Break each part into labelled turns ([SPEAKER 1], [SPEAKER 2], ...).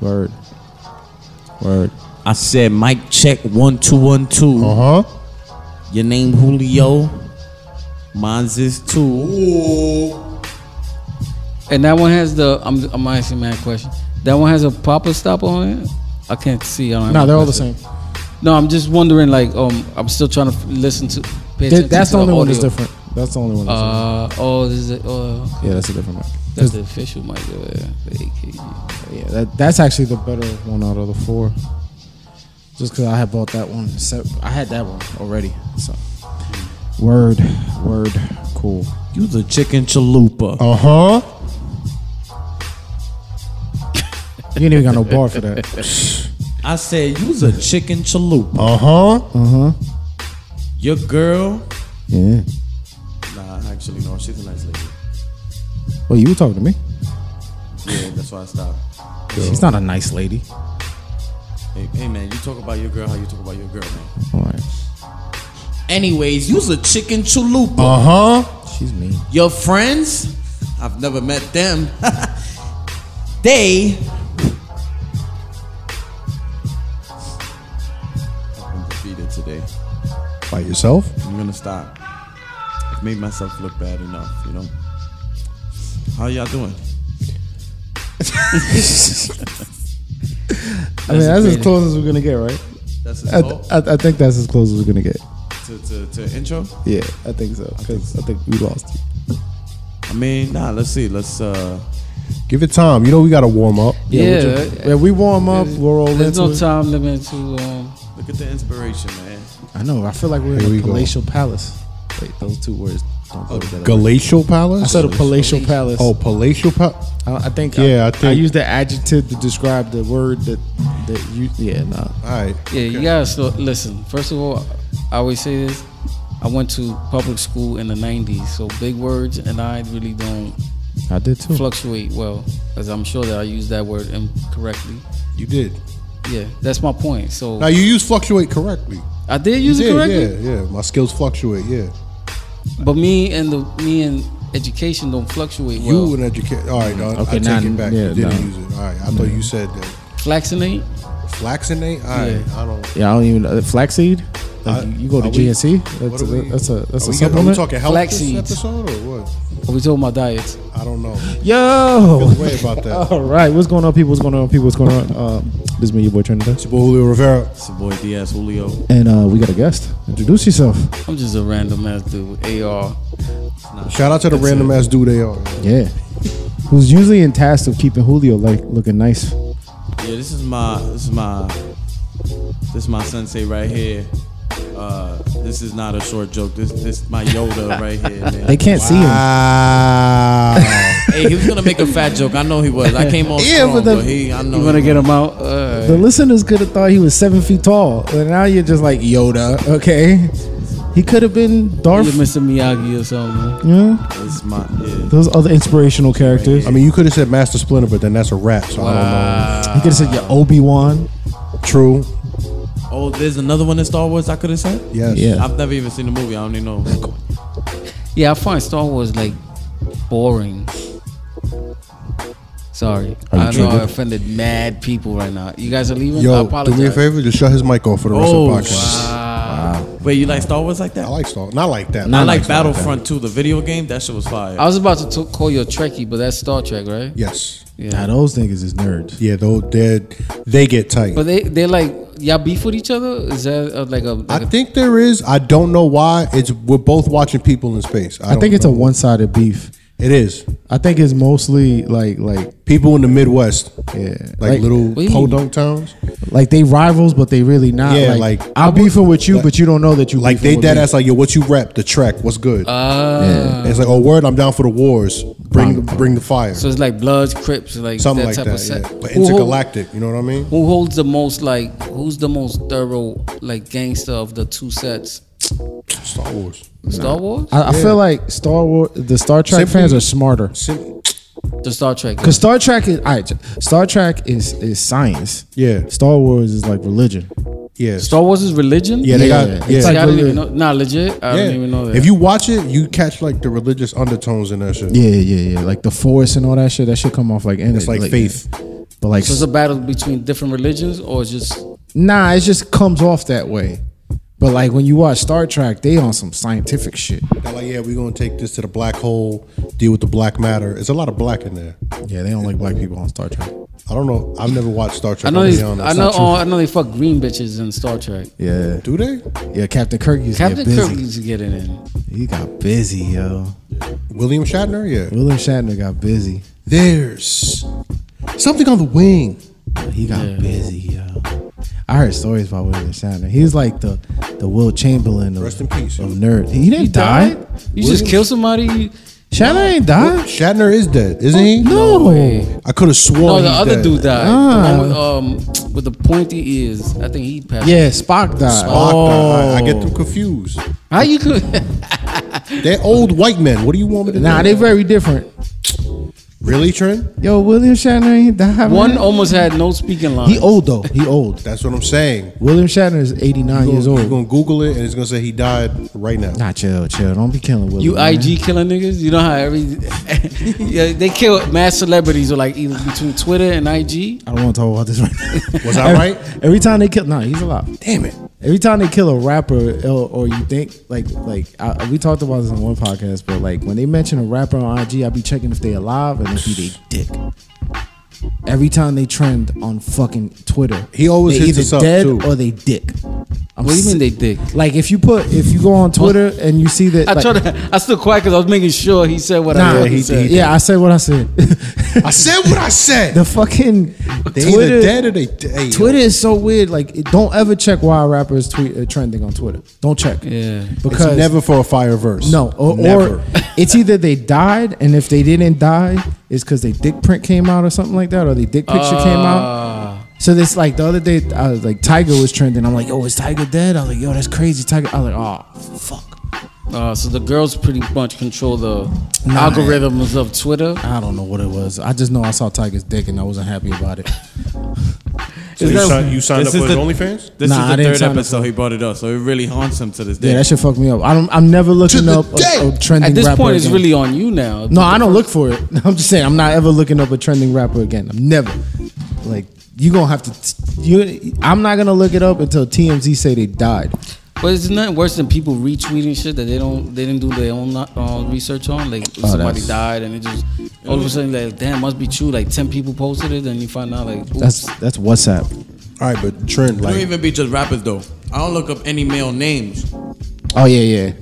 [SPEAKER 1] Word. Word.
[SPEAKER 2] I said, Mike, check one two one two.
[SPEAKER 1] Uh huh.
[SPEAKER 2] Your name Julio. Mine's is two.
[SPEAKER 3] And that one has the. I'm, I'm asking man a question. That one has a pop-up stopper on it. I can't see. I don't have
[SPEAKER 1] No,
[SPEAKER 3] my
[SPEAKER 1] they're all the
[SPEAKER 3] glasses.
[SPEAKER 1] same.
[SPEAKER 3] No, I'm just wondering. Like, um, I'm still trying to f- listen to. Pay
[SPEAKER 1] They-
[SPEAKER 3] attention
[SPEAKER 1] that's
[SPEAKER 3] to
[SPEAKER 1] the only one that's
[SPEAKER 3] audio.
[SPEAKER 1] different. That's the only one. That's different.
[SPEAKER 3] Uh oh, this is a, oh,
[SPEAKER 1] Yeah, that's a different mic.
[SPEAKER 3] that's the official mic. over there. The AKG.
[SPEAKER 1] Yeah, that, that's actually the better one out of the four. Just because I had bought that one, so I had that one already. So, word, word, cool.
[SPEAKER 2] You the chicken chalupa.
[SPEAKER 1] Uh huh. you ain't even got no bar for that.
[SPEAKER 2] I said, you's a chicken chalupa.
[SPEAKER 1] Uh huh. Uh huh.
[SPEAKER 2] Your girl.
[SPEAKER 1] Yeah.
[SPEAKER 2] Nah, actually, no, she's a nice lady.
[SPEAKER 1] Well, you were talking to me.
[SPEAKER 2] Yeah, that's why I stopped.
[SPEAKER 1] She's not a nice lady.
[SPEAKER 2] Hey, hey, man, you talk about your girl how you talk about your girl, man.
[SPEAKER 1] All right.
[SPEAKER 2] Anyways, you's a chicken chalupa.
[SPEAKER 1] Uh huh. She's mean.
[SPEAKER 2] Your friends, I've never met them. they. I've been defeated today.
[SPEAKER 1] By yourself?
[SPEAKER 2] I'm gonna stop. I've made myself look bad enough, you know. How y'all doing?
[SPEAKER 1] I mean, that's as close as we're gonna get, right?
[SPEAKER 2] That's as
[SPEAKER 1] I,
[SPEAKER 4] Oh.
[SPEAKER 2] all
[SPEAKER 1] I, I think that's as close as we're gonna get.
[SPEAKER 2] to, to, to intro.
[SPEAKER 1] Yeah, I think so. Because I think we lost.
[SPEAKER 2] I mean, nah. Let's see. Let's uh.
[SPEAKER 4] Give it time. You know we gotta warm up.
[SPEAKER 3] Yeah,
[SPEAKER 1] we just- yeah, we warm up. We're all
[SPEAKER 3] there's
[SPEAKER 1] into
[SPEAKER 3] no
[SPEAKER 1] it.
[SPEAKER 3] time limit to. Um,
[SPEAKER 2] Look at the inspiration, man.
[SPEAKER 1] I know. I feel like we're
[SPEAKER 4] Here
[SPEAKER 1] in
[SPEAKER 4] we
[SPEAKER 1] a
[SPEAKER 4] go. Oh,
[SPEAKER 1] palatial palace. Wait, those two words don't go together.
[SPEAKER 4] Galatial Palace.
[SPEAKER 1] I said a palatial palace.
[SPEAKER 4] Oh, palatial palace.
[SPEAKER 1] I, I think.
[SPEAKER 4] Oh. Yeah, I
[SPEAKER 1] I,
[SPEAKER 4] think-
[SPEAKER 1] I used the adjective to describe the word that that you. Yeah, nah.
[SPEAKER 4] All right.
[SPEAKER 3] Yeah, you gotta slow, listen. First of all, I always say this. I went to public school in the '90s, so big words and I really don't
[SPEAKER 1] I did too.
[SPEAKER 3] fluctuate well, as I'm sure that I use that word incorrectly.
[SPEAKER 4] You did.
[SPEAKER 3] Yeah, that's my point. So
[SPEAKER 4] Now you use fluctuate correctly.
[SPEAKER 3] I did use it
[SPEAKER 4] yeah,
[SPEAKER 3] correctly,
[SPEAKER 4] yeah, yeah. My skills fluctuate. Yeah.
[SPEAKER 3] but me and the me and education don't fluctuate well.
[SPEAKER 4] you an educator. All right. No, I
[SPEAKER 1] Okay,
[SPEAKER 4] take
[SPEAKER 1] now-
[SPEAKER 4] it back.
[SPEAKER 1] yeah,
[SPEAKER 4] you didn't
[SPEAKER 1] no.
[SPEAKER 4] use it. All right. I thought you said that.
[SPEAKER 3] Flaxinate?
[SPEAKER 4] Flaxinate. All right. I don't.
[SPEAKER 1] Yeah, I don't even. Uh, flaxseed. Like,
[SPEAKER 4] I-
[SPEAKER 1] you go to
[SPEAKER 4] Uh, are we-
[SPEAKER 1] GNC.
[SPEAKER 4] what
[SPEAKER 1] That's a,
[SPEAKER 4] are we-
[SPEAKER 1] that's a that's a
[SPEAKER 4] are we, getting- are we
[SPEAKER 1] supplement.
[SPEAKER 4] talking health
[SPEAKER 3] Flax
[SPEAKER 4] this
[SPEAKER 3] seeds.
[SPEAKER 4] episode or what?
[SPEAKER 3] Are we talking about diets?
[SPEAKER 4] I don't know.
[SPEAKER 1] Yo.
[SPEAKER 4] Way about that.
[SPEAKER 1] All right, what's going on, people? What's going on, people? What's going on? Um, this is me, your boy Trinidad,
[SPEAKER 4] It's your boy Julio Rivera.
[SPEAKER 2] It's your boy Diaz Julio.
[SPEAKER 1] and uh, we got a guest. Introduce yourself.
[SPEAKER 3] I'm just a random ass dude with AR.
[SPEAKER 4] Shout out to the random ass dude they are. man.
[SPEAKER 1] Yeah. Who's usually in task of keeping Julio like looking nice.
[SPEAKER 2] Yeah, this is my this is my this is my sensei right here. Uh, this is not a short joke. This this my Yoda right here, man.
[SPEAKER 1] They can't see him.
[SPEAKER 4] Wow.
[SPEAKER 2] Hey, he was gonna make a fat joke. I know he was. I came on
[SPEAKER 1] Yeah,
[SPEAKER 2] strong,
[SPEAKER 1] but
[SPEAKER 2] but,
[SPEAKER 1] the-
[SPEAKER 2] he. I know.
[SPEAKER 3] You
[SPEAKER 2] he
[SPEAKER 3] wanna get
[SPEAKER 2] was.
[SPEAKER 3] them out? Uh,
[SPEAKER 1] The listeners could have thought he was seven feet tall, but now you're just like Yoda. Okay, he could have been Darth.
[SPEAKER 3] you're Mr. Miyagi or something. man.
[SPEAKER 1] you know,
[SPEAKER 2] It's my. Yeah.
[SPEAKER 1] those other inspirational characters.
[SPEAKER 4] I mean, you could have said Master Splinter, but then that's a rap, so I
[SPEAKER 1] he could have said your Obi Wan.
[SPEAKER 4] don't know. True.
[SPEAKER 2] Oh, there's another one in Star Wars I could have said.
[SPEAKER 4] Yes.
[SPEAKER 1] Yeah.
[SPEAKER 2] I've never even seen the movie. I don't even know.
[SPEAKER 3] Yeah, I find Star Wars like boring. Sorry, I know I offended mad people right now. You guys are leaving. I
[SPEAKER 4] Yo, do
[SPEAKER 3] apologize. Uh,
[SPEAKER 4] me a favor, just shut his mic off for the rest
[SPEAKER 2] Oh,
[SPEAKER 4] of the podcast.
[SPEAKER 2] Wait, you like Star Wars like that?
[SPEAKER 4] I like Star, not like that.
[SPEAKER 2] I
[SPEAKER 4] Not
[SPEAKER 2] like
[SPEAKER 4] Star Wars.
[SPEAKER 2] Battlefront too. The video game that shit was fire.
[SPEAKER 3] I was about to t- call you a Trekkie, but that's Star Trek, right?
[SPEAKER 4] Yes,
[SPEAKER 1] Now those niggas is nerds.
[SPEAKER 4] yeah, though they they get tight.
[SPEAKER 3] But they they like y'all beef with each other. Is that uh, like a?
[SPEAKER 4] I
[SPEAKER 3] Like a
[SPEAKER 4] think there is. I don't know why. It's we're both watching people in space. I,
[SPEAKER 1] I
[SPEAKER 4] don't
[SPEAKER 1] think it's a
[SPEAKER 4] know.
[SPEAKER 1] one sided beef.
[SPEAKER 4] It is
[SPEAKER 1] I think it's mostly like like
[SPEAKER 4] people in the Midwest,
[SPEAKER 1] yeah
[SPEAKER 4] like,
[SPEAKER 1] like
[SPEAKER 4] little
[SPEAKER 3] Wait.
[SPEAKER 4] podunk towns.
[SPEAKER 1] like they rivals, but they really not.
[SPEAKER 4] Yeah,
[SPEAKER 1] like,
[SPEAKER 4] like-
[SPEAKER 1] I'm beefing with you,
[SPEAKER 4] like-
[SPEAKER 1] but you don't know that you
[SPEAKER 4] Like
[SPEAKER 1] beefing
[SPEAKER 4] they
[SPEAKER 1] with
[SPEAKER 4] dead
[SPEAKER 1] me.
[SPEAKER 4] ass like yo, what you rap? The track, what's good?
[SPEAKER 3] Ah.
[SPEAKER 4] And it's like oh word, I'm down for the wars. Bring the, bring the fire.
[SPEAKER 3] so it's like Bloods, Crips, like
[SPEAKER 4] Something
[SPEAKER 3] that
[SPEAKER 4] like
[SPEAKER 3] type of
[SPEAKER 4] that.
[SPEAKER 3] set.
[SPEAKER 4] Yeah. But
[SPEAKER 3] Who hold-
[SPEAKER 4] intergalactic. You know what I mean?
[SPEAKER 3] Who holds the most like? Who's the most thorough like gangster of the two sets?
[SPEAKER 4] Star Wars.
[SPEAKER 3] Star Wars,
[SPEAKER 1] I, I feel like Star Wars, the Star Trek
[SPEAKER 4] Simply-
[SPEAKER 1] fans are smarter.
[SPEAKER 4] Sim-
[SPEAKER 3] the Star Trek.
[SPEAKER 1] Cause Star Trek is all right, Star Trek is is science.
[SPEAKER 4] Yeah.
[SPEAKER 1] Star Wars is like religion.
[SPEAKER 4] Yeah.
[SPEAKER 3] Star Wars is religion.
[SPEAKER 4] Yeah, they
[SPEAKER 1] Yeah,
[SPEAKER 4] got
[SPEAKER 1] it's
[SPEAKER 4] yeah.
[SPEAKER 3] See, I didn't even
[SPEAKER 1] religion.
[SPEAKER 3] know. Nah, legit. I
[SPEAKER 4] yeah.
[SPEAKER 3] didn't even know that.
[SPEAKER 4] If you watch it, you catch like the religious undertones in that shit.
[SPEAKER 1] Yeah, yeah, yeah. Like the force and all that shit. That should come off like and
[SPEAKER 4] It's like faith.
[SPEAKER 1] But like,
[SPEAKER 3] so it's a battle between different religions, or just
[SPEAKER 1] nah, it just comes off that way. But like when you watch Star Trek, they on some scientific shit.
[SPEAKER 4] They're like, yeah, we're gonna take this to the black hole, deal with the black matter. It's a lot of black in there.
[SPEAKER 1] Yeah, they don't like black people on Star Trek.
[SPEAKER 4] I don't know. I've never watched Star
[SPEAKER 3] I
[SPEAKER 4] Trek.
[SPEAKER 3] know
[SPEAKER 4] I'll be
[SPEAKER 3] these,
[SPEAKER 4] honest.
[SPEAKER 3] I know oh, I know they fuck green bitches in Star Trek.
[SPEAKER 1] Yeah,
[SPEAKER 4] Do they?
[SPEAKER 1] yeah. Captain Kirk used to
[SPEAKER 3] Captain
[SPEAKER 1] get
[SPEAKER 3] Kirk
[SPEAKER 1] busy.
[SPEAKER 3] used to get it in.
[SPEAKER 1] He got busy, yo.
[SPEAKER 4] William Shatner? Yeah.
[SPEAKER 1] William Shatner got busy.
[SPEAKER 4] There's something on the wing.
[SPEAKER 1] He got
[SPEAKER 3] Yeah.
[SPEAKER 1] busy, yo. I heard stories about William Shatner. He's like the the Will Chamberlain of,
[SPEAKER 4] Rest in peace,
[SPEAKER 1] of
[SPEAKER 4] yo.
[SPEAKER 1] nerd. He didn't die.
[SPEAKER 3] You just kill somebody. you-
[SPEAKER 1] Shatner ain't died.
[SPEAKER 4] Shatner is dead, isn't he?
[SPEAKER 1] No.
[SPEAKER 3] way.
[SPEAKER 4] I could have sworn.
[SPEAKER 3] No, the
[SPEAKER 4] he's
[SPEAKER 3] other
[SPEAKER 4] dead.
[SPEAKER 3] dude died.
[SPEAKER 1] Ah.
[SPEAKER 3] The one with, um, with the pointy ears. I think he passed.
[SPEAKER 1] Yeah, Spock died.
[SPEAKER 4] Spock died. I, I get
[SPEAKER 3] Oh.
[SPEAKER 4] them confused.
[SPEAKER 3] How you could?
[SPEAKER 4] They're old white men. What do you want me to
[SPEAKER 1] Nah,
[SPEAKER 4] do?
[SPEAKER 1] they very different.
[SPEAKER 4] really, Trent?
[SPEAKER 1] Yo, William Shatner ain't died.
[SPEAKER 3] One oh
[SPEAKER 1] man.
[SPEAKER 3] almost had no speaking line.
[SPEAKER 1] He old though. He old.
[SPEAKER 4] That's what I'm saying.
[SPEAKER 1] William Shatner is 89 years
[SPEAKER 4] You're
[SPEAKER 1] old.
[SPEAKER 4] gonna Google it, and it's gonna say he died right now.
[SPEAKER 1] Nah, chill, chill. Don't be killing William.
[SPEAKER 3] You
[SPEAKER 1] man.
[SPEAKER 3] IG killing niggas? You know how every yeah, they kill mass celebrities or like either between Twitter and IG.
[SPEAKER 1] I don't want to talk about this right now.
[SPEAKER 4] Was I
[SPEAKER 1] Every-
[SPEAKER 4] right?
[SPEAKER 1] Every time they kill, nah, he's alive.
[SPEAKER 4] Damn it!
[SPEAKER 1] Every time they kill a rapper, or, or you think like like I, we talked about this on one podcast, but like when they mention a rapper on IG, I be checking if they alive and if he they dick. Every time they trend on fucking Twitter,
[SPEAKER 4] He always
[SPEAKER 1] they
[SPEAKER 4] hits
[SPEAKER 1] either
[SPEAKER 4] us up,
[SPEAKER 1] dead
[SPEAKER 4] too.
[SPEAKER 1] or they dick. I'm
[SPEAKER 3] What do you mean
[SPEAKER 1] sick.
[SPEAKER 3] they dick?
[SPEAKER 1] Like if you put if you go on Twitter and you see that
[SPEAKER 3] I
[SPEAKER 1] like,
[SPEAKER 3] tried to, I still quiet because I was making sure he said what I
[SPEAKER 1] nah,
[SPEAKER 3] fucking said.
[SPEAKER 1] yeah, I said what I said.
[SPEAKER 4] I said what I said.
[SPEAKER 1] the fucking
[SPEAKER 4] they
[SPEAKER 1] Twitter,
[SPEAKER 4] either dead or they. Hey, yo.
[SPEAKER 1] Twitter is so weird. Like, it- don't ever check why a rapper is tweet, uh, trending on Twitter. Don't check.
[SPEAKER 3] Yeah.
[SPEAKER 1] because
[SPEAKER 4] it's never for a fire verse.
[SPEAKER 1] no, or,
[SPEAKER 4] never.
[SPEAKER 1] or it's either they died, and if they didn't die, it's because they dick print came out or something like that, or they dick picture came
[SPEAKER 4] Uh.
[SPEAKER 3] Ah,
[SPEAKER 1] out. So this like the other day, I was like Tiger was trending. I'm like, yo, is Tiger dead? I was like, yo, that's crazy, Tiger. I was like, oh fuck,
[SPEAKER 3] Uh, so the girls pretty much control the algorithms of Twitter.
[SPEAKER 1] I don't know what it was. I just know I saw Tiger's dick, and I wasn't happy about it.
[SPEAKER 4] So you, sign, you signed
[SPEAKER 2] This
[SPEAKER 4] up
[SPEAKER 2] is
[SPEAKER 4] for
[SPEAKER 2] the-
[SPEAKER 4] his OnlyFans?
[SPEAKER 2] This
[SPEAKER 1] Nah, I
[SPEAKER 2] is the
[SPEAKER 1] didn't
[SPEAKER 2] third
[SPEAKER 1] sign up
[SPEAKER 2] episode he brought it up, so it really haunts him to this day.
[SPEAKER 1] Yeah, that should fuck me up. I don't. I'm never looking
[SPEAKER 4] the
[SPEAKER 1] up a-
[SPEAKER 4] day.
[SPEAKER 1] a, trending.
[SPEAKER 3] At this
[SPEAKER 1] rapper
[SPEAKER 3] point, it's
[SPEAKER 1] again.
[SPEAKER 3] really on you now.
[SPEAKER 1] No, I don't look for it. I'm just saying I'm not ever looking up a trending rapper again. I'm never. Like you gonna have to. You, I'm not gonna look it up until TMZ say they died.
[SPEAKER 3] But it's nothing worse than people retweeting shit that they don't they didn't do their own uh, research on. Like if somebody
[SPEAKER 1] Oh, that's-
[SPEAKER 3] died and it just all of a sudden like damn must be true. Like ten people posted it and you find out like oops.
[SPEAKER 1] That's that's WhatsApp.
[SPEAKER 4] All right, but Trent,
[SPEAKER 2] It don't
[SPEAKER 4] like,
[SPEAKER 2] even be just rappers though. I don't look up any male names.
[SPEAKER 1] Oh yeah, yeah.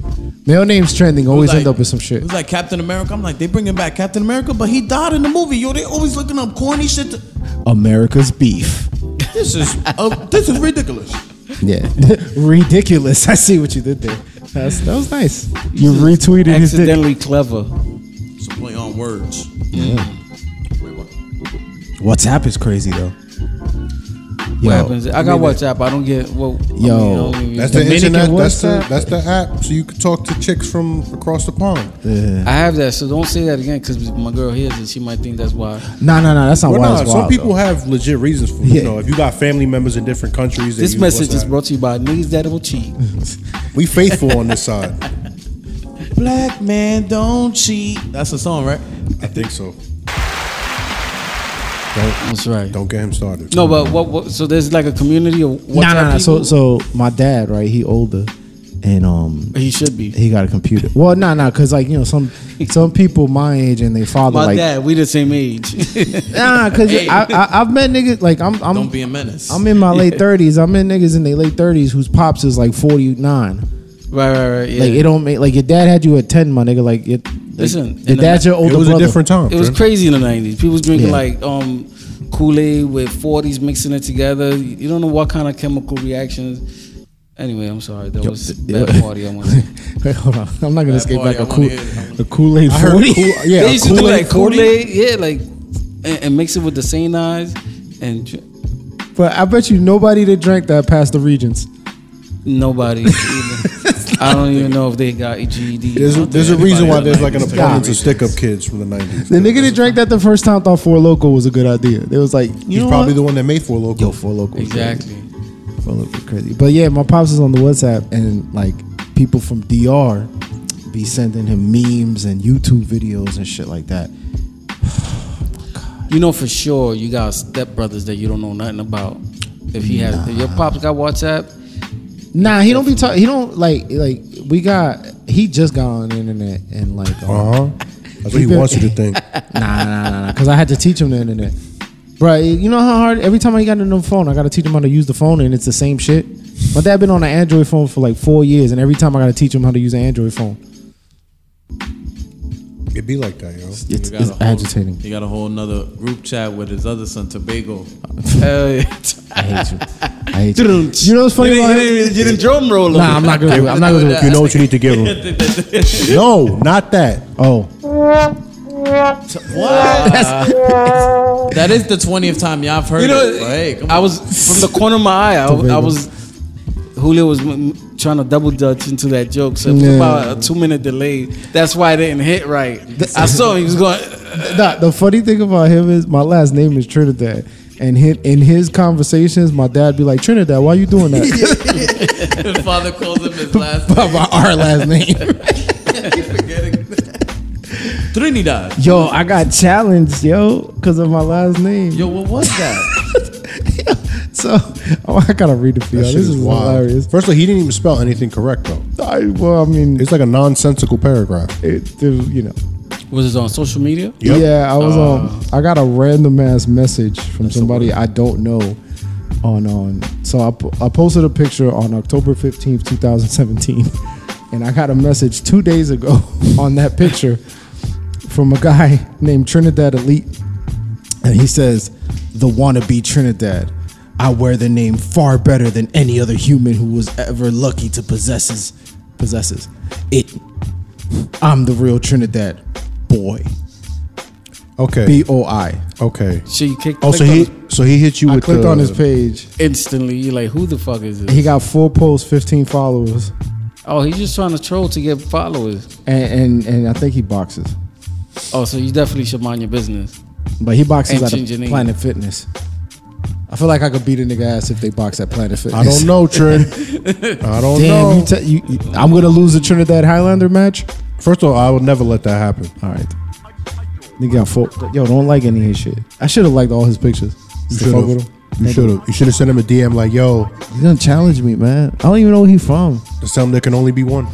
[SPEAKER 1] Male names trending always end up with some
[SPEAKER 2] It
[SPEAKER 1] shit.
[SPEAKER 2] was like Captain America. I'm like, they bringing back Captain America, but he died in the movie. Yo, they always looking up corny shit. To,
[SPEAKER 1] America's beef.
[SPEAKER 2] this is uh, this is ridiculous.
[SPEAKER 1] Yeah, ridiculous. I see what you did there. That's, that was nice. You retweeted his dick.
[SPEAKER 3] accidentally clever.
[SPEAKER 2] It's a play on words. Wait, what?
[SPEAKER 1] WhatsApp is crazy though.
[SPEAKER 3] What
[SPEAKER 1] Yo,
[SPEAKER 3] happens? I got WhatsApp. I don't get well.
[SPEAKER 1] Yo,
[SPEAKER 3] I mean, I, don't even-
[SPEAKER 4] that's the
[SPEAKER 1] Dominican
[SPEAKER 4] internet. That's the,
[SPEAKER 1] WhatsApp?
[SPEAKER 4] that's the app, so you could talk to chicks from across the pond.
[SPEAKER 3] I have that, so don't say that again because my girl hears it. She might think that's why.
[SPEAKER 1] No, no, no. That's not
[SPEAKER 4] Well,
[SPEAKER 1] why
[SPEAKER 4] nah,
[SPEAKER 1] it's
[SPEAKER 4] some
[SPEAKER 1] wild,
[SPEAKER 4] people
[SPEAKER 1] though.
[SPEAKER 4] have legit reasons for
[SPEAKER 1] Yeah.
[SPEAKER 4] you know if you got family members in different countries. that
[SPEAKER 3] This
[SPEAKER 4] use
[SPEAKER 3] message is
[SPEAKER 4] WhatsApp.
[SPEAKER 3] brought to you by niggas that will cheat.
[SPEAKER 4] We faithful on this side.
[SPEAKER 2] Black man don't cheat. That's a song, right?
[SPEAKER 4] I think so. Don't
[SPEAKER 3] That's right.
[SPEAKER 4] don't get him started.
[SPEAKER 3] No, but what, what? So there's like a community of WhatsApp
[SPEAKER 1] Nah, nah, nah. So,
[SPEAKER 3] people.
[SPEAKER 1] so my dad, right? He older, and um,
[SPEAKER 3] he should be.
[SPEAKER 1] He got a computer. Well, nah, nah, because like you know, some some people my age and they father
[SPEAKER 3] My
[SPEAKER 1] like
[SPEAKER 3] dad, we the same age.
[SPEAKER 1] nah, because I, I I've met niggas like I'm I'm
[SPEAKER 2] Don't be a menace.
[SPEAKER 1] I'm in my late thirties. I'm in niggas in their late thirties whose pops is like forty nine.
[SPEAKER 3] right, right, right. Yeah.
[SPEAKER 1] Like it don't make like your dad had you at ten, my nigga. Like it,
[SPEAKER 3] Listen,
[SPEAKER 1] your
[SPEAKER 3] in the
[SPEAKER 1] dad's
[SPEAKER 3] ma-
[SPEAKER 1] your older
[SPEAKER 4] it was
[SPEAKER 1] brother.
[SPEAKER 4] a different time.
[SPEAKER 3] It was
[SPEAKER 4] Trent.
[SPEAKER 3] crazy in the nineties. People was drinking
[SPEAKER 1] Yeah.
[SPEAKER 3] like um, Kool Aid with forties, mixing it together. You don't know what kind of chemical reactions. Anyway, I'm sorry. That was that party. I went. to.
[SPEAKER 1] Wait, hold on. I'm not gonna
[SPEAKER 2] That
[SPEAKER 1] skip
[SPEAKER 2] party,
[SPEAKER 1] back
[SPEAKER 2] I
[SPEAKER 1] a cool
[SPEAKER 2] wanna hear
[SPEAKER 1] a Kool Aid
[SPEAKER 4] I heard
[SPEAKER 1] forty.
[SPEAKER 4] cool, yeah,
[SPEAKER 3] they used to do
[SPEAKER 4] Kool-Aid
[SPEAKER 3] like Kool
[SPEAKER 4] 40.
[SPEAKER 3] Aid, yeah, like and, and mix it with the cyanide and dr-
[SPEAKER 1] But I bet you nobody that drank that passed the Regents.
[SPEAKER 3] nobody. even- I don't even know if they got E a GED.
[SPEAKER 4] There's a, there's a
[SPEAKER 2] Anybody
[SPEAKER 4] reason why
[SPEAKER 2] in the
[SPEAKER 4] there's like an
[SPEAKER 2] 90s
[SPEAKER 4] abundance of
[SPEAKER 2] took
[SPEAKER 4] stick up kids from the 90s.
[SPEAKER 1] The nigga that drank that the first time thought Four Loco was a good idea. They was like, you
[SPEAKER 4] He's
[SPEAKER 1] know
[SPEAKER 4] probably
[SPEAKER 1] what?
[SPEAKER 4] the one that made Four Local.
[SPEAKER 1] Yo, Four Loco. was good.
[SPEAKER 3] exactly.
[SPEAKER 1] Full of crazy. But yeah, my pops is on the WhatsApp, and like people from DR be sending him memes and YouTube videos and shit like that.
[SPEAKER 3] You know for sure you got stepbrothers that you don't know nothing about. If he has, if your pops got WhatsApp,
[SPEAKER 1] Nah, he don't be talking. He don't like like we got. He just got on the internet and like. um,
[SPEAKER 4] Uh huh. That's what he wants you to think.
[SPEAKER 1] nah, nah, nah, nah. Because I had to teach him the internet. Bro, you know how hard every time I got a new phone, I gotta teach him how to use the phone, and it's the same shit. My dad been on an Android phone for like four years, and every time I gotta teach him how to use an Android phone,
[SPEAKER 4] It be like that, yo.
[SPEAKER 1] it's,
[SPEAKER 2] You got
[SPEAKER 1] it's
[SPEAKER 2] a whole-
[SPEAKER 1] agitating.
[SPEAKER 2] He got a whole nother group chat with his other son, Tobago.
[SPEAKER 3] uh,
[SPEAKER 1] I hate you. I hate you. You know what's
[SPEAKER 3] you
[SPEAKER 1] funny about him?
[SPEAKER 3] didn't, you didn't drum roll.
[SPEAKER 1] Nah, I'm not gonna. Do it. I'm not gonna. Do it.
[SPEAKER 4] You know what you need to give him. no, not that.
[SPEAKER 1] Oh,
[SPEAKER 2] That is the 20th time y'all have heard
[SPEAKER 3] You know,
[SPEAKER 2] it. Hey, come
[SPEAKER 3] I was from the corner of my eye. I, I was Julio was m- m- trying to double dutch into that joke, so it was
[SPEAKER 1] Yeah.
[SPEAKER 3] about a two minute delay. That's why it didn't hit right. I saw he was going.
[SPEAKER 1] nah, the funny thing about him is my last name is Trinidad, and hi- in his conversations, my dad be like Trinidad, why you doing that?
[SPEAKER 2] on. His father calls him his last name.
[SPEAKER 1] By our last name.
[SPEAKER 2] Trinidad.
[SPEAKER 1] Yo, I got challenged, yo, because of my last name.
[SPEAKER 2] Yo, what was that?
[SPEAKER 1] So oh, I gotta read it for y'all.
[SPEAKER 4] Shit
[SPEAKER 1] This is hilarious.
[SPEAKER 4] First of all, he didn't even spell anything correct though.
[SPEAKER 1] I, well, I mean,
[SPEAKER 4] It's like a nonsensical paragraph.
[SPEAKER 1] it, it- you know,
[SPEAKER 3] Was it on social media?
[SPEAKER 4] Yep.
[SPEAKER 1] yeah. I was um, I got a random ass message from somebody I don't know on on. So I, po- I posted a picture on October fifteenth, two thousand seventeen, and I got a message two days ago on that picture from a guy named Trinidad Elite, and he says, "The wannabe Trinidad." I wear the name far better than any other human who was ever lucky to possesses possesses it. I'm the real Trinidad boy.
[SPEAKER 4] Okay.
[SPEAKER 1] B O I.
[SPEAKER 4] okay.
[SPEAKER 3] So you kicked.
[SPEAKER 4] Oh, so he so he hit you
[SPEAKER 1] I
[SPEAKER 4] with
[SPEAKER 1] clicked
[SPEAKER 4] the,
[SPEAKER 1] on his page.
[SPEAKER 3] instantly. You're like, who the fuck is this?
[SPEAKER 1] He got four posts, 15 followers,
[SPEAKER 3] Oh, he's just trying to troll to get followers.
[SPEAKER 1] and and, and I think he boxes.
[SPEAKER 3] Oh, so you definitely should mind your business.
[SPEAKER 1] But he boxes at
[SPEAKER 3] Ancient Janine.
[SPEAKER 1] Planet Fitness. I feel like I could beat a nigga ass if they box at Planet Fitness.
[SPEAKER 4] I don't know, Trin. I
[SPEAKER 1] Damn,
[SPEAKER 4] don't know.
[SPEAKER 1] you, te- you, you I'm gonna lose the Trinidad Highlander match.
[SPEAKER 4] First of all, I would never let that happen.
[SPEAKER 1] All right, nigga got four. Yo, don't like any of his shit. I should have liked all his pictures. Still
[SPEAKER 4] You should
[SPEAKER 1] fuck with
[SPEAKER 4] have.
[SPEAKER 1] him.
[SPEAKER 4] You should have. You should have sent him a DM like, "Yo,
[SPEAKER 1] He's gonna challenge me, man. I don't even know where he's from.
[SPEAKER 4] just tell him there can only be one."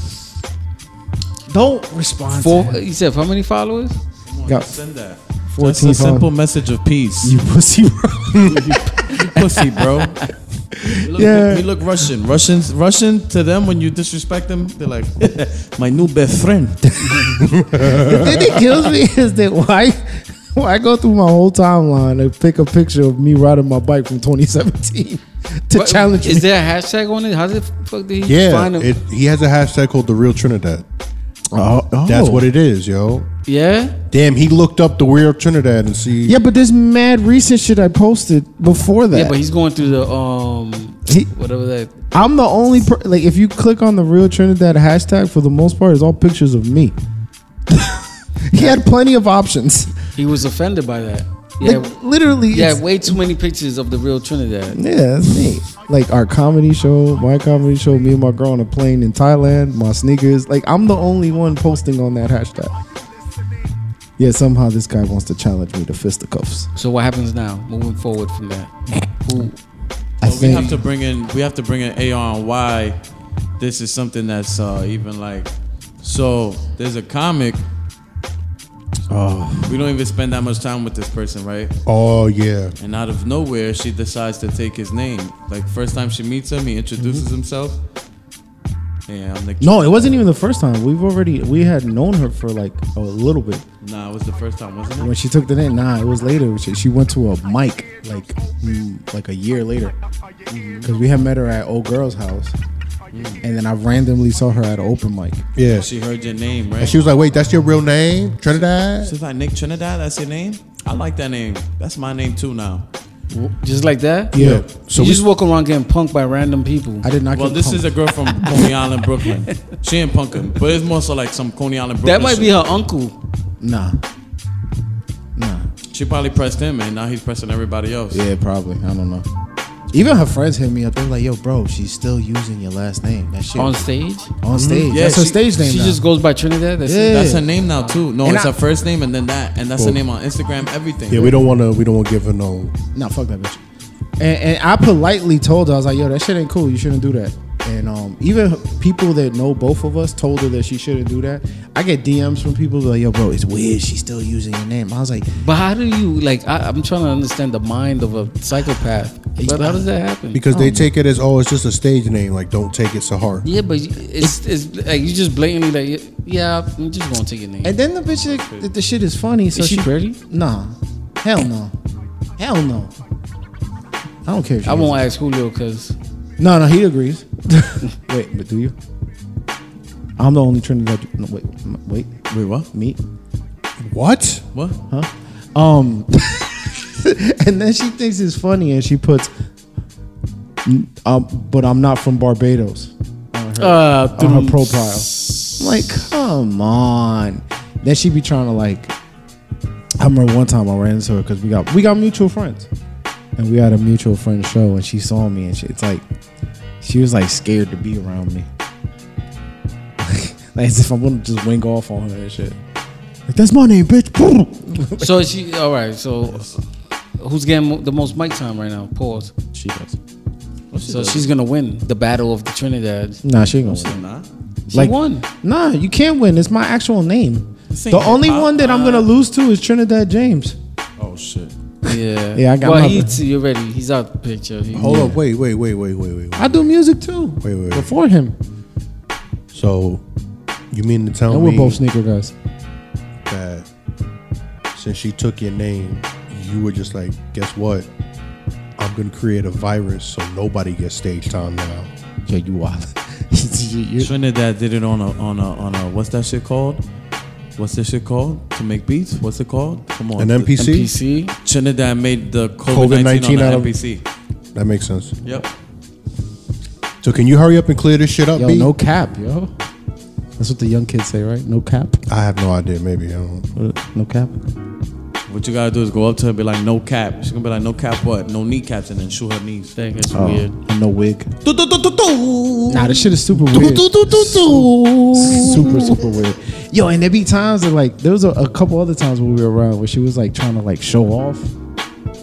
[SPEAKER 1] Don't respond.
[SPEAKER 3] Four. He said, how many followers?
[SPEAKER 1] Got
[SPEAKER 2] Send that. That's
[SPEAKER 1] 14
[SPEAKER 2] a
[SPEAKER 1] followers.
[SPEAKER 2] simple message of peace.
[SPEAKER 1] You pussy, bro.
[SPEAKER 2] pussy, bro. You look,
[SPEAKER 1] Yeah.
[SPEAKER 2] you look Russian. Russians, Russian to them when you disrespect them, they're like, my new best friend.
[SPEAKER 1] then it kills me is that why why I go through my whole timeline and pick a picture of me riding my bike from 2017 to
[SPEAKER 3] What-
[SPEAKER 1] challenge
[SPEAKER 3] Is
[SPEAKER 1] me.
[SPEAKER 3] there a hashtag on it? How the fuck did he
[SPEAKER 4] Yeah,
[SPEAKER 3] find him?
[SPEAKER 4] it, he has a hashtag called the real Trinidad.
[SPEAKER 1] Oh, oh.
[SPEAKER 4] That's what it is, yo.
[SPEAKER 3] yeah.
[SPEAKER 4] Damn, he looked up the real Trinidad and see.
[SPEAKER 1] Yeah, but there's mad recent shit I posted before that.
[SPEAKER 3] Yeah, but he's going through the um
[SPEAKER 1] He-
[SPEAKER 3] whatever that.
[SPEAKER 1] I'm the only per- like if you click on the real Trinidad hashtag for the most part, it's all pictures of me. he had plenty of options.
[SPEAKER 3] He was offended by that. Yeah,
[SPEAKER 1] Like literally,
[SPEAKER 3] yeah.
[SPEAKER 1] it's-
[SPEAKER 3] Way too many pictures of the real Trinidad.
[SPEAKER 1] Yeah, that's me. Like our comedy show, my comedy show, me and my girl on a plane in Thailand, my sneakers. Like I'm the only one posting on that hashtag. Yeah, somehow this guy wants to challenge me to fisticuffs.
[SPEAKER 3] So what happens now? Moving forward from that, who?
[SPEAKER 1] I
[SPEAKER 2] we have
[SPEAKER 1] think
[SPEAKER 2] to bring in we have to bring in AR and why this is something that's uh, even like so there's a comic
[SPEAKER 1] Oh.
[SPEAKER 2] we don't even spend that much time with this person right
[SPEAKER 4] Oh yeah.
[SPEAKER 2] and out of nowhere she decides to take his name like first time she meets him he introduces himself yeah I'm like
[SPEAKER 1] no, it wasn't even the first time. We've already we had known her for like a little bit
[SPEAKER 2] nah it was the first time wasn't
[SPEAKER 1] when
[SPEAKER 2] it
[SPEAKER 1] she took the name. Nah, it was later. She, she went to a mic like mm, like a year later
[SPEAKER 2] Mm-hmm.
[SPEAKER 1] because we had met her at old girl's house,
[SPEAKER 2] Mm.
[SPEAKER 1] and then I randomly saw her at an open mic.
[SPEAKER 4] Yeah.
[SPEAKER 2] she heard your name right
[SPEAKER 4] And she was like, "Wait, that's your real name, Trinidad?"
[SPEAKER 2] she's like Nick Trinidad that's your name I like that name that's my name too now
[SPEAKER 3] Just like that?
[SPEAKER 1] Yeah.
[SPEAKER 4] So
[SPEAKER 3] you
[SPEAKER 4] we,
[SPEAKER 3] just walk around getting punked by random people.
[SPEAKER 1] I did not.
[SPEAKER 2] Well,
[SPEAKER 1] get
[SPEAKER 2] this
[SPEAKER 1] punked.
[SPEAKER 2] is a girl from Coney Island, Brooklyn. She ain't punkin', but it's more so like some Coney Island, Brooklyn.
[SPEAKER 3] that might be
[SPEAKER 2] shit.
[SPEAKER 3] her uncle.
[SPEAKER 1] Nah. Nah.
[SPEAKER 2] She probably pressed him, and now he's pressing everybody else.
[SPEAKER 1] Yeah, probably. I don't know. Even her friends hit me up. They're like, "Yo, bro, she's still using your last name. That shit
[SPEAKER 3] on
[SPEAKER 1] on,
[SPEAKER 3] stage.
[SPEAKER 1] stage.
[SPEAKER 2] Yeah,
[SPEAKER 1] That's her
[SPEAKER 2] she-
[SPEAKER 1] stage name.
[SPEAKER 3] She
[SPEAKER 1] now.
[SPEAKER 3] just goes by Trinidad. That's
[SPEAKER 1] Yeah.
[SPEAKER 3] it.
[SPEAKER 2] That's her name now too. No,
[SPEAKER 1] And
[SPEAKER 2] it's
[SPEAKER 1] I-
[SPEAKER 2] her first name and then that, and that's her
[SPEAKER 4] Cool.
[SPEAKER 2] name on Instagram. Everything.
[SPEAKER 4] Yeah, we don't want to. We don't want to give her no.
[SPEAKER 1] nah, fuck that bitch. And, and I politely told her, I was like, "Yo, that shit ain't cool. You shouldn't do that." And um, even people that know both of us told her that she shouldn't do that. I get DMs from people like, "Yo, bro, it's weird. She's still using your name." I was like,
[SPEAKER 3] But how do you like? I, I'm trying to understand the mind of a psychopath. But how does that happen?
[SPEAKER 4] Because they take it as oh, it's just a stage name. Like don't take it so hard.
[SPEAKER 3] yeah, but it's it's like you just blatantly like yeah, I'm just gonna take your name.
[SPEAKER 1] And then the bitch, like, the, the shit is funny. So
[SPEAKER 3] Is she pretty?
[SPEAKER 1] Nah, hell no, hell no. I don't care. If she
[SPEAKER 3] I
[SPEAKER 1] is.
[SPEAKER 3] won't ask Julio because
[SPEAKER 1] No, no, he agrees. wait, but do you? I'm the only Trinidad. No, wait, m- wait,
[SPEAKER 2] Wait, what?
[SPEAKER 1] me?
[SPEAKER 4] What?
[SPEAKER 2] What?
[SPEAKER 1] Um, and then she thinks it's funny, and she puts, "N- um, but I'm not from Barbados
[SPEAKER 3] uh,
[SPEAKER 1] Uh-huh. on her profile. I'm like, come on. Then she be trying to like. I remember one time I ran into her because we got we got mutual friends, and we had a mutual friend show, and she saw me, and she, it's like she was like scared to be around me, like as if I'm gonna just wing off on her and shit. Like that's my name, bitch.
[SPEAKER 3] so is she all right. So who's getting mo- the most mic time right now? Pause.
[SPEAKER 2] She does.
[SPEAKER 3] So she's gonna win the battle of the Trinidad.
[SPEAKER 1] nah, she ain't gonna win.
[SPEAKER 2] She's not.
[SPEAKER 3] She
[SPEAKER 1] Like-
[SPEAKER 3] won.
[SPEAKER 1] Nah, you can't win. It's my actual name.
[SPEAKER 2] This ain't
[SPEAKER 1] The only
[SPEAKER 2] hip-hop,
[SPEAKER 1] one that I'm gonna
[SPEAKER 2] uh,
[SPEAKER 1] lose to is Trinidad James.
[SPEAKER 2] Oh shit.
[SPEAKER 3] Yeah.
[SPEAKER 1] Yeah, I got
[SPEAKER 3] Well,
[SPEAKER 1] my- Oh,
[SPEAKER 3] he's you're ready. He's out the picture. He-
[SPEAKER 4] Hold up. Wait. Wait. Wait. Wait. Wait. Wait.
[SPEAKER 1] I do music too.
[SPEAKER 4] Wait, wait, wait.
[SPEAKER 1] Before him,
[SPEAKER 4] So you mean to tell
[SPEAKER 1] and
[SPEAKER 4] me
[SPEAKER 1] we're both sneaker guys.
[SPEAKER 4] that since she took your name, you were just like, guess what? I'm gonna create a virus so nobody gets stage time now.
[SPEAKER 1] Yeah, you wild.
[SPEAKER 2] Trinidad did it on a on a on a what's that shit called? What's this shit called? To make beats? What's it called? Come on.
[SPEAKER 4] An NPC.
[SPEAKER 3] PC.
[SPEAKER 2] Trinidad made the COVID nineteen
[SPEAKER 4] COVID-19 out
[SPEAKER 2] on
[SPEAKER 4] of-
[SPEAKER 2] the NPC.
[SPEAKER 4] That makes sense.
[SPEAKER 2] Yep.
[SPEAKER 4] So can you hurry up and clear this shit up,
[SPEAKER 1] yo,
[SPEAKER 4] B?
[SPEAKER 1] no cap, yo. That's what the young kids say, right? No cap.
[SPEAKER 4] I have no idea. Maybe I don't.
[SPEAKER 1] No cap.
[SPEAKER 2] What you gotta do is go up to her and be like, no cap. She's gonna be like, no cap what? No kneecaps and then shoot her knees.
[SPEAKER 3] Dang, that's
[SPEAKER 1] Oh.
[SPEAKER 3] weird.
[SPEAKER 1] And no wig. Nah, this shit is super weird. super super weird. Yo, and there be times that like there was a, a couple other times when we were around where she was like trying to like show off,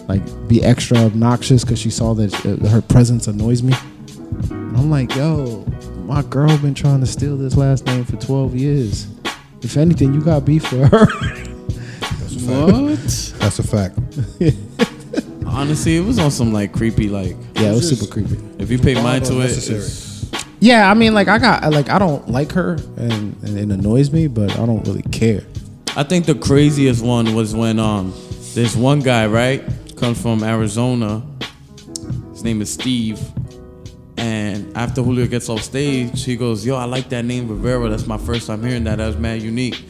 [SPEAKER 1] like be extra obnoxious because she saw that uh, her presence annoys me. And I'm like, yo, my girl been trying to steal this last name for 12 years. If anything, you got beef with her.
[SPEAKER 3] What?
[SPEAKER 4] That's a fact.
[SPEAKER 2] Honestly, it was on some like creepy like
[SPEAKER 1] yeah, it was super creepy.
[SPEAKER 2] if you pay mind to it.
[SPEAKER 4] Unnecessary.
[SPEAKER 2] it's-
[SPEAKER 1] Yeah, I mean, like I got like I don't like her and, and it annoys me, but I don't really care.
[SPEAKER 2] I think the craziest one was when um this one guy right comes from Arizona. His name is Steve, and after Julio gets off stage, he goes, "Yo, I like that name Rivera. That's my first time hearing that. That was mad unique."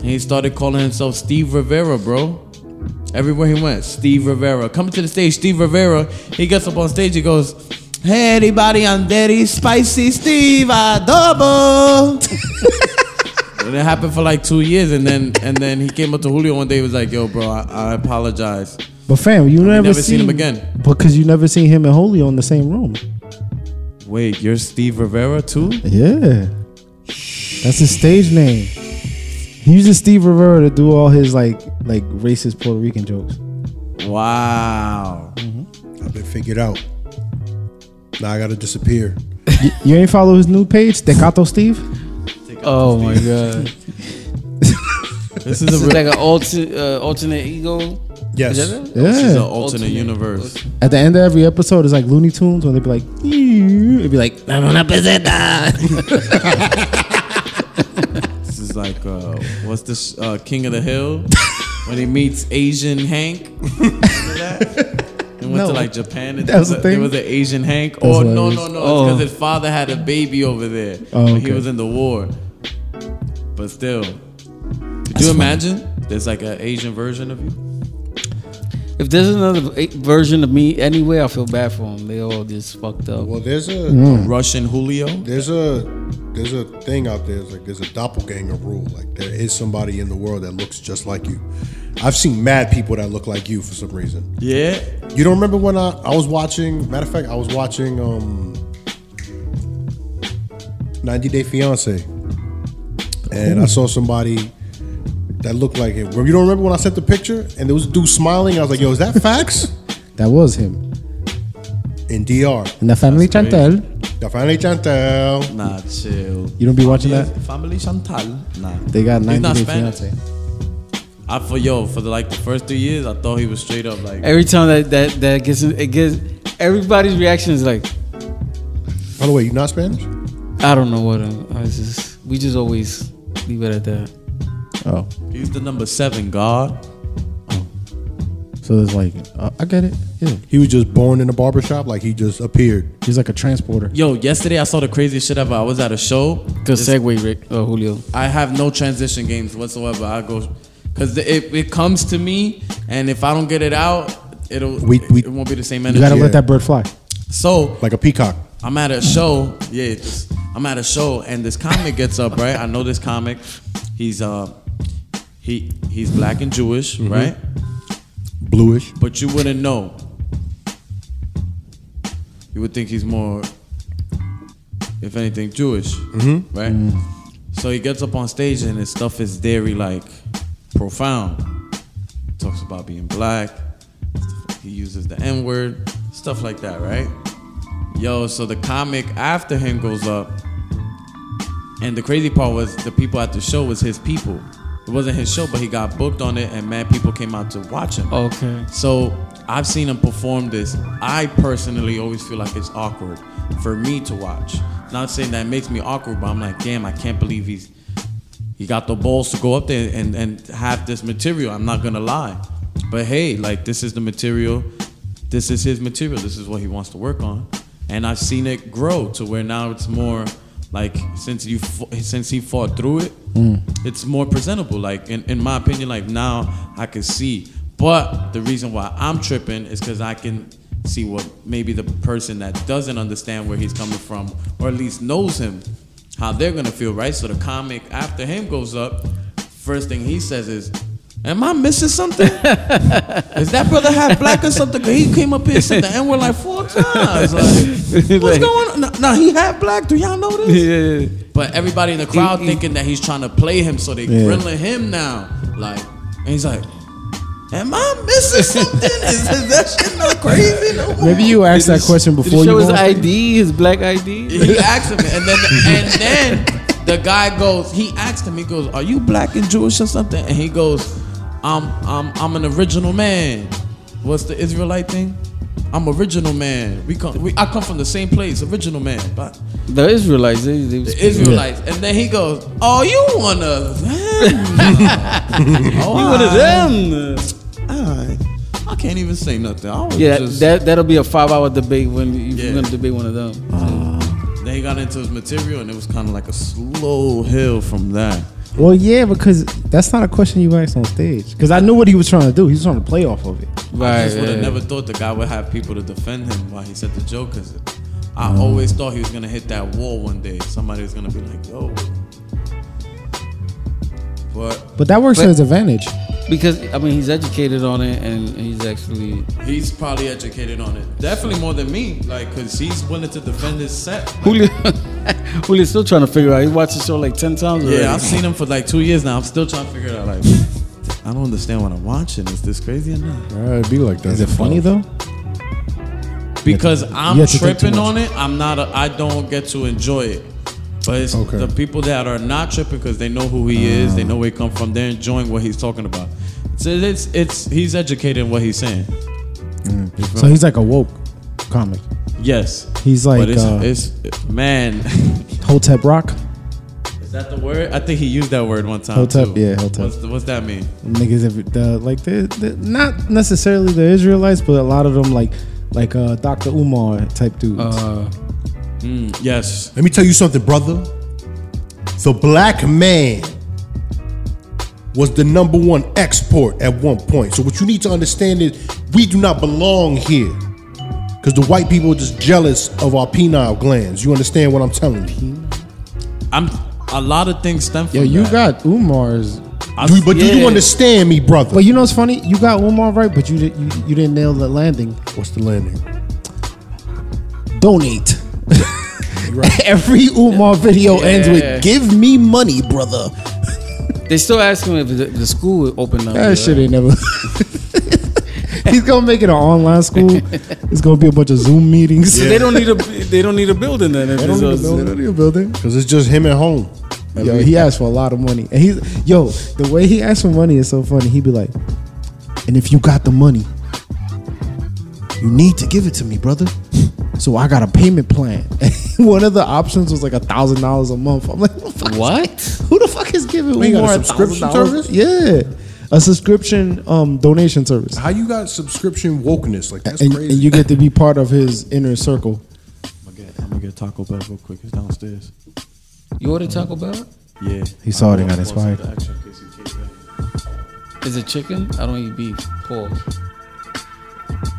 [SPEAKER 2] And he started calling himself Steve Rivera, bro. Everywhere he went, Steve Rivera. Coming to the stage, Steve Rivera. He gets up on stage. He goes, "Hey everybody, I'm Daddy Spicy Steve Adobo." And it happened for like two years, and then and then he came up to Julio one day. He was like, "Yo, bro, I, I apologize."
[SPEAKER 1] But fam, you never,
[SPEAKER 2] never seen him again.
[SPEAKER 1] because you never seen him and Holio in the same room.
[SPEAKER 2] Wait, you're Steve Rivera too?
[SPEAKER 1] Yeah. That's his stage name. He uses Steve Rivera to do all his like like racist Puerto Rican jokes.
[SPEAKER 2] Wow.
[SPEAKER 4] I've been figured out. Now I gotta disappear.
[SPEAKER 1] You ain't follow his new page, Tecato Steve?
[SPEAKER 3] Oh my god.
[SPEAKER 2] This
[SPEAKER 3] This
[SPEAKER 2] is a
[SPEAKER 3] is
[SPEAKER 2] real,
[SPEAKER 3] like an alter, uh, alternate ego.
[SPEAKER 4] Yes.
[SPEAKER 3] Is that it?
[SPEAKER 2] this is an
[SPEAKER 1] Yeah.
[SPEAKER 2] alternate
[SPEAKER 3] Alternate.
[SPEAKER 2] universe.
[SPEAKER 1] At the end of every episode, it's like Looney Tunes when they be like, "Yeah," it'd be like,
[SPEAKER 2] This is like uh, what's this? Uh, King of the Hill when he meets Asian Hank. Remember that? He went
[SPEAKER 1] No.
[SPEAKER 2] to like Japan. And
[SPEAKER 1] That was the
[SPEAKER 2] there a- There
[SPEAKER 1] thing?
[SPEAKER 2] was an Asian Hank. oh no no no!
[SPEAKER 1] hilarious.
[SPEAKER 2] It's
[SPEAKER 3] Oh.
[SPEAKER 2] because his father had a baby over there.
[SPEAKER 1] Oh,
[SPEAKER 2] when He
[SPEAKER 1] okay.
[SPEAKER 2] was in the war. But still, could you imagine? There's like an Asian version of you.
[SPEAKER 3] If there's another a- version of me anyway, I feel bad for them. They all just fucked up.
[SPEAKER 4] Well, there's a
[SPEAKER 2] Russian Julio.
[SPEAKER 4] there's a there's a thing out there. It's like there's a doppelganger rule. Like there is somebody in the world that looks just like you. I've seen mad people that look like you for some reason.
[SPEAKER 2] Yeah.
[SPEAKER 4] You don't remember when I, I was watching? Matter of fact, I was watching um, 90 Day Fiance, and I saw somebody that looked like him. Well, You don't remember when I sent the picture and there was a dude smiling? I was like, "Yo, is that facts?"
[SPEAKER 1] That was him.
[SPEAKER 4] In DR,
[SPEAKER 1] And the family Chantel.
[SPEAKER 4] the family Chantel.
[SPEAKER 2] Nah, chill.
[SPEAKER 1] You don't be watching
[SPEAKER 2] Family-
[SPEAKER 1] that?
[SPEAKER 2] Family Chantal. Nah.
[SPEAKER 1] They got 90
[SPEAKER 2] He's not
[SPEAKER 1] Day
[SPEAKER 2] Spanish.
[SPEAKER 1] Fiance.
[SPEAKER 2] I for yo for the, like the first three years, I thought he was straight up like.
[SPEAKER 3] Every time that that that gets it gets everybody's reaction is like,
[SPEAKER 4] By the way, you not Spanish?
[SPEAKER 3] I don't know what I'm, I was just we just always leave it at that.
[SPEAKER 1] Oh,
[SPEAKER 2] He's the number seven god.
[SPEAKER 1] so it's like, uh, I get it. Yeah.
[SPEAKER 4] He was just born in a barbershop, like he just appeared.
[SPEAKER 1] He's like a transporter.
[SPEAKER 2] Yo, yesterday I saw the craziest shit ever. I was at a show.
[SPEAKER 3] Good
[SPEAKER 2] This-
[SPEAKER 3] segue, Rick. Uh, Julio.
[SPEAKER 2] I have no transition games whatsoever. I go because it, it comes to me, and if I don't get it out, it'll
[SPEAKER 4] We- we-
[SPEAKER 2] it won't be the same
[SPEAKER 1] You
[SPEAKER 2] energy.
[SPEAKER 1] gotta
[SPEAKER 4] Yeah.
[SPEAKER 1] let that bird fly.
[SPEAKER 2] so
[SPEAKER 4] Like a peacock.
[SPEAKER 2] I'm at a show. Yeah, it's- I'm at a show, and this comic gets up. Right, I know this comic. He's uh, he he's black and Jewish, right?
[SPEAKER 4] Bluish.
[SPEAKER 2] But you wouldn't know. You would think he's more, if anything, Jewish, mm-hmm. right? So he gets up on stage and his stuff is very like profound. Talks about being black. He uses the N word, stuff like that, right? Yo, so the comic after him goes up, and the crazy part was the people at the show was his people. It wasn't his show, but he got booked on it, and mad people came out to watch
[SPEAKER 3] Oh,
[SPEAKER 2] him.
[SPEAKER 3] Okay.
[SPEAKER 2] So I've seen him perform this. I personally always feel like it's awkward for me to watch. Not saying that it makes me awkward, but I'm like, damn, I can't believe he's he got the balls to go up there and, and have this material. I'm not gonna lie. But hey, like this is the material, this is his material, this is what he wants to work on. And I've seen it grow to where now it's more like since you fo- since he fought through it, it's more presentable. Like in, in my opinion, like now I can see. But the reason why I'm tripping is because I can see what maybe the person that doesn't understand where he's coming from, or at least knows him, how they're gonna feel, right? So the comic after him goes up, first thing he says is, Am I missing something? is that brother half black or something? 'Cause he came up here and said the N word like four times. Like, what's
[SPEAKER 3] Like-
[SPEAKER 2] going on? Now he half black. Do y'all know this?
[SPEAKER 3] Yeah.
[SPEAKER 2] But everybody in the crowd thinking that he's trying to play him, so they
[SPEAKER 1] Yeah.
[SPEAKER 2] grilling him now. Like, and he's like, "Am I missing something? is, is that shit not crazy?" No more?"
[SPEAKER 1] Maybe you asked
[SPEAKER 3] Did
[SPEAKER 1] that
[SPEAKER 3] he-
[SPEAKER 1] question
[SPEAKER 3] did he
[SPEAKER 1] before
[SPEAKER 3] show
[SPEAKER 1] you.
[SPEAKER 3] his
[SPEAKER 1] go on-
[SPEAKER 3] ID, his black ID.
[SPEAKER 2] He asked him, and then and then the guy goes. He asked him. He goes, "Are you black and Jewish or something?" And he goes, "I'm I'm I'm an original man. What's the Israelite thing? I'm original man. We come we, I come from the same place. Original man, but."
[SPEAKER 3] The Israelites. They, they was,
[SPEAKER 2] the Israelites. And then he goes, Oh, you one of them. oh,
[SPEAKER 3] you one of them.
[SPEAKER 2] I, I can't even say nothing. I was
[SPEAKER 3] Yeah,
[SPEAKER 2] just,
[SPEAKER 3] that that'll be a five-hour debate when you- you're
[SPEAKER 2] Yeah.
[SPEAKER 3] gonna debate one of them.
[SPEAKER 2] Then he got into his material, and it was kind of like a slow hill from that.
[SPEAKER 1] Well, yeah, because that's not a question you asked on stage. Because I knew what he was trying to do. He was trying to play off of it.
[SPEAKER 2] I
[SPEAKER 3] Right.
[SPEAKER 2] just would have
[SPEAKER 3] yeah.
[SPEAKER 2] never thought the guy would have people to defend him while he said the joke. Cause I always thought he was gonna hit that wall one day. Somebody was gonna be like, "Yo," but
[SPEAKER 1] But that works to
[SPEAKER 3] But-
[SPEAKER 1] his advantage.
[SPEAKER 3] because I mean he's educated on it and he's actually
[SPEAKER 2] he's probably educated on it. Definitely more than me, like, cause he's willing to defend his set.
[SPEAKER 3] Julio. Julio's still trying to figure out. He watched the show like ten times already.
[SPEAKER 2] Yeah, I've seen him for like two years now. I'm still trying to figure it out. Like, I don't understand what I'm watching. Is this crazy or not?
[SPEAKER 4] it'd be like that.
[SPEAKER 1] Is it funny though?
[SPEAKER 2] Because I'm
[SPEAKER 1] have to think too
[SPEAKER 2] tripping
[SPEAKER 1] much.
[SPEAKER 2] on it. I'm not. A, I don't get to enjoy it. But it's
[SPEAKER 4] Okay.
[SPEAKER 2] the people that are not tripping because they know who he is.
[SPEAKER 1] Ah.
[SPEAKER 2] They know where he come from. They're enjoying what he's talking about. So it's it's he's educated in what he's saying.
[SPEAKER 4] Mm,
[SPEAKER 1] So he's like a woke comic.
[SPEAKER 2] Yes.
[SPEAKER 1] He's like,
[SPEAKER 2] But it's,
[SPEAKER 1] uh,
[SPEAKER 2] it's man.
[SPEAKER 1] Hotep Rock.
[SPEAKER 2] is that the word? I think he used that word one time.
[SPEAKER 1] Hotep,
[SPEAKER 2] too.
[SPEAKER 1] yeah, hotep.
[SPEAKER 2] What's, what's that mean?
[SPEAKER 1] niggas every, the, like they're, they're not necessarily the Israelites, but a lot of them like like uh, Dr. Umar type dudes.
[SPEAKER 3] Uh,
[SPEAKER 2] Mm, yes.
[SPEAKER 4] Let me tell you something, brother. The black man was the number one export at one point. So what you need to understand is we do not belong here. Because the white people are just jealous of our penile glands. You understand what I'm telling you?
[SPEAKER 2] I'm. A lot of things stem from
[SPEAKER 1] Yo, you
[SPEAKER 2] that.
[SPEAKER 1] got Umar's
[SPEAKER 2] I-
[SPEAKER 4] Do- but do
[SPEAKER 2] yeah.
[SPEAKER 4] you understand me, brother?
[SPEAKER 1] But you know what's funny? You got one more right, but you did, you, you didn't nail the landing.
[SPEAKER 4] What's the landing?
[SPEAKER 1] Donate. Every Umar video ends
[SPEAKER 3] Yeah.
[SPEAKER 1] with "Give me money, brother."
[SPEAKER 3] They still asking if the, the school would open up.
[SPEAKER 1] That shit ain't never. He's gonna make it an online school. It's gonna be a bunch of Zoom meetings.
[SPEAKER 3] So they don't need a they don't need a building then. If
[SPEAKER 1] They don't need a
[SPEAKER 3] it's a-
[SPEAKER 1] building. They don't need a building.
[SPEAKER 4] Because it's just him at home.
[SPEAKER 1] Yo, he asked for a lot of money, and he's yo. The way he asked for money is so funny. He'd be like, "And if you got the money, you need to give it to me, brother." So I got a payment plan. One of the options was like a thousand dollars a month. I'm like, who the fuck,
[SPEAKER 3] What?
[SPEAKER 1] who the fuck is giving
[SPEAKER 4] Wait, Oh, you got a
[SPEAKER 1] Umar
[SPEAKER 4] subscription
[SPEAKER 1] $1,000?
[SPEAKER 4] service?
[SPEAKER 1] Yeah, a subscription um, donation service,
[SPEAKER 4] How you got subscription wokeness? Like that's
[SPEAKER 1] and,
[SPEAKER 4] crazy.
[SPEAKER 1] and you get to be part of his inner circle.
[SPEAKER 2] I'm gonna get, I'm gonna get Taco Bell real quick. It's downstairs.
[SPEAKER 3] You ordered Taco Bell?
[SPEAKER 2] Yeah.
[SPEAKER 1] He saw it and
[SPEAKER 2] I
[SPEAKER 1] got
[SPEAKER 2] want- I want
[SPEAKER 1] inspired.
[SPEAKER 2] some of the action, case in case, right?
[SPEAKER 3] Is it chicken? I don't eat beef. Pause.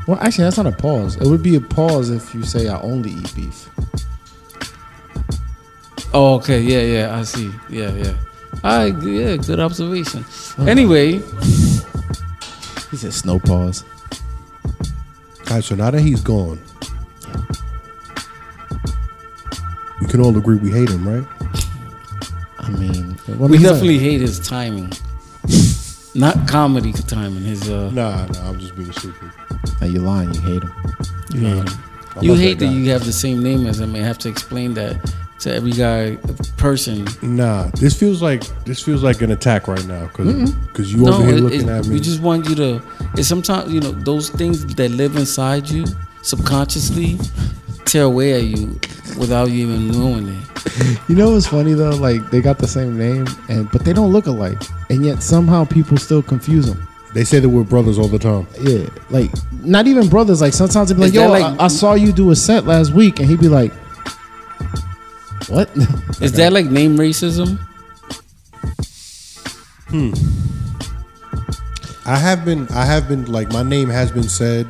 [SPEAKER 1] Well, actually, that's not a pause. It would be a pause if you say I only eat beef.
[SPEAKER 3] Oh, okay. Yeah, yeah. I see. Yeah, yeah. All right. g- Yeah. Good observation.
[SPEAKER 1] Uh,
[SPEAKER 3] Anyway,
[SPEAKER 1] He said snow pause.
[SPEAKER 4] All right, so now that he's gone, we can all agree we hate him, right?
[SPEAKER 1] I mean,
[SPEAKER 3] we definitely hate his timing. Not comedy timing. His uh,
[SPEAKER 4] Nah, nah, I'm just being stupid.
[SPEAKER 1] Are you lying? You hate him.
[SPEAKER 4] I
[SPEAKER 3] you
[SPEAKER 4] love
[SPEAKER 3] hate that
[SPEAKER 4] guy.
[SPEAKER 3] you have the same name as him and have to explain that to every guy person.
[SPEAKER 4] Nah, this feels like this feels like an attack right now because you
[SPEAKER 3] Mm-hmm. No,
[SPEAKER 4] over here
[SPEAKER 3] it-
[SPEAKER 4] looking
[SPEAKER 3] it-
[SPEAKER 4] at me.
[SPEAKER 3] we just want you to. It's sometimes you know those things that live inside you subconsciously tear away at you without you even knowing it.
[SPEAKER 1] You know what's funny though? Like they got the same name, and but they don't look alike, and yet somehow people still confuse them.
[SPEAKER 4] they say that we're brothers all the time.
[SPEAKER 1] Yeah, like not even brothers. Like sometimes they be like,
[SPEAKER 3] Is
[SPEAKER 1] "Yo,
[SPEAKER 3] that
[SPEAKER 1] like,
[SPEAKER 3] like-
[SPEAKER 1] I, I saw you do a set last week," and he'd be like, "What?"
[SPEAKER 3] Is that like name racism?
[SPEAKER 4] I have been, I have been like my name has been said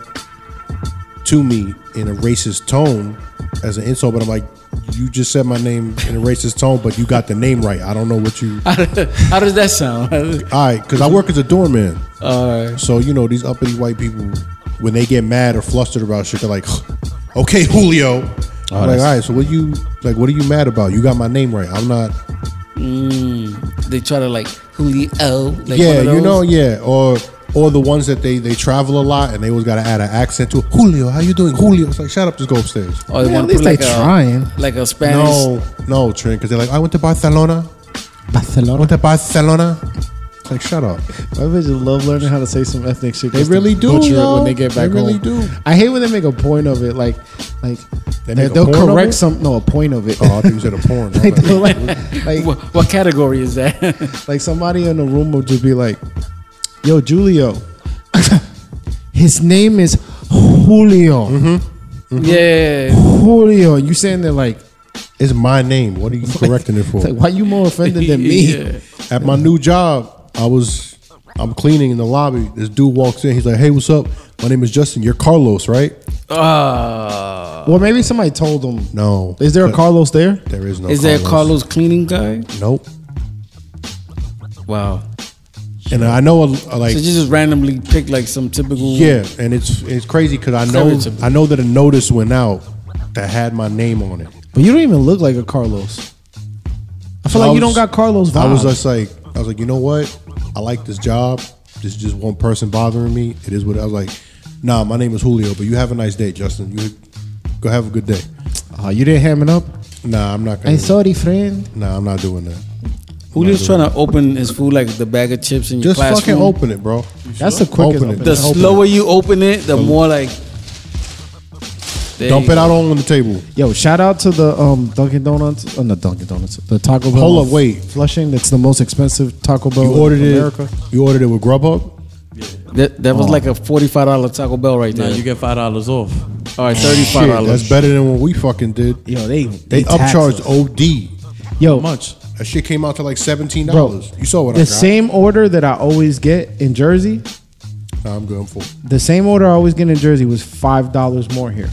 [SPEAKER 4] to me in a racist tone as an insult, but I'm like, you just said my name in a racist tone, but you got the name right. I don't know what you.
[SPEAKER 3] How does that sound?
[SPEAKER 4] All right, because I work as a doorman.
[SPEAKER 3] All right.
[SPEAKER 4] So you know these uppity white people, when they get mad or flustered about shit, they're like, "Okay, Julio."
[SPEAKER 3] Oh,
[SPEAKER 4] I'm like,
[SPEAKER 1] that's-
[SPEAKER 4] all right. So what you like? What are you mad about? You got my name right. I'm not.
[SPEAKER 3] Mm, they try to like Julio. Like
[SPEAKER 4] yeah,
[SPEAKER 3] one of
[SPEAKER 4] you know.
[SPEAKER 3] those.
[SPEAKER 4] Yeah, or or the ones that they they travel a lot and they always got to add an accent to it. Julio, how you doing? Julio, it's like shut up, just go upstairs.
[SPEAKER 3] Or they
[SPEAKER 1] Man,
[SPEAKER 3] wanna
[SPEAKER 1] at least
[SPEAKER 3] put,
[SPEAKER 1] they
[SPEAKER 3] like a-
[SPEAKER 1] trying.
[SPEAKER 3] Like a Spanish.
[SPEAKER 4] No, no, Trent, because they're like, I went to Barcelona. I
[SPEAKER 1] Barcelona.
[SPEAKER 4] went to Barcelona. It's like shut up.
[SPEAKER 1] My bitches love learning how to say some ethnic shit. just to
[SPEAKER 4] really do,
[SPEAKER 1] butcher it
[SPEAKER 4] yo.
[SPEAKER 1] when they get
[SPEAKER 4] They
[SPEAKER 1] back
[SPEAKER 4] really
[SPEAKER 1] home.
[SPEAKER 4] do.
[SPEAKER 1] I hate when they make a point of it. Like, like
[SPEAKER 4] They
[SPEAKER 1] they
[SPEAKER 4] make a
[SPEAKER 1] will
[SPEAKER 4] point of it?
[SPEAKER 1] correct some. No, a point of it.
[SPEAKER 4] Oh, I think you said a porn. I'm
[SPEAKER 1] like,
[SPEAKER 4] like,
[SPEAKER 1] they'll, like, like,
[SPEAKER 3] What, what category is
[SPEAKER 4] Mm-hmm.
[SPEAKER 3] that?
[SPEAKER 1] like somebody in the room will just be like, "Yo, Julio, his name is Julio,
[SPEAKER 4] Mm-hmm.
[SPEAKER 3] yeah.
[SPEAKER 1] Julio." You saying they're like,
[SPEAKER 4] it's my name. What are you correcting it for?
[SPEAKER 1] like, why you more offended than me?
[SPEAKER 3] Yeah.
[SPEAKER 4] At my new job, I was I'm cleaning in the lobby. This dude walks in. He's like, "Hey, what's up? My name is Justin. You're Carlos, right?"
[SPEAKER 3] Ah.
[SPEAKER 1] Well, maybe somebody told him.
[SPEAKER 4] No.
[SPEAKER 1] Is there a Carlos there?
[SPEAKER 4] There is no.
[SPEAKER 3] is there a Carlos cleaning guy?
[SPEAKER 4] Nope.
[SPEAKER 3] Wow.
[SPEAKER 4] And I know, a, a, like,
[SPEAKER 3] So you just randomly pick like some typical.
[SPEAKER 4] yeah. And it's it's crazy because I know
[SPEAKER 3] Stereotypical.
[SPEAKER 4] I know that a notice went out that had my name on it.
[SPEAKER 1] But you don't even look like a Carlos. I feel like
[SPEAKER 4] I
[SPEAKER 1] you don't
[SPEAKER 4] was-
[SPEAKER 1] got Carlos vibes.
[SPEAKER 4] I was just like, I was like, you know what? I like this job. This is just one person bothering me. It is what I was like. Nah, my name is Julio, but you have a nice day, Justin. You go have a good day. uh,
[SPEAKER 1] Aw, you didn't ham it up.
[SPEAKER 4] Nah, I'm not
[SPEAKER 1] Hey,
[SPEAKER 4] gonna.
[SPEAKER 1] sorry, friend.
[SPEAKER 4] nah, I'm not doing that.
[SPEAKER 3] Julio's trying to open his food like the bag of chips in your
[SPEAKER 4] Just
[SPEAKER 3] classroom.
[SPEAKER 4] fucking open it, bro.
[SPEAKER 1] That's the quickest.
[SPEAKER 4] Open it.
[SPEAKER 1] opening.
[SPEAKER 3] The
[SPEAKER 4] Open it.
[SPEAKER 3] slower you open it, the more like. There
[SPEAKER 4] Dump
[SPEAKER 3] you
[SPEAKER 4] it
[SPEAKER 3] go.
[SPEAKER 4] out on the table.
[SPEAKER 1] Yo, shout out to the um, Dunkin' Donuts. Oh, no, Dunkin' Donuts. The Taco Bell.
[SPEAKER 4] Hold
[SPEAKER 1] on
[SPEAKER 4] up, wait.
[SPEAKER 1] Flushing. That's the most expensive Taco Bell.
[SPEAKER 4] You ordered
[SPEAKER 1] in
[SPEAKER 4] it.
[SPEAKER 1] America.
[SPEAKER 4] You ordered it with Grubhub.
[SPEAKER 3] That, that was like a forty-five dollar Taco Bell right
[SPEAKER 2] Now
[SPEAKER 3] there.
[SPEAKER 2] you get five dollars off.
[SPEAKER 3] All right, thirty-five
[SPEAKER 4] Shit, that's
[SPEAKER 3] dollars.
[SPEAKER 4] better than what we fucking did.
[SPEAKER 1] Yo, they
[SPEAKER 4] They,
[SPEAKER 1] tax
[SPEAKER 4] upcharged
[SPEAKER 1] us.
[SPEAKER 4] OD.
[SPEAKER 1] Yo,
[SPEAKER 2] How much?
[SPEAKER 4] That shit came out to like seventeen
[SPEAKER 1] bro,
[SPEAKER 4] dollars. You saw what
[SPEAKER 1] the
[SPEAKER 4] I got?
[SPEAKER 1] same order that I always get in Jersey.
[SPEAKER 4] Nah, I'm good. I'm full.
[SPEAKER 1] The same order I always get in Jersey was five dollars more here.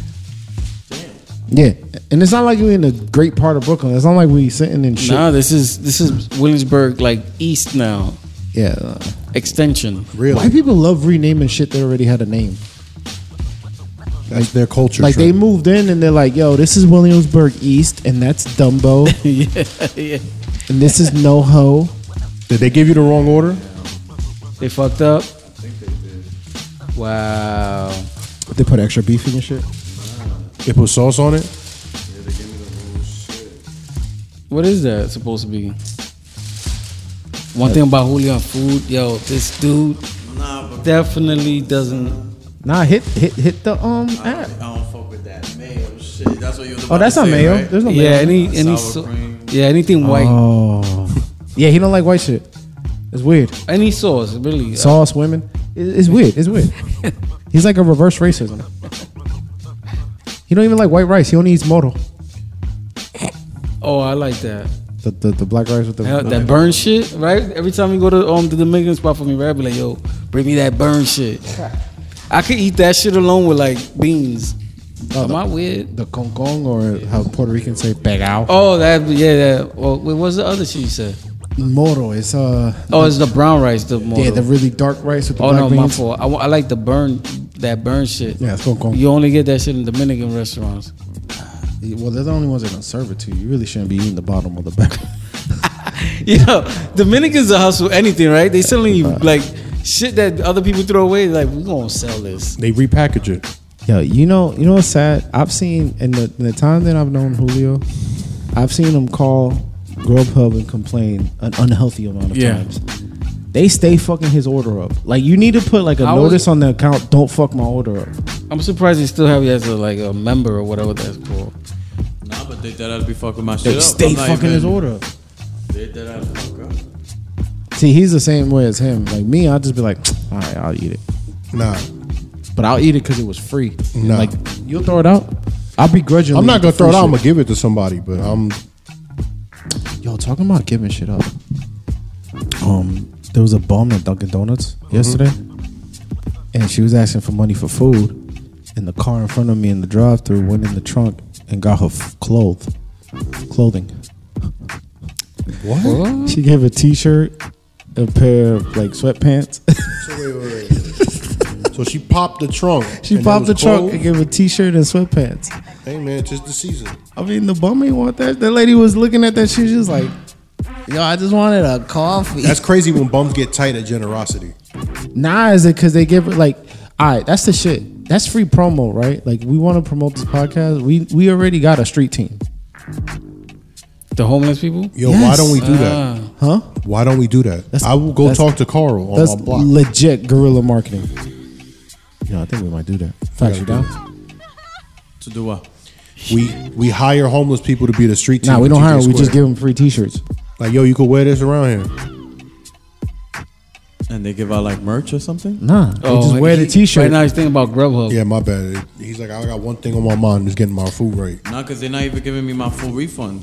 [SPEAKER 1] Yeah, and it's not like we're in a great part of Brooklyn. It's not like we sitting in shit.
[SPEAKER 3] Nah, this is this is Williamsburg like east now.
[SPEAKER 1] Yeah.
[SPEAKER 3] Extension.
[SPEAKER 4] Really?
[SPEAKER 1] White people love renaming shit that already had a name.
[SPEAKER 4] That's their culture.
[SPEAKER 1] Like they
[SPEAKER 4] Trent.
[SPEAKER 1] moved in and they're like, "Yo, this is Williamsburg East, and that's Dumbo,
[SPEAKER 3] yeah.
[SPEAKER 1] and this is NoHo."
[SPEAKER 4] Did they give you the wrong order?
[SPEAKER 3] They fucked up. Wow.
[SPEAKER 1] They put extra beef in your shit.
[SPEAKER 4] They put sauce on it?
[SPEAKER 3] What is that supposed to be? One thing about Julian food, yo, this dude definitely doesn't.
[SPEAKER 1] Nah, hit hit hit the um
[SPEAKER 2] I
[SPEAKER 1] app.
[SPEAKER 2] don't fuck with that mayo shit. That's what you was about
[SPEAKER 1] Oh, that's
[SPEAKER 2] to
[SPEAKER 1] not
[SPEAKER 2] say,
[SPEAKER 1] mayo.
[SPEAKER 2] right?
[SPEAKER 1] There's no
[SPEAKER 3] Yeah,
[SPEAKER 1] mayo.
[SPEAKER 3] any
[SPEAKER 2] Sour
[SPEAKER 3] any so,
[SPEAKER 2] cream.
[SPEAKER 3] yeah anything white,
[SPEAKER 1] Oh. yeah, he don't like white shit. It's weird.
[SPEAKER 3] any sauce really. Uh,
[SPEAKER 1] Sauce, women. It- It's weird. It's weird. He's like a reverse racism. He don't even like white rice. He only eats moro.
[SPEAKER 3] oh, I like that.
[SPEAKER 1] The, the, the black rice with the
[SPEAKER 3] Hell, that burn shit, right? Every time you go to um the Dominican spot for me, right? I be like, yo, bring me that burn shit. I could eat that shit alone with like beans.
[SPEAKER 1] Oh,
[SPEAKER 3] Am
[SPEAKER 1] the-
[SPEAKER 3] I weird?
[SPEAKER 1] the con con or how Puerto Ricans say pegao.
[SPEAKER 3] Oh, that yeah. That, well, wait, what's the other shit you said?
[SPEAKER 1] Moro. It's uh
[SPEAKER 3] Oh, it's the brown rice, the more.
[SPEAKER 1] yeah the really dark rice with the
[SPEAKER 3] Oh
[SPEAKER 1] black
[SPEAKER 3] no, my
[SPEAKER 1] beans.
[SPEAKER 3] fault. I, wa- I like the burn, that burn shit.
[SPEAKER 1] Yeah, it's con con.
[SPEAKER 3] You only get that shit in Dominican restaurants.
[SPEAKER 1] Well, they're the only ones that can serve it to you. You really shouldn't be eating the bottom of the bag.
[SPEAKER 3] Yo, Dominicans will hustle anything, right? They selling you like shit that other people throw away. Like we gonna sell this.
[SPEAKER 4] They repackage it.
[SPEAKER 1] Yo, you know, you know what's sad? I've seen in the, in the time that I've known Julio, I've seen him call Grubhub and complain an unhealthy amount of
[SPEAKER 3] Yeah.
[SPEAKER 1] times. They stay fucking his order up. Like you need to put like a
[SPEAKER 3] I was-
[SPEAKER 1] notice on the account. Don't fuck my order up.
[SPEAKER 3] I'm surprised they still have you as a like a member or whatever that's called.
[SPEAKER 2] Nah, but they dead ass be fucking my shit
[SPEAKER 1] They
[SPEAKER 2] up.
[SPEAKER 1] stay
[SPEAKER 2] I'm not
[SPEAKER 1] fucking his
[SPEAKER 2] even-
[SPEAKER 1] order up.
[SPEAKER 2] They dead ass fuck up.
[SPEAKER 1] See, he's the same way as him. Like me, I'll just be like, all right, I'll eat it,
[SPEAKER 4] Nah.
[SPEAKER 1] but I'll eat it because it was free. And,
[SPEAKER 4] Nah.
[SPEAKER 1] Like you'll throw it out. I'll begrudgingly.
[SPEAKER 4] I'm not
[SPEAKER 1] eat the
[SPEAKER 4] gonna throw it
[SPEAKER 1] free
[SPEAKER 4] out. I'm
[SPEAKER 1] shit.
[SPEAKER 4] gonna give it to somebody, but I'm
[SPEAKER 1] Yo, talking about giving shit up. Um, there was a bum at Dunkin' Donuts
[SPEAKER 4] Mm-hmm.
[SPEAKER 1] yesterday, and she was asking for money for food, and the car in front of me in the drive-through went in the trunk and got her f- clothes, clothing.
[SPEAKER 4] what?
[SPEAKER 1] She gave a T-shirt, a pair of like sweatpants.
[SPEAKER 4] So she popped the trunk.
[SPEAKER 1] she
[SPEAKER 4] and it
[SPEAKER 1] popped the
[SPEAKER 4] was
[SPEAKER 1] trunk and
[SPEAKER 4] cold?
[SPEAKER 1] gave a T-shirt and sweatpants.
[SPEAKER 4] Hey man, just the season.
[SPEAKER 1] I mean, the bum ain't want that. That lady was looking at that. She was just like, "Yo, I just wanted a coffee."
[SPEAKER 4] That's crazy when bums get tight at generosity.
[SPEAKER 1] Nah, is it because they give it like, all right, that's the shit. That's free promo, right? Like we want to promote this podcast. We we already got a street team,
[SPEAKER 3] The homeless people.
[SPEAKER 4] Yo, why
[SPEAKER 1] Yes.
[SPEAKER 4] don't we do that?
[SPEAKER 3] Ah,
[SPEAKER 1] huh?
[SPEAKER 4] Why don't we do that?
[SPEAKER 1] That's-
[SPEAKER 4] I will go
[SPEAKER 1] that's-
[SPEAKER 4] talk to Carl on
[SPEAKER 1] That's
[SPEAKER 4] my block.
[SPEAKER 1] legit guerrilla marketing. You know, I think we might do that. Fact you
[SPEAKER 4] gotta do
[SPEAKER 1] down?
[SPEAKER 2] To do what?
[SPEAKER 4] we we hire homeless people to be the street team.
[SPEAKER 1] Nah, we
[SPEAKER 4] at
[SPEAKER 1] don't
[SPEAKER 4] TJ
[SPEAKER 1] hire. 'em, We just
[SPEAKER 4] Square.
[SPEAKER 1] give them free T-shirts.
[SPEAKER 4] like yo, you could wear this around here.
[SPEAKER 2] And they give out like merch or something?
[SPEAKER 1] Nah, we just wear the
[SPEAKER 3] Oh, he-
[SPEAKER 1] T-shirt.
[SPEAKER 3] Right now he's thinking about Grubhub.
[SPEAKER 4] Yeah, my bad. He's like, I got one thing on my mind, is getting my food right.
[SPEAKER 2] Nah, cause they're not even giving me my full refund.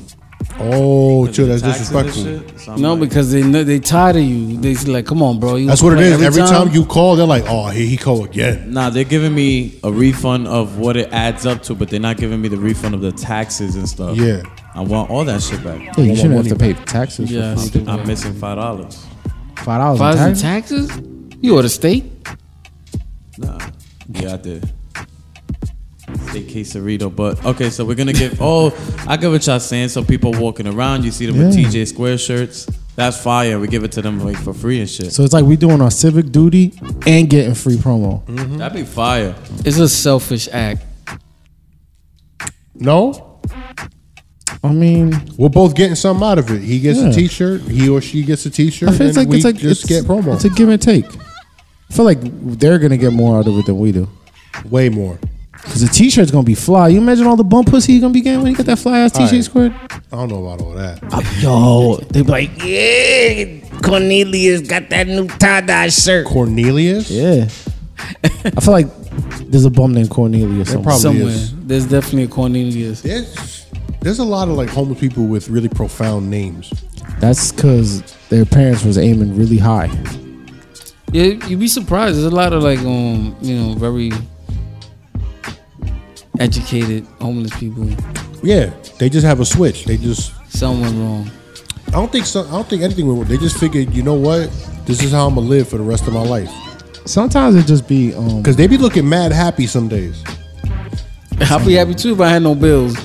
[SPEAKER 4] Oh, chill, that's
[SPEAKER 2] Taxes and
[SPEAKER 4] disrespectful.
[SPEAKER 2] shit. So I'm
[SPEAKER 3] No,
[SPEAKER 2] like,
[SPEAKER 3] because they know they tired of you. They like, come on, bro. You
[SPEAKER 4] That's what it is. Every time you call, they're like, oh, here he call again.
[SPEAKER 2] Nah, they're giving me a refund of what it adds up to, but they're not giving me the refund of the taxes and stuff.
[SPEAKER 4] Yeah.
[SPEAKER 2] I want all that shit back.
[SPEAKER 1] Yeah, you shouldn't have to pay taxes.
[SPEAKER 3] Yeah,
[SPEAKER 1] for
[SPEAKER 3] stupid.
[SPEAKER 2] I'm missing five dollars.
[SPEAKER 1] five dollars.
[SPEAKER 3] Files
[SPEAKER 1] in
[SPEAKER 3] and
[SPEAKER 1] tax?
[SPEAKER 3] taxes? You order steak?
[SPEAKER 2] Nah. Yeah, I did. Say quesarito, but okay, so we're gonna give. Oh, I get what y'all saying. So people walking around, you see them with
[SPEAKER 1] Yeah.
[SPEAKER 2] TJ Square shirts. That's fire. We give it to them like for free and shit.
[SPEAKER 1] So it's like we doing our civic duty and getting free promo.
[SPEAKER 2] That'd be fire.
[SPEAKER 3] It's a selfish act.
[SPEAKER 4] No,
[SPEAKER 1] I mean,
[SPEAKER 4] we're both getting something out of it. He gets
[SPEAKER 1] Yeah.
[SPEAKER 4] a T-shirt. He or she gets a T-shirt.
[SPEAKER 1] I feel
[SPEAKER 4] and
[SPEAKER 1] it's like
[SPEAKER 4] we
[SPEAKER 1] it's like
[SPEAKER 4] just
[SPEAKER 1] it's,
[SPEAKER 4] get promo.
[SPEAKER 1] It's a give and take. I feel like they're gonna get more out of it than we do.
[SPEAKER 4] Way more.
[SPEAKER 1] Cause the t-shirt's gonna be fly. You imagine all the bum pussy you gonna be getting when you get that fly ass t-shirt
[SPEAKER 4] Alright.
[SPEAKER 1] squared?
[SPEAKER 4] I don't know about all that.
[SPEAKER 1] Uh, Yo, they be like,
[SPEAKER 5] Yeah, Cornelius got that new tie dye shirt.
[SPEAKER 4] Cornelius.
[SPEAKER 1] yeah. I feel like there's a bum named Cornelius. somewhere.
[SPEAKER 4] probably-
[SPEAKER 3] Somewhere.
[SPEAKER 4] is.
[SPEAKER 3] There's definitely a Cornelius.
[SPEAKER 4] There's, there's a lot of like homeless people with really profound names.
[SPEAKER 1] That's cause their parents was aiming really high.
[SPEAKER 3] Yeah, you'd be surprised. There's a lot of like um, you know, very educated homeless people.
[SPEAKER 4] Yeah, they just have a switch. They just
[SPEAKER 3] Someone wrong.
[SPEAKER 4] I don't think so. I don't think anything. went wrong. They just figured, you know what? This is how I'm gonna live for the rest of my life.
[SPEAKER 1] Sometimes it just be um.
[SPEAKER 4] Cause they be looking mad happy some days.
[SPEAKER 3] I'll be happy too if I had no bills.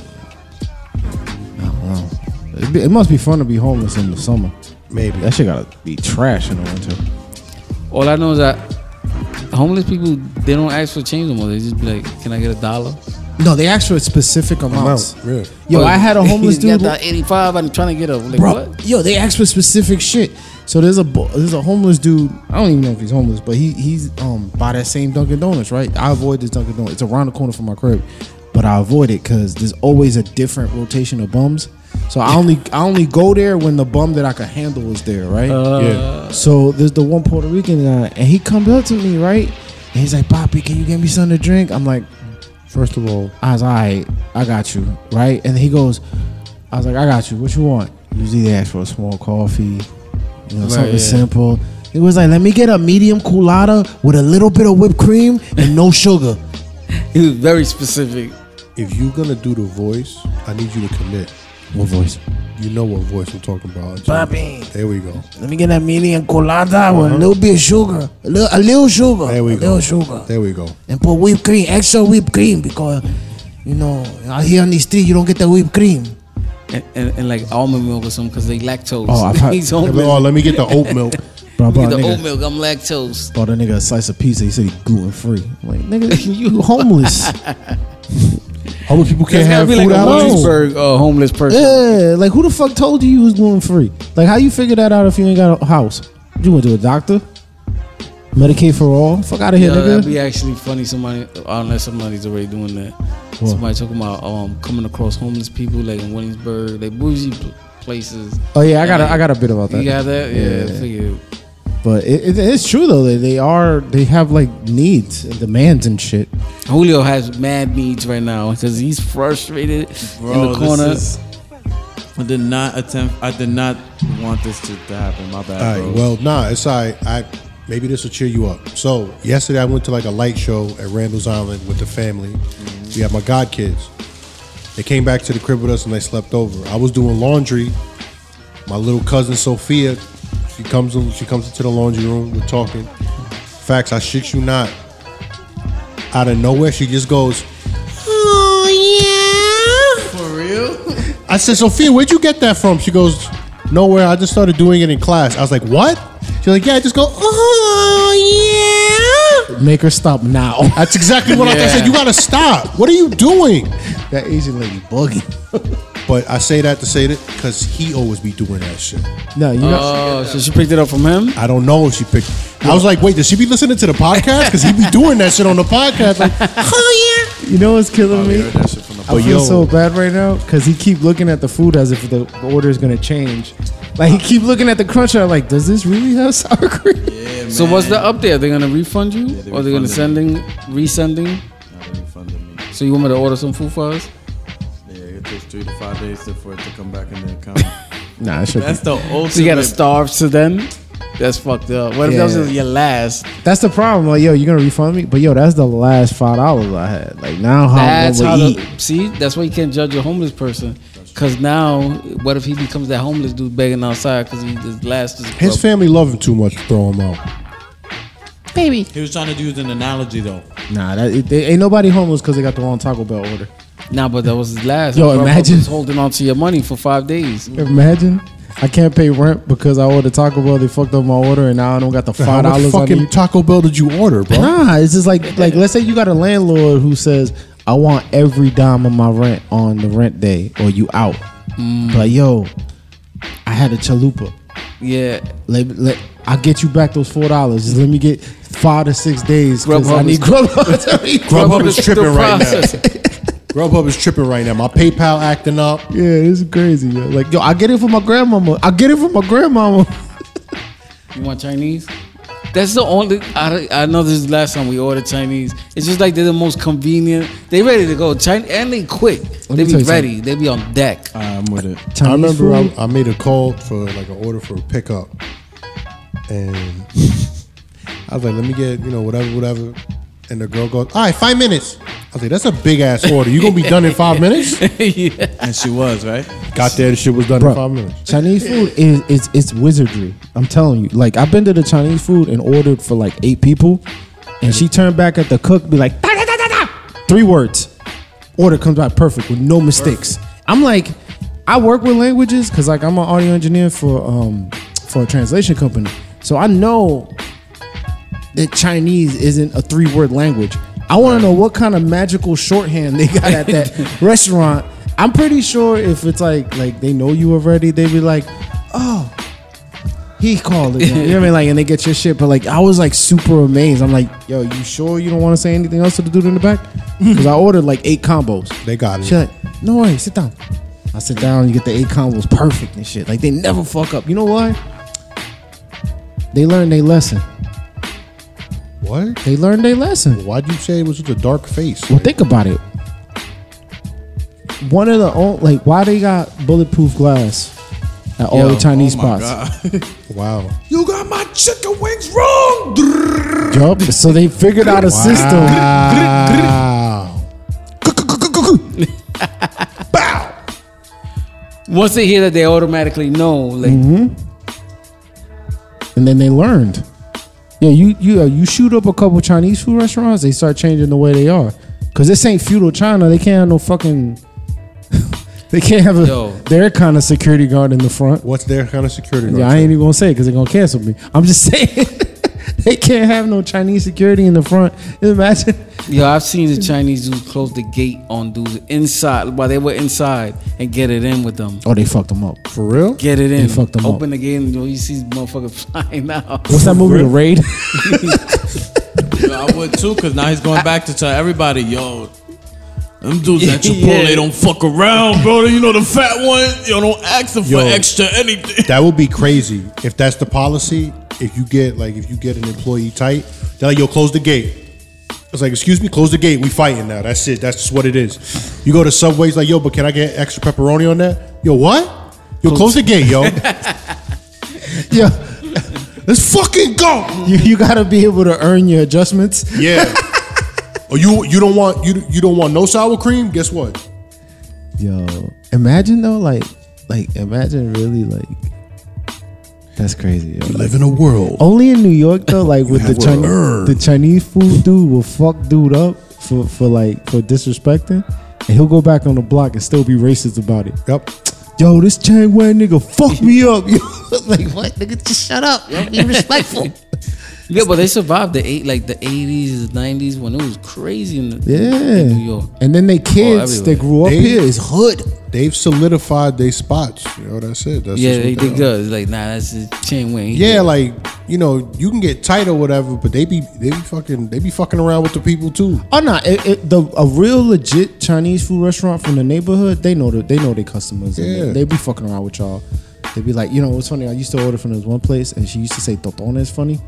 [SPEAKER 1] It, be- it must be fun to be homeless in the summer.
[SPEAKER 4] Maybe.
[SPEAKER 1] That shit gotta be trash in the winter.
[SPEAKER 3] All I know is that homeless people they don't ask for change no more. They just be like, "Can I get a dollar?"
[SPEAKER 1] No, they ask for specific amounts.
[SPEAKER 4] Amount, yeah.
[SPEAKER 1] Yo, I had a homeless
[SPEAKER 3] He's got
[SPEAKER 1] dude.
[SPEAKER 3] the eighty-five. I'm trying to get a like,
[SPEAKER 1] bro.
[SPEAKER 3] What?
[SPEAKER 1] Yo, they ask for specific shit. So there's a bo- there's a homeless dude. I don't even know if he's homeless, but he he's um by that same Dunkin' Donuts, right? I avoid this Dunkin' Donuts. It's around the corner from my crib, but I avoid it because there's always a different rotation of bums. So I only I only go there when the bum that I can handle is there, right?
[SPEAKER 3] Uh,
[SPEAKER 1] Uh,
[SPEAKER 4] yeah.
[SPEAKER 1] So there's the one Puerto Rican guy, and he comes up to me, right? And he's like, "Poppy, can you get me something to drink?" I'm like, first of all, I was all right, I got you, right? And he goes, I was like, I got you. What you want?" Usually they ask for a small coffee, you know, something
[SPEAKER 3] yeah.
[SPEAKER 1] simple. It was like, "Let me get a medium culotta with a little bit of whipped cream and no sugar."
[SPEAKER 3] He was very specific.
[SPEAKER 4] If you gonna do the voice, I need you to commit.
[SPEAKER 1] What voice?
[SPEAKER 4] You know what voice I'm talking about. Bobby. There we go.
[SPEAKER 1] Let me get a medium culotta with a little bit of sugar, a little, a little sugar,
[SPEAKER 4] Uh-huh. There we
[SPEAKER 1] a
[SPEAKER 4] go.
[SPEAKER 1] little sugar.
[SPEAKER 4] There we go.
[SPEAKER 1] and put whipped cream, extra whipped cream, because you know out here on the street you don't get the whipped cream.
[SPEAKER 3] And, and, and like almond milk or something because they lactose.
[SPEAKER 1] Oh, I've had-
[SPEAKER 3] he's
[SPEAKER 4] Oh,
[SPEAKER 3] homeless.
[SPEAKER 4] let me get the oat milk.
[SPEAKER 1] Bro, I
[SPEAKER 3] Look
[SPEAKER 1] bought
[SPEAKER 3] at
[SPEAKER 1] a
[SPEAKER 3] the oat
[SPEAKER 1] nigga,
[SPEAKER 3] milk. I'm lactose.
[SPEAKER 1] bought a nigga a slice of pizza. He said he gluten free. Like nigga, you, you homeless?
[SPEAKER 4] Homeless people
[SPEAKER 3] That's gotta
[SPEAKER 4] can't have
[SPEAKER 3] be
[SPEAKER 4] food
[SPEAKER 3] like a
[SPEAKER 1] allergies.
[SPEAKER 4] allergies.
[SPEAKER 3] Williamsburg uh, homeless person.
[SPEAKER 1] yeah, like who the fuck told you you was gluten free? Like how you figure that out if you ain't got a house? You went to a doctor? Medicaid for all? Fuck out of here,
[SPEAKER 3] Yo,
[SPEAKER 1] nigga.
[SPEAKER 3] that'd be actually funny. Somebody, unless somebody's already doing that. Somebody talking about um coming across homeless people like in Williamsburg, like bougie pl- places.
[SPEAKER 1] oh yeah, I got a, I got a bit about that.
[SPEAKER 3] You got that? Yeah, I figured.
[SPEAKER 1] But it, it, it's true though that they are they have like needs and demands and shit.
[SPEAKER 3] Julio has mad needs right now because he's frustrated in the corner.
[SPEAKER 2] this is- I did not attempt. I did not want this to, to happen. My bad,
[SPEAKER 4] All
[SPEAKER 2] bro.
[SPEAKER 4] right. Well, nah, it's all right. I maybe this will cheer you up. So yesterday I went to like a light show at Randall's Island with the family. We had my god kids. They came back to the crib with us and they slept over. I was doing laundry. My little cousin Sophia, she comes in, she comes into the laundry room. We're talking. Facts, I shit you not. Out of nowhere, she just goes, "Oh, I said, Sophia, where'd you get that from? She goes, Nowhere. I just started doing it in class. I was like, What? She's like, Yeah, I just go, Oh, yeah.
[SPEAKER 1] Make her stop now.
[SPEAKER 4] That's exactly what I I said. You got to stop. What are you doing?
[SPEAKER 1] that Asian lady buggy.
[SPEAKER 4] But I say that to say that because he always be doing that shit.
[SPEAKER 1] No, you know.
[SPEAKER 3] Oh, so she picked it up from him.
[SPEAKER 4] I don't know if she picked. I was like, Wait, does she be listening to the podcast? Because he be doing that shit on the podcast. Like, Oh, yeah. Oh,
[SPEAKER 1] You know what's killing
[SPEAKER 2] Probably
[SPEAKER 1] me?
[SPEAKER 2] heard that shit from the
[SPEAKER 1] I feel
[SPEAKER 4] yo.
[SPEAKER 1] so bad right now because he keep looking at the food as if the order is gonna change. Like he keep looking at the cruncher, like, does this really have sour cream?
[SPEAKER 2] Yeah,
[SPEAKER 3] So what's the
[SPEAKER 2] man.
[SPEAKER 3] update? Are they gonna refund you,
[SPEAKER 2] they
[SPEAKER 3] or are they gonna
[SPEAKER 2] refunded
[SPEAKER 3] sending resending?
[SPEAKER 2] Not really funding me.
[SPEAKER 3] So you want me to order some food for us?
[SPEAKER 2] Yeah, it takes three to five days to- for it to come back in the account.
[SPEAKER 1] Nah, it should
[SPEAKER 2] That's the ultimate.
[SPEAKER 3] So you gotta starve to then? That's fucked up. What if that was
[SPEAKER 1] Yeah.
[SPEAKER 3] your last?
[SPEAKER 1] That's the problem. Like, yo, you gonna refund me? But yo, that's the last five dollars I had. Like now, how
[SPEAKER 3] That's
[SPEAKER 1] I'm
[SPEAKER 3] how
[SPEAKER 1] gonna eat?
[SPEAKER 3] the, see. That's why you can't judge a homeless person. Cause now, what if he becomes that homeless dude begging outside? Cause he his last is
[SPEAKER 4] His family love him too much to throw him out.
[SPEAKER 2] He was trying to use an analogy though.
[SPEAKER 1] nah, that, it, they, ain't nobody homeless because they got the wrong Taco Bell order.
[SPEAKER 3] Nah, but that was his last.
[SPEAKER 1] Yo,
[SPEAKER 3] Bro, bro,
[SPEAKER 1] imagine-
[SPEAKER 3] he's holding on to your money for five days.
[SPEAKER 1] Imagine. I can't pay rent because I ordered Taco Bell. They fucked up my order, and now I don't got the
[SPEAKER 4] How
[SPEAKER 1] five
[SPEAKER 4] much
[SPEAKER 1] dollars. I
[SPEAKER 4] fucking
[SPEAKER 1] need.
[SPEAKER 4] Taco Bell did you order, bro?
[SPEAKER 1] Nah, it's just like like let's say you got a landlord who says I want every dime of my rent on the rent day, or you out. But yo, I had a chalupa.
[SPEAKER 3] Yeah,
[SPEAKER 1] Let, let I'll get you back those four dollars. Just let me get five to six days. 'cause
[SPEAKER 3] Grubhub
[SPEAKER 1] I need
[SPEAKER 3] is-
[SPEAKER 1] Grubhub. to be-
[SPEAKER 4] Grubhub is
[SPEAKER 3] the
[SPEAKER 4] tripping right now.
[SPEAKER 3] process.
[SPEAKER 4] Grubhub is tripping right now. My PayPal acting up.
[SPEAKER 1] yeah, it's crazy. Yo. Like yo, I get it for my grandmama. I get it for my grandmama.
[SPEAKER 3] You want Chinese? That's the only. I, I know this is the last time we ordered Chinese. It's just like they're the most convenient. They ready to go. Chin and they quick.
[SPEAKER 1] me tell
[SPEAKER 3] They be
[SPEAKER 1] you
[SPEAKER 3] ready. They be on deck.
[SPEAKER 2] I'm with it.
[SPEAKER 4] I
[SPEAKER 1] Chinese
[SPEAKER 4] remember
[SPEAKER 1] food?
[SPEAKER 4] I, I made a call for like an order for a pickup, and I was like, "Let me get you know whatever, whatever." And the girl goes, "All right, five minutes." I was like, that's a big ass order. You gonna be done in five minutes?
[SPEAKER 2] And she was, right?
[SPEAKER 4] Got there, the shit was done in five
[SPEAKER 1] Bro,
[SPEAKER 4] minutes.
[SPEAKER 1] Chinese food is it's, it's wizardry. I'm telling you. Like I've been to the Chinese food and ordered for like eight people, and she turned back at the cook, be like, "Da, da, da, da, da." three words. Order comes out perfect with no mistakes. I'm like, I work with languages because like I'm an audio engineer for um for a translation company, so I know that Chinese isn't a three word language. I want to know what kind of magical shorthand they got at that restaurant. I'm pretty sure if it's like like they know you already, they be like, oh, he called it. You know what I mean? Like, and they get your shit. But like, I was like super amazed. I'm like, yo, you sure you don't want to say anything else to the dude in the back? Because I ordered like eight combos.
[SPEAKER 4] They got it.
[SPEAKER 1] She's like, no worry, sit down. I sit down, you get the eight combos perfect and shit. Like they never fuck up. You know what? They learned their lesson.
[SPEAKER 4] What?
[SPEAKER 1] They learned their lesson.
[SPEAKER 4] Why'd you say it was such a dark face?
[SPEAKER 1] Well, think about it. One of the old, like why they got bulletproof glass at all the
[SPEAKER 2] oh
[SPEAKER 1] Chinese spots.
[SPEAKER 4] Wow.
[SPEAKER 2] You got my chicken wings wrong.
[SPEAKER 1] Yup. So they figured out a system.
[SPEAKER 4] Wow.
[SPEAKER 3] Once they hear that, they automatically know. Like,
[SPEAKER 1] and then they learned. Yeah, you you uh, you shoot up a couple Chinese food restaurants, they start changing the way they are. Cause this ain't feudal China. They can't have no fucking. they can't have a,
[SPEAKER 3] Yo.
[SPEAKER 1] their kind of security guard in the front.
[SPEAKER 4] What's their kind of security?
[SPEAKER 1] Yeah,
[SPEAKER 4] guard
[SPEAKER 1] I ain't
[SPEAKER 4] say?
[SPEAKER 1] even gonna say it because they're gonna cancel me. I'm just saying they can't have no Chinese security in the front. Imagine
[SPEAKER 3] yo, I've seen the Chinese dudes close the gate on dudes inside while they were inside and get it in with them.
[SPEAKER 1] Oh, they fucked them up.
[SPEAKER 4] For real?
[SPEAKER 3] Get it in.
[SPEAKER 1] fucked them up.
[SPEAKER 3] Open the gate and yo, you see these motherfuckers flying out.
[SPEAKER 1] What's that movie? The Raid.
[SPEAKER 2] I would too, cause now he's going back to tell everybody, yo, them dudes at Chipotle
[SPEAKER 3] Yeah.
[SPEAKER 2] they don't fuck around, brother. You know the fat one, yo, don't ask them for
[SPEAKER 4] Yo.
[SPEAKER 2] extra anything.
[SPEAKER 4] That would be crazy if that's the policy. If you get like if you get an employee tight, they're like, yo, close the gate. It's like, excuse me, close the gate. We fighting now. That's it. That's just what it is. You go to Subway's like, yo, but can I get extra pepperoni on that? Yo, what? Yo, close the gate, yo.
[SPEAKER 1] yeah,
[SPEAKER 4] Let's fucking go.
[SPEAKER 1] you, you gotta be able to earn your adjustments.
[SPEAKER 4] Yeah. oh, you you don't want you you don't want no sour cream? Guess what?
[SPEAKER 1] Yo, imagine though, like, like imagine really like. That's crazy. yo. Like,
[SPEAKER 4] Live in a world.
[SPEAKER 1] only in New York though, like with the
[SPEAKER 4] have
[SPEAKER 1] Chinese,
[SPEAKER 4] earned.
[SPEAKER 1] the Chinese food dude will fuck dude up for for like for disrespecting, and he'll go back on the block and still be racist about it.
[SPEAKER 4] Yep.
[SPEAKER 1] Yo, this Chang Wan nigga fuck me up. Yo. like what?
[SPEAKER 3] Yeah, but they survived the eight, like the eighties, nineties, when it was crazy in, the, in New
[SPEAKER 1] Yeah.
[SPEAKER 3] York.
[SPEAKER 1] And then they kids
[SPEAKER 3] everywhere.
[SPEAKER 1] that grew up
[SPEAKER 4] They-
[SPEAKER 1] here is hood.
[SPEAKER 4] They've solidified their spots. You know, that's it. That's
[SPEAKER 3] Yeah,
[SPEAKER 4] just
[SPEAKER 3] they,
[SPEAKER 4] what
[SPEAKER 3] they
[SPEAKER 4] are.
[SPEAKER 3] good. It's Like, nah, that's a chain wing.
[SPEAKER 4] Yeah, like you know, you can get tight or whatever, but they be they be fucking they be fucking around with the people too.
[SPEAKER 1] Oh no, it, it, the a real legit Chinese food restaurant from the neighborhood. They know the, they know their customers. and
[SPEAKER 4] Yeah.
[SPEAKER 1] they, they be fucking around with y'all. They be like, you know, it's funny. I used to order from this one place, and she used to say "totone" is funny,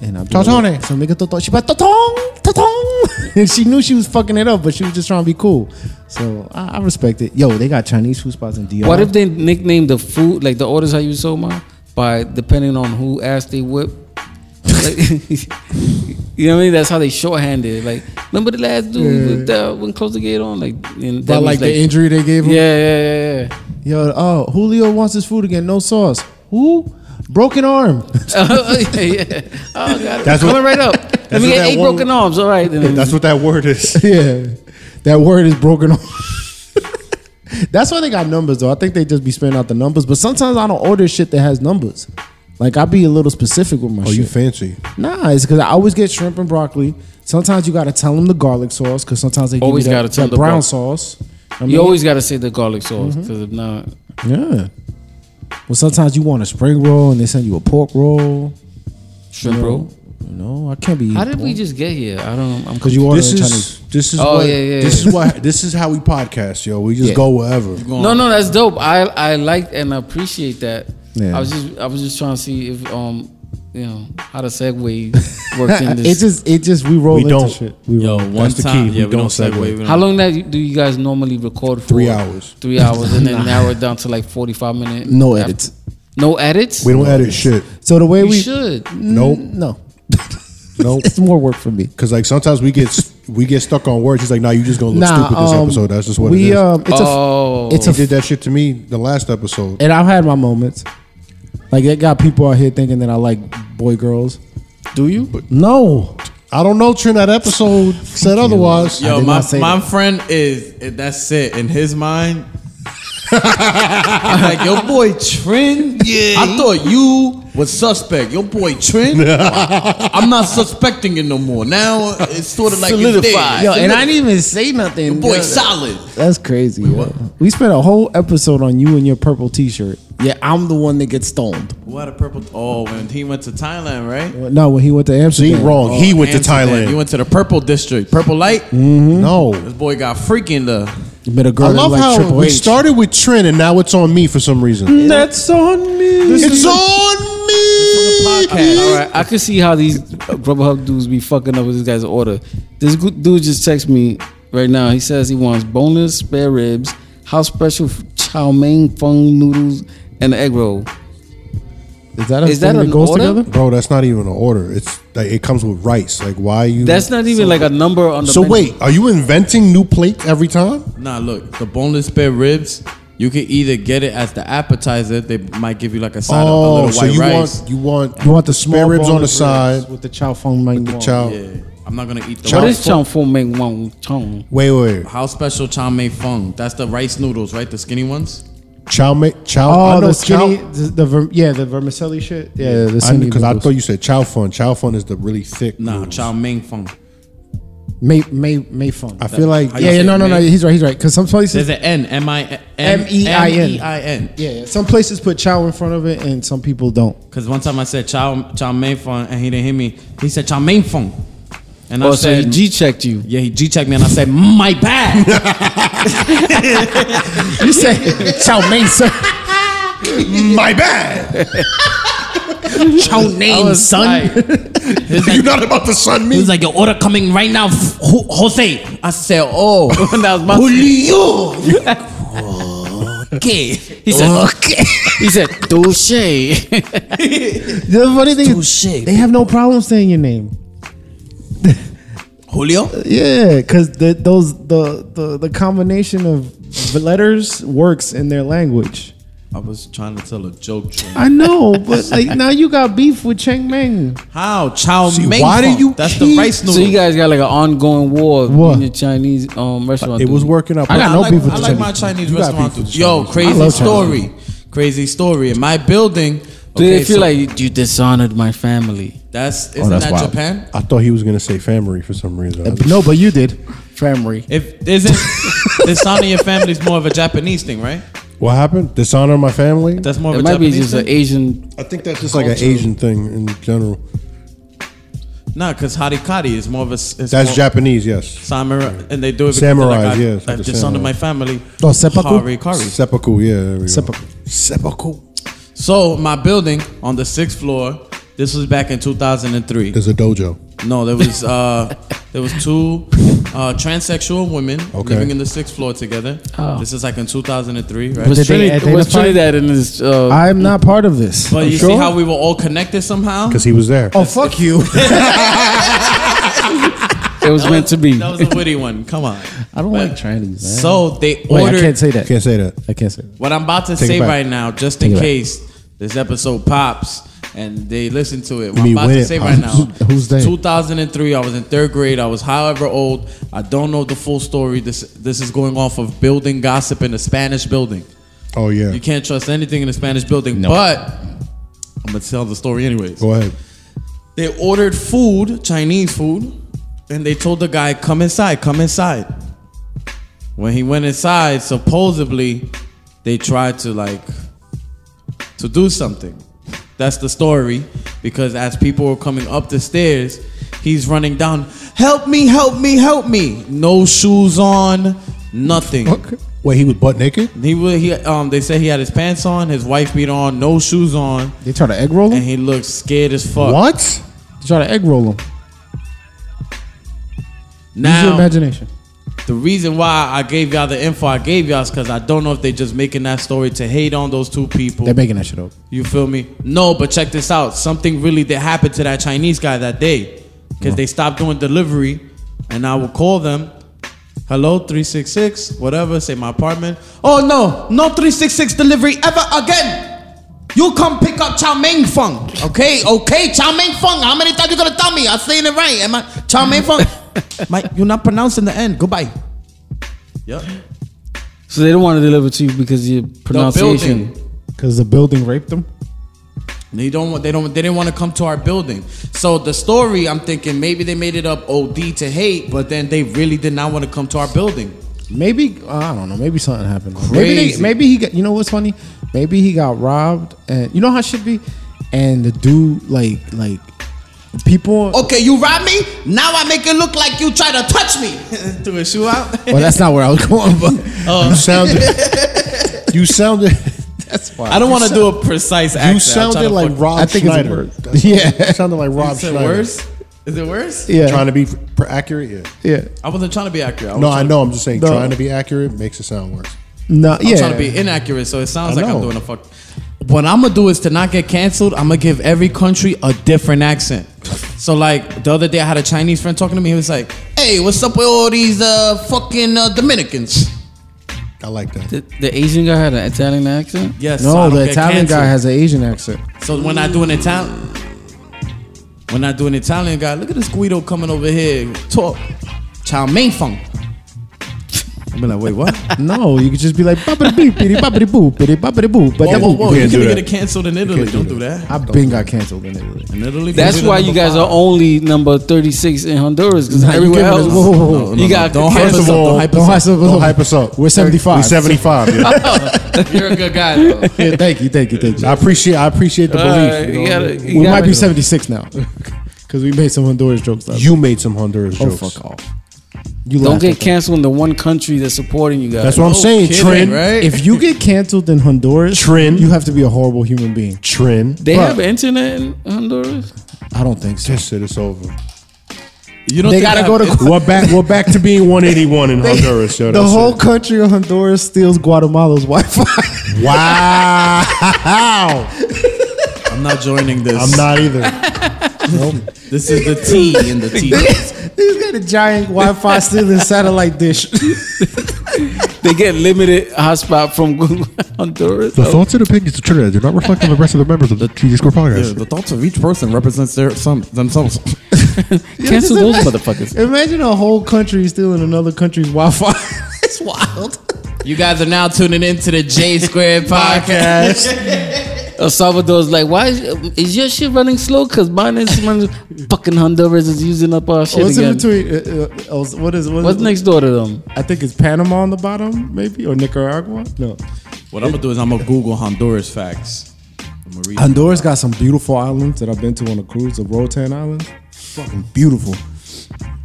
[SPEAKER 1] and I
[SPEAKER 4] Totone.
[SPEAKER 1] So nigga totone. She be like "totong, totong," and she knew she was fucking it up, but she was just trying to be cool. So I, I respect it. Yo, they got Chinese food spots in DR.
[SPEAKER 3] What if they nicknamed the food, like the orders I use so much, by depending on who ass they whip? Like, you know what I mean? That's how they shorthanded. it. Like, remember the last dude with uh, wouldn't close the gate on, like, and that
[SPEAKER 1] But
[SPEAKER 3] was
[SPEAKER 1] like the injury they gave him.
[SPEAKER 3] Yeah, yeah, yeah, yeah.
[SPEAKER 1] Yo, oh Julio wants his food again, no sauce. Who? Broken arm.
[SPEAKER 3] oh, yeah, yeah. Oh, God.
[SPEAKER 4] That's
[SPEAKER 3] Coming
[SPEAKER 4] what-
[SPEAKER 3] right up. Let
[SPEAKER 4] that's
[SPEAKER 3] me
[SPEAKER 4] what
[SPEAKER 3] get
[SPEAKER 4] that
[SPEAKER 3] eight
[SPEAKER 4] one-
[SPEAKER 3] broken arms. All right. Then.
[SPEAKER 4] That's what that word is.
[SPEAKER 1] Yeah, that word is broken off. That's why they got numbers though. I think they just be spitting out the numbers. But sometimes I don't order shit that has numbers. Like I be a little specific with my
[SPEAKER 4] Oh,
[SPEAKER 1] shit.
[SPEAKER 4] you fancy?
[SPEAKER 1] nah, it's because I always get shrimp and broccoli. Sometimes you gotta tell them the garlic sauce because sometimes they
[SPEAKER 3] Always
[SPEAKER 1] give you
[SPEAKER 3] gotta
[SPEAKER 1] that,
[SPEAKER 3] tell
[SPEAKER 1] that
[SPEAKER 3] the
[SPEAKER 1] brown
[SPEAKER 3] gar-
[SPEAKER 1] sauce. I
[SPEAKER 3] you
[SPEAKER 1] mean,
[SPEAKER 3] always got to say the garlic sauce, because if not,
[SPEAKER 1] yeah. Well, sometimes you want a spring roll and they send you a pork roll.
[SPEAKER 3] shrimp roll.
[SPEAKER 1] No, I can't be.
[SPEAKER 3] How did we just get here? I don't. I'm
[SPEAKER 1] Mm-hmm. Because you order
[SPEAKER 4] This
[SPEAKER 1] Chinese.
[SPEAKER 4] is this is
[SPEAKER 3] Oh,
[SPEAKER 4] what
[SPEAKER 3] yeah, yeah,
[SPEAKER 4] this
[SPEAKER 3] yeah.
[SPEAKER 4] is what this is how we podcast, yo. We just go wherever.
[SPEAKER 3] No, no, that's dope. I I like and appreciate that.
[SPEAKER 1] Yeah.
[SPEAKER 3] I was just I was just trying to see if um you know how the segue worked in
[SPEAKER 1] it
[SPEAKER 3] this.
[SPEAKER 1] just it just we roll
[SPEAKER 4] We
[SPEAKER 1] into
[SPEAKER 4] don't.
[SPEAKER 1] shit. We
[SPEAKER 2] Yo,
[SPEAKER 1] roll.
[SPEAKER 2] one
[SPEAKER 4] the
[SPEAKER 2] time,
[SPEAKER 4] key. We
[SPEAKER 2] yeah, we
[SPEAKER 4] don't
[SPEAKER 2] don't segue.
[SPEAKER 4] segue.
[SPEAKER 2] We don't-
[SPEAKER 3] how long that do you guys normally record for?
[SPEAKER 4] Three hours.
[SPEAKER 3] Three hours and then narrow it down to like forty five minutes.
[SPEAKER 1] No edits.
[SPEAKER 3] No edits.
[SPEAKER 4] We don't edit shit.
[SPEAKER 1] So the way
[SPEAKER 3] You
[SPEAKER 1] we
[SPEAKER 3] should.
[SPEAKER 4] Nope,
[SPEAKER 1] no,
[SPEAKER 4] nope.
[SPEAKER 1] it's more work for me.
[SPEAKER 4] Because like sometimes we get s- we get stuck on words. He's like, "Nah, you just gonna look
[SPEAKER 1] Nah,
[SPEAKER 4] stupid this
[SPEAKER 1] um,
[SPEAKER 4] episode. That's just what it
[SPEAKER 1] we
[SPEAKER 4] is."
[SPEAKER 1] um, it's
[SPEAKER 3] Oh.
[SPEAKER 1] a, it's
[SPEAKER 4] he
[SPEAKER 1] a,
[SPEAKER 4] did that shit to me the last episode.
[SPEAKER 1] and I've had my moments. Like it got people out here thinking that I like boy girls.
[SPEAKER 3] Do you?
[SPEAKER 1] No,
[SPEAKER 4] I don't know, Trin. That episode said otherwise.
[SPEAKER 1] I
[SPEAKER 2] Yo,
[SPEAKER 1] did
[SPEAKER 2] my,
[SPEAKER 1] not say
[SPEAKER 2] my
[SPEAKER 1] that.
[SPEAKER 2] friend is that's it in his mind. I'm like your boy Trin. Yeah, I thought you was suspect. Your boy Trin. I'm not suspecting it no more. Now it's sort of like it's there.
[SPEAKER 3] Solidified.
[SPEAKER 1] yo, and I didn't even say nothing.
[SPEAKER 2] Your boy
[SPEAKER 1] Yo,
[SPEAKER 2] solid.
[SPEAKER 1] That's crazy. yo. We spent a whole episode on you and your purple T-shirt. Yeah, I'm the one that gets stoned.
[SPEAKER 2] What a purple. Oh, when he went to Thailand, right?
[SPEAKER 1] No, when he went to
[SPEAKER 4] See,
[SPEAKER 1] Amsterdam, Uh,
[SPEAKER 4] wrong.
[SPEAKER 3] Oh,
[SPEAKER 4] he went
[SPEAKER 2] Amsterdam.
[SPEAKER 4] to Thailand.
[SPEAKER 2] He went to the purple district. Purple light.
[SPEAKER 4] no.
[SPEAKER 2] This boy got freaking the.
[SPEAKER 1] Met a girl
[SPEAKER 4] I
[SPEAKER 1] that
[SPEAKER 4] love
[SPEAKER 1] like
[SPEAKER 4] how
[SPEAKER 1] Triple
[SPEAKER 4] we
[SPEAKER 1] H.
[SPEAKER 4] started with Trin and now it's on me for some reason.
[SPEAKER 1] That's on me.
[SPEAKER 4] It's on me.
[SPEAKER 2] Podcast.
[SPEAKER 3] All right, I can see how these Grubhub dudes be fucking up with this guy's order. This gu- dude just texted me right now. He says he wants boneless spare ribs, house special chow mein fung noodles, and an egg roll.
[SPEAKER 1] Is that a
[SPEAKER 3] Is
[SPEAKER 1] thing
[SPEAKER 3] that
[SPEAKER 1] that,
[SPEAKER 3] an
[SPEAKER 1] goes
[SPEAKER 3] order?
[SPEAKER 1] together?
[SPEAKER 4] Bro, that's not even an order. It's like it comes with rice. Like why you
[SPEAKER 3] That's not even like a number on the.
[SPEAKER 4] So
[SPEAKER 3] menu.
[SPEAKER 4] wait, are you inventing new plates every time?
[SPEAKER 2] Nah, look, the boneless spare ribs. You can either get it as the appetizer. They might give you like a side of a
[SPEAKER 4] Oh,
[SPEAKER 2] little
[SPEAKER 4] so
[SPEAKER 2] white
[SPEAKER 4] you
[SPEAKER 2] rice.
[SPEAKER 4] want you want
[SPEAKER 1] You want the
[SPEAKER 4] spare
[SPEAKER 1] small
[SPEAKER 4] ribs
[SPEAKER 1] bone
[SPEAKER 4] on the
[SPEAKER 1] of
[SPEAKER 4] side,
[SPEAKER 1] with the chow fung mein
[SPEAKER 4] the
[SPEAKER 1] wong.
[SPEAKER 4] chow.
[SPEAKER 2] yeah, I'm not gonna eat the.
[SPEAKER 4] Chow
[SPEAKER 3] What
[SPEAKER 2] rice.
[SPEAKER 3] is chow fung mein wang chong?
[SPEAKER 4] Wait, wait, wait.
[SPEAKER 2] How special chow mein fung? That's the rice noodles, right? The skinny ones.
[SPEAKER 4] Chow mein chow. I
[SPEAKER 1] Oh,
[SPEAKER 4] know
[SPEAKER 1] the skinny,
[SPEAKER 4] Chow,
[SPEAKER 1] the, the ver, yeah, the vermicelli shit. Yeah, the skinny.
[SPEAKER 4] because I,
[SPEAKER 1] noodles.
[SPEAKER 4] thought you said chow fun. Chow fun is the really thick.
[SPEAKER 2] Nah,
[SPEAKER 4] noodles.
[SPEAKER 2] chow mein fung.
[SPEAKER 1] May May May fun.
[SPEAKER 4] I feel like
[SPEAKER 2] How you
[SPEAKER 1] yeah, yeah,
[SPEAKER 2] say
[SPEAKER 1] no, no, no.
[SPEAKER 2] May?
[SPEAKER 1] He's right. He's right. Because some places,
[SPEAKER 2] There's an N, M E I N-
[SPEAKER 1] M-E-I-N.
[SPEAKER 4] E
[SPEAKER 2] M-E-I-N.
[SPEAKER 1] yeah, yeah, some places put chow in front of it, and some people don't.
[SPEAKER 2] Cause one time I said chow chow mein fung, and he didn't hear me. He said chow mein fung, and
[SPEAKER 3] Oh,
[SPEAKER 2] I
[SPEAKER 3] so he
[SPEAKER 2] said
[SPEAKER 3] G checked you.
[SPEAKER 2] yeah, he G checked me, and I said my bad.
[SPEAKER 1] You say chow mein sir,
[SPEAKER 4] my bad.
[SPEAKER 1] chow name son.
[SPEAKER 4] You're not about to sun
[SPEAKER 2] He
[SPEAKER 4] me.
[SPEAKER 2] was like, your order coming right now, f- Ho- Jose. I said, oh.
[SPEAKER 3] that was my.
[SPEAKER 2] Julio. okay.
[SPEAKER 3] He said. Okay. He said douche.
[SPEAKER 1] The funny thing is,
[SPEAKER 2] Touche.
[SPEAKER 1] they have no problem saying your name.
[SPEAKER 2] Julio?
[SPEAKER 1] Yeah, because the, those the, the the combination of letters works in their language.
[SPEAKER 2] I was trying to tell a joke. Chang.
[SPEAKER 1] I know, but like now you got beef with Cheng Meng.
[SPEAKER 2] How? Chow
[SPEAKER 4] See,
[SPEAKER 2] mein
[SPEAKER 4] why do
[SPEAKER 2] fung.
[SPEAKER 4] you
[SPEAKER 2] That's the
[SPEAKER 4] keep-
[SPEAKER 2] rice noodle.
[SPEAKER 3] So you guys got like an ongoing war
[SPEAKER 1] What?
[SPEAKER 3] in your Chinese um restaurant.
[SPEAKER 4] It was
[SPEAKER 3] dude.
[SPEAKER 4] working up.
[SPEAKER 1] I got
[SPEAKER 2] I
[SPEAKER 1] no
[SPEAKER 2] like,
[SPEAKER 1] beef with
[SPEAKER 2] I
[SPEAKER 1] the
[SPEAKER 2] like
[SPEAKER 1] Chinese
[SPEAKER 2] my
[SPEAKER 1] people.
[SPEAKER 2] Chinese
[SPEAKER 1] You got beef
[SPEAKER 2] restaurant.
[SPEAKER 1] with the Chinese people.
[SPEAKER 2] Yo,
[SPEAKER 1] I
[SPEAKER 2] crazy
[SPEAKER 1] love Chinese
[SPEAKER 2] story. Crazy story. In my building.
[SPEAKER 3] Do
[SPEAKER 2] okay,
[SPEAKER 3] they feel
[SPEAKER 2] so
[SPEAKER 3] like you, you dishonored my family?
[SPEAKER 2] That's, isn't that
[SPEAKER 4] wild.
[SPEAKER 2] Japan?
[SPEAKER 4] I thought he was gonna say family for some reason.
[SPEAKER 1] No, but you did. Family.
[SPEAKER 2] If isn't dishonoring your family is more of a Japanese thing, right?
[SPEAKER 4] What happened? Dishonor my family?
[SPEAKER 2] That's more of
[SPEAKER 3] It
[SPEAKER 2] a
[SPEAKER 3] might be
[SPEAKER 2] Oh, Japanese
[SPEAKER 3] just
[SPEAKER 2] thing.
[SPEAKER 3] an Asian.
[SPEAKER 4] I think that's just like an Asian thing in general.
[SPEAKER 2] nah, because harikari is more of a. It's
[SPEAKER 4] That's
[SPEAKER 2] more,
[SPEAKER 4] Japanese, yes.
[SPEAKER 2] Samurai, and they do it because they're
[SPEAKER 4] Samurai,
[SPEAKER 2] like, I,
[SPEAKER 4] yes, like
[SPEAKER 2] I've
[SPEAKER 4] the
[SPEAKER 2] dishonored my
[SPEAKER 4] samurai.
[SPEAKER 2] family.
[SPEAKER 1] Oh, seppuku?
[SPEAKER 2] Harikari.
[SPEAKER 4] Seppuku, yeah. There we go.
[SPEAKER 1] Seppuku.
[SPEAKER 4] Seppuku.
[SPEAKER 2] So my building on the sixth floor. This was back in 2003.
[SPEAKER 4] There's a dojo.
[SPEAKER 2] No, there was uh, there was two uh, transsexual women
[SPEAKER 4] Okay.
[SPEAKER 2] living in the sixth floor together.
[SPEAKER 3] Oh.
[SPEAKER 2] This is like in 2003, right?
[SPEAKER 3] Was,
[SPEAKER 1] Did they
[SPEAKER 3] Trinidad, was
[SPEAKER 1] identify-
[SPEAKER 3] Trinidad in this? Uh,
[SPEAKER 1] I'm not part of this.
[SPEAKER 2] but
[SPEAKER 1] I'm
[SPEAKER 2] you see
[SPEAKER 1] sure?
[SPEAKER 2] how we were all connected somehow.
[SPEAKER 4] Because he was there.
[SPEAKER 1] Oh fuck you!
[SPEAKER 3] it was meant to be.
[SPEAKER 2] That was a witty one. Come on.
[SPEAKER 1] I don't like Chinese. Man.
[SPEAKER 2] So they
[SPEAKER 1] Wait,
[SPEAKER 2] ordered.
[SPEAKER 1] I can't say that.
[SPEAKER 4] Can't say that.
[SPEAKER 1] I can't say that.
[SPEAKER 2] What I'm about to
[SPEAKER 4] Take it
[SPEAKER 2] say
[SPEAKER 4] back.
[SPEAKER 2] right now, just in
[SPEAKER 1] Take it back.
[SPEAKER 2] case this episode pops and they listen to it, what I'm
[SPEAKER 4] mean
[SPEAKER 2] about
[SPEAKER 4] when
[SPEAKER 2] to
[SPEAKER 4] it
[SPEAKER 2] say right now.
[SPEAKER 1] pops? Who's they?
[SPEAKER 2] 2003. I was in third grade. I was however old. I don't know the full story. This this is going off of building gossip in a Spanish building.
[SPEAKER 4] Oh, yeah.
[SPEAKER 2] You can't trust anything in a Spanish building. But I'm gonna tell the story anyways.
[SPEAKER 4] Go ahead.
[SPEAKER 2] They ordered food, Chinese food, and they told the guy, come inside, come inside. When he went inside, supposedly they tried to like to do something. That's the story. Because as people were coming up the stairs, he's running down, help me, help me, help me. No shoes on, nothing.
[SPEAKER 4] Wait, he was butt naked?
[SPEAKER 2] He wa- he um they said he had his pants on, his wife beat on, no shoes on,
[SPEAKER 1] They try to egg roll
[SPEAKER 2] and
[SPEAKER 1] him.
[SPEAKER 2] he looked scared as fuck.
[SPEAKER 4] What?
[SPEAKER 1] They try to egg roll him. Use your
[SPEAKER 2] Now
[SPEAKER 1] imagination.
[SPEAKER 2] the reason why I gave y'all the info I gave y'all is because I don't know if they just making that story to hate on those two people.
[SPEAKER 1] They're making that shit up.
[SPEAKER 2] You feel me? No, but check this out. Something really did happen to that Chinese guy that day because they stopped doing delivery and I would call them. Hello, 366, whatever, say my apartment. Oh no, no 366 delivery ever again. You come pick up Chow Mein Fung. Okay, okay, Chow Mein Fung. How many times you gonna tell me? I'm saying it right. Am I Chow Mein Fung? Mike, you're not pronouncing the end. Goodbye. Yep.
[SPEAKER 3] So they don't want to deliver to you because of your
[SPEAKER 2] The
[SPEAKER 3] pronunciation.
[SPEAKER 2] building.
[SPEAKER 1] Because the building raped them.
[SPEAKER 2] They don't want. They don't. They didn't want to come to our building. So the story, I'm thinking maybe they made it up OD to hate, but then they really did not want to come to our building.
[SPEAKER 1] Maybe uh, I don't know. Maybe something happened. Maybe
[SPEAKER 2] Crazy.
[SPEAKER 1] they, maybe he got. You know what's funny? Maybe he got robbed, and you know how it should be. And the dude, like, like people.
[SPEAKER 2] Okay, you robbed me. Now I make it look like you try to touch me through a shoe out.
[SPEAKER 1] Well, that's not where I was going, but
[SPEAKER 4] You sounded. you sounded.
[SPEAKER 2] I don't want to do a precise accent.
[SPEAKER 4] You
[SPEAKER 2] I'm trying
[SPEAKER 4] sounded
[SPEAKER 2] to
[SPEAKER 4] like
[SPEAKER 2] fuck-
[SPEAKER 4] Rob
[SPEAKER 1] I think it's a
[SPEAKER 4] Schneider.
[SPEAKER 1] word. Yeah,
[SPEAKER 4] You sounded like Rob
[SPEAKER 2] Is it
[SPEAKER 4] Schneider.
[SPEAKER 2] worse? Is it worse?
[SPEAKER 1] yeah,
[SPEAKER 4] Trying to be pr- accurate, yeah.
[SPEAKER 1] yeah.
[SPEAKER 2] I wasn't trying to be accurate. I was
[SPEAKER 4] No,
[SPEAKER 2] trying,
[SPEAKER 4] I know. I'm just saying,
[SPEAKER 1] No.
[SPEAKER 4] trying to be accurate makes it sound worse.
[SPEAKER 1] No, yeah.
[SPEAKER 2] I'm trying to be inaccurate, so it sounds
[SPEAKER 4] I
[SPEAKER 2] like I'm
[SPEAKER 4] know.
[SPEAKER 2] doing a fuck. What I'm gonna do is to not get canceled. I'm gonna give every country a different accent. So like the other day, I had a Chinese friend talking to me. He was like, "Hey, what's up with all these uh, fucking uh, Dominicans?"
[SPEAKER 4] I like that.
[SPEAKER 3] The, the Asian guy had an Italian accent.
[SPEAKER 2] Yes. so I
[SPEAKER 1] no,
[SPEAKER 2] don't
[SPEAKER 1] the
[SPEAKER 2] get
[SPEAKER 1] Italian
[SPEAKER 2] canceled.
[SPEAKER 1] guy has an Asian accent.
[SPEAKER 2] So when I do an Italian, when I do an Italian guy, look at this Guido coming over here talk, chow mein fung. I'm like, wait, what?
[SPEAKER 1] No, you could just be like boppity beep, bitty boppity boo, bitty boppity boo. But
[SPEAKER 2] Whoa,
[SPEAKER 1] that
[SPEAKER 2] whoa,
[SPEAKER 1] won't
[SPEAKER 2] whoa!
[SPEAKER 1] be-
[SPEAKER 2] You're
[SPEAKER 4] can't do
[SPEAKER 2] gonna get
[SPEAKER 4] that.
[SPEAKER 2] it canceled in Italy. Don't do that.
[SPEAKER 1] I've been got canceled in Italy.
[SPEAKER 2] In Italy,
[SPEAKER 3] That's
[SPEAKER 2] you're the
[SPEAKER 3] why you
[SPEAKER 2] number
[SPEAKER 3] guys
[SPEAKER 2] five.
[SPEAKER 3] are only number 36 in Honduras because
[SPEAKER 1] Nah, you
[SPEAKER 3] everywhere
[SPEAKER 1] giving us-
[SPEAKER 3] else,
[SPEAKER 1] whoa, whoa, whoa.
[SPEAKER 2] No, no, no.
[SPEAKER 3] you got
[SPEAKER 2] Don't hype us
[SPEAKER 3] canceled.
[SPEAKER 2] up. Don't hype us up.
[SPEAKER 4] Don't hype us up.
[SPEAKER 1] We're 75.
[SPEAKER 4] We're 75. yeah.
[SPEAKER 3] You're a good guy. Though.
[SPEAKER 1] Yeah, thank you, thank you, thank you.
[SPEAKER 4] I appreciate. I appreciate the
[SPEAKER 3] Uh,
[SPEAKER 4] belief.
[SPEAKER 3] you gotta- you
[SPEAKER 1] we might
[SPEAKER 3] gotta-
[SPEAKER 1] be 76 now because we made some Honduras jokes. Last
[SPEAKER 4] You made some Honduras
[SPEAKER 1] oh
[SPEAKER 4] jokes.
[SPEAKER 1] fuck off! You
[SPEAKER 3] Don't
[SPEAKER 1] laughed
[SPEAKER 3] get
[SPEAKER 1] at that.
[SPEAKER 3] canceled in the one country that's supporting you guys.
[SPEAKER 4] That's what I'm
[SPEAKER 2] No
[SPEAKER 4] saying.
[SPEAKER 2] kidding,
[SPEAKER 4] Trend,
[SPEAKER 2] right?
[SPEAKER 1] If you get canceled in Honduras,
[SPEAKER 4] Trin.
[SPEAKER 1] you have to be a horrible human being.
[SPEAKER 4] trend.
[SPEAKER 3] they
[SPEAKER 1] Bruh.
[SPEAKER 3] have internet in Honduras.
[SPEAKER 1] I don't think so.
[SPEAKER 4] This shit is over.
[SPEAKER 2] You don't
[SPEAKER 1] They
[SPEAKER 2] think
[SPEAKER 1] gotta
[SPEAKER 2] I-
[SPEAKER 1] go to court.
[SPEAKER 4] We're back. We're back to being 181 in Honduras. Yo,
[SPEAKER 1] the
[SPEAKER 4] that's
[SPEAKER 1] whole
[SPEAKER 4] it.
[SPEAKER 1] country of Honduras steals Guatemala's Wi-Fi.
[SPEAKER 4] Wow.
[SPEAKER 2] I'm not joining this.
[SPEAKER 4] I'm not either.
[SPEAKER 2] This is the T in the T.
[SPEAKER 1] He's got a giant Wi-Fi stealing satellite dish.
[SPEAKER 3] They get limited hotspot from Honduras. Oh,
[SPEAKER 6] The thoughts and opinions of Trinidad do not reflect on the rest of the members of the Jesus Square podcast.
[SPEAKER 2] the thoughts of each person represents their some themselves.
[SPEAKER 3] Cancel those motherfuckers.
[SPEAKER 1] Imagine a whole country stealing another country's Wi-Fi.
[SPEAKER 2] It's wild. You guys are now tuning into the J Squared podcast.
[SPEAKER 3] El Salvador's like, why is, is your shit running slow? Because mine is mine is- fucking Honduras is using up our shit
[SPEAKER 1] What's in
[SPEAKER 3] again.
[SPEAKER 1] between? Uh, uh, else- what is what
[SPEAKER 3] What's
[SPEAKER 1] is-
[SPEAKER 3] next door to them?
[SPEAKER 1] I think it's Panama on the bottom, maybe or Nicaragua. No,
[SPEAKER 2] what I'm gonna do is I'm gonna Google Honduras facts. I'm gonna read.
[SPEAKER 1] Honduras got some beautiful islands that I've been to on a cruise. The Rotan Islands, fucking beautiful,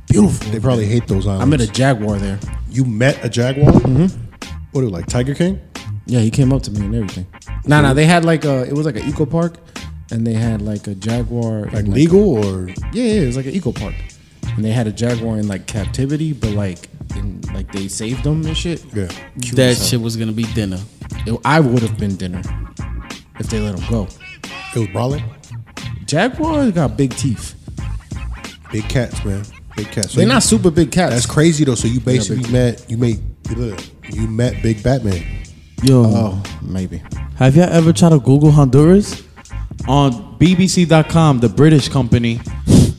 [SPEAKER 1] beautiful.
[SPEAKER 4] They probably hate those islands.
[SPEAKER 1] I met a jaguar there.
[SPEAKER 4] you met a jaguar. What are you like, Tiger King?
[SPEAKER 1] Yeah, he came up to me and everything. Nah, nah, they had like a it was like an eco park, and they had like a jaguar.
[SPEAKER 4] Like
[SPEAKER 1] in,
[SPEAKER 4] legal or
[SPEAKER 1] Yeah, yeah, it was like an eco park, and they had a jaguar in like captivity, but like in like they saved them and shit.
[SPEAKER 4] yeah?
[SPEAKER 3] That shit was gonna be dinner.
[SPEAKER 1] It- I would have been dinner if they let him go.
[SPEAKER 4] It was Brawley.
[SPEAKER 1] Jaguars got big teeth.
[SPEAKER 4] Big cats, man. Big cats. So
[SPEAKER 1] They're
[SPEAKER 4] you-
[SPEAKER 1] not super big cats.
[SPEAKER 4] That's crazy though. So you basically met you made you met Big Batman.
[SPEAKER 2] Yo,
[SPEAKER 1] Oh, maybe.
[SPEAKER 2] Have y'all ever tried to Google Honduras? On BBC.com, the British company,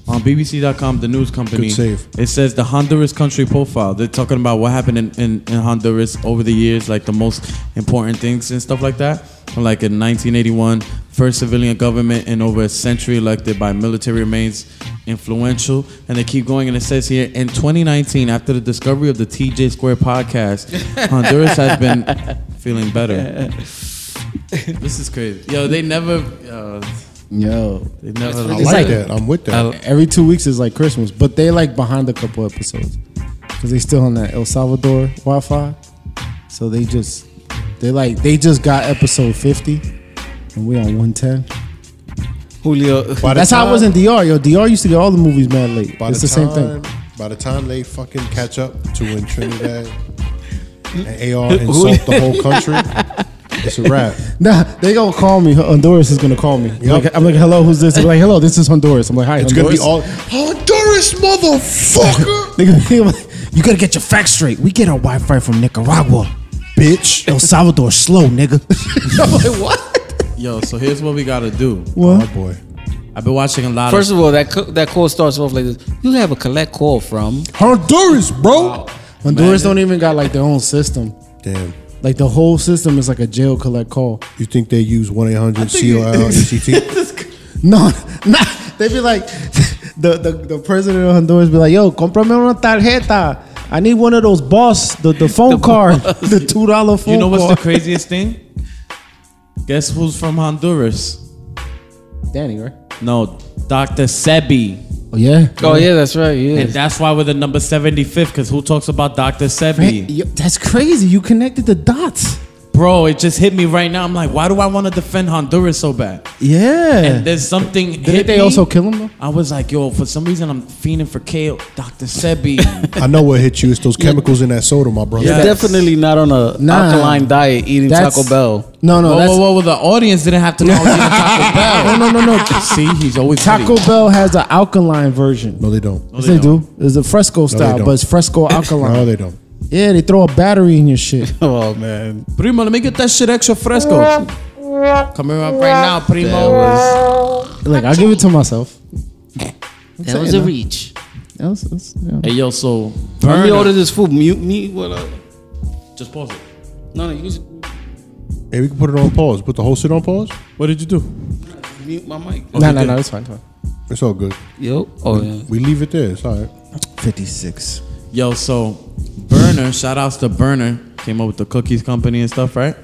[SPEAKER 2] on BBC.com, the news company,
[SPEAKER 4] Good save.
[SPEAKER 2] it says the Honduras country profile. They're talking about what happened in, in, in Honduras over the years, like the most important things and stuff like that. Like in 1981, first civilian government in over a century elected by military remains influential. And they keep going, and it says here in 2019, after the discovery of the TJ Square podcast, Honduras has been feeling better. This is crazy. Yo, they never. Uh,
[SPEAKER 1] Yo,
[SPEAKER 2] they never.
[SPEAKER 4] I
[SPEAKER 1] It's
[SPEAKER 4] like,
[SPEAKER 1] like-
[SPEAKER 4] that. I'm with that.
[SPEAKER 1] every two weeks is like Christmas, but they like behind a couple episodes because they still on that El Salvador Wi-Fi. So they just they like they just got episode fifty, and we on one ten.
[SPEAKER 3] Julio,
[SPEAKER 4] By the
[SPEAKER 1] That's how
[SPEAKER 4] time-
[SPEAKER 1] it was in DR. Yo, DR used to get all the movies mad late.
[SPEAKER 4] By
[SPEAKER 1] it's
[SPEAKER 4] the,
[SPEAKER 1] the
[SPEAKER 4] time,
[SPEAKER 1] same thing.
[SPEAKER 4] By the time they fucking catch up to when Trinidad and AR insult the whole country, It's a wrap.
[SPEAKER 1] Nah, they gonna call me. Honduras is gonna call me.
[SPEAKER 4] Yup.
[SPEAKER 1] Like, I'm like, hello, who's this? They're like, hello, this is Honduras. I'm like, hi,
[SPEAKER 4] It's gonna
[SPEAKER 1] Honduras.
[SPEAKER 4] be all Honduras, motherfucker,
[SPEAKER 1] They gonna be like, you gotta get your facts straight. We get our Wi-Fi from Nicaragua,
[SPEAKER 4] bitch.
[SPEAKER 1] El Salvador. Slow, nigga. I'm like, what?
[SPEAKER 2] Yo, so here's what we gotta do.
[SPEAKER 4] Oh
[SPEAKER 1] What?
[SPEAKER 4] boy.
[SPEAKER 2] I've been watching a lot
[SPEAKER 3] First
[SPEAKER 2] of.
[SPEAKER 3] of all, that co- that call starts off like this. You have a collect call from
[SPEAKER 4] Honduras, bro.
[SPEAKER 1] Honduras don't even got like their own system.
[SPEAKER 4] Damn.
[SPEAKER 1] Like the whole system is like a jail collect call.
[SPEAKER 4] You think they use one eight hundred C O L L E C T?
[SPEAKER 1] No, nah. They be like, the, the the president of Honduras be like, yo, comprame una tarjeta. I need one of those boss, the, the phone card, the two dollar phone.
[SPEAKER 2] you know what's the
[SPEAKER 1] card.
[SPEAKER 2] craziest thing? Guess who's from Honduras?
[SPEAKER 1] Danny, right?
[SPEAKER 2] No, Dr. Sebi.
[SPEAKER 1] Oh yeah.
[SPEAKER 3] Oh yeah, that's right. Yeah.
[SPEAKER 2] And that's why we're the number 75th, because who talks about Dr.
[SPEAKER 1] Man,
[SPEAKER 2] Sebi?
[SPEAKER 1] yo, that's crazy. You connected the dots.
[SPEAKER 2] Bro, it just hit me right now. I'm like, why do I want to defend Honduras so bad?
[SPEAKER 1] Yeah.
[SPEAKER 2] And there's something.
[SPEAKER 1] Didn't
[SPEAKER 2] hit
[SPEAKER 1] they
[SPEAKER 2] me.
[SPEAKER 1] also kill him? Though?
[SPEAKER 2] I was like, yo, for some reason, I'm fiending for K. Dr. Sebi.
[SPEAKER 4] I know what hit you. It's those chemicals in that soda, my brother.
[SPEAKER 2] Yeah.
[SPEAKER 3] You're definitely not on a
[SPEAKER 1] Nah.
[SPEAKER 3] alkaline diet eating
[SPEAKER 1] That's-
[SPEAKER 3] Taco Bell.
[SPEAKER 1] No, no,
[SPEAKER 2] whoa,
[SPEAKER 1] that's oh,
[SPEAKER 2] whoa, whoa, whoa, The audience didn't have to know I was eating Taco Bell.
[SPEAKER 1] no, no, no, no.
[SPEAKER 2] See, he's always
[SPEAKER 1] Taco
[SPEAKER 2] ready.
[SPEAKER 1] Bell has an alkaline version.
[SPEAKER 4] No, they don't.
[SPEAKER 1] yes, they, do. It's a fresco style,
[SPEAKER 4] don't.
[SPEAKER 1] but it's fresco alkaline.
[SPEAKER 4] No, they don't.
[SPEAKER 1] Yeah, they throw a battery in your shit.
[SPEAKER 3] Oh man,
[SPEAKER 2] Primo, let me get that shit extra fresco. Come here up right now, Primo.
[SPEAKER 1] Like I'll give it to myself.
[SPEAKER 3] that was a reach.
[SPEAKER 1] That was- that's- yeah.
[SPEAKER 2] Hey, yo, so
[SPEAKER 3] Let me
[SPEAKER 2] Verna-
[SPEAKER 3] order this food. Mute me. What? Uh,
[SPEAKER 2] Just pause it.
[SPEAKER 3] no, no, you just
[SPEAKER 4] Hey, we can put it on pause. Put the whole shit on pause.
[SPEAKER 2] What did you do?
[SPEAKER 3] mute my mic.
[SPEAKER 1] No, no, no, it's fine. It's fine.
[SPEAKER 4] It's all good.
[SPEAKER 3] Yo. Oh yeah.
[SPEAKER 4] We leave it there. It's all right.
[SPEAKER 1] Fifty-six.
[SPEAKER 2] Yo, so Burner, shout outs to Burner, came up with the cookies company and stuff, right?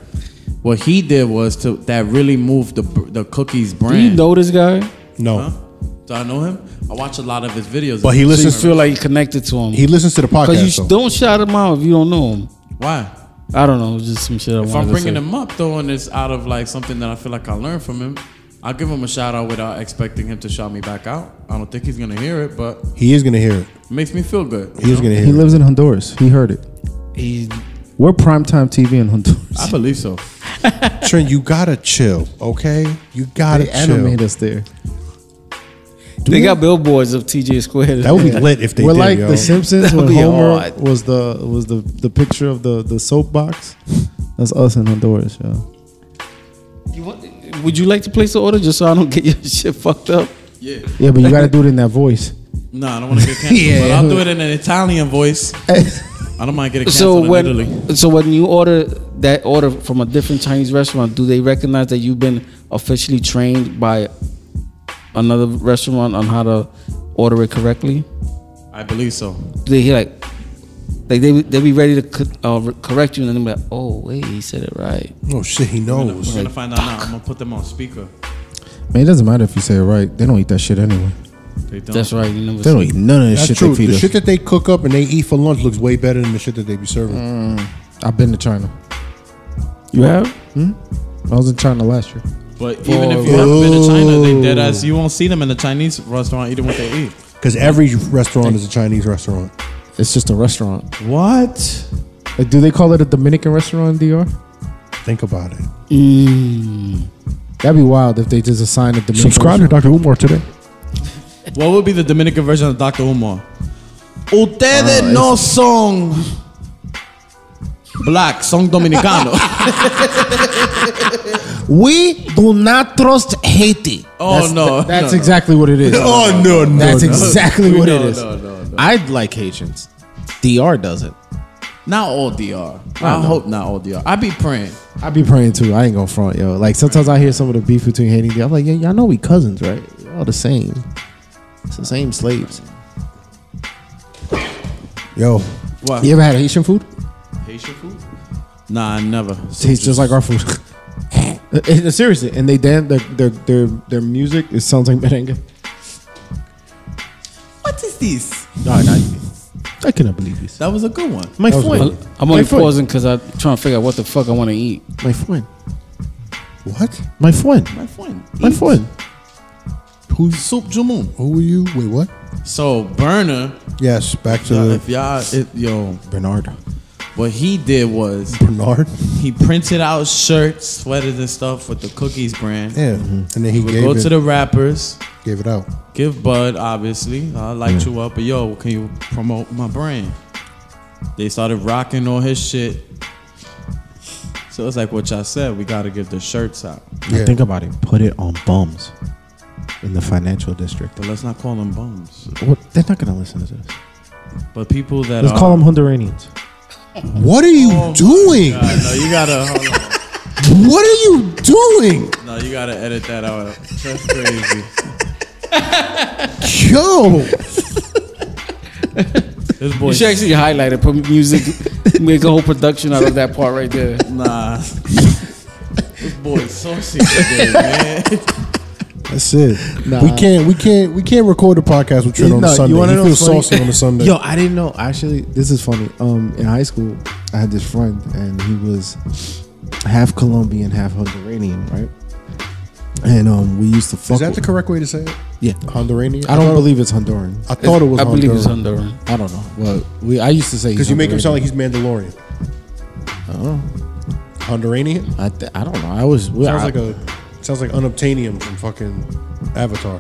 [SPEAKER 2] What he did was to that really moved the the cookies
[SPEAKER 3] Do
[SPEAKER 2] brand.
[SPEAKER 3] you know this guy?
[SPEAKER 4] No.
[SPEAKER 2] Huh? Do I know him? I watch a lot of his videos.
[SPEAKER 4] But
[SPEAKER 3] So
[SPEAKER 4] he
[SPEAKER 3] you
[SPEAKER 4] listens
[SPEAKER 3] feel like you connected to him?
[SPEAKER 4] he listens to the
[SPEAKER 3] Because you
[SPEAKER 4] podcast.
[SPEAKER 3] sh-
[SPEAKER 4] though.
[SPEAKER 3] don't shout him out if you don't know him.
[SPEAKER 2] why?
[SPEAKER 3] I don't know. It's just some shit I
[SPEAKER 2] If
[SPEAKER 3] wanted
[SPEAKER 2] I'm bringing
[SPEAKER 3] to say.
[SPEAKER 2] him up though, and it's out of like something that I feel like I learned from him, I'll give him a shout out without expecting him to shout me back out. I don't think he's gonna hear it, but
[SPEAKER 4] He is gonna hear it.
[SPEAKER 2] it makes me feel good.
[SPEAKER 4] He is gonna hear
[SPEAKER 1] He
[SPEAKER 4] it.
[SPEAKER 1] lives in Honduras. He heard it.
[SPEAKER 3] He-
[SPEAKER 1] We're primetime TV in Honduras.
[SPEAKER 2] I believe so.
[SPEAKER 4] Trent, you gotta chill, okay? You gotta
[SPEAKER 1] They animate
[SPEAKER 4] chill.
[SPEAKER 1] us there.
[SPEAKER 3] they got billboards of TJ Square.
[SPEAKER 4] That would be lit if they
[SPEAKER 1] We're
[SPEAKER 4] did,
[SPEAKER 1] like
[SPEAKER 4] yo.
[SPEAKER 1] the Simpsons
[SPEAKER 3] That'd
[SPEAKER 1] when
[SPEAKER 3] be
[SPEAKER 1] Homer
[SPEAKER 3] hard.
[SPEAKER 1] was the was the the picture of the the soapbox. That's us in Honduras, yo.
[SPEAKER 3] You want- would you like to place the order just so I don't get your shit fucked up?
[SPEAKER 2] Yeah.
[SPEAKER 1] Yeah, but you got to do it in that voice.
[SPEAKER 2] No, I don't want to get canceled,
[SPEAKER 1] Yeah.
[SPEAKER 2] but I'll do it in an Italian voice. I don't mind getting
[SPEAKER 3] So
[SPEAKER 2] canceled
[SPEAKER 3] when
[SPEAKER 2] in Italy.
[SPEAKER 3] so when you order that order from a different Chinese restaurant, do they recognize that you've been officially trained by another restaurant on how to order it correctly?
[SPEAKER 2] I believe so.
[SPEAKER 3] Do they hear like like they they be ready to co- uh, correct you and then be like, oh wait, he said it right.
[SPEAKER 4] oh shit, he
[SPEAKER 2] We're
[SPEAKER 4] knows.
[SPEAKER 2] gonna find out now. I'm gonna put them on speaker.
[SPEAKER 1] Man, it doesn't matter if you say it right. They don't eat that shit anyway.
[SPEAKER 2] They don't.
[SPEAKER 3] That's right. You never.
[SPEAKER 1] They don't eat none of this
[SPEAKER 4] That's
[SPEAKER 1] shit
[SPEAKER 4] true.
[SPEAKER 1] they feed
[SPEAKER 4] The
[SPEAKER 1] us.
[SPEAKER 4] shit that they cook up and they eat for lunch looks way better than the shit that they be serving.
[SPEAKER 1] Mm. I've been to China.
[SPEAKER 3] you have.
[SPEAKER 1] I was in China last year.
[SPEAKER 2] But even if you haven't been to China, they dead ass. You won't see them in the Chinese restaurant eating what they eat.
[SPEAKER 4] Because every restaurant is a Chinese restaurant.
[SPEAKER 1] It's just a restaurant.
[SPEAKER 2] What?
[SPEAKER 1] Like, do they call it a Dominican restaurant in DR?
[SPEAKER 4] Think about it.
[SPEAKER 1] That'd be wild if they just assign a Dominican.
[SPEAKER 6] Subscribe to
[SPEAKER 1] restaurant.
[SPEAKER 6] Dr. Umar today.
[SPEAKER 2] What would be the Dominican version of Dr. Umar? Ustedes no son black, son dominicano.
[SPEAKER 5] We do not trust Haiti.
[SPEAKER 2] oh no,
[SPEAKER 1] That's
[SPEAKER 2] no,
[SPEAKER 1] exactly what it is.
[SPEAKER 4] Oh no, no.
[SPEAKER 1] That's
[SPEAKER 4] no.
[SPEAKER 1] exactly what
[SPEAKER 2] no,
[SPEAKER 1] it is.
[SPEAKER 2] No, no, no.
[SPEAKER 5] I like Haitians. DR doesn't.
[SPEAKER 2] Not all DR. I, hope not all DR. I be praying.
[SPEAKER 1] I be praying too. I ain't gonna front, yo. Like sometimes I hear some of the beef between Haiti and DR. I'm like, yeah, y'all know we cousins, right? We're all the same. It's the same slaves.
[SPEAKER 4] Yo,
[SPEAKER 2] What?
[SPEAKER 1] You ever had Haitian food?
[SPEAKER 2] Haitian food? Nah, I never.
[SPEAKER 1] tastes just like our food. And- Seriously, and they damn their their their, their music. It sounds like merengue.
[SPEAKER 2] What is this?
[SPEAKER 1] No, no, I cannot believe this.
[SPEAKER 2] That was a good one.
[SPEAKER 1] My
[SPEAKER 4] was
[SPEAKER 1] friend,
[SPEAKER 4] good.
[SPEAKER 3] I'm only
[SPEAKER 1] my friend,
[SPEAKER 3] pausing because I'm trying to figure out what the fuck I want to eat.
[SPEAKER 1] my friend,
[SPEAKER 4] what?
[SPEAKER 1] my friend,
[SPEAKER 2] My friend.
[SPEAKER 1] my friend.
[SPEAKER 2] Who's Soup Jumun?
[SPEAKER 4] Who are you? Wait, what?
[SPEAKER 2] So Burner,
[SPEAKER 4] Yes, back to
[SPEAKER 2] uh,
[SPEAKER 4] the
[SPEAKER 2] if y'all, if, yo,
[SPEAKER 1] Bernard.
[SPEAKER 2] What he did was
[SPEAKER 4] Bernard.
[SPEAKER 2] he printed out shirts, sweaters, and stuff with the Cookies brand.
[SPEAKER 4] Yeah,
[SPEAKER 1] Mm-hmm.
[SPEAKER 4] and then he
[SPEAKER 2] Would
[SPEAKER 4] gave
[SPEAKER 2] go
[SPEAKER 4] it,
[SPEAKER 2] to the rappers,
[SPEAKER 4] gave it out.
[SPEAKER 2] give Bud, obviously. I light you up, but yo, can you promote my brand? They started rocking all his shit. So it's like what y'all said, we gotta give the shirts out.
[SPEAKER 4] Yeah.
[SPEAKER 7] Think about it. Put it on bums in the financial district.
[SPEAKER 2] But let's not call them bums.
[SPEAKER 7] What? They're not gonna listen to this.
[SPEAKER 2] But people that
[SPEAKER 1] Uh,
[SPEAKER 7] Let's
[SPEAKER 2] are,
[SPEAKER 7] call them Honduranians.
[SPEAKER 4] What are you
[SPEAKER 2] Oh
[SPEAKER 4] doing?
[SPEAKER 2] No, you gotta hold on.
[SPEAKER 4] What are you doing?
[SPEAKER 2] No, you gotta edit that out. That's crazy.
[SPEAKER 4] Yo,
[SPEAKER 2] This boy
[SPEAKER 3] You should actually highlight it, put music, make a whole production out of that part right there.
[SPEAKER 2] Nah. this boy saucy today, man.
[SPEAKER 6] That's it.
[SPEAKER 4] we can't, we can't, we can't record the podcast with Trent on
[SPEAKER 1] No,
[SPEAKER 4] a
[SPEAKER 1] you
[SPEAKER 4] Sunday.
[SPEAKER 1] wanna
[SPEAKER 4] He
[SPEAKER 1] know
[SPEAKER 4] feels
[SPEAKER 1] funny-
[SPEAKER 4] saucy on a Sunday.
[SPEAKER 1] Yo, I didn't know. Actually, this is funny. Um, in high school, I had this friend, and he was half Colombian, half Honduran, right? And um, we used to fuck.
[SPEAKER 4] is that the
[SPEAKER 1] with-
[SPEAKER 4] correct way to say it?
[SPEAKER 1] yeah?
[SPEAKER 4] Honduran?
[SPEAKER 1] I don't believe it's Honduran.
[SPEAKER 4] I thought it was.
[SPEAKER 3] I believe it's
[SPEAKER 4] Honduran.
[SPEAKER 3] Honduran.
[SPEAKER 1] I don't know. Well, we I used to say
[SPEAKER 4] Because you make him sound like he's Mandalorian. Oh. Honduranian?
[SPEAKER 1] I, th- I don't know. I was. Well,
[SPEAKER 4] Sounds
[SPEAKER 1] I,
[SPEAKER 4] like a sounds like unobtainium from fucking Avatar.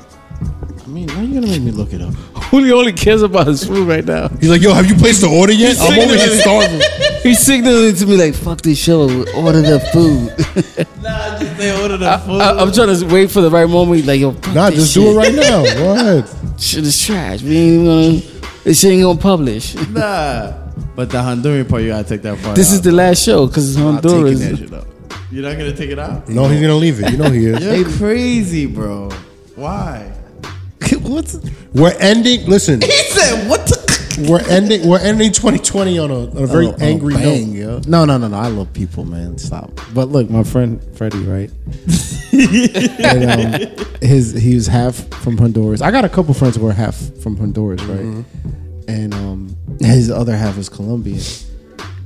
[SPEAKER 1] I mean, why you gonna make me look it up?
[SPEAKER 3] Julio only cares about his food right now.
[SPEAKER 4] He's like, yo, have you placed the order yet? I'm over here starving.
[SPEAKER 3] He's signaling to me like, fuck this show, order the food.
[SPEAKER 2] Nah, just they ordered the food.
[SPEAKER 3] I, am trying to wait for the right moment, like, yo, fuck
[SPEAKER 4] Nah,
[SPEAKER 3] this
[SPEAKER 4] just
[SPEAKER 3] shit.
[SPEAKER 4] do it right now. Go ahead.
[SPEAKER 3] Shit is trash. We ain't even gonna, this shit ain't gonna publish.
[SPEAKER 2] nah. But the Honduran part, you gotta take that part.
[SPEAKER 3] This
[SPEAKER 2] out.
[SPEAKER 3] is the last show, because it's
[SPEAKER 2] I'm taking
[SPEAKER 3] Honduras.
[SPEAKER 2] that shit out. You're not gonna take it out?
[SPEAKER 4] No, he's gonna leave it. You know he is.
[SPEAKER 2] You're crazy, bro. Why?
[SPEAKER 1] What's
[SPEAKER 4] We're ending. Listen,
[SPEAKER 2] He said, "What the?"
[SPEAKER 4] we're ending. We're ending 2020 on a, on a
[SPEAKER 1] Oh,
[SPEAKER 4] very angry note.
[SPEAKER 1] No, no, no, no. I love people, man. Stop. But look, my friend Freddie, right? and, um, his he was half from Honduras. I got a couple friends who are half from Honduras, right?
[SPEAKER 4] Mm-hmm.
[SPEAKER 1] And um, his other half is Colombian.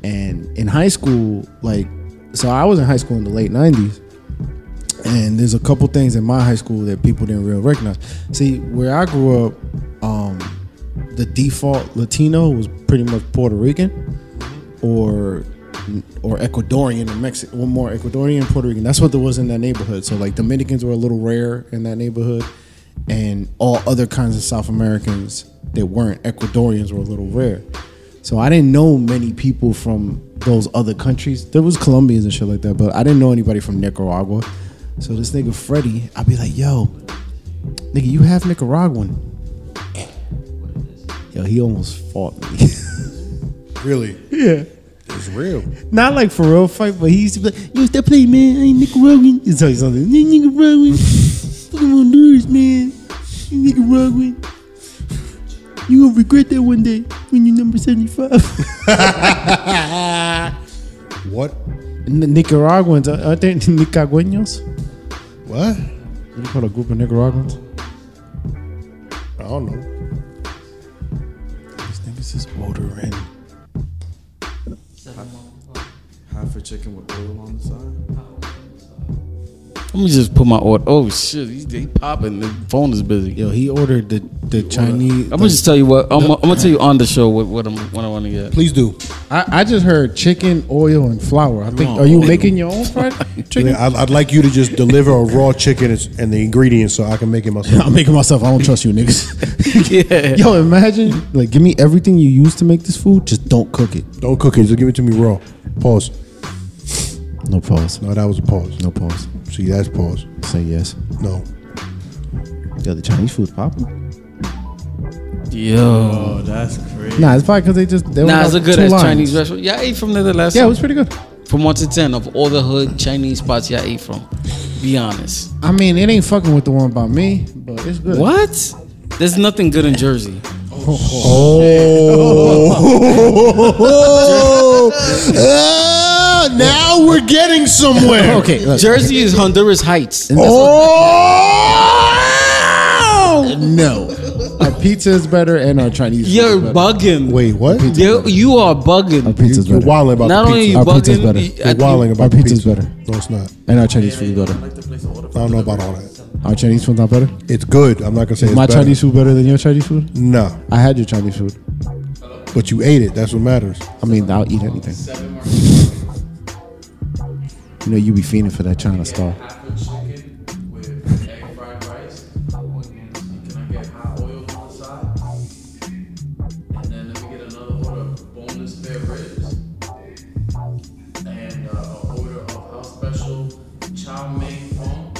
[SPEAKER 1] And in high school, like, so I was in high school in the late '90s, and there's a couple things in my high school that people didn't really recognize. See, where I grew up, um, the default Latino was pretty much Puerto Rican or or Ecuadorian or Mexican, one more Ecuadorian, Puerto Rican. That's what there was in that neighborhood. So like Dominicans were a little rare in that neighborhood, and all other kinds of South Americans that weren't Ecuadorians were a little rare. So I didn't know many people from those other countries. There was Colombians and shit like that, but I didn't know anybody from Nicaragua. So this nigga Freddie, I'd be like, yo, nigga, you half Nicaraguan. Yo, he almost fought me.
[SPEAKER 4] Really,
[SPEAKER 1] yeah
[SPEAKER 4] it's real.
[SPEAKER 1] not like for real fight, but he used to be like, "Yo, stop playing, man. I ain't Nicaraguan." He's talking something. "You ain't Nicaraguan, fucking Honduras, man. You Nicaraguan. You gonna regret that one day when you're number seventy-five.
[SPEAKER 4] What?
[SPEAKER 1] Nicaraguans aren't they Nicaraguanos?
[SPEAKER 4] What?
[SPEAKER 1] What do you call a group of Nicaraguans?
[SPEAKER 4] I don't know.
[SPEAKER 1] These niggas is motoring.
[SPEAKER 2] Half a chicken with oil on the side.
[SPEAKER 3] Let me just put my order. Oh, shit, he, he popping. The phone is busy.
[SPEAKER 1] Yo, he ordered the the Chinese.
[SPEAKER 3] I'm gonna just tell you what I'm, I'm gonna tell you on the show what, what I'm what I want to get.
[SPEAKER 4] Please do.
[SPEAKER 1] I, I just heard chicken, oil, and flour. I think. Are you making your own fried chicken?
[SPEAKER 4] I'd, I'd like you to just deliver a raw chicken and and the ingredients so I can make it myself.
[SPEAKER 1] I'm making myself. I don't trust you, niggas.
[SPEAKER 3] yeah,
[SPEAKER 1] Yo, imagine like give me everything you use to make this food, just don't cook it.
[SPEAKER 4] Don't cook it. Just give it to me raw. Pause.
[SPEAKER 1] No pause.
[SPEAKER 4] No, that was a pause.
[SPEAKER 1] No pause.
[SPEAKER 4] See, that's pause.
[SPEAKER 1] Say yes.
[SPEAKER 4] No.
[SPEAKER 1] Yo, the Chinese food's popping.
[SPEAKER 3] yo.
[SPEAKER 2] Oh, that's crazy.
[SPEAKER 1] Nah, it's probably because they just they only
[SPEAKER 3] Nah,
[SPEAKER 1] got
[SPEAKER 3] it's a good
[SPEAKER 1] two
[SPEAKER 3] ass
[SPEAKER 1] lines.
[SPEAKER 3] Chinese restaurant. Yeah, I ate from there the last.
[SPEAKER 1] Yeah, it
[SPEAKER 3] time.
[SPEAKER 1] was pretty good.
[SPEAKER 3] from one to ten of all the hood Chinese spots yeah, I ate from. Be honest.
[SPEAKER 1] I mean, it ain't fucking with the one by me, but it's good.
[SPEAKER 3] What? There's nothing good in Jersey.
[SPEAKER 4] Oh, Ah, now we're getting somewhere.
[SPEAKER 1] Okay, look.
[SPEAKER 3] Jersey is Honduras Heights.
[SPEAKER 4] Oh!
[SPEAKER 1] No, our pizza is better and our Chinese. food
[SPEAKER 3] You're
[SPEAKER 1] is better.
[SPEAKER 3] bugging.
[SPEAKER 4] Wait, what?
[SPEAKER 3] Yo, you are
[SPEAKER 1] Our
[SPEAKER 3] bugging.
[SPEAKER 1] pizza's
[SPEAKER 4] You're
[SPEAKER 1] better.
[SPEAKER 4] wilding about
[SPEAKER 3] Not
[SPEAKER 4] the
[SPEAKER 3] only
[SPEAKER 4] pizza.
[SPEAKER 3] you
[SPEAKER 1] Our pizza's
[SPEAKER 3] bugging,
[SPEAKER 1] better.
[SPEAKER 3] you-
[SPEAKER 4] You're
[SPEAKER 3] I
[SPEAKER 4] wilding
[SPEAKER 3] think-
[SPEAKER 4] about
[SPEAKER 1] Our
[SPEAKER 4] the
[SPEAKER 1] pizza's
[SPEAKER 4] pizza.
[SPEAKER 1] better.
[SPEAKER 4] No, it's not.
[SPEAKER 1] and our Chinese food is better.
[SPEAKER 2] Like the place order.
[SPEAKER 4] I don't know about all that.
[SPEAKER 1] Our Chinese food's not better.
[SPEAKER 4] It's good. I'm not gonna say it's
[SPEAKER 1] My
[SPEAKER 4] better.
[SPEAKER 1] Chinese food better than your Chinese food?
[SPEAKER 4] No,
[SPEAKER 1] I had your Chinese food.
[SPEAKER 4] But you ate it. That's what matters.
[SPEAKER 1] I mean, I'll eat anything. You know, you be fiending for that China star.
[SPEAKER 2] chicken with egg fried rice. Can I get hot oil on the side? And then let me get another order of boneless spare ribs. And uh, an order of house special chow mein pong.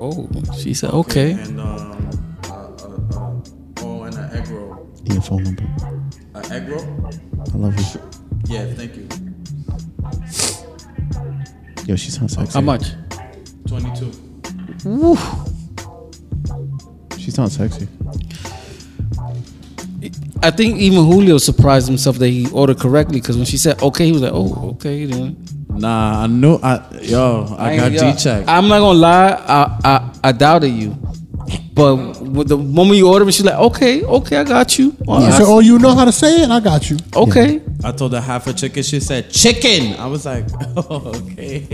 [SPEAKER 3] Oh, she said okay.
[SPEAKER 2] And um, uh, uh, uh, oh, and an egg roll.
[SPEAKER 7] Your phone number.
[SPEAKER 2] An egg roll?
[SPEAKER 1] I love you.
[SPEAKER 2] Yeah, thank you.
[SPEAKER 1] Yo, she sounds sexy.
[SPEAKER 3] How much?
[SPEAKER 2] 22.
[SPEAKER 1] She sounds sexy.
[SPEAKER 3] I think even Julio surprised himself that he ordered correctly because when she said okay, he was like, oh, okay then.
[SPEAKER 2] Nah, I knew I yo, I, got
[SPEAKER 3] ain't- yeah.
[SPEAKER 2] G check.
[SPEAKER 3] I'm not gonna lie, I, I I doubted you, but with the moment you ordered, it, she's like, okay, okay, I got you. All
[SPEAKER 4] I
[SPEAKER 3] right,
[SPEAKER 4] said, oh, you know how to say it? I got you.
[SPEAKER 3] okay,
[SPEAKER 2] I told her half a chicken. She said chicken. I was like, oh, okay.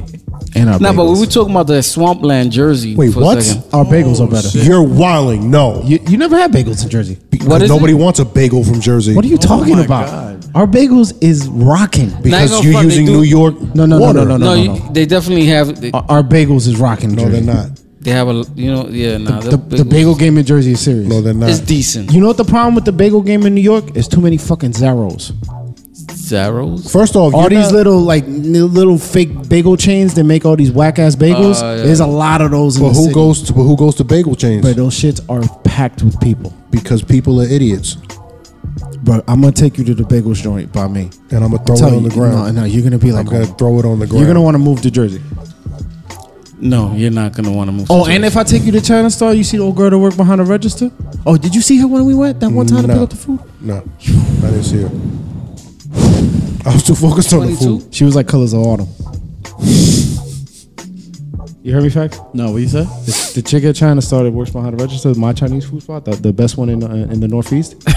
[SPEAKER 1] And our
[SPEAKER 3] nah,
[SPEAKER 1] bagels.
[SPEAKER 3] but we were talking about the Swampland jersey.
[SPEAKER 4] Wait,
[SPEAKER 3] for
[SPEAKER 4] what?
[SPEAKER 3] A second.
[SPEAKER 1] our bagels are better.
[SPEAKER 4] You're wilding. No.
[SPEAKER 1] You, you never had bagels in Jersey.
[SPEAKER 4] Because
[SPEAKER 3] What is
[SPEAKER 4] nobody wants a bagel from Jersey.
[SPEAKER 1] What are you talking
[SPEAKER 2] my
[SPEAKER 1] about?
[SPEAKER 2] God.
[SPEAKER 1] Our bagels is rocking.
[SPEAKER 3] Nah,
[SPEAKER 4] because
[SPEAKER 3] ain't
[SPEAKER 4] you're
[SPEAKER 3] no fun, they
[SPEAKER 4] using
[SPEAKER 3] do-
[SPEAKER 4] New York.
[SPEAKER 1] No, no, no,
[SPEAKER 4] water.
[SPEAKER 1] no, no, Uh,
[SPEAKER 3] No, you, they definitely have. They,
[SPEAKER 1] Our, our bagels is rocking.
[SPEAKER 4] No, they're not.
[SPEAKER 3] they have a you know yeah nah
[SPEAKER 1] The, the bagel game in Jersey is serious.
[SPEAKER 4] No, they're
[SPEAKER 3] is
[SPEAKER 4] not.
[SPEAKER 3] decent.
[SPEAKER 1] you know what the problem with the bagel game in New York is? Too many fucking zeros.
[SPEAKER 3] Zaros.
[SPEAKER 4] First off,
[SPEAKER 1] all
[SPEAKER 4] you're
[SPEAKER 1] these
[SPEAKER 4] not-
[SPEAKER 1] little like n- little fake bagel chains that make all these whack ass bagels.
[SPEAKER 3] Uh, yeah.
[SPEAKER 1] There's a lot of those. in
[SPEAKER 4] But
[SPEAKER 1] the
[SPEAKER 4] who
[SPEAKER 1] city.
[SPEAKER 4] goes to but who goes to bagel chains?
[SPEAKER 1] But those shits are packed with people.
[SPEAKER 4] because people are idiots,
[SPEAKER 1] Bro, I'm gonna take you to the bagels joint by me.
[SPEAKER 4] and I'm gonna throw
[SPEAKER 1] Tell
[SPEAKER 4] it on
[SPEAKER 1] you,
[SPEAKER 4] the ground.
[SPEAKER 1] No, no, you're gonna be like,
[SPEAKER 4] I'm gonna
[SPEAKER 1] oh,
[SPEAKER 4] throw it on the ground.
[SPEAKER 1] you're gonna want to move to Jersey.
[SPEAKER 3] No, you're not gonna want to move.
[SPEAKER 1] Oh, and if I take you to China Star, you see the old girl that worked behind the register. Oh, did you see her when we went that one time to
[SPEAKER 4] No.
[SPEAKER 1] pick up the food?
[SPEAKER 4] No, I didn't see her. I was too focused on the
[SPEAKER 3] 22?
[SPEAKER 4] food.
[SPEAKER 1] She was like colors of autumn. You heard me, fact?
[SPEAKER 2] No, what you said?
[SPEAKER 1] The, the chick at China Star that works behind the register, my Chinese food spot, the, the best one in the, uh, in the Northeast. she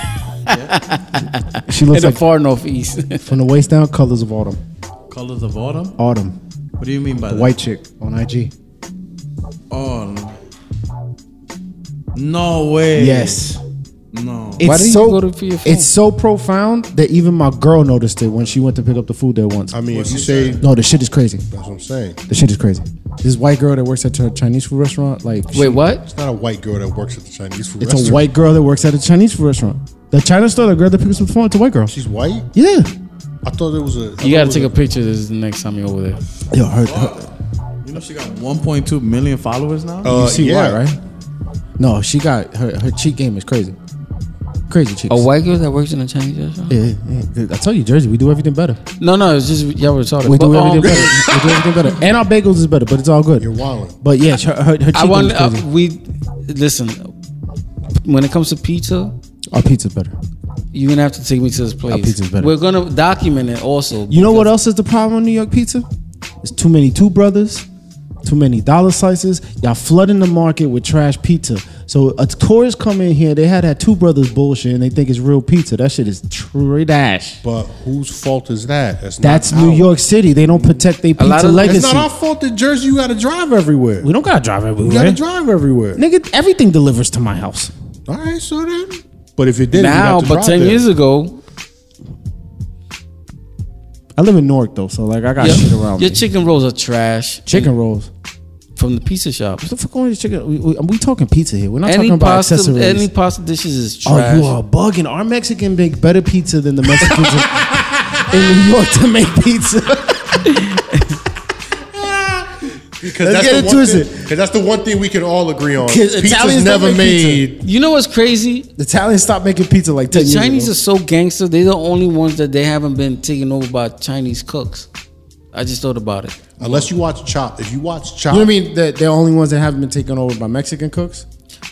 [SPEAKER 3] in
[SPEAKER 1] looks
[SPEAKER 3] the
[SPEAKER 1] like
[SPEAKER 3] far northeast,
[SPEAKER 1] from the waist down, colors of autumn.
[SPEAKER 2] Colors of autumn?
[SPEAKER 1] Autumn,
[SPEAKER 2] What do you mean by
[SPEAKER 1] the
[SPEAKER 2] that?
[SPEAKER 1] white chick on IG.
[SPEAKER 2] on. No way.
[SPEAKER 1] Yes.
[SPEAKER 2] No.
[SPEAKER 1] It's
[SPEAKER 3] do you
[SPEAKER 1] so
[SPEAKER 3] go to- for your phone?
[SPEAKER 1] it's so profound that even my girl noticed it when she went to pick up the food there once.
[SPEAKER 4] I mean, if you say that's
[SPEAKER 1] no, the shit is crazy.
[SPEAKER 4] what I'm saying.
[SPEAKER 1] The shit is crazy. This white girl that works at a Chinese food restaurant, like
[SPEAKER 3] wait, what?
[SPEAKER 4] It's not a white girl that works at the Chinese food
[SPEAKER 1] It's
[SPEAKER 4] restaurant.
[SPEAKER 1] a white girl that works at a Chinese food restaurant. The China store, the girl that picks up the phone, it's a white girl.
[SPEAKER 4] She's white.
[SPEAKER 1] Yeah.
[SPEAKER 4] I thought it was a. I
[SPEAKER 3] You gotta
[SPEAKER 4] thought it
[SPEAKER 3] take a
[SPEAKER 4] was
[SPEAKER 3] picture. This is the next time you're over there.
[SPEAKER 1] Yo, her, her
[SPEAKER 2] You know she got 1.2 million followers now?
[SPEAKER 4] Uh,
[SPEAKER 1] you see
[SPEAKER 4] yeah.
[SPEAKER 1] why, right? No, she got her her cheat game is crazy. Crazy cheeks.
[SPEAKER 3] A white girl that works in a Chinese restaurant?
[SPEAKER 1] Yeah, yeah, yeah. I tell you, Jersey, we do everything better.
[SPEAKER 3] No, no, it's just y'all were talking.
[SPEAKER 1] We
[SPEAKER 3] But,
[SPEAKER 1] do
[SPEAKER 3] um,
[SPEAKER 1] everything better. We do everything better. And our bagels is better, but it's all good.
[SPEAKER 4] You're wilding.
[SPEAKER 1] But yeah, her, her, her cheat
[SPEAKER 3] I
[SPEAKER 1] game
[SPEAKER 3] want
[SPEAKER 1] is
[SPEAKER 3] uh,
[SPEAKER 1] crazy.
[SPEAKER 3] we listen. When it comes to pizza,
[SPEAKER 1] our pizza's better.
[SPEAKER 3] you're gonna have to take me to this place.
[SPEAKER 1] pizza's better.
[SPEAKER 3] We're gonna document it also.
[SPEAKER 1] You know what else is the problem with New York pizza? It's too many two brothers, too many dollar slices. Y'all flooding the market with trash pizza. So a tourist come in here, they had that two brothers bullshit, and they think it's real pizza. That shit is trash.
[SPEAKER 4] But whose fault is that? That's,
[SPEAKER 1] That's
[SPEAKER 4] not
[SPEAKER 1] New
[SPEAKER 4] ours.
[SPEAKER 1] York City. They don't protect their
[SPEAKER 3] lot
[SPEAKER 1] pizza
[SPEAKER 3] of-
[SPEAKER 1] legacy.
[SPEAKER 4] It's not our fault that Jersey. You got to drive everywhere.
[SPEAKER 1] we don't gotta drive
[SPEAKER 4] You
[SPEAKER 1] everywhere.
[SPEAKER 4] got to drive everywhere.
[SPEAKER 1] Nigga, everything delivers to my house.
[SPEAKER 4] All right, so then. But if it didn't,
[SPEAKER 3] now,
[SPEAKER 4] you
[SPEAKER 3] but ten years ago,
[SPEAKER 1] I live in Newark though, so like I got
[SPEAKER 3] your,
[SPEAKER 1] shit around
[SPEAKER 3] your
[SPEAKER 1] me.
[SPEAKER 3] chicken rolls are trash
[SPEAKER 1] chicken rolls.
[SPEAKER 3] from the pizza shop.
[SPEAKER 1] What the fuck going to chicken? We, we, we talking pizza here. We're not
[SPEAKER 3] Any
[SPEAKER 1] talking about
[SPEAKER 3] pasta,
[SPEAKER 1] accessories.
[SPEAKER 3] any pasta dishes is
[SPEAKER 1] Oh,
[SPEAKER 3] trash.
[SPEAKER 1] you are bugging. Our Mexican make better pizza than the Mexicans in- in New York to make pizza.
[SPEAKER 4] because
[SPEAKER 1] Let's
[SPEAKER 4] that's
[SPEAKER 1] get
[SPEAKER 4] the
[SPEAKER 1] it
[SPEAKER 4] one
[SPEAKER 1] twisted.
[SPEAKER 4] thing- 'cause that's the one thing we can all agree on.
[SPEAKER 1] 'Cause
[SPEAKER 4] Pizza's
[SPEAKER 1] Italians don't
[SPEAKER 4] never
[SPEAKER 1] make
[SPEAKER 4] made.
[SPEAKER 3] You know what's crazy?
[SPEAKER 1] The Italians stopped making pizza like
[SPEAKER 3] The
[SPEAKER 1] ten
[SPEAKER 3] Chinese are
[SPEAKER 1] years
[SPEAKER 3] so gangster. They're the only ones that they haven't been taken over by Chinese cooks. I just thought about it.
[SPEAKER 4] Unless you watch Chop. If you watch Chop,
[SPEAKER 1] ago. You know what I mean? That they're the only ones that haven't been taken over by Mexican cooks.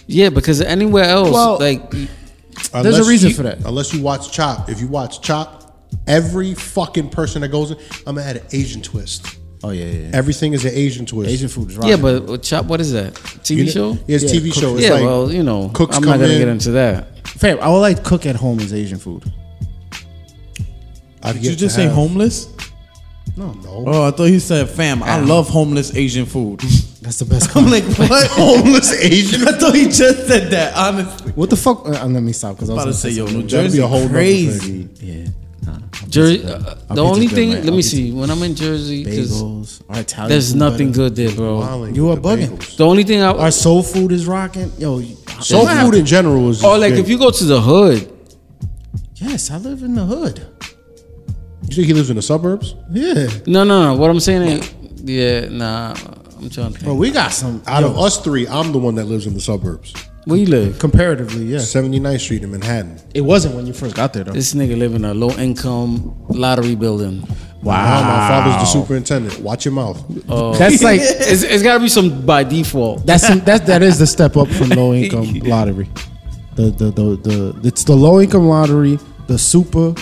[SPEAKER 3] Yeah, because anywhere else,
[SPEAKER 1] Well-
[SPEAKER 3] like
[SPEAKER 1] There's a
[SPEAKER 4] unless
[SPEAKER 1] reason
[SPEAKER 4] you-
[SPEAKER 1] for that.
[SPEAKER 4] Unless you watch Chop. If you watch Chop, every fucking person that goes in, I'm gonna add an Asian twist.
[SPEAKER 1] Oh yeah, yeah.
[SPEAKER 4] Everything is an Asian twist.
[SPEAKER 1] Asian food is right.
[SPEAKER 3] yeah, but uh, chop. What is that? TV
[SPEAKER 4] You know-
[SPEAKER 3] show?
[SPEAKER 4] Yeah, it's TV show. It's
[SPEAKER 3] yeah,
[SPEAKER 4] like
[SPEAKER 3] well, you know,
[SPEAKER 4] cooks
[SPEAKER 3] I'm not
[SPEAKER 4] come
[SPEAKER 3] gonna
[SPEAKER 4] in.
[SPEAKER 3] get into that.
[SPEAKER 1] fam, I would like cook at home is Asian food.
[SPEAKER 4] I've
[SPEAKER 2] Did
[SPEAKER 4] yet
[SPEAKER 2] you
[SPEAKER 4] to
[SPEAKER 2] just say
[SPEAKER 4] have-
[SPEAKER 2] homeless?
[SPEAKER 4] No, no.
[SPEAKER 2] Oh, I thought he said, fam, I love homeless Asian food.
[SPEAKER 7] That's the best.
[SPEAKER 2] I'm
[SPEAKER 7] part.
[SPEAKER 2] like, what?
[SPEAKER 4] Homeless Asian.
[SPEAKER 2] I thought he just said that. Honestly,
[SPEAKER 7] what the fuck? Uh, uh, let me stop because I was
[SPEAKER 2] about to
[SPEAKER 7] gonna
[SPEAKER 2] say, yo,
[SPEAKER 7] something.
[SPEAKER 2] New
[SPEAKER 4] That'd
[SPEAKER 2] Jersey,
[SPEAKER 4] be a whole nother
[SPEAKER 2] crazy.
[SPEAKER 4] thing.
[SPEAKER 8] Yeah.
[SPEAKER 3] Jersey. Uh, the
[SPEAKER 7] pizza
[SPEAKER 3] only
[SPEAKER 7] good,
[SPEAKER 3] thing,
[SPEAKER 7] man.
[SPEAKER 3] let
[SPEAKER 7] I'll
[SPEAKER 3] me
[SPEAKER 7] pizza.
[SPEAKER 3] see. When I'm in Jersey, 'cause
[SPEAKER 7] bagels. Our Italian
[SPEAKER 3] there's
[SPEAKER 7] food
[SPEAKER 3] nothing
[SPEAKER 7] better.
[SPEAKER 3] good there, bro.
[SPEAKER 4] Finally,
[SPEAKER 7] You are
[SPEAKER 4] with the
[SPEAKER 7] bugging.
[SPEAKER 4] bagels.
[SPEAKER 3] The only thing I
[SPEAKER 7] Our soul food is rocking. Yo,
[SPEAKER 4] Soul food in general is.
[SPEAKER 3] or oh, like
[SPEAKER 4] great.
[SPEAKER 3] if you go to the hood,
[SPEAKER 7] Yes, I live in the hood.
[SPEAKER 4] You think he lives in the suburbs?
[SPEAKER 7] Yeah,
[SPEAKER 3] no, no, no. What I'm saying is, yeah, nah. I'm trying to.
[SPEAKER 7] bro,
[SPEAKER 3] Think.
[SPEAKER 7] we got some
[SPEAKER 4] Out of us three, I'm the one that lives in the suburbs.
[SPEAKER 3] Where you live?
[SPEAKER 7] comparatively. Yeah,
[SPEAKER 4] 79th Street in Manhattan.
[SPEAKER 7] it wasn't when you first got there though.
[SPEAKER 3] This nigga live in a low income lottery building.
[SPEAKER 4] Wow. My father's the superintendent. Watch your mouth.
[SPEAKER 7] That's like
[SPEAKER 3] It's, it's got to be some by default.
[SPEAKER 7] that's some, that's that is the step up from low income lottery. The the the the it's the low income lottery, the super,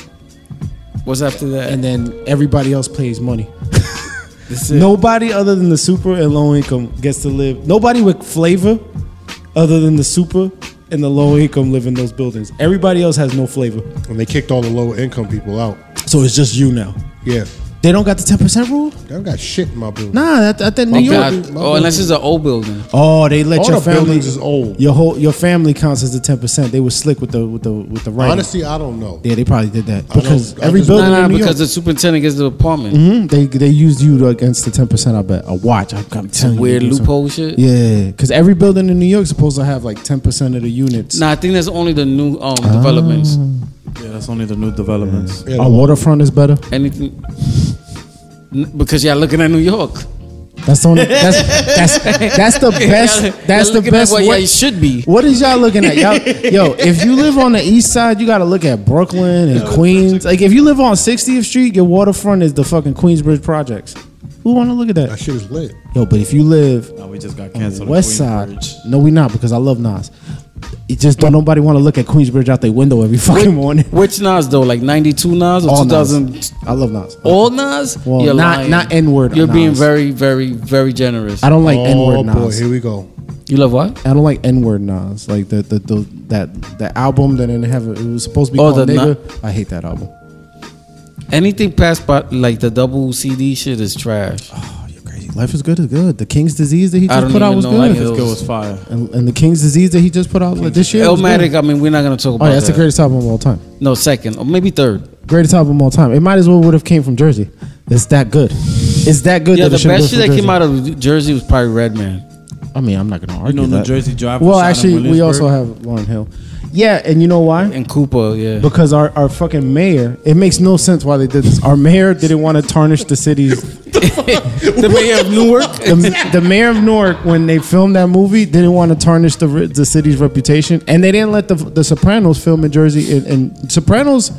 [SPEAKER 3] What's after that?
[SPEAKER 7] and then everybody else pays money.
[SPEAKER 3] That's it.
[SPEAKER 7] Nobody other than the super and low income gets to live. Nobody with flavor other than the super and the low income live in those buildings. Everybody else has no flavor.
[SPEAKER 4] And they kicked all the low income people out.
[SPEAKER 7] So it's just you now.
[SPEAKER 4] Yeah.
[SPEAKER 7] They don't got the 10% rule?
[SPEAKER 4] They don't got shit in my building.
[SPEAKER 7] Nah, that, I think New
[SPEAKER 3] Thank
[SPEAKER 7] York.
[SPEAKER 3] God. Oh, unless it's an old building.
[SPEAKER 7] Oh, they let
[SPEAKER 4] All
[SPEAKER 7] your
[SPEAKER 4] the
[SPEAKER 7] family
[SPEAKER 4] buildings is old.
[SPEAKER 7] Your whole your family counts as the 10%. They were slick with the with the with the writing.
[SPEAKER 4] Honestly, I don't know.
[SPEAKER 7] Yeah, they probably did that
[SPEAKER 4] don't-
[SPEAKER 7] because
[SPEAKER 4] I
[SPEAKER 7] every
[SPEAKER 4] just-
[SPEAKER 7] building
[SPEAKER 3] Nah, nah,
[SPEAKER 7] in New
[SPEAKER 3] because
[SPEAKER 7] York,
[SPEAKER 3] the superintendent gets the apartment.
[SPEAKER 7] Mhm, they they used you to, against the ten percent. I bet a watch. I'm, I'm telling
[SPEAKER 3] Weird
[SPEAKER 7] you, they do something.
[SPEAKER 3] loophole shit.
[SPEAKER 7] Yeah, because every building in New York is supposed to have like ten percent of the units.
[SPEAKER 3] Nah, I think that's only the new um developments.
[SPEAKER 2] Yeah, that's only the new developments.
[SPEAKER 4] Yeah,
[SPEAKER 7] Our waterfront is better.
[SPEAKER 3] Anything N- because y'all looking at New York.
[SPEAKER 7] That's the only, that's, that's that's the best. That's
[SPEAKER 3] Y'all
[SPEAKER 7] the
[SPEAKER 3] looking
[SPEAKER 7] best.
[SPEAKER 3] At what
[SPEAKER 7] what-
[SPEAKER 3] y'all should be.
[SPEAKER 7] What is y'all looking at? Y'all, yo, if you live on the east side, you gotta look at Brooklyn and Queens. Like if you live on 60th Street, your waterfront is the fucking Queensbridge projects. Who wanna look at
[SPEAKER 4] That
[SPEAKER 7] that?
[SPEAKER 4] shit is lit.
[SPEAKER 7] Yo, but if you live
[SPEAKER 2] Nah, we just got
[SPEAKER 7] on
[SPEAKER 2] canceled.
[SPEAKER 7] the west side, no, we not because I love Nas. It just don't nobody wanna look at Queensbridge out their window every fucking morning.
[SPEAKER 3] Which Nas though? Like ninety two Nas or
[SPEAKER 7] All
[SPEAKER 3] two thousand
[SPEAKER 7] Nas. I love Nas.
[SPEAKER 3] all Nas?
[SPEAKER 7] Well,
[SPEAKER 3] You're
[SPEAKER 7] not-
[SPEAKER 3] lying.
[SPEAKER 7] not N-word
[SPEAKER 3] You're being
[SPEAKER 7] Nas.
[SPEAKER 3] very, very, very generous.
[SPEAKER 7] I don't like N
[SPEAKER 4] oh
[SPEAKER 7] word
[SPEAKER 4] boy,
[SPEAKER 7] Nas.
[SPEAKER 4] here we go.
[SPEAKER 3] you love what?
[SPEAKER 7] I don't like N word Nas. Like the, the the that the album that didn't have a, it was supposed to be
[SPEAKER 3] Oh,
[SPEAKER 7] called
[SPEAKER 3] the
[SPEAKER 7] nigga. I hate that album.
[SPEAKER 3] Anything past by like the double CD shit is trash.
[SPEAKER 7] Oh, you're crazy. Life is good is good. The King's Disease that he
[SPEAKER 3] I
[SPEAKER 7] just
[SPEAKER 3] don't
[SPEAKER 7] put out
[SPEAKER 3] even
[SPEAKER 7] was
[SPEAKER 3] know
[SPEAKER 7] good.
[SPEAKER 3] Life is
[SPEAKER 2] This girl was fire.
[SPEAKER 7] And, and the King's Disease that he just put out like, this year. was good.
[SPEAKER 3] Illmatic. I mean, we're not gonna talk
[SPEAKER 7] Oh,
[SPEAKER 3] about
[SPEAKER 7] yeah, that's
[SPEAKER 3] that.
[SPEAKER 7] the greatest album of all time.
[SPEAKER 3] No, second or maybe third.
[SPEAKER 7] Greatest album of all time. It might as well would have came from Jersey. It's that good. It's that good.
[SPEAKER 3] Yeah,
[SPEAKER 7] that
[SPEAKER 3] the
[SPEAKER 7] it should've
[SPEAKER 3] best
[SPEAKER 7] been
[SPEAKER 3] shit that
[SPEAKER 7] from
[SPEAKER 3] came out of Jersey was probably Redman.
[SPEAKER 7] Jersey. I mean, I'm not gonna argue
[SPEAKER 2] You know, New
[SPEAKER 7] that.
[SPEAKER 2] Jersey Drive.
[SPEAKER 7] Well,
[SPEAKER 2] Poseidon,
[SPEAKER 7] actually, we
[SPEAKER 2] Williamsburg.
[SPEAKER 7] also have Lauren Hill. Yeah, and you know why?
[SPEAKER 3] And Cooper, yeah.
[SPEAKER 7] Because our, our fucking mayor, it makes no sense why they did this. Our mayor didn't want to tarnish the city's
[SPEAKER 3] the mayor of Newark.
[SPEAKER 7] the, the mayor of Newark, when they filmed that movie, didn't want to tarnish the re- the city's reputation, and they didn't let the the Sopranos film in Jersey. And, and Sopranos,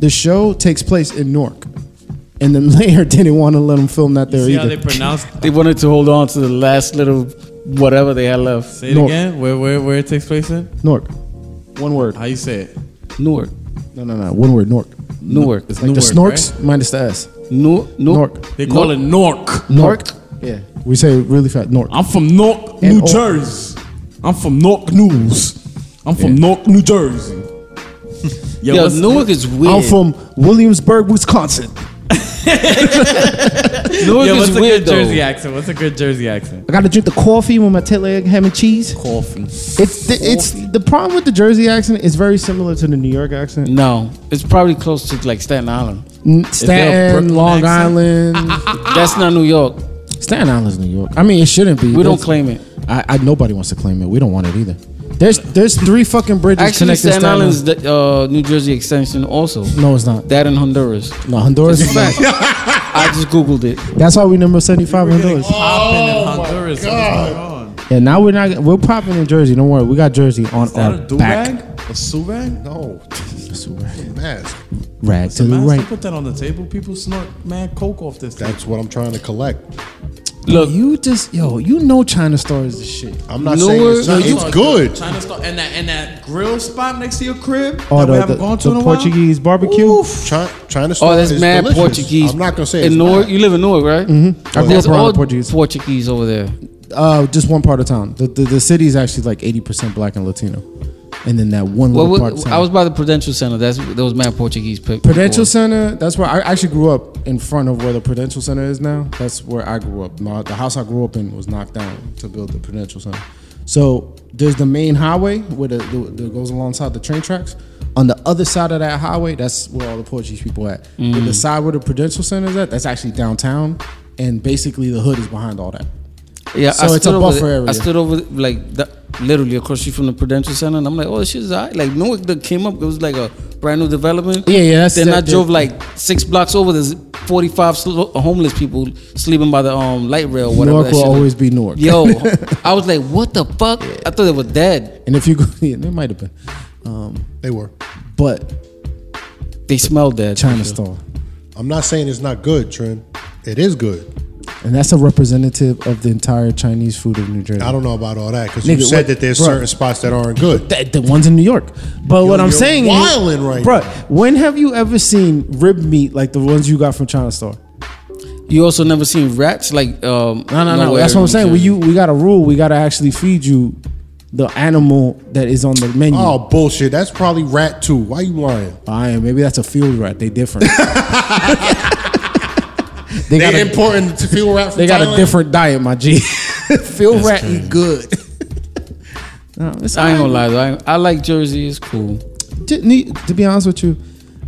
[SPEAKER 7] the show takes place in Newark, and the mayor didn't want to let them film that there
[SPEAKER 2] See how they
[SPEAKER 7] either.
[SPEAKER 2] pronounce?
[SPEAKER 3] They wanted to hold on to the last little whatever they had left.
[SPEAKER 2] Say it
[SPEAKER 7] No.
[SPEAKER 2] again. Where, where, where it takes place in?
[SPEAKER 7] Newark, one word.
[SPEAKER 2] How you say it?
[SPEAKER 3] Newark,
[SPEAKER 7] No, no, no, one word. Newark.
[SPEAKER 3] Newark,
[SPEAKER 2] It's
[SPEAKER 7] Like the
[SPEAKER 2] Newark,
[SPEAKER 7] snorks minus the s.
[SPEAKER 3] New- New-
[SPEAKER 7] Newark.
[SPEAKER 2] They call it Nork.
[SPEAKER 7] Newark. Yeah, we say it really fast. Newark.
[SPEAKER 2] I'm from Nork,
[SPEAKER 7] And
[SPEAKER 2] New
[SPEAKER 7] all-
[SPEAKER 2] Jersey. I'm from Nork News. I'm from Nork, New Jersey. Yo,
[SPEAKER 3] Yeah,
[SPEAKER 2] what's-
[SPEAKER 3] Newark is weird.
[SPEAKER 7] I'm from Williamsburg, Wisconsin.
[SPEAKER 3] Newark
[SPEAKER 2] Yo,
[SPEAKER 3] is
[SPEAKER 2] what's a
[SPEAKER 3] weird
[SPEAKER 2] good Jersey
[SPEAKER 3] though.
[SPEAKER 2] accent? What's a good Jersey accent?
[SPEAKER 7] I gotta drink the coffee with my tail egg, ham and cheese.
[SPEAKER 2] Coffee.
[SPEAKER 7] It's the, it's the problem with the Jersey accent is very similar to the New York accent.
[SPEAKER 3] No, it's probably close to like Staten Island.
[SPEAKER 7] N-
[SPEAKER 2] there a
[SPEAKER 7] Staten,
[SPEAKER 2] Brooklyn
[SPEAKER 7] Long
[SPEAKER 2] accent?
[SPEAKER 7] Island.
[SPEAKER 3] That's not New York.
[SPEAKER 7] Staten Island's New York. I mean, it shouldn't be.
[SPEAKER 3] We don't
[SPEAKER 7] There's-
[SPEAKER 3] claim it.
[SPEAKER 7] I, I nobody wants to claim it. We don't want it either. There's there's three fucking bridges
[SPEAKER 3] Actually,
[SPEAKER 7] connecting
[SPEAKER 3] Staten
[SPEAKER 7] Staten Island.
[SPEAKER 3] Island's the, uh, New Jersey extension also.
[SPEAKER 7] No, it's not.
[SPEAKER 3] That in Honduras.
[SPEAKER 7] No, Honduras.
[SPEAKER 3] In fact, I just googled it.
[SPEAKER 7] That's why we number seventy five Honduras.
[SPEAKER 2] Popping in Honduras. What is going on?
[SPEAKER 7] And now we're not we're popping in Jersey. Don't worry, we got Jersey on
[SPEAKER 2] Is that
[SPEAKER 7] our
[SPEAKER 2] a do
[SPEAKER 7] back.
[SPEAKER 2] rag? A subag?
[SPEAKER 4] No. Mask.
[SPEAKER 7] Rag to the
[SPEAKER 2] Man,
[SPEAKER 7] right.
[SPEAKER 2] right. put that on the table. People snort mad coke off this thing.
[SPEAKER 4] That's what I'm trying to collect.
[SPEAKER 3] Look,
[SPEAKER 7] You just yo, you know China Star is the shit.
[SPEAKER 4] I'm not
[SPEAKER 3] Newer-
[SPEAKER 4] saying it's, not,
[SPEAKER 2] China
[SPEAKER 4] it's
[SPEAKER 2] Star-
[SPEAKER 4] good.
[SPEAKER 2] China Star and that and that grill spot next to your crib
[SPEAKER 7] Oh,
[SPEAKER 2] that we
[SPEAKER 7] the,
[SPEAKER 2] haven't
[SPEAKER 7] the-
[SPEAKER 2] gone to
[SPEAKER 7] the
[SPEAKER 2] in a while.
[SPEAKER 7] Portuguese barbecue.
[SPEAKER 4] China, China Star
[SPEAKER 3] oh, that's
[SPEAKER 4] is
[SPEAKER 3] mad
[SPEAKER 4] delicious.
[SPEAKER 3] Portuguese.
[SPEAKER 4] I'm not gonna say it's
[SPEAKER 3] in Newark.
[SPEAKER 4] not.
[SPEAKER 3] You live in Newark, right? Mm-hmm.
[SPEAKER 7] I grew
[SPEAKER 3] There's
[SPEAKER 7] up around
[SPEAKER 3] all
[SPEAKER 7] Portuguese.
[SPEAKER 3] Portuguese over there.
[SPEAKER 7] Uh, just one part of town. The the, the city is actually like eighty percent black and Latino. and then that one
[SPEAKER 3] Well,
[SPEAKER 7] little part. of
[SPEAKER 3] what-
[SPEAKER 7] town.
[SPEAKER 3] I was by the Prudential Center. That's there was mad Portuguese. pe-
[SPEAKER 7] Prudential
[SPEAKER 3] people.
[SPEAKER 7] Center. That's where I actually grew up in front of where the Prudential Center is now. That's where I grew up. My, the house I grew up in was knocked down to build the Prudential Center. So there's the main highway where the, the, that goes alongside the train tracks. On the other side of that highway, that's where all the Portuguese people at. But the side where the Prudential Center is at, that's actually downtown, and basically the hood is behind all that.
[SPEAKER 3] Yeah, I
[SPEAKER 7] So it's a
[SPEAKER 3] stood over
[SPEAKER 7] buffer
[SPEAKER 3] there-
[SPEAKER 7] area.
[SPEAKER 3] I stood over like the, literally across street from the Prudential Center, and I'm like, oh, this shit's alright. Like Newark that came up, it was like a brand new development.
[SPEAKER 7] Yeah, yeah, that's-
[SPEAKER 3] Then I
[SPEAKER 7] that-
[SPEAKER 3] drove
[SPEAKER 7] that-
[SPEAKER 3] like six blocks over. There's 45 sl- homeless people sleeping by the um light rail. Whatever.
[SPEAKER 7] Newark
[SPEAKER 3] that
[SPEAKER 7] will
[SPEAKER 3] shit is.
[SPEAKER 7] always be Newark.
[SPEAKER 3] Yo, I was like, what the fuck? I thought they were dead.
[SPEAKER 7] And if you go, yeah, there might have been, um,
[SPEAKER 4] They were.
[SPEAKER 7] but
[SPEAKER 3] They smelled dead.
[SPEAKER 7] China Star.
[SPEAKER 4] I'm not saying it's not good, Trent. It is good.
[SPEAKER 7] And that's a representative of the entire Chinese food of New Jersey.
[SPEAKER 4] I don't know about all that because you
[SPEAKER 7] Nigga,
[SPEAKER 4] said
[SPEAKER 7] what-
[SPEAKER 4] that there's
[SPEAKER 7] bro.
[SPEAKER 4] certain spots that aren't good.
[SPEAKER 7] Th- the ones in New York. But what I'm
[SPEAKER 4] you're
[SPEAKER 7] saying is,
[SPEAKER 4] wildin' right
[SPEAKER 7] bro,
[SPEAKER 4] now.
[SPEAKER 7] when have you ever seen rib meat like the ones you got from China Star?
[SPEAKER 3] You also never seen rats like um.
[SPEAKER 7] No, no, no.
[SPEAKER 3] nowhere
[SPEAKER 7] That's what I'm
[SPEAKER 3] in
[SPEAKER 7] saying.
[SPEAKER 3] Jersey.
[SPEAKER 7] We you we got a rule. We got to actually feed you the animal that is on the menu.
[SPEAKER 4] Oh
[SPEAKER 7] Oh.
[SPEAKER 4] bullshit! That's probably rat too. Why you lying?
[SPEAKER 7] I am. Maybe that's a field rat. They different. they got
[SPEAKER 4] They
[SPEAKER 7] a,
[SPEAKER 4] importing to feel rat from
[SPEAKER 7] they got
[SPEAKER 4] Thailand?
[SPEAKER 7] a different diet, my G. field rat eat good. no, it's
[SPEAKER 3] I ain't
[SPEAKER 7] all
[SPEAKER 3] gonna
[SPEAKER 7] right.
[SPEAKER 3] lie though. I, I like Jersey. It's cool.
[SPEAKER 7] To, ne- to be honest with you,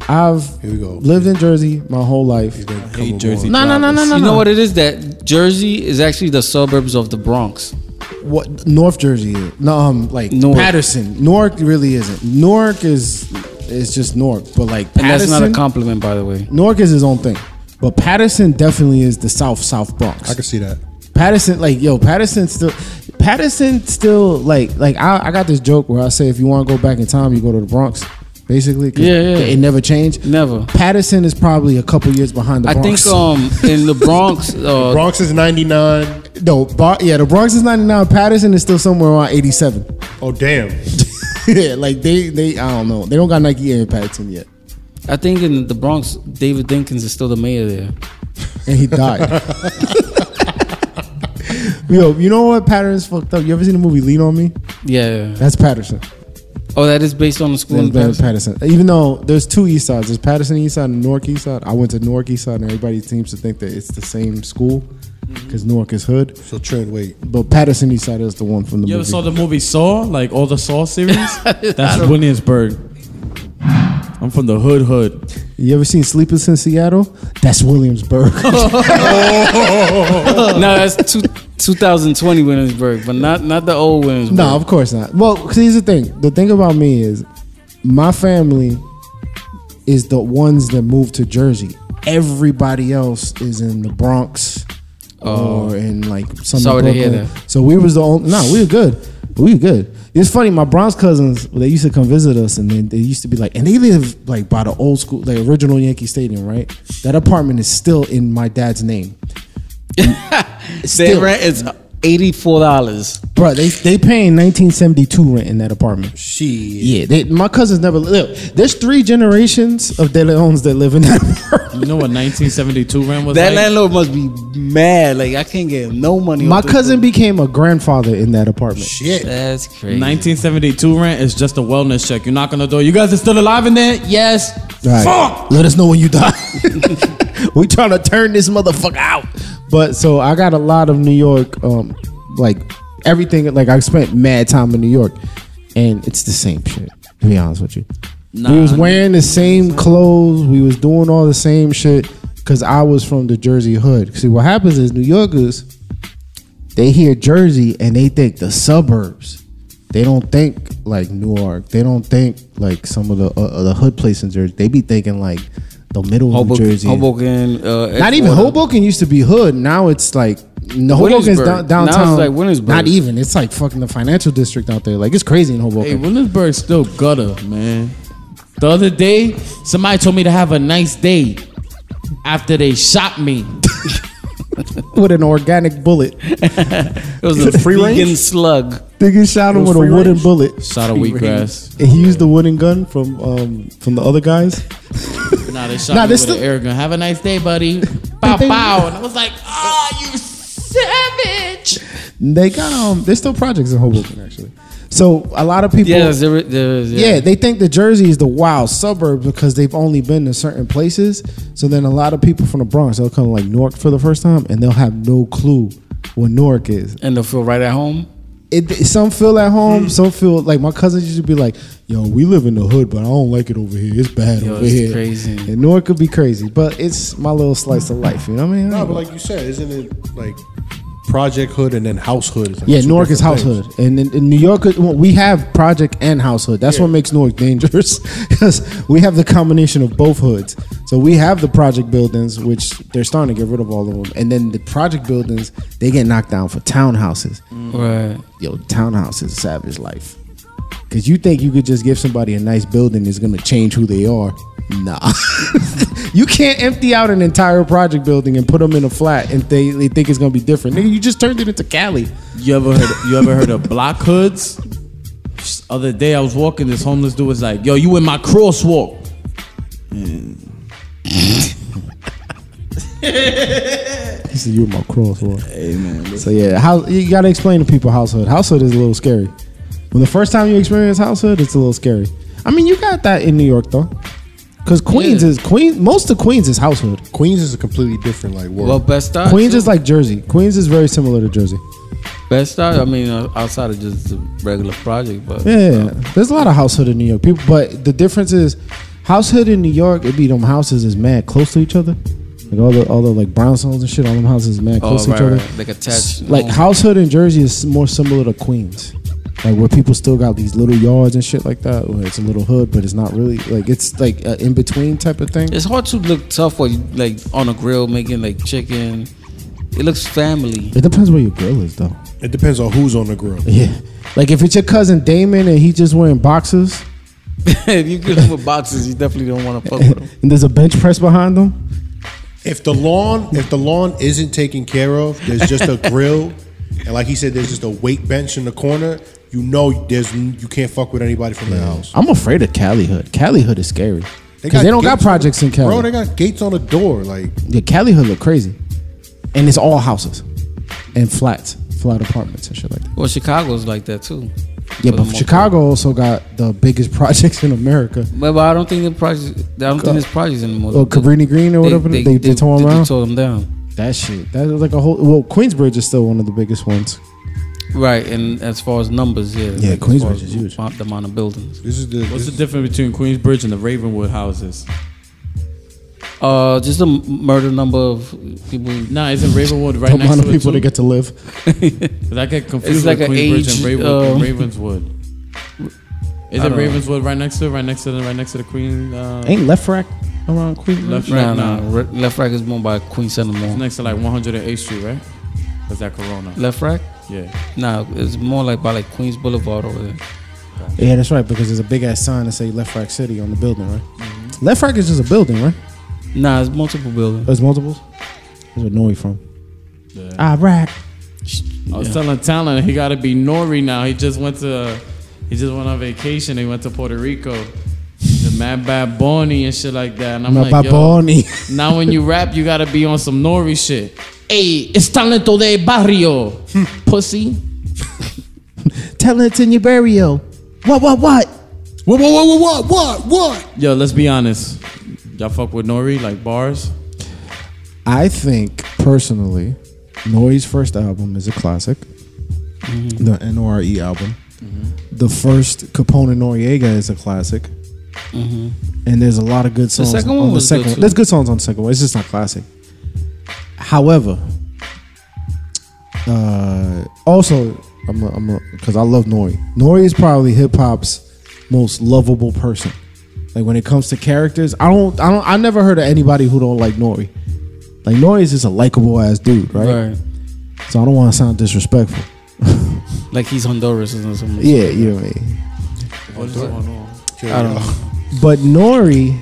[SPEAKER 7] I've
[SPEAKER 4] Here we go.
[SPEAKER 7] lived in Jersey my whole life.
[SPEAKER 2] Hate Jersey.
[SPEAKER 7] No, no, no, no, no.
[SPEAKER 3] you
[SPEAKER 7] no.
[SPEAKER 3] know what it is? That Jersey is actually the suburbs of the Bronx.
[SPEAKER 7] what North Jersey is. No, um, like
[SPEAKER 3] Newark.
[SPEAKER 7] Patterson. Newark really isn't. Newark is is just Newark, but like Patterson,
[SPEAKER 3] And that's not a compliment, by the way.
[SPEAKER 7] Newark is his own thing. But Patterson definitely is the South South Bronx.
[SPEAKER 4] I can see that.
[SPEAKER 7] Patterson, like yo, Patterson still, Patterson still like like I, I got this joke where I say if you want to go back in time, you go to the Bronx, basically. 'cause
[SPEAKER 3] Yeah, yeah.
[SPEAKER 7] It never changed.
[SPEAKER 3] Never.
[SPEAKER 7] Patterson is probably a couple years behind the
[SPEAKER 3] I
[SPEAKER 7] Bronx.
[SPEAKER 3] think um in the Bronx, uh,
[SPEAKER 4] Bronx is 99.
[SPEAKER 7] no, Bar- yeah, the Bronx is ninety nine. Patterson is still somewhere around eighty seven.
[SPEAKER 4] Oh damn!
[SPEAKER 7] yeah, like they they I don't know. They don't got Nike Air Patterson yet.
[SPEAKER 3] I think in the Bronx, David Dinkins is still the mayor there.
[SPEAKER 7] And he died. Yo, you know what Patterson's fucked up? You ever seen the movie Lean on Me?
[SPEAKER 3] Yeah.
[SPEAKER 7] That's Patterson.
[SPEAKER 3] Oh, that is based on the school in
[SPEAKER 7] That's
[SPEAKER 3] Patterson.
[SPEAKER 7] Patterson. Even though there's two East Sides, there's Patterson East Side and Newark East Side. I went to Newark East Side, and everybody seems to think that it's the same school
[SPEAKER 2] Mm-hmm.
[SPEAKER 7] because Newark is hood,
[SPEAKER 4] So Trent, wait.
[SPEAKER 7] but Patterson East Side is the one from the
[SPEAKER 2] You ever
[SPEAKER 7] movie.
[SPEAKER 2] saw the movie Saw? Like all the Saw series? That's Williamsburg. I'm from the hood hood.
[SPEAKER 7] you ever seen Sleepers in Seattle? That's Williamsburg.
[SPEAKER 3] no, that's two, 2020 Williamsburg, but not not the old Williamsburg.
[SPEAKER 7] No, of course not. Well, 'cause here's the thing. The thing about me is, my family is the ones that moved to Jersey. Everybody else is in the Bronx or in like some
[SPEAKER 3] Oh. Sorry to
[SPEAKER 7] Brooklyn.
[SPEAKER 3] hear that.
[SPEAKER 7] So we was the only. No, we were good. We were good. It's funny. My Bronx cousins they used to come visit us, and then they used to be like, and they live like by the old school, like original Yankee Stadium, right? That apartment is still in my dad's name.
[SPEAKER 3] Their rent is eighty four dollars.
[SPEAKER 7] Bro, they they paying 1972 rent in that apartment.
[SPEAKER 4] She.
[SPEAKER 7] Yeah, they, my cousins never live. There's three generations of De Leons that live in that apartment.
[SPEAKER 2] You know what 1972 ran was
[SPEAKER 3] That
[SPEAKER 2] like?
[SPEAKER 3] landlord must be mad. Like I can't get no money.
[SPEAKER 7] My
[SPEAKER 3] off this
[SPEAKER 7] cousin
[SPEAKER 3] thing.
[SPEAKER 7] became a grandfather in that apartment.
[SPEAKER 4] Shit.
[SPEAKER 3] That's crazy.
[SPEAKER 2] 1972 rent is just a wellness check. You knock on the door. You guys are still alive in there? Yes.
[SPEAKER 7] Right.
[SPEAKER 2] Fuck.
[SPEAKER 7] Let us know when you die. we trying to turn this motherfucker out. But so I got a lot of New York, um, like everything. Like I spent mad time in New York, and it's the same shit. To be honest with you, we was wearing the same clothes. We was doing all the same shit because I was from the Jersey hood. See what happens is New Yorkers, they hear Jersey and they think the suburbs. They don't think like Newark. They don't think like some of the uh, uh, the hood places in Jersey. They be thinking like the middle of
[SPEAKER 3] Hoboken,
[SPEAKER 7] New Jersey.
[SPEAKER 3] Hoboken, uh,
[SPEAKER 7] Not even
[SPEAKER 3] Edgewater.
[SPEAKER 7] Hoboken used to be hood. Now it's like no, Hoboken's
[SPEAKER 3] Williamsburg.
[SPEAKER 7] down,
[SPEAKER 3] Now it's
[SPEAKER 7] downtown.
[SPEAKER 3] like Williamsburg.
[SPEAKER 7] Not even. It's like fucking the financial district out there. Like it's crazy in Hoboken.
[SPEAKER 2] Hey, Williamsburg's still gutter, man. The other day, somebody told me to have a nice day after they shot me.
[SPEAKER 7] with an organic bullet,
[SPEAKER 3] It was a free vegan slug.
[SPEAKER 7] nigga shot him with a wooden bullet,
[SPEAKER 2] Shot a wheatgrass.
[SPEAKER 7] and he used the wooden gun from um from the other guys.
[SPEAKER 2] Nah, they shot
[SPEAKER 7] Nah,
[SPEAKER 2] me
[SPEAKER 7] they
[SPEAKER 2] with
[SPEAKER 7] still-
[SPEAKER 2] an air gun. Have a nice day, buddy. Bow
[SPEAKER 7] They-
[SPEAKER 2] bow. And I was like, oh, you savage.
[SPEAKER 7] They got um. There's still projects in Hoboken actually. So a lot of people,
[SPEAKER 3] Yes, there, is- there is.
[SPEAKER 7] yeah, they think that Jersey is the wild suburb because they've only been to certain places. So then a lot of people from the Bronx, they'll come to like Newark for the first time and they'll have no clue what Newark is.
[SPEAKER 3] and they'll feel right at home.
[SPEAKER 7] It, some feel at home, some feel like my cousins used to be like, "Yo, we live in the hood, but I don't like it over here. It's bad
[SPEAKER 3] Yo,
[SPEAKER 7] over
[SPEAKER 3] it's
[SPEAKER 7] here."
[SPEAKER 3] crazy.
[SPEAKER 7] And Newark could be crazy, but it's my little slice of life. You know what I mean?
[SPEAKER 4] No, but like you said, isn't it like Project Hood and then House Hood? It's like
[SPEAKER 7] Yeah,
[SPEAKER 4] two
[SPEAKER 7] Newark is
[SPEAKER 4] different
[SPEAKER 7] househood, and in, in New York, well, we have project and househood. That's what makes Newark dangerous because we have the combination of both hoods. So we have the project buildings, which they're starting to get rid of all of them, and then the project buildings they get knocked down for townhouses.
[SPEAKER 4] Mm.
[SPEAKER 3] Right.
[SPEAKER 7] Yo, townhouses, is savage life. Cause you think you could just give somebody a nice building is gonna change who they are? Nah, you can't empty out an entire project building and put them in a flat and they, they think it's gonna be different. Nigga, you just turned it into Cali.
[SPEAKER 2] You ever heard? You ever heard of block hoods? Just Other day I was walking, this homeless dude was like, "Yo, you in my crosswalk?"
[SPEAKER 7] He said, "You were my crosswalk." So yeah, how you gotta explain to people househood. Househood is a little scary. When the first time you experience househood, it's a little scary. I mean, you got that in New York though, because Queens
[SPEAKER 3] Yeah.
[SPEAKER 7] is Queens. Most of Queens is househood.
[SPEAKER 4] things. Queens is a completely different like world.
[SPEAKER 3] Well, Best Style.
[SPEAKER 7] Queens is like Jersey. Queens is very similar to Jersey.
[SPEAKER 3] Best Style. I mean, uh, outside of just the regular project, but
[SPEAKER 7] Yeah, yeah, yeah. there's a lot of househood in New York. People, but the difference is, househood in New York, it be them houses is mad close to each other. Like all the all the like brownstones and shit, all them houses is mad
[SPEAKER 3] Oh,
[SPEAKER 7] close to
[SPEAKER 3] right,
[SPEAKER 7] each other.
[SPEAKER 3] right. Like attached
[SPEAKER 7] S- Like
[SPEAKER 3] home.
[SPEAKER 7] househood in Jersey is more similar to Queens, like where people still got these little yards and shit like that. Where it's a little hood, but it's not really like it's like an in between type of thing.
[SPEAKER 3] it's hard to look tough when you like on a grill making like chicken. It looks family.
[SPEAKER 7] It depends where your grill is, though.
[SPEAKER 4] it depends on who's on the grill.
[SPEAKER 7] Yeah, like if it's your cousin Damon and he just wearing boxers.
[SPEAKER 3] if you get them with boxes, you definitely don't want to fuck with them.
[SPEAKER 7] And there's a bench press behind them.
[SPEAKER 4] If the lawn, if the lawn isn't taken care of, there's just a grill, and like he said, there's just a weight bench in the corner. You know, there's you can't fuck with anybody from the house.
[SPEAKER 7] I'm afraid of Cali Hood. Cali Hood is scary.
[SPEAKER 4] They
[SPEAKER 7] Because they don't got
[SPEAKER 4] gates-
[SPEAKER 7] projects in Cali.
[SPEAKER 4] Bro, they got gates on the door. Like
[SPEAKER 7] yeah, Cali Hood look crazy. And it's all houses and flats, flat apartments and shit like that.
[SPEAKER 3] Well, Chicago's like that too.
[SPEAKER 7] Yeah,
[SPEAKER 3] For the
[SPEAKER 7] but
[SPEAKER 3] most
[SPEAKER 7] Chicago also got the biggest projects in America.
[SPEAKER 3] part. But, but I don't think the project. I don't think there's projects anymore.
[SPEAKER 7] Oh, Cabrini Green or whatever. They, they, tore them
[SPEAKER 3] They
[SPEAKER 7] around.
[SPEAKER 3] tore them down.
[SPEAKER 7] that shit. That was like a whole. Well, Queensbridge is still one of the biggest ones.
[SPEAKER 3] Right, and as far as numbers, yeah.
[SPEAKER 7] Yeah,
[SPEAKER 3] as
[SPEAKER 7] Queensbridge
[SPEAKER 3] far as
[SPEAKER 7] is huge.
[SPEAKER 3] The amount of buildings.
[SPEAKER 4] this is the
[SPEAKER 2] What's
[SPEAKER 4] this
[SPEAKER 2] the difference between Queensbridge and the Ravenwood houses?
[SPEAKER 3] Uh, just the m- murder number of people.
[SPEAKER 2] Nah, isn't Ravenwood right
[SPEAKER 7] The
[SPEAKER 2] next
[SPEAKER 7] amount
[SPEAKER 2] to
[SPEAKER 7] of people
[SPEAKER 2] it
[SPEAKER 7] that
[SPEAKER 2] too?
[SPEAKER 7] get to live.
[SPEAKER 2] 'Cause I get confused
[SPEAKER 3] It's like
[SPEAKER 2] with
[SPEAKER 3] a
[SPEAKER 2] Queensbridge and
[SPEAKER 3] age,
[SPEAKER 2] Ravenwood. and
[SPEAKER 3] um,
[SPEAKER 2] Ravenswood. uh, Is it Ravenswood right next to it? Right next to the right next to the Queen? Uh,
[SPEAKER 7] Ain't left rack around Queensbridge?
[SPEAKER 2] left,
[SPEAKER 3] Nah,
[SPEAKER 2] right,
[SPEAKER 3] nah.
[SPEAKER 2] nah.
[SPEAKER 3] Re- Left rack is more by Queen Center Mall.
[SPEAKER 2] Next to like 108th Street, right? Is that Corona?
[SPEAKER 3] Left rack?
[SPEAKER 2] Yeah.
[SPEAKER 3] Nah, it's more like by like Queens Boulevard over there.
[SPEAKER 7] Yeah, that's right. Because there's a big ass sign that say Left Rack City on the building, right?
[SPEAKER 2] Mm-hmm.
[SPEAKER 7] Left Rack is just a building, right?
[SPEAKER 3] Nah, it's multiple buildings.
[SPEAKER 7] There's multiples. That's where Noi from. Iraq.
[SPEAKER 2] I was telling Talon he got to be Nori now. He just went to, he just went on vacation. He went to Puerto Rico, the Mad Bad Bonnie and shit like that. And I'm
[SPEAKER 7] My
[SPEAKER 2] like, yo,
[SPEAKER 7] Baboni.
[SPEAKER 2] now when you rap, you got to be on some Nori shit. Hey, it's talento de barrio, pussy.
[SPEAKER 7] Tell it in your burial. What, what, what?
[SPEAKER 4] what what what what what what
[SPEAKER 2] Yo, let's be honest. Y'all fuck with Nori like bars.
[SPEAKER 7] I think personally, Noi's first album is a classic.
[SPEAKER 3] Mm-hmm.
[SPEAKER 7] The N O R E album. The first Capone and Noriega is a classic. And there's a lot of good songs
[SPEAKER 3] Mm-hmm. second
[SPEAKER 7] on
[SPEAKER 3] one
[SPEAKER 7] the
[SPEAKER 3] was
[SPEAKER 7] second
[SPEAKER 3] good,
[SPEAKER 7] one.
[SPEAKER 3] too.
[SPEAKER 7] There's good songs on the second one. It's just not classic. However, uh, also, I'm a, I'm because I love Nori. Nori is probably hip hop's most lovable person. Like when it comes to characters, I don't, I don't, I never heard of anybody who don't like Nori. Like Nori is just a likable ass dude, right? So I don't want to sound disrespectful.
[SPEAKER 3] Like he's Honduras or something.
[SPEAKER 7] Yeah, you know what I mean.
[SPEAKER 2] What is going on?
[SPEAKER 4] I don't know.
[SPEAKER 7] But Nori,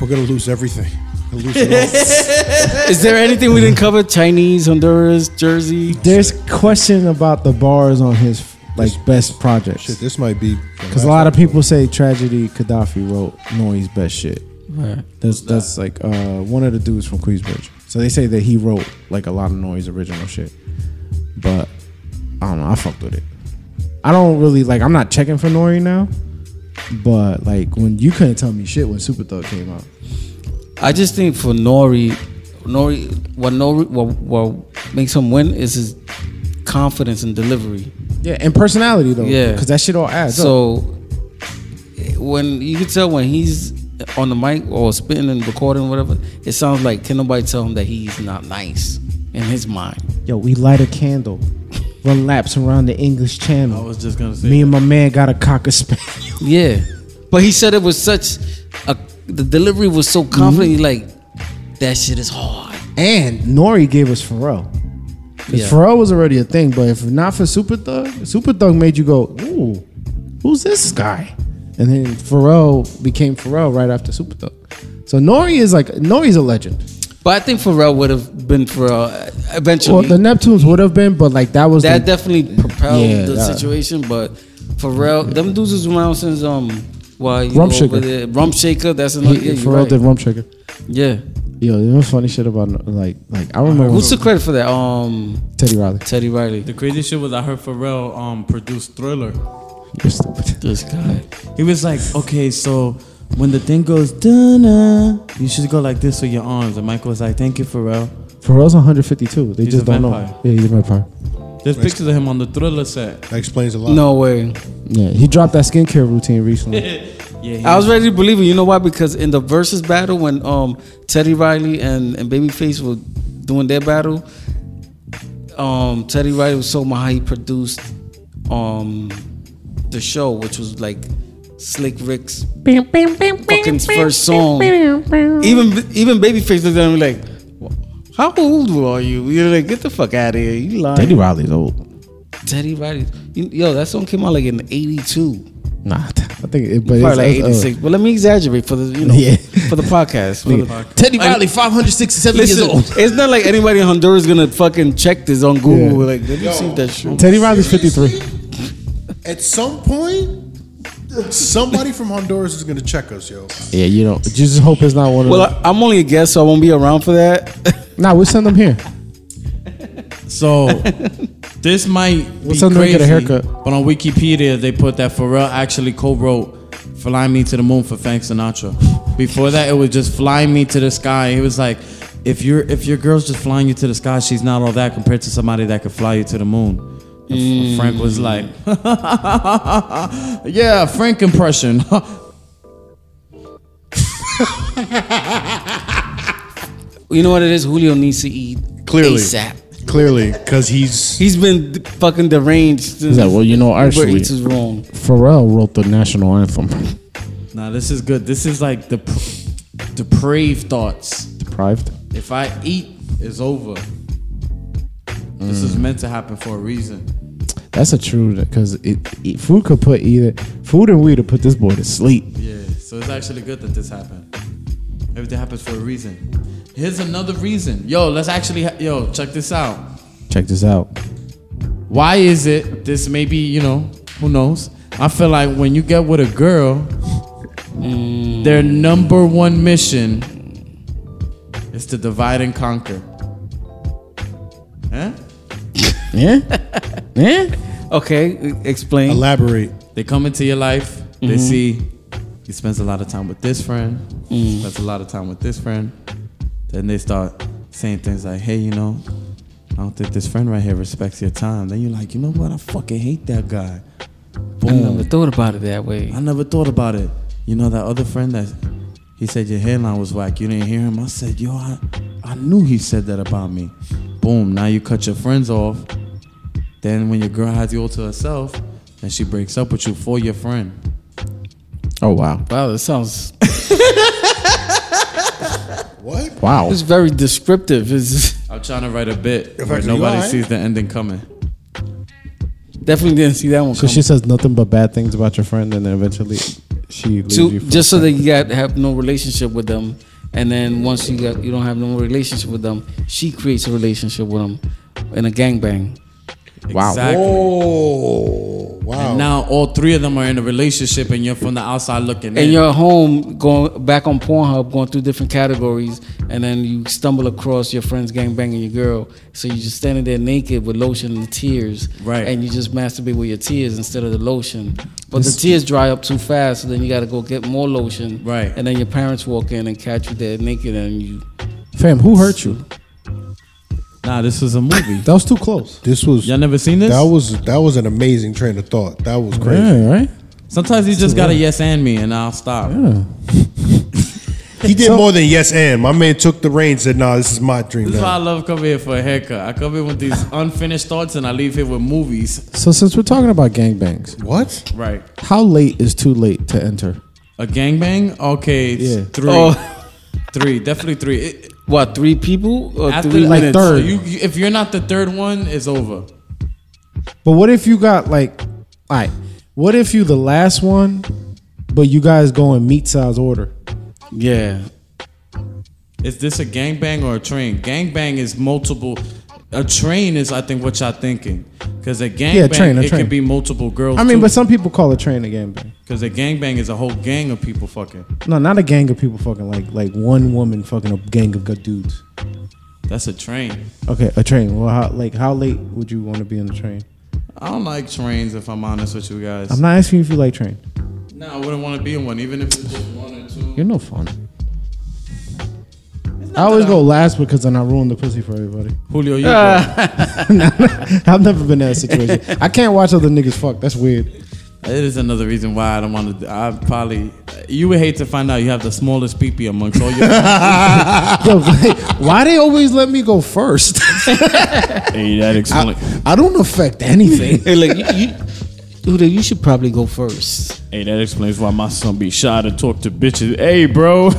[SPEAKER 4] We're gonna lose everything. We're losing all-
[SPEAKER 3] Is there anything we didn't cover? Chinese, Honduras, Jersey.
[SPEAKER 7] there's question about the bars on his like best
[SPEAKER 4] Shit,
[SPEAKER 7] projects
[SPEAKER 4] this might be
[SPEAKER 7] because a lot of people say tragedy. Gaddafi wrote Nori's best shit.
[SPEAKER 3] Right.
[SPEAKER 7] That's that's like uh, one of the dudes from Queensbridge. So they say that he wrote like a lot of Nori's original shit, but I don't know. I fucked with it. I don't really like. I'm not checking for Nori now, but like when you couldn't tell me shit when Super Thug came out.
[SPEAKER 3] I just think for Nori, Nori, what Nori, what, what makes him win is his confidence and delivery.
[SPEAKER 7] Yeah, and personality though.
[SPEAKER 3] Yeah.
[SPEAKER 7] because that shit all adds up.
[SPEAKER 3] So eh, when you can tell when he's on the mic or spitting and recording, whatever, it sounds like can nobody tell him that he's not nice in his mind.
[SPEAKER 7] Yo, we light a candle, run laps around the English
[SPEAKER 2] I
[SPEAKER 7] Channel.
[SPEAKER 2] was just gonna say.
[SPEAKER 7] Me and my man got a cocker spaniel.
[SPEAKER 3] Yeah, but he said it was such a the delivery was so
[SPEAKER 7] Mm-hmm.
[SPEAKER 3] confident. Like that shit is hard.
[SPEAKER 7] And Nori gave us Pharrell. Because
[SPEAKER 3] Yeah.
[SPEAKER 7] Pharrell was already a thing, but if not for Super Thug, Super Thug made you go, ooh, who's this guy? And then Pharrell became Pharrell right after Super Thug. So Nori is like, Nori's a legend.
[SPEAKER 3] But I think Pharrell would have been Pharrell uh,
[SPEAKER 7] Well,
[SPEAKER 3] eventually.
[SPEAKER 7] the Neptunes would have been, but like that was
[SPEAKER 3] that
[SPEAKER 7] the,
[SPEAKER 3] definitely propelled
[SPEAKER 7] Yeah,
[SPEAKER 3] the
[SPEAKER 7] that-
[SPEAKER 3] situation. But Pharrell, them dudes is around since um, why you
[SPEAKER 7] Rump
[SPEAKER 3] over
[SPEAKER 7] Shaker.
[SPEAKER 3] there- Rump Shaker. That's another.
[SPEAKER 7] he,
[SPEAKER 3] yeah, you're
[SPEAKER 7] Pharrell
[SPEAKER 3] right.
[SPEAKER 7] did Rump Shaker.
[SPEAKER 3] yeah.
[SPEAKER 7] Yo, you know funny shit about like like I remember
[SPEAKER 3] Who's the credit for that? Um,
[SPEAKER 7] Teddy Riley.
[SPEAKER 3] Teddy Riley.
[SPEAKER 2] The crazy shit was I heard Pharrell um, produced Thriller.
[SPEAKER 7] You're stupid.
[SPEAKER 3] This guy.
[SPEAKER 2] He was like, okay, so when the thing goes dun you should go like this with your arms. And Michael was like, thank you, Pharrell.
[SPEAKER 7] Pharrell's 152. They
[SPEAKER 2] He's
[SPEAKER 7] just
[SPEAKER 2] a
[SPEAKER 7] don't
[SPEAKER 2] vampire.
[SPEAKER 7] know. Yeah, he's a vampire.
[SPEAKER 2] There's pictures of him on the Thriller set.
[SPEAKER 4] That explains a lot.
[SPEAKER 3] No way.
[SPEAKER 7] Yeah, he dropped that skincare routine recently.
[SPEAKER 2] Yeah, he
[SPEAKER 3] I was ready to believe it. You know why? Because in the versus battle, when um Teddy Riley and, and Babyface were doing their battle, um Teddy Riley was so how he produced um the show, which was like Slick Rick's fucking first song. Even even Babyface looked at him like, "How old are you? You're like, get the fuck out of here. You lying."
[SPEAKER 9] Teddy Riley's old.
[SPEAKER 3] Teddy Riley, you- yo, that song came out like in '82.
[SPEAKER 7] Nah, I think it, but
[SPEAKER 3] Probably like
[SPEAKER 7] it's, uh,
[SPEAKER 3] 86. But let me exaggerate for the you know
[SPEAKER 7] Yeah.
[SPEAKER 3] for the podcast. For the podcast.
[SPEAKER 7] Teddy Riley, 567
[SPEAKER 3] Listen, it's not like anybody in Honduras gonna fucking check this on Google.
[SPEAKER 7] Yeah.
[SPEAKER 3] Like, let me
[SPEAKER 4] Yo.
[SPEAKER 3] see if that's true.
[SPEAKER 7] Teddy Riley's 53.
[SPEAKER 4] At some point, somebody from Honduras is gonna check us, yo.
[SPEAKER 7] Yeah, you don't. You just hope it's not one of
[SPEAKER 3] Well,
[SPEAKER 7] them.
[SPEAKER 3] I, I'm only a guest, so I won't be around for that.
[SPEAKER 7] nah, we'll send them here.
[SPEAKER 2] So this might be
[SPEAKER 7] What's up, nigga,
[SPEAKER 2] crazy,
[SPEAKER 7] get a haircut?
[SPEAKER 2] but on Wikipedia they put that Pharrell actually co-wrote "Fly Me to the Moon" for Frank Sinatra. Before that, it was just "Fly Me to the Sky." He was like, "If your if your girl's just flying you to the sky, she's not all that compared to somebody that could fly you to the moon." And F- Frank was like, "Yeah, Frank impression."
[SPEAKER 3] you know what it is? Julio needs to eat
[SPEAKER 4] Clearly.
[SPEAKER 3] ASAP.
[SPEAKER 4] Clearly, because he's
[SPEAKER 3] He's been d- fucking deranged. Since
[SPEAKER 7] Yeah, well, you know,
[SPEAKER 3] Uber
[SPEAKER 7] actually,
[SPEAKER 3] Eats is wrong.
[SPEAKER 7] Pharrell wrote the national anthem.
[SPEAKER 2] nah, this is good. This is like the dep- depraved thoughts.
[SPEAKER 7] Deprived.
[SPEAKER 2] If I eat, it's over. This is meant to happen for a reason.
[SPEAKER 7] That's a true because it, it- food could put either food and weed to put this boy to sleep.
[SPEAKER 2] Yeah, so it's actually good that this happened. Everything happens for a reason. Here's another reason. Yo, let's actually, ha- yo, check this out.
[SPEAKER 7] Check this out.
[SPEAKER 2] Why is it this may be, you know, who knows? I feel like when you get with a girl, their number one mission is to divide and conquer. Huh?
[SPEAKER 7] Yeah, yeah.
[SPEAKER 3] Okay, e- explain.
[SPEAKER 4] elaborate.
[SPEAKER 2] They come into your life. They see he spends a lot of time with this friend. Spends a lot of time with this friend. Then they start saying things like, "Hey, you know, I don't think this friend right here respects your time." Then you're like, "You know what? I fucking hate that guy."
[SPEAKER 3] I
[SPEAKER 2] Boom.
[SPEAKER 3] never thought about it that way.
[SPEAKER 2] I never thought about it. You know that other friend that he said your hairline was whack. You didn't hear him. I said, yo, I, I knew he said that about me. Boom. Now you cut your friends off. Then when your girl has you all to herself, and she breaks up with you for your friend.
[SPEAKER 7] Oh wow,
[SPEAKER 3] Wow, that sounds.
[SPEAKER 4] What?
[SPEAKER 7] wow.
[SPEAKER 3] It's very descriptive. It's
[SPEAKER 2] I'm trying to write a bit
[SPEAKER 4] If
[SPEAKER 2] where
[SPEAKER 4] I-
[SPEAKER 2] nobody
[SPEAKER 4] you all right?
[SPEAKER 2] sees the ending coming.
[SPEAKER 3] definitely didn't see that one.
[SPEAKER 7] So
[SPEAKER 3] coming.
[SPEAKER 7] she says nothing but bad things about your friend, and then eventually she leaves
[SPEAKER 3] to
[SPEAKER 7] you. for
[SPEAKER 3] just so
[SPEAKER 7] a
[SPEAKER 3] that
[SPEAKER 7] friend.
[SPEAKER 3] you got have no relationship with them, and then once you got you don't have no relationship with them, she creates a relationship with them in a gangbang.
[SPEAKER 2] Wow. Exactly.
[SPEAKER 4] Oh, Wow.
[SPEAKER 2] And now all three of them are in a relationship, and you're from the outside looking in.
[SPEAKER 3] And you're home going back on Pornhub, going through different categories, and then you stumble across your friends gang banging your girl. So you're just standing there naked with lotion and tears,
[SPEAKER 2] Right.
[SPEAKER 3] And you just masturbate with your tears instead of the lotion. But the tears dry up too fast, so then you got to go get more lotion,
[SPEAKER 2] Right.
[SPEAKER 3] And then your parents walk in and catch you there naked, and you
[SPEAKER 7] Fam, who hurt you?
[SPEAKER 2] nah, this is a movie.
[SPEAKER 7] That was too close.
[SPEAKER 4] This was
[SPEAKER 2] Y'all never seen this?
[SPEAKER 4] that was that was an amazing train of thought. That was crazy.
[SPEAKER 7] Yeah, right?
[SPEAKER 2] Sometimes you just gotta yes and me, and I'll stop.
[SPEAKER 4] He did more than yes and. My man took the reins. Said, "Nah, this is my dream."
[SPEAKER 2] This is why I
[SPEAKER 4] Now.
[SPEAKER 2] love coming here for a haircut. I come here with these unfinished thoughts, and I leave here with movies.
[SPEAKER 7] So since we're talking about gangbangs,
[SPEAKER 4] What?
[SPEAKER 2] Right.
[SPEAKER 7] how late is too late to enter?
[SPEAKER 2] A gangbang? Okay, it's
[SPEAKER 7] Yeah.
[SPEAKER 2] three.
[SPEAKER 3] oh,
[SPEAKER 2] Three, definitely three. It,
[SPEAKER 3] what three people or
[SPEAKER 2] after
[SPEAKER 3] three
[SPEAKER 7] like
[SPEAKER 3] minutes?
[SPEAKER 7] third.
[SPEAKER 2] You, you, if you're not the third one, it's over.
[SPEAKER 7] But what if you got like, all right, what if you the last one, but you guys go in meat size order?
[SPEAKER 3] Yeah,
[SPEAKER 2] Is this a gangbang or a train? Gangbang is multiple. A train is, I think, what y'all thinking. Because a gangbang,
[SPEAKER 7] Yeah, train, a
[SPEAKER 2] it
[SPEAKER 7] train.
[SPEAKER 2] can be multiple girls.
[SPEAKER 7] I mean, but some people call a train a gangbang.
[SPEAKER 2] because a gangbang is a whole gang of people fucking.
[SPEAKER 7] No, not a gang of people fucking like like one woman fucking a gang of good dudes.
[SPEAKER 2] That's a train.
[SPEAKER 7] Okay, a train. Well, how, like how late would you want to be on the train?
[SPEAKER 2] I don't like trains. If I'm honest with you guys,
[SPEAKER 7] I'm not asking you if you like train.
[SPEAKER 2] no, I wouldn't want to be in one, even if it's just one or two.
[SPEAKER 7] You're no fun. I always go last because then I ruin the pussy for everybody.
[SPEAKER 2] Julio, you
[SPEAKER 7] I've never been in that situation. I can't watch other niggas fuck. That's weird.
[SPEAKER 2] go. It is another reason why I don't want to. I probably you would hate to find out you have the smallest peepee amongst all your.
[SPEAKER 7] Yo, like, why they always let me go first?
[SPEAKER 10] Hey, that explain.
[SPEAKER 7] I don't affect anything.
[SPEAKER 3] hey, like you, you, Uda, you should probably go first.
[SPEAKER 10] hey, that explains why my son be shy to talk to bitches. Hey, bro,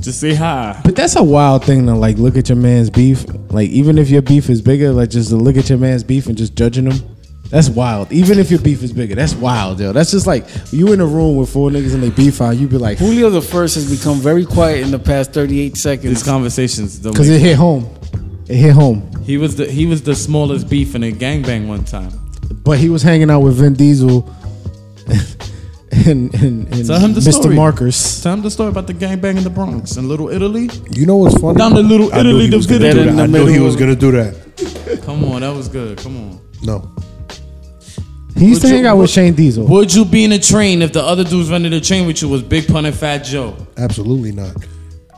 [SPEAKER 10] just say hi.
[SPEAKER 7] But that's a wild thing to like look at your man's beef. Like even if your beef is bigger, like just to look at your man's beef and just judging him. That's wild. Even if your beef is bigger, that's wild, yo. That's just like you in a room with four niggas and they beef out. You be like,
[SPEAKER 3] Julio the first has become very quiet in the past 38
[SPEAKER 2] These
[SPEAKER 3] seconds.
[SPEAKER 2] conversations, don't
[SPEAKER 7] because
[SPEAKER 2] make-
[SPEAKER 7] it hit home. It hit home.
[SPEAKER 2] he was the he was the smallest beef in a gangbang one time.
[SPEAKER 7] But he was hanging out with Vin Diesel and, and, and
[SPEAKER 2] Tell him the
[SPEAKER 7] Mr.
[SPEAKER 2] story.
[SPEAKER 7] Markers.
[SPEAKER 2] Tell him the story about the gangbang in the Bronx and Little Italy.
[SPEAKER 4] You know what's funny?
[SPEAKER 2] Down the Little
[SPEAKER 4] I knew
[SPEAKER 2] Italy,
[SPEAKER 4] he
[SPEAKER 2] the
[SPEAKER 4] was gonna
[SPEAKER 2] good
[SPEAKER 4] do
[SPEAKER 2] in
[SPEAKER 4] that.
[SPEAKER 2] the
[SPEAKER 4] I knew he
[SPEAKER 2] middle.
[SPEAKER 4] was gonna do that.
[SPEAKER 2] Come on, that was good. Come on.
[SPEAKER 4] No.
[SPEAKER 7] He used to
[SPEAKER 2] Would
[SPEAKER 7] hang
[SPEAKER 2] you-
[SPEAKER 7] out with Shane Diesel.
[SPEAKER 2] Would you be in a train if the other dudes running the train with you was Big Pun and Fat Joe?
[SPEAKER 4] Absolutely not.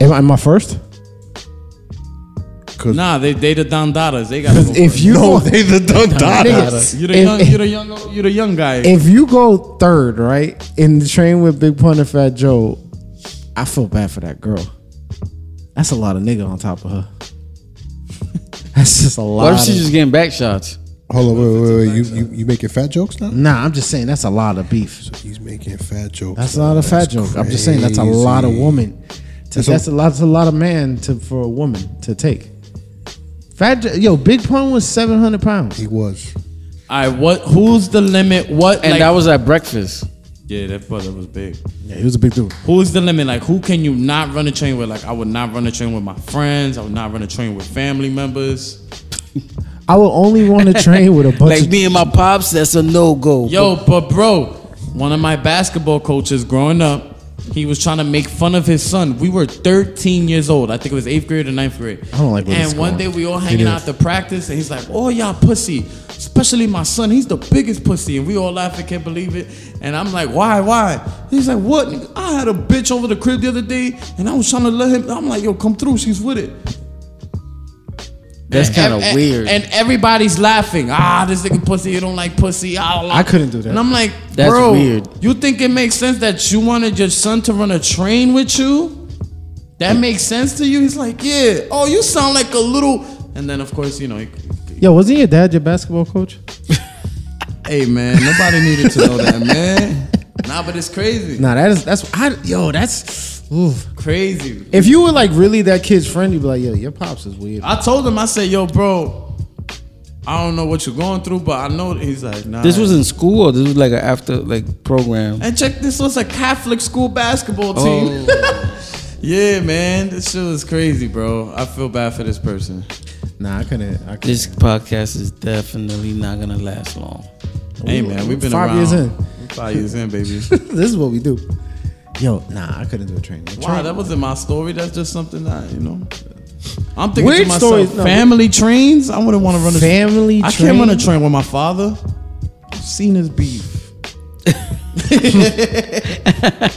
[SPEAKER 7] Am I, am I first?
[SPEAKER 2] Nah, they they the Don Dadas. They gotta go.
[SPEAKER 7] If you
[SPEAKER 4] No, they the done
[SPEAKER 7] Niggas,
[SPEAKER 2] You the
[SPEAKER 7] if-
[SPEAKER 2] young, you the young, you the young guy.
[SPEAKER 7] if you go third, right, in the train with Big Pun and Fat Joe, I feel bad for that girl. That's a lot of nigga on top of her. That's just a lot.
[SPEAKER 3] What if
[SPEAKER 7] of-
[SPEAKER 3] she's just getting back shots?
[SPEAKER 4] Hold on, wait, wait, wait. You, you you making fat jokes now?
[SPEAKER 7] nah, I'm just saying that's a lot of beef.
[SPEAKER 4] He's making fat jokes.
[SPEAKER 7] That's a lot of fat joke. I'm just saying that's a lot of
[SPEAKER 4] crazy.
[SPEAKER 7] woman. To,
[SPEAKER 4] That's a-
[SPEAKER 7] that's a lot. That's a lot of man to for a woman to take. Fat Jo- yo, Big Pun was 700 pounds.
[SPEAKER 4] He was.
[SPEAKER 2] I what? Who's the limit? What?
[SPEAKER 3] And
[SPEAKER 2] like-
[SPEAKER 3] that was at breakfast.
[SPEAKER 2] yeah, that brother was big.
[SPEAKER 7] Yeah, he was a big dude.
[SPEAKER 2] Who's the limit? Like, who can you not run a train with? Like, I would not run a train with my friends. I would not run a train with family members.
[SPEAKER 7] I would only want to train with a bunch
[SPEAKER 3] Like
[SPEAKER 7] of
[SPEAKER 3] me and my pops, that's a no go.
[SPEAKER 2] Yo, but bro, one of my basketball coaches growing up, he was trying to make fun of his son. We were 13 years old. I think it was eighth grade or ninth grade.
[SPEAKER 7] I don't like where this
[SPEAKER 2] And
[SPEAKER 7] is
[SPEAKER 2] one
[SPEAKER 7] going.
[SPEAKER 2] day we all hanging out to practice, and he's like, "Oh y'all pussy, especially my son. He's the biggest pussy." And we all laughing, can't believe it. And I'm like, "Why? Why?" He's like, "What? nigga? I had a bitch over the crib the other day, and I was trying to let him. I'm like, yo, come through. She's with it."
[SPEAKER 3] that's
[SPEAKER 2] And-
[SPEAKER 3] kind of
[SPEAKER 2] and-
[SPEAKER 3] weird.
[SPEAKER 2] And everybody's laughing. Ah, this nigga pussy. You don't like pussy. I, don't like
[SPEAKER 7] I couldn't do that.
[SPEAKER 2] And I'm like,
[SPEAKER 3] That's
[SPEAKER 2] bro,
[SPEAKER 3] weird.
[SPEAKER 2] you think it makes sense that you wanted your son to run a train with you? That makes sense to you? He's like, yeah. Oh, you sound like a little. And then of course, you know, he-
[SPEAKER 7] Yo, wasn't your dad your basketball coach?
[SPEAKER 2] hey man, nobody needed to know that, man. Nah, but it's crazy.
[SPEAKER 7] Nah, that is that's I, yo, that's oof.
[SPEAKER 2] Crazy.
[SPEAKER 7] If you were like really that kid's friend, you'd be like, yo, your pops is weird.
[SPEAKER 2] I told him, I said, yo, bro, I don't know what you're going through, but I know. He's like, nah.
[SPEAKER 3] this was in school or this was like an after like program?
[SPEAKER 2] And check this was a Catholic school basketball team.
[SPEAKER 7] Oh.
[SPEAKER 2] yeah, man. This shit was crazy, bro. I feel bad for this person.
[SPEAKER 7] Nah, I couldn't. I couldn't.
[SPEAKER 3] This podcast is definitely not gonna last long.
[SPEAKER 2] Hey man, we've been
[SPEAKER 7] Five
[SPEAKER 2] around
[SPEAKER 7] years in.
[SPEAKER 2] Five years in, baby.
[SPEAKER 7] this is what we do.
[SPEAKER 11] Yo, nah, I couldn't do a train. A
[SPEAKER 2] wow,
[SPEAKER 11] train-
[SPEAKER 2] that wasn't my story. That's just something that you know. I'm thinking
[SPEAKER 7] Weird
[SPEAKER 2] to myself,
[SPEAKER 7] stories, no,
[SPEAKER 2] family trains. I wouldn't want to run a
[SPEAKER 7] Family
[SPEAKER 2] I can't run a
[SPEAKER 7] train?
[SPEAKER 2] train with my father. I've seen his beef.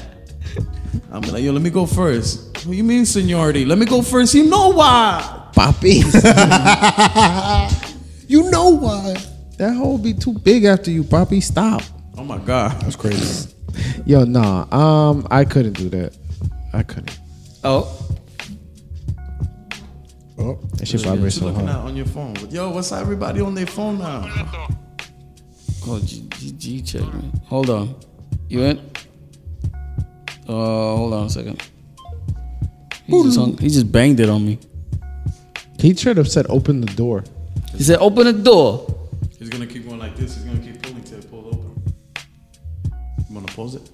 [SPEAKER 2] I'm like, yo, let me go first. What you mean seniority? Let me go first. You know why?
[SPEAKER 4] You know why?
[SPEAKER 7] That hole be too big after you, Poppy. Stop.
[SPEAKER 2] Oh my god.
[SPEAKER 4] That's crazy.
[SPEAKER 7] Yo, nah. Um, I couldn't do that. I couldn't.
[SPEAKER 3] Oh,
[SPEAKER 4] Oh,
[SPEAKER 11] That shit
[SPEAKER 2] You're
[SPEAKER 11] vibrates so
[SPEAKER 2] looking
[SPEAKER 11] hard.
[SPEAKER 2] out on your phone. Yo, what's everybody on their phone now?
[SPEAKER 3] oh, G, G, G check. Man. Hold on. You in? Uh, hold on a second. He just, hung, he just banged it on me.
[SPEAKER 7] He straight up said, "Open the door."
[SPEAKER 3] He said, "Open the door."
[SPEAKER 2] He's gonna keep going like this. He's gonna keep pulling till it pulls open. You wanna pause it?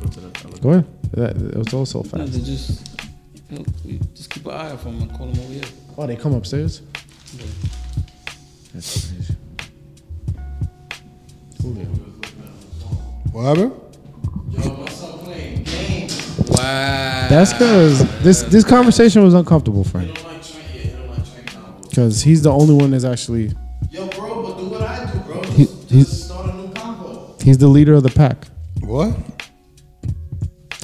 [SPEAKER 2] Go to the other-
[SPEAKER 7] Go ahead. That, that was also
[SPEAKER 3] No,
[SPEAKER 7] fast.
[SPEAKER 3] they just, we just keep an eye out for him and call him over here.
[SPEAKER 7] Oh, they come upstairs.
[SPEAKER 4] what happened?
[SPEAKER 7] That's because this this conversation was uncomfortable for him. Because he's the only one that's actually
[SPEAKER 2] Yo, bro, but do what I do, bro.
[SPEAKER 7] He-
[SPEAKER 2] Just,
[SPEAKER 7] he-
[SPEAKER 2] just start a new combo.
[SPEAKER 7] he's the leader of the pack.
[SPEAKER 4] What?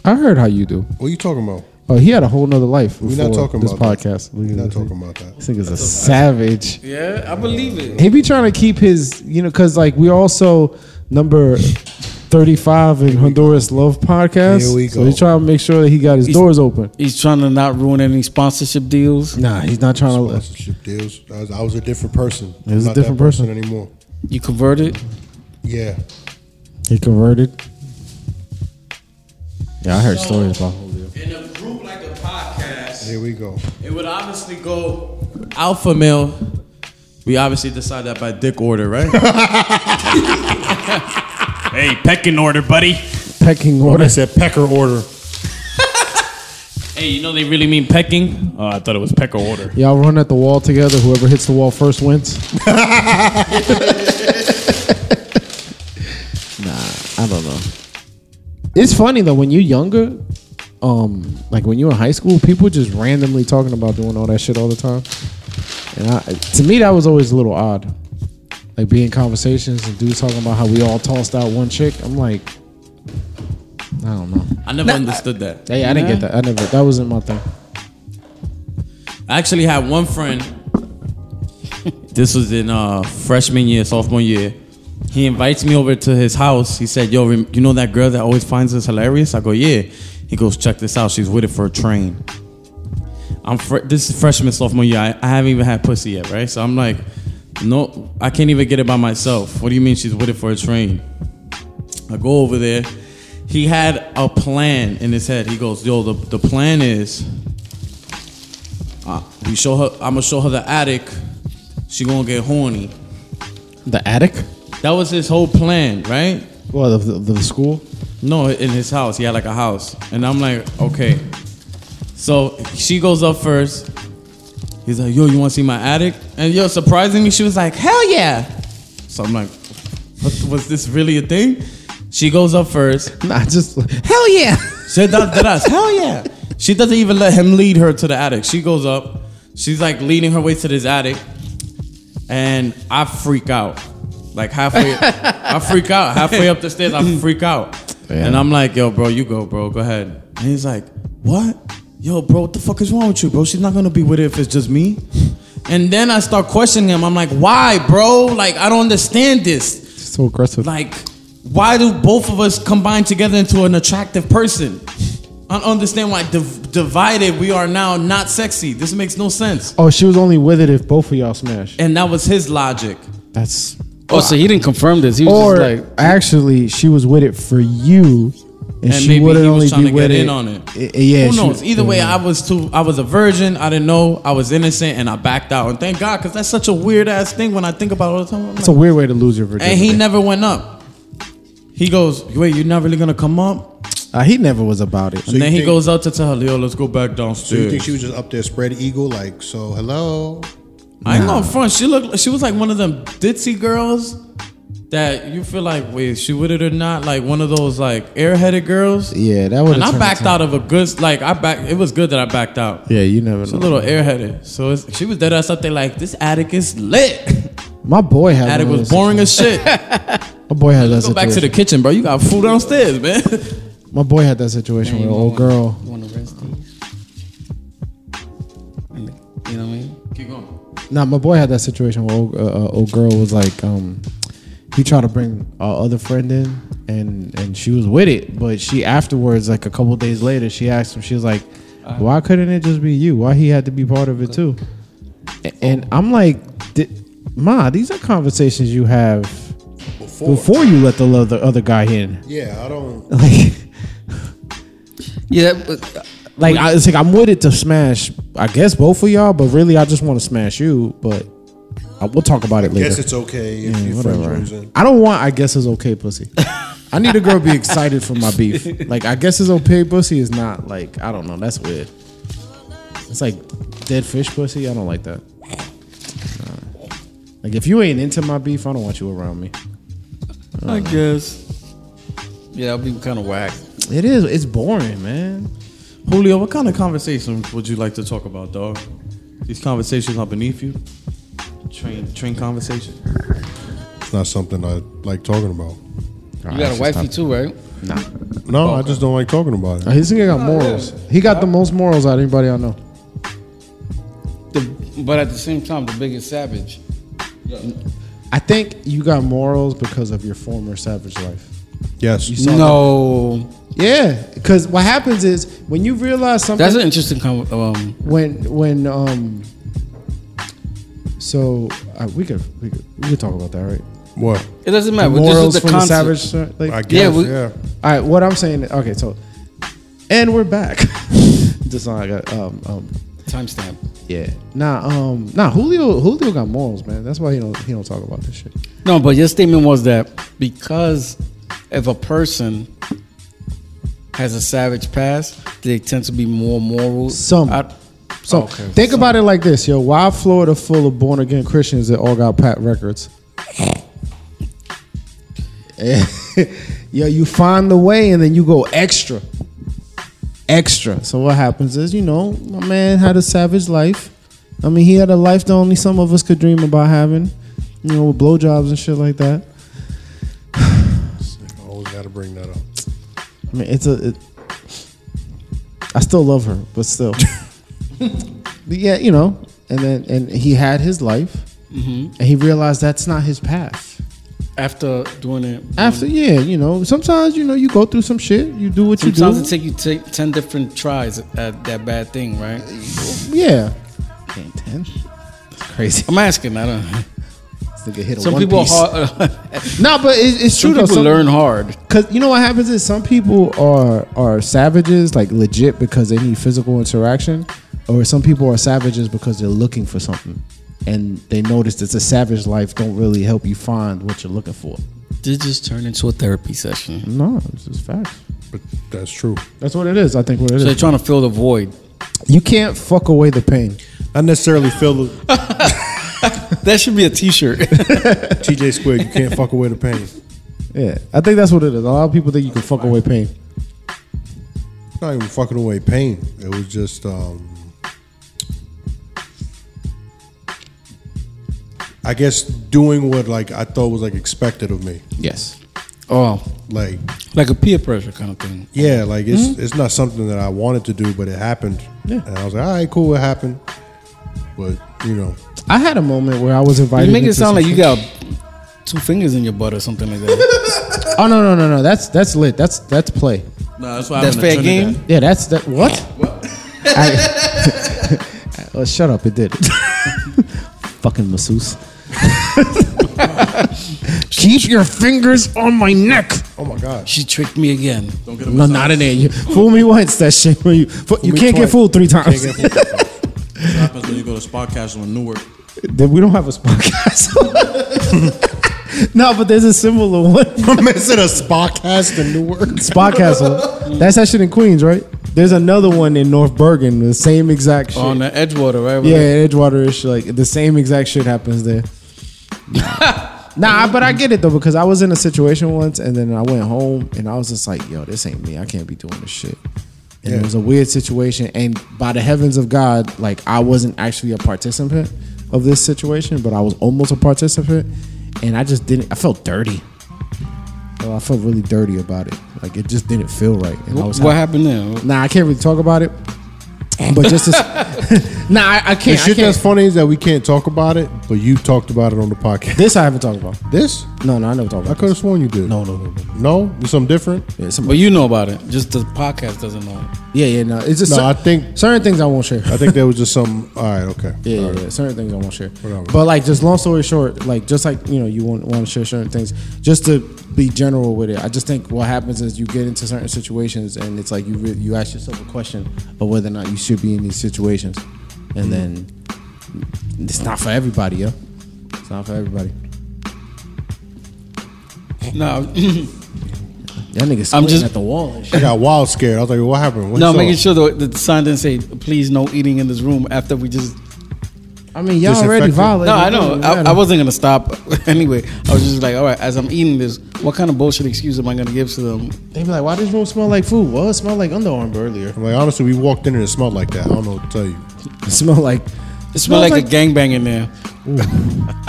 [SPEAKER 7] I heard how you do.
[SPEAKER 4] What are you talking about?
[SPEAKER 7] Oh, he had a whole nother life.
[SPEAKER 4] We're not talking
[SPEAKER 7] this
[SPEAKER 4] about that.
[SPEAKER 7] podcast. Look
[SPEAKER 4] We're
[SPEAKER 7] at
[SPEAKER 4] not
[SPEAKER 7] this thing.
[SPEAKER 4] talking about that.
[SPEAKER 7] This nigga's a savage.
[SPEAKER 3] Yeah, I believe it.
[SPEAKER 7] He be trying to keep his, you know, because like we also number thirty-five in Honduras Love Podcast.
[SPEAKER 4] Here we
[SPEAKER 7] So
[SPEAKER 4] go.
[SPEAKER 7] he trying to make sure that he got his doors open.
[SPEAKER 3] He's trying to not ruin any sponsorship deals.
[SPEAKER 7] Nah, he's not trying to.
[SPEAKER 4] Sponsorship deals. I was, I was a different person.
[SPEAKER 7] He was
[SPEAKER 4] I'm not
[SPEAKER 7] a different
[SPEAKER 4] that person.
[SPEAKER 7] person.
[SPEAKER 4] anymore.
[SPEAKER 3] You converted.
[SPEAKER 4] Yeah.
[SPEAKER 7] He converted. Yeah, I heard stories about Julio.
[SPEAKER 2] In a group like a podcast,
[SPEAKER 4] Here we go.
[SPEAKER 2] it would obviously go alpha male. We obviously decide that by dick order, right?
[SPEAKER 12] Hey, pecking order, buddy.
[SPEAKER 7] pecking order.
[SPEAKER 4] I said pecker order.
[SPEAKER 12] Hey, you know they really mean pecking? Oh, I thought it was pecker order.
[SPEAKER 7] Y'all run at the wall together. Whoever hits the wall first wins.
[SPEAKER 11] I don't know.
[SPEAKER 7] It's funny though when you're younger, um, like when you're in high school, people just randomly talking about doing all that shit all the time, and I, to me that was always a little odd. Like being conversations and dudes talking about how we all tossed out one chick. I'm like, I don't know.
[SPEAKER 2] I never understood that.
[SPEAKER 7] Hey, I didn't get that. I never. That wasn't my thing.
[SPEAKER 2] I actually had one friend. This was in uh, freshman year, sophomore year. He invites me over to his house. He said, "Yo, rem- you know that girl that always finds us hilarious?" I go, "Yeah." He goes, "Check this out. She's with it for a train." I'm fr- this is freshman sophomore year. I, I haven't even had pussy yet, right? So I'm like, "No, I can't even get it by myself." What do you mean she's with it for a train? I go over there. He had a plan in his head. He goes, "Yo, the, the plan is." Uh, we show her. I'm gonna show her the attic. She gonna get horny.
[SPEAKER 7] The attic?
[SPEAKER 2] That was his whole plan, right?
[SPEAKER 7] Well, the, the, the school.
[SPEAKER 2] No, in his house. He had like a house, and I'm like, okay. So she goes up first. He's like, yo, you want to see my attic? And yo, surprisingly, she was like, hell yeah. So I'm like, what, was this really a thing? She goes up first.
[SPEAKER 7] Nah, just
[SPEAKER 2] Hell yeah. She does that us. Hell yeah. She doesn't even let him lead her to the attic. She goes up. She's like leading her way to this attic. And I freak out. Like halfway, I freak out. Halfway up the stairs, I freak out. And I'm like, yo, bro, you go, bro. Go ahead. And he's like, what? Yo, bro, what the fuck is wrong with you, bro? She's not gonna be with it if it's just me. And then I start questioning him. I'm like, why, bro? Like, I don't understand this
[SPEAKER 7] so aggressive.
[SPEAKER 2] like why do both of us combine together into an attractive person i don't understand why div- divided we are now not sexy this makes no sense
[SPEAKER 7] oh, she was only with it if both of y'all smashed.
[SPEAKER 2] and that was his logic
[SPEAKER 7] That's
[SPEAKER 3] Oh, so he didn't confirm this. He was
[SPEAKER 7] or
[SPEAKER 3] just like,
[SPEAKER 7] actually, she was with it for you, and,
[SPEAKER 2] and
[SPEAKER 7] she
[SPEAKER 2] maybe
[SPEAKER 7] wouldn't
[SPEAKER 2] he
[SPEAKER 7] only
[SPEAKER 2] was trying
[SPEAKER 7] be
[SPEAKER 2] to
[SPEAKER 7] with
[SPEAKER 2] get
[SPEAKER 7] it.
[SPEAKER 2] in on it
[SPEAKER 7] I- I- yeah,
[SPEAKER 2] who
[SPEAKER 7] she-
[SPEAKER 2] knows either way
[SPEAKER 7] yeah.
[SPEAKER 2] i was too i was a virgin i didn't know i was innocent and i backed out and thank god because that's such a weird ass thing when i think about it all the time I'm like,
[SPEAKER 7] It's a weird way to lose your virginity.
[SPEAKER 2] and he never went up he goes wait you're not really gonna come up
[SPEAKER 7] Uh, he never was about it.
[SPEAKER 2] and then he
[SPEAKER 4] think-
[SPEAKER 2] goes out to tell her yo let's go back
[SPEAKER 4] So
[SPEAKER 2] downstairs
[SPEAKER 4] you think she was just up there spread eagle like so hello?
[SPEAKER 2] I ain't gonna front. She looked. She was like one of them ditzy girls that you feel like, wait, is she with it or not? Like one of those like airheaded girls.
[SPEAKER 7] Yeah, that would.
[SPEAKER 2] And I backed out of a good. Like I back. It was good that I backed out.
[SPEAKER 7] Yeah, you never
[SPEAKER 2] She's a
[SPEAKER 7] know.
[SPEAKER 2] little airheaded. So it's, she was dead ass up there like this attic is lit.
[SPEAKER 7] My boy had.
[SPEAKER 2] attic
[SPEAKER 7] one of
[SPEAKER 2] was
[SPEAKER 7] those
[SPEAKER 2] boring as shit.
[SPEAKER 7] situations. My boy had that
[SPEAKER 2] Let's go back to the
[SPEAKER 7] situation.
[SPEAKER 2] kitchen, bro. You got food downstairs, man.
[SPEAKER 7] My boy had that situation with an old girl.
[SPEAKER 3] You want to rest these? And the- You know what I mean?
[SPEAKER 2] Keep going.
[SPEAKER 7] Nah, my boy had that situation where old, uh, uh, old girl was like, um, he tried to bring our other friend in, and and she was with it, but she afterwards, like a couple days later, she asked him, she was like, why couldn't it just be you? Why he had to be part of it too? A- And I'm like, "Di- ma, these are conversations you have
[SPEAKER 4] Before.
[SPEAKER 7] before you let the lo- the other guy in,
[SPEAKER 4] Yeah, I don't.
[SPEAKER 7] like.
[SPEAKER 3] Yeah,
[SPEAKER 7] uh,
[SPEAKER 3] but,
[SPEAKER 7] Like I, it's like I'm with it to smash. I guess both of y'all, but really I just want to smash you. But I, we'll talk about it later.
[SPEAKER 4] Guess it's okay if your friend brings in.
[SPEAKER 7] I don't want. I guess it's okay, pussy. I need a girl to be excited for my beef. Like I guess it's okay, pussy is not like I don't know. That's weird. It's like dead fish pussy. I don't like that. Nah. Like if you ain't into my beef, I don't want you around me.
[SPEAKER 3] I guess. Uh, Yeah, I'll be kind of whack.
[SPEAKER 7] It is. It's boring, man.
[SPEAKER 2] Julio, what kind of conversations would you like to talk about, dog? These conversations are beneath you. Train, train conversation.
[SPEAKER 4] It's not something I like talking about.
[SPEAKER 3] You got a wifey too, right?
[SPEAKER 4] No, I just don't like talking about
[SPEAKER 7] Uh,
[SPEAKER 4] it.
[SPEAKER 7] This nigga got morals. He got the most morals out of anybody I know.
[SPEAKER 3] The, but at the same time, the biggest savage.
[SPEAKER 7] I think you got morals because of your former savage life.
[SPEAKER 4] Yes.
[SPEAKER 3] No,
[SPEAKER 7] Yeah, because what happens is when you realize something.
[SPEAKER 3] that's an interesting. Com- um,
[SPEAKER 7] when when um. So uh, we could we could we could talk about that, right?
[SPEAKER 4] What?
[SPEAKER 3] it doesn't matter. This
[SPEAKER 7] morals
[SPEAKER 3] is the
[SPEAKER 7] from
[SPEAKER 3] concept.
[SPEAKER 7] the savage. side, Like,
[SPEAKER 4] I guess.
[SPEAKER 3] we-
[SPEAKER 4] yeah.
[SPEAKER 7] all right, what I'm saying. Okay, so and we're back. Just I got um um
[SPEAKER 3] Timestamp.
[SPEAKER 7] yeah nah um nah Julio Julio got morals, man. That's why he don't he don't talk about this shit.
[SPEAKER 3] No, but your statement was that because if a person has a savage past, they tend to be more moral.
[SPEAKER 7] Some.
[SPEAKER 3] I-
[SPEAKER 7] So think about it like this, yo. Why Florida full of born again Christians that all got pat records? Eh, yo, you find the way and then you go extra. Extra. So what happens is, you know, my man had a savage life. I mean, he had a life that only some of us could dream about having. You know, with blowjobs and shit like that.
[SPEAKER 4] I always got to bring that up.
[SPEAKER 7] I mean, it's a. It, I still love her, but still. but yeah, you know, and then and he had his life,
[SPEAKER 3] Mm-hmm.
[SPEAKER 7] and he realized that's not his path.
[SPEAKER 3] after doing it,
[SPEAKER 7] After yeah, you know, sometimes you know you go through some shit, you do what
[SPEAKER 3] sometimes
[SPEAKER 7] you
[SPEAKER 3] it
[SPEAKER 7] do.
[SPEAKER 3] take you t- ten different tries at that bad thing, right?
[SPEAKER 7] yeah, can't ten. It's crazy.
[SPEAKER 3] I'm asking. I don't.
[SPEAKER 7] This nigga hit a
[SPEAKER 3] Some
[SPEAKER 7] one
[SPEAKER 3] people
[SPEAKER 7] piece.
[SPEAKER 3] hard.
[SPEAKER 7] Nah, but it, it's true
[SPEAKER 3] some
[SPEAKER 7] though.
[SPEAKER 3] people
[SPEAKER 7] Some-
[SPEAKER 3] learn hard.
[SPEAKER 7] Cause you know what happens is some people are are savages like legit because they need physical interaction, or some people are savages because they're looking for something, and they notice that the savage life don't really help you find what you're looking for.
[SPEAKER 3] This just turned into a therapy session.
[SPEAKER 7] No, it's just oh, facts.
[SPEAKER 4] But that's true.
[SPEAKER 7] That's what it is. I think what it
[SPEAKER 3] So they're
[SPEAKER 7] is.
[SPEAKER 3] trying to fill the void.
[SPEAKER 7] You can't fuck away the pain.
[SPEAKER 4] I necessarily feel the
[SPEAKER 3] That should be a T-shirt.
[SPEAKER 4] TJ Square. You can't fuck away the pain.
[SPEAKER 7] Yeah, I think that's what it is. A lot of people think you can fuck away pain.
[SPEAKER 4] Not even fucking away pain. It was just. um I guess doing what like I thought was like expected of me.
[SPEAKER 7] Yes.
[SPEAKER 3] oh,
[SPEAKER 4] Like
[SPEAKER 3] like a peer pressure kind of thing.
[SPEAKER 4] Yeah, like it's it's not something that I wanted to do, but it happened.
[SPEAKER 7] Mm-hmm. Yeah.
[SPEAKER 4] And I was like, all right, cool, it happened. But you know,
[SPEAKER 7] I had a moment where I was invited.
[SPEAKER 3] You make it
[SPEAKER 7] into
[SPEAKER 3] sound like
[SPEAKER 7] some-
[SPEAKER 3] you got two fingers in your butt or something like that.
[SPEAKER 7] Oh no no no no. That's that's lit. That's that's play.
[SPEAKER 2] No, that's why.
[SPEAKER 3] That's fair game.
[SPEAKER 7] Yeah, that's that. What? I, oh, shut up! It did. Fucking masseuse. Keep your fingers on my neck.
[SPEAKER 4] oh my gosh,
[SPEAKER 3] She tricked me again.
[SPEAKER 7] No, not in there. You, fool me once. That shit. Where you fool, you
[SPEAKER 4] me
[SPEAKER 7] can't get
[SPEAKER 4] twice.
[SPEAKER 7] fooled three times.
[SPEAKER 2] What happens when you go to Spotcastle in Newark?
[SPEAKER 7] Then we don't have a spot castle. no, but there's a similar one.
[SPEAKER 4] I'm missing a spot cast in Newark.
[SPEAKER 7] Spot castle. That's that shit in Queens, right? There's another one in North Bergen, the same exact shit.
[SPEAKER 3] on the Edgewater, right?
[SPEAKER 7] yeah, Edgewater ish. Like the same exact shit happens there. nah, but I get it though because I was in a situation once, and then I went home, and I was just like, "Yo, this ain't me. I can't be doing this shit." And it was a weird situation, and by the heavens of God, like I wasn't actually a participant of this situation, but I was almost a participant, and I just didn't. I felt dirty. So I felt really dirty about it. Like it just didn't feel right. And I was
[SPEAKER 3] What happened there?
[SPEAKER 7] Nah, I can't really talk about it. But just as, nah, I, I
[SPEAKER 4] The
[SPEAKER 7] can't. I
[SPEAKER 4] shit
[SPEAKER 7] can't.
[SPEAKER 4] that's funny is that we can't talk about it, but you talked about it on the podcast.
[SPEAKER 7] This I haven't talked about.
[SPEAKER 4] This?
[SPEAKER 7] No, no, I never talked
[SPEAKER 4] I
[SPEAKER 7] about.
[SPEAKER 4] could have sworn you did.
[SPEAKER 7] No, no, no, no.
[SPEAKER 4] No? There's something different?
[SPEAKER 7] Yeah, some-
[SPEAKER 3] But you know about it. Just the podcast doesn't know.
[SPEAKER 7] yeah, yeah, no. It's just
[SPEAKER 4] No,
[SPEAKER 7] cer-
[SPEAKER 4] I think-
[SPEAKER 7] certain things I won't share.
[SPEAKER 4] I think there was just some. All right, okay.
[SPEAKER 7] Yeah,
[SPEAKER 4] All
[SPEAKER 7] yeah,
[SPEAKER 4] right.
[SPEAKER 7] yeah, certain things I won't share.
[SPEAKER 4] Whatever.
[SPEAKER 7] But like, just long story short, like just like you know, you want want to share certain things, just to be general with it. I just think what happens is you get into certain situations, and it's like you re- you ask yourself a question of whether or not you should be in these situations, and then it's not for everybody, yo. It's not for everybody.
[SPEAKER 3] No,
[SPEAKER 7] That nigga
[SPEAKER 3] I'm
[SPEAKER 7] squinting
[SPEAKER 3] just
[SPEAKER 7] at the wall. And
[SPEAKER 4] I
[SPEAKER 7] shit.
[SPEAKER 4] got wild scared. I was like, what happened? What
[SPEAKER 3] no.
[SPEAKER 4] you
[SPEAKER 3] I'm
[SPEAKER 4] saw?
[SPEAKER 3] making sure the, the sign didn't say "Please no eating in this room" after we just.
[SPEAKER 7] I mean, y'all already
[SPEAKER 4] Disinfectant.
[SPEAKER 3] No,
[SPEAKER 7] violated.
[SPEAKER 3] I
[SPEAKER 7] it
[SPEAKER 3] know.
[SPEAKER 7] doesn't
[SPEAKER 3] I, I
[SPEAKER 7] matter.
[SPEAKER 3] wasn't gonna stop anyway. I was just like, all right. As I'm eating this, what kind of bullshit excuse am I gonna give to them?
[SPEAKER 7] They be like, why this room smell like food? Well, it smelled like underarm earlier.
[SPEAKER 4] I'm like, honestly, we walked in and it smelled like that. I don't know what to tell you.
[SPEAKER 7] It smelled like
[SPEAKER 3] It smelled like, a gangbang in there.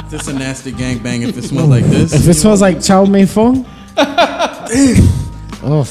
[SPEAKER 2] This a nasty gangbang if it smells like this.
[SPEAKER 7] If it smells like chow mein pho,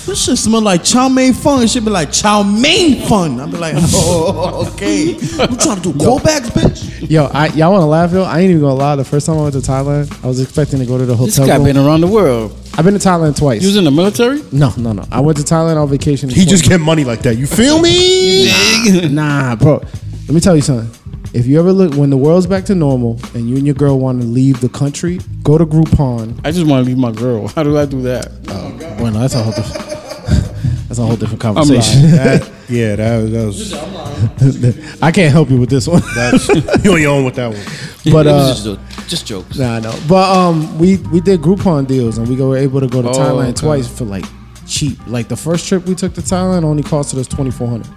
[SPEAKER 2] This shit smell like chow mein fun. It should be like chow mein fun. I'd be like, oh, okay. You trying to do callbacks, bitch?
[SPEAKER 7] yo, I, y'all want to laugh, yo? I ain't even gonna lie. The first time I went to Thailand, I was expecting to go to the
[SPEAKER 3] This
[SPEAKER 7] hotel
[SPEAKER 3] guy
[SPEAKER 7] room.
[SPEAKER 3] been around the world.
[SPEAKER 7] I've been to Thailand twice.
[SPEAKER 3] He was in the military.
[SPEAKER 7] no, no, no. I went to Thailand on vacation.
[SPEAKER 4] He just get money like that. You feel me?
[SPEAKER 7] nah, bro. Let me tell you something. If you ever look when the world's back to normal and you and your girl want to leave the country, go to Groupon.
[SPEAKER 3] I just want to leave my girl. How do I do that?
[SPEAKER 7] Well, no, that's a whole different. That's a whole different conversation.
[SPEAKER 4] That- yeah, that, was- that was.
[SPEAKER 7] I can't help you with this one.
[SPEAKER 4] That's, you're on your own with that one.
[SPEAKER 7] But
[SPEAKER 3] It
[SPEAKER 7] uh,
[SPEAKER 3] was just, a- just jokes.
[SPEAKER 7] Nah, I know. But um, we we did Groupon deals, and we were able to go to Thailand
[SPEAKER 3] okay.
[SPEAKER 7] twice for like cheap. Like the first trip we took to Thailand only costed us twenty four hundred.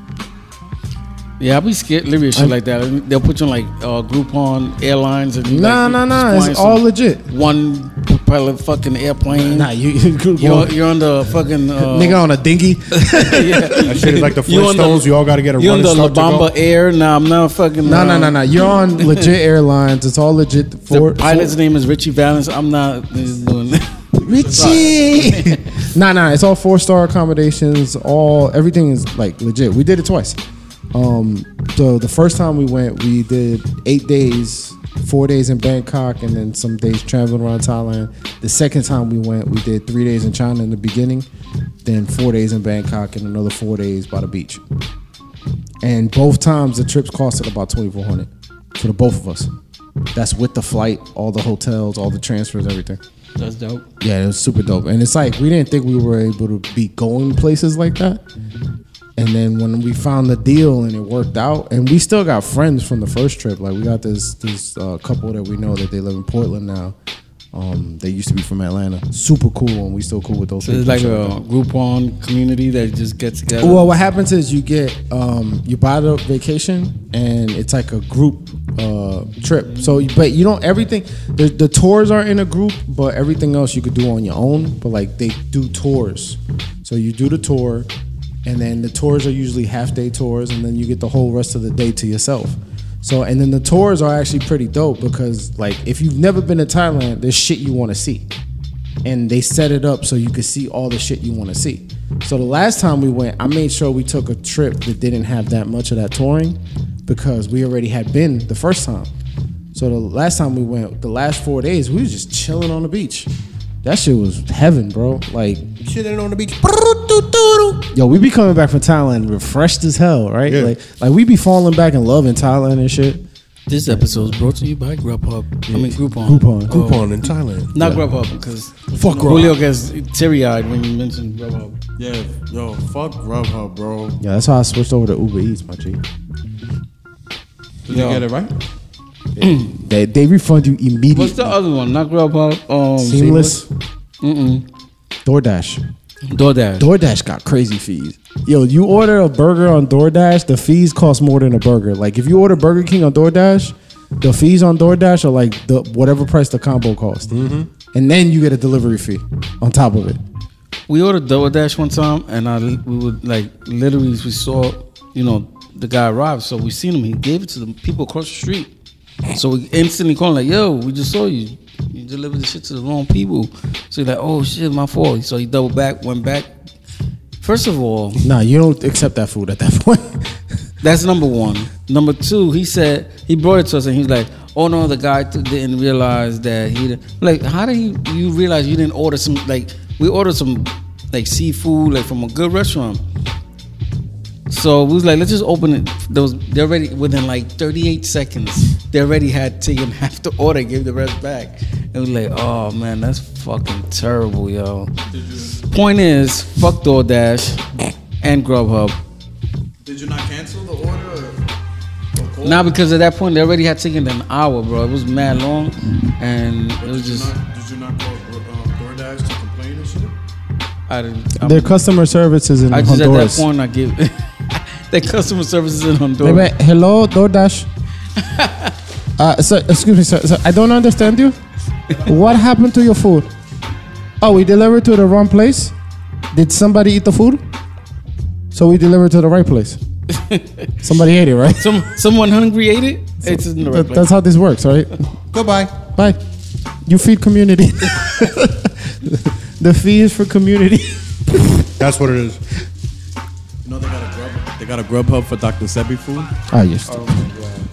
[SPEAKER 3] Yeah, I be scared living shit like that. They'll put you on like uh, Groupon airlines and you,
[SPEAKER 7] Nah,
[SPEAKER 3] like,
[SPEAKER 7] nah,
[SPEAKER 3] you
[SPEAKER 7] nah.
[SPEAKER 3] flying
[SPEAKER 7] It's all
[SPEAKER 3] some
[SPEAKER 7] legit.
[SPEAKER 3] one propeller fucking airplane.
[SPEAKER 7] Nah, you, you Groupon,
[SPEAKER 3] You're, you're on the fucking uh,
[SPEAKER 7] nigga on a dinghy.
[SPEAKER 3] yeah.
[SPEAKER 4] That shit is like the
[SPEAKER 3] You on the-
[SPEAKER 4] Flintstones. You, all got to get a
[SPEAKER 3] You on
[SPEAKER 4] running
[SPEAKER 3] the La
[SPEAKER 4] start to go.
[SPEAKER 3] Bamba Air? Nah, I'm not fucking.
[SPEAKER 7] No,
[SPEAKER 3] uh,
[SPEAKER 7] no, no, no. You're on legit airlines. It's all legit. For,
[SPEAKER 3] The pilot's name is Richie Valens. I'm not just doing that.
[SPEAKER 7] Richie. nah, nah. It's all four star accommodations. All everything is like legit. We did it twice. Um, so the first time we went, we did eight days, four days in Bangkok, and then some days traveling around Thailand. The second time we went, we did three days in China in the beginning, then four days in Bangkok, and another four days by the beach. And both times the trips costed about twenty four hundred for the both of us. That's with the flight, all the hotels, all the transfers, everything.
[SPEAKER 3] That's dope.
[SPEAKER 7] Yeah, it was super dope. And it's like we didn't think we were able to be going places like that. And then when we found the deal and it worked out, and we still got friends from the first trip. Like we got this this uh, couple that we know that they live in Portland now. Um, they used to be from Atlanta. Super cool, and we still cool with those.
[SPEAKER 3] It's
[SPEAKER 7] people.
[SPEAKER 3] like a Groupon community that just gets together.
[SPEAKER 7] Well, what happens is you get um, you buy the vacation and it's like a group uh, trip. So, but you don't everything. The, the tours are in a group, but everything else you could do on your own. But like they do tours, so you do the tour, and then the tours are usually half day tours, and then you get the whole rest of the day to yourself. So, and then the tours are actually pretty dope because like if you've never been to Thailand, there's shit you want to see and they set it up so you could see all the shit you want to see. So the last time we went, I made sure we took a trip that didn't have that much of that touring because we already had been the first time. So the last time we went, the last four days, we was just chilling on the beach. That shit was heaven, bro. Like,
[SPEAKER 4] Shitting on the beach.
[SPEAKER 7] yo, we be coming back from Thailand refreshed as hell, right?
[SPEAKER 4] Yeah.
[SPEAKER 7] Like, like we be falling back in love in Thailand and shit.
[SPEAKER 3] This episode is brought to you by Grubhub. I mean Groupon.
[SPEAKER 7] Groupon.
[SPEAKER 3] Oh,
[SPEAKER 4] Coupon in Thailand.
[SPEAKER 3] Not Grubhub because fuck Julio gets teary-eyed when you mention Grubhub.
[SPEAKER 2] Yeah, yo, fuck Grubhub, bro. Did
[SPEAKER 7] Yeah, that's how I switched over to Uber Eats, my G.
[SPEAKER 2] you get it right?
[SPEAKER 7] They, they refund you immediately.
[SPEAKER 3] What's the other one? Not Grubhub. Um,
[SPEAKER 7] Seamless. Mm-mm. DoorDash.
[SPEAKER 3] DoorDash.
[SPEAKER 7] DoorDash got crazy fees. Yo, you order a burger on DoorDash, the fees cost more than a burger. Like if you order Burger King on DoorDash, the fees on DoorDash are like the whatever price the combo cost,
[SPEAKER 3] Mm-hmm.
[SPEAKER 7] and then you get a delivery fee on top of it.
[SPEAKER 3] We ordered Double Dash one time, and I we would like literally we saw you know the guy arrived, so we seen him. He gave it to the people across the street, so we instantly called like, "Yo, we just saw you. You delivered the shit to the wrong people." So he's like, "Oh shit, my fault." So he doubled back, went back. First of all,
[SPEAKER 7] Nah, you don't accept that food at that point.
[SPEAKER 3] That's number one. Number two, he said he brought it to us and he was like, "Oh no, the guy t- didn't realize that he didn't. like how did he you realize you didn't order some like we ordered some like seafood like from a good restaurant." So we was like, let's just open it. There was they already within like 38 seconds, they already had taken half the order, gave the rest back. And we was like, oh man, that's fucking terrible, yo. Point is, fuck DoorDash and Grubhub.
[SPEAKER 2] Did you not cancel the order?
[SPEAKER 3] Nah, because at that point they already had taken an hour, bro. It was mad long, and it was just
[SPEAKER 2] did you not call um, DoorDash to complain and shit?
[SPEAKER 3] I didn't. I'm-
[SPEAKER 7] Their customer service is in
[SPEAKER 3] I just
[SPEAKER 7] Honduras.
[SPEAKER 3] at that point I give the customer services in
[SPEAKER 7] They
[SPEAKER 3] Honduras.
[SPEAKER 7] went, hello, DoorDash. uh, sir, excuse me, sir, sir. I don't understand you. What happened to your food? Oh, we delivered to the wrong place. Did somebody eat the food? So we delivered to the right place. somebody ate it, right?
[SPEAKER 3] Some someone hungry ate it. It's in the right
[SPEAKER 7] That-
[SPEAKER 3] place.
[SPEAKER 7] that's how this works, right?
[SPEAKER 4] Goodbye.
[SPEAKER 7] Bye. You feed community. the fee is for community.
[SPEAKER 4] That's what it is.
[SPEAKER 2] You know they got a grub. They got a Grubhub for Dr. Sebi food.
[SPEAKER 7] Ah, yes.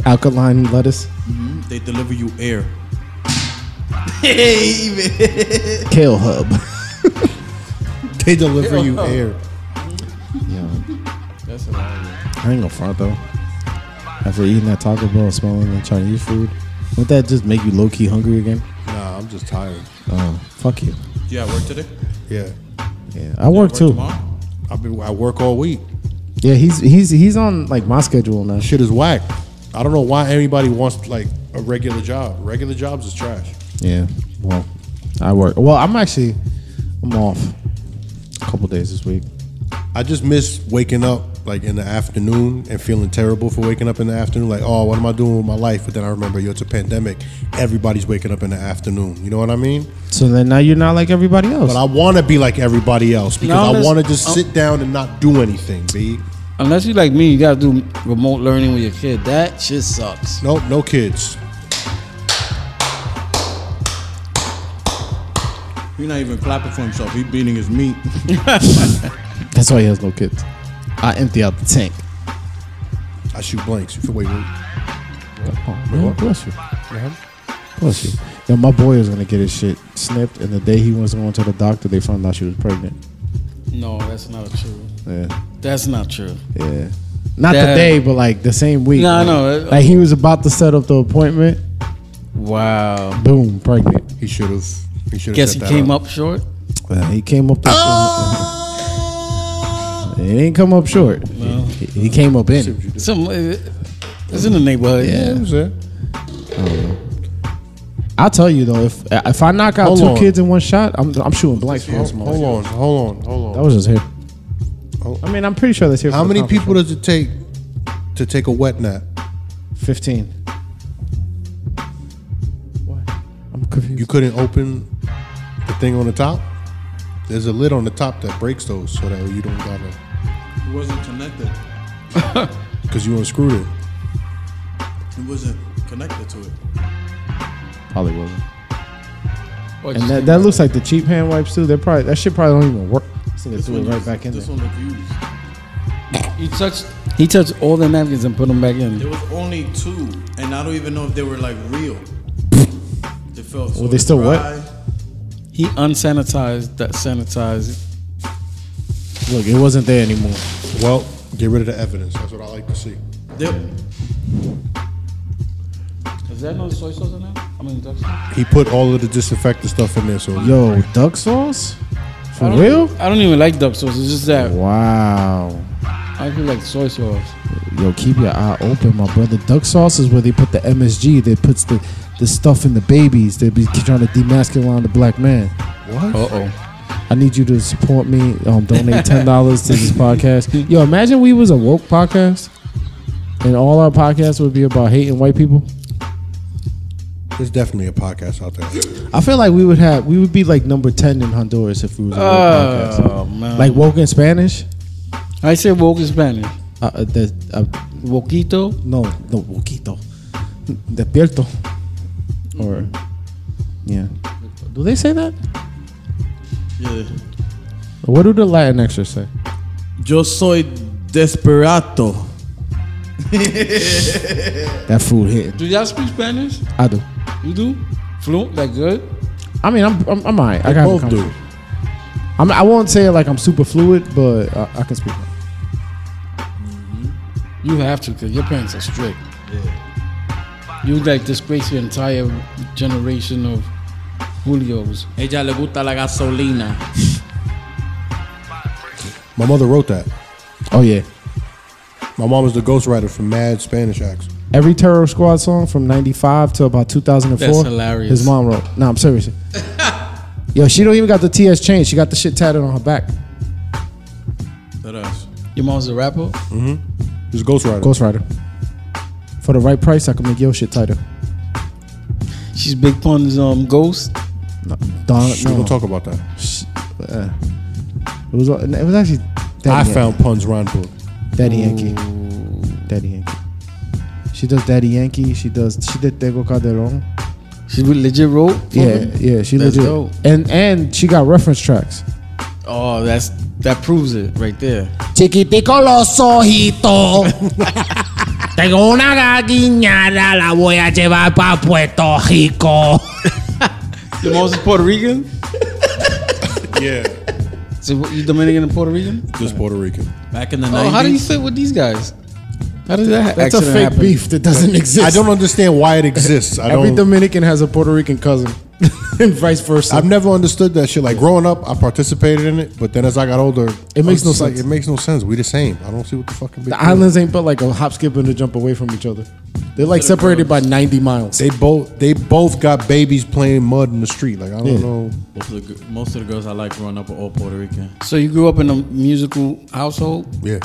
[SPEAKER 7] Alkaline lettuce.
[SPEAKER 2] They deliver you air.
[SPEAKER 7] Kale hub.
[SPEAKER 4] They deliver you air.
[SPEAKER 7] I ain't gonna front though. After eating that Taco Bell, and smelling the Chinese food, would that just make you low key hungry again?
[SPEAKER 4] Nah, I'm just tired.
[SPEAKER 7] Oh, fuck you.
[SPEAKER 2] Yeah, I work today.
[SPEAKER 4] Yeah,
[SPEAKER 7] Yeah, I work too.
[SPEAKER 2] Tomorrow.
[SPEAKER 4] I've been I work all week.
[SPEAKER 7] Yeah, he's he's he's on like my schedule now.
[SPEAKER 4] Shit is whack. I don't know why anybody wants like a regular job. Regular jobs is trash.
[SPEAKER 7] Yeah. Well, I work. Well, I'm actually I'm off a couple days this week.
[SPEAKER 4] I just miss waking up like in the afternoon and feeling terrible for waking up in the afternoon. Like, oh, what am I doing with my life? But then I remember, yo, it's a pandemic. Everybody's waking up in the afternoon. You know what I mean?
[SPEAKER 7] So then now you're not like everybody else.
[SPEAKER 4] But I want to be like everybody else because
[SPEAKER 3] No,
[SPEAKER 4] I
[SPEAKER 3] that's-
[SPEAKER 4] want to just
[SPEAKER 3] oh.
[SPEAKER 4] sit down and not do anything. B.
[SPEAKER 3] Unless you like me, you gotta do remote learning with your kid. That shit sucks.
[SPEAKER 4] Nope, no kids.
[SPEAKER 2] He's not even clapping for himself. He's beating his meat.
[SPEAKER 7] That's why he has no kids. I empty out the tank.
[SPEAKER 4] I shoot blanks. Wait, wait. wait.
[SPEAKER 7] Oh, man, bless you. Bless you. Yo, my boy is gonna get his shit snipped, and the day he was going to the doctor, they found out she was pregnant.
[SPEAKER 3] No, that's not true.
[SPEAKER 7] Yeah.
[SPEAKER 3] That's not true.
[SPEAKER 7] Yeah. Not
[SPEAKER 3] That-
[SPEAKER 7] today, but like the same week.
[SPEAKER 3] No, I
[SPEAKER 7] like,
[SPEAKER 3] know.
[SPEAKER 7] Like he was about to set up the appointment.
[SPEAKER 3] Wow.
[SPEAKER 7] Boom, pregnant.
[SPEAKER 4] He should have. He should have.
[SPEAKER 3] Guess he came up short.
[SPEAKER 7] Uh, he came up. it didn't come up short. He, he came up in.
[SPEAKER 3] Some. uh, It's in the neighborhood.
[SPEAKER 7] Yeah. I'll tell you though, if if I knock out
[SPEAKER 4] Hold
[SPEAKER 7] two
[SPEAKER 4] on.
[SPEAKER 7] kids in one shot, I'm I'm shooting blanks for
[SPEAKER 4] Hold,
[SPEAKER 7] this
[SPEAKER 4] hold on, hold on, hold
[SPEAKER 7] That
[SPEAKER 4] on.
[SPEAKER 7] was just here.
[SPEAKER 4] Hold-
[SPEAKER 7] I mean, I'm pretty sure that's here.
[SPEAKER 4] How
[SPEAKER 7] for the
[SPEAKER 4] many
[SPEAKER 7] conference
[SPEAKER 4] people does it take to take a wet nap?
[SPEAKER 7] room. Fifteen. What? I'm confused.
[SPEAKER 4] You couldn't open the thing on the top. There's a lid on the top that breaks those, so that you don't gotta.
[SPEAKER 2] He wasn't connected.
[SPEAKER 4] Cause you unscrewed it.
[SPEAKER 2] He wasn't connected to it.
[SPEAKER 7] probably wasn't.
[SPEAKER 3] Or
[SPEAKER 7] And
[SPEAKER 3] just
[SPEAKER 7] that,
[SPEAKER 3] came
[SPEAKER 7] that
[SPEAKER 3] up.
[SPEAKER 7] looks like the cheap hand wipes too. They're probably that shit probably don't even work. This nigga threw it right back in
[SPEAKER 2] This
[SPEAKER 7] there.
[SPEAKER 2] one refused.
[SPEAKER 3] He touched. He touched all the napkins and put them back in.
[SPEAKER 2] There was only two, and I don't even know if they were like real. They felt. Were
[SPEAKER 7] they still wet?
[SPEAKER 3] He unsanitized that sanitized.
[SPEAKER 7] Look, it wasn't there anymore.
[SPEAKER 4] Well, get rid of the evidence. That's what I like to see.
[SPEAKER 3] Is there no soy sauce in there? I mean, duck sauce?
[SPEAKER 4] He put all of the disinfectant stuff in there, so
[SPEAKER 7] Yo, duck sauce? For real?
[SPEAKER 3] I don't even like duck sauce. It's just that
[SPEAKER 7] Wow.
[SPEAKER 3] I feel like soy sauce.
[SPEAKER 7] Yo, keep your eye open, my brother. Duck sauce is where they put the MSG that puts the, the stuff in the babies. They be trying to demasculine the black man.
[SPEAKER 3] Uh oh.
[SPEAKER 7] I need you to support me. Um, donate ten dollars to this podcast. Yo, imagine we was a woke podcast, and all our podcasts would be about hating white people.
[SPEAKER 4] There's definitely a podcast out there.
[SPEAKER 7] I feel like we would have we would be like number ten in Honduras if we was a woke
[SPEAKER 3] Oh,
[SPEAKER 7] podcast.
[SPEAKER 3] man.
[SPEAKER 7] Like woke in Spanish.
[SPEAKER 3] I say woke in Spanish.
[SPEAKER 7] Uh, uh, the, uh,
[SPEAKER 3] Woquito.
[SPEAKER 7] no, no, woquito, despierto, or yeah. Do they say that?
[SPEAKER 2] Yeah.
[SPEAKER 7] What do the Latin extras say?
[SPEAKER 2] Yo soy desperado.
[SPEAKER 7] That food hitting.
[SPEAKER 3] Do y'all speak Spanish?
[SPEAKER 7] I do.
[SPEAKER 3] You do? Fluent? Like good?
[SPEAKER 7] I mean, I'm I'm, I'm alright. I got
[SPEAKER 4] Both do.
[SPEAKER 7] I'm, I won't say like I'm super fluid, but I, I can speak.
[SPEAKER 3] You have to, because your parents are strict. Yeah. You like disgrace your entire generation of Julios.
[SPEAKER 2] Ella le gusta la gasolina.
[SPEAKER 4] My mother wrote that.
[SPEAKER 7] Oh yeah.
[SPEAKER 4] My mom was the ghostwriter for Mad Spanish Acts.
[SPEAKER 7] Every Terror Squad song from '95 to about 2004.
[SPEAKER 3] That's hilarious.
[SPEAKER 7] His mom wrote. No, I'm serious. Yo, she don't even got the TS chain. She got the shit tatted on her back.
[SPEAKER 2] That us.
[SPEAKER 3] Your mom's a rapper?
[SPEAKER 4] She's a ghostwriter.
[SPEAKER 7] Ghost Rider. For the right price, I can make your shit tighter.
[SPEAKER 3] She's Big Pun's um, ghost.
[SPEAKER 7] Don,
[SPEAKER 4] Shh, we
[SPEAKER 7] no,
[SPEAKER 4] don't talk about that.
[SPEAKER 7] uh, it was it was actually
[SPEAKER 4] I
[SPEAKER 7] Daddy
[SPEAKER 4] found puns rhyme book.
[SPEAKER 7] Yan- Daddy Yankee. Daddy Yankee. She does Daddy Yankee. She does. She did Tego Calderon.
[SPEAKER 3] She really legit wrote? for
[SPEAKER 7] Yeah,
[SPEAKER 3] them?
[SPEAKER 7] yeah. She
[SPEAKER 3] That's
[SPEAKER 7] legit.
[SPEAKER 3] dope.
[SPEAKER 7] And and she got reference tracks.
[SPEAKER 3] Oh, that's that proves it right there.
[SPEAKER 13] Chiquitico los ojitos. Tengo una gaguiñada, la voy a llevar pa' Puerto Rico.
[SPEAKER 3] Your mom's a Puerto Rican?
[SPEAKER 4] Yeah.
[SPEAKER 3] So what, you Dominican and Puerto Rican?
[SPEAKER 4] Just Puerto Rican.
[SPEAKER 2] Back in the
[SPEAKER 3] Oh,
[SPEAKER 2] 90s.
[SPEAKER 3] how do you fit with these guys? How did that
[SPEAKER 7] That's a
[SPEAKER 3] accident
[SPEAKER 7] fake
[SPEAKER 3] happen?
[SPEAKER 7] beef that doesn't exist.
[SPEAKER 4] I don't understand why it exists. I
[SPEAKER 7] Every
[SPEAKER 13] Oh.
[SPEAKER 4] don't.
[SPEAKER 7] Dominican has a Puerto Rican cousin, and vice versa.
[SPEAKER 4] I've never understood that shit. Like growing up, I participated in it, but then as I got older,
[SPEAKER 7] It makes
[SPEAKER 4] I'm just
[SPEAKER 7] no
[SPEAKER 4] like,
[SPEAKER 7] sense.
[SPEAKER 4] it makes no sense. We the same. I don't see what the fucking big
[SPEAKER 7] the
[SPEAKER 4] deal
[SPEAKER 7] islands ain't but like a hop, skip, and a jump away from each other. They're like separated by 90 miles.
[SPEAKER 4] They both they both got babies playing mud in the street. Like I don't
[SPEAKER 7] Yeah.
[SPEAKER 4] know.
[SPEAKER 2] Most of, the, g- most of the girls I like growing up were all Puerto Rican.
[SPEAKER 3] So you grew up in a musical household,
[SPEAKER 4] Yeah,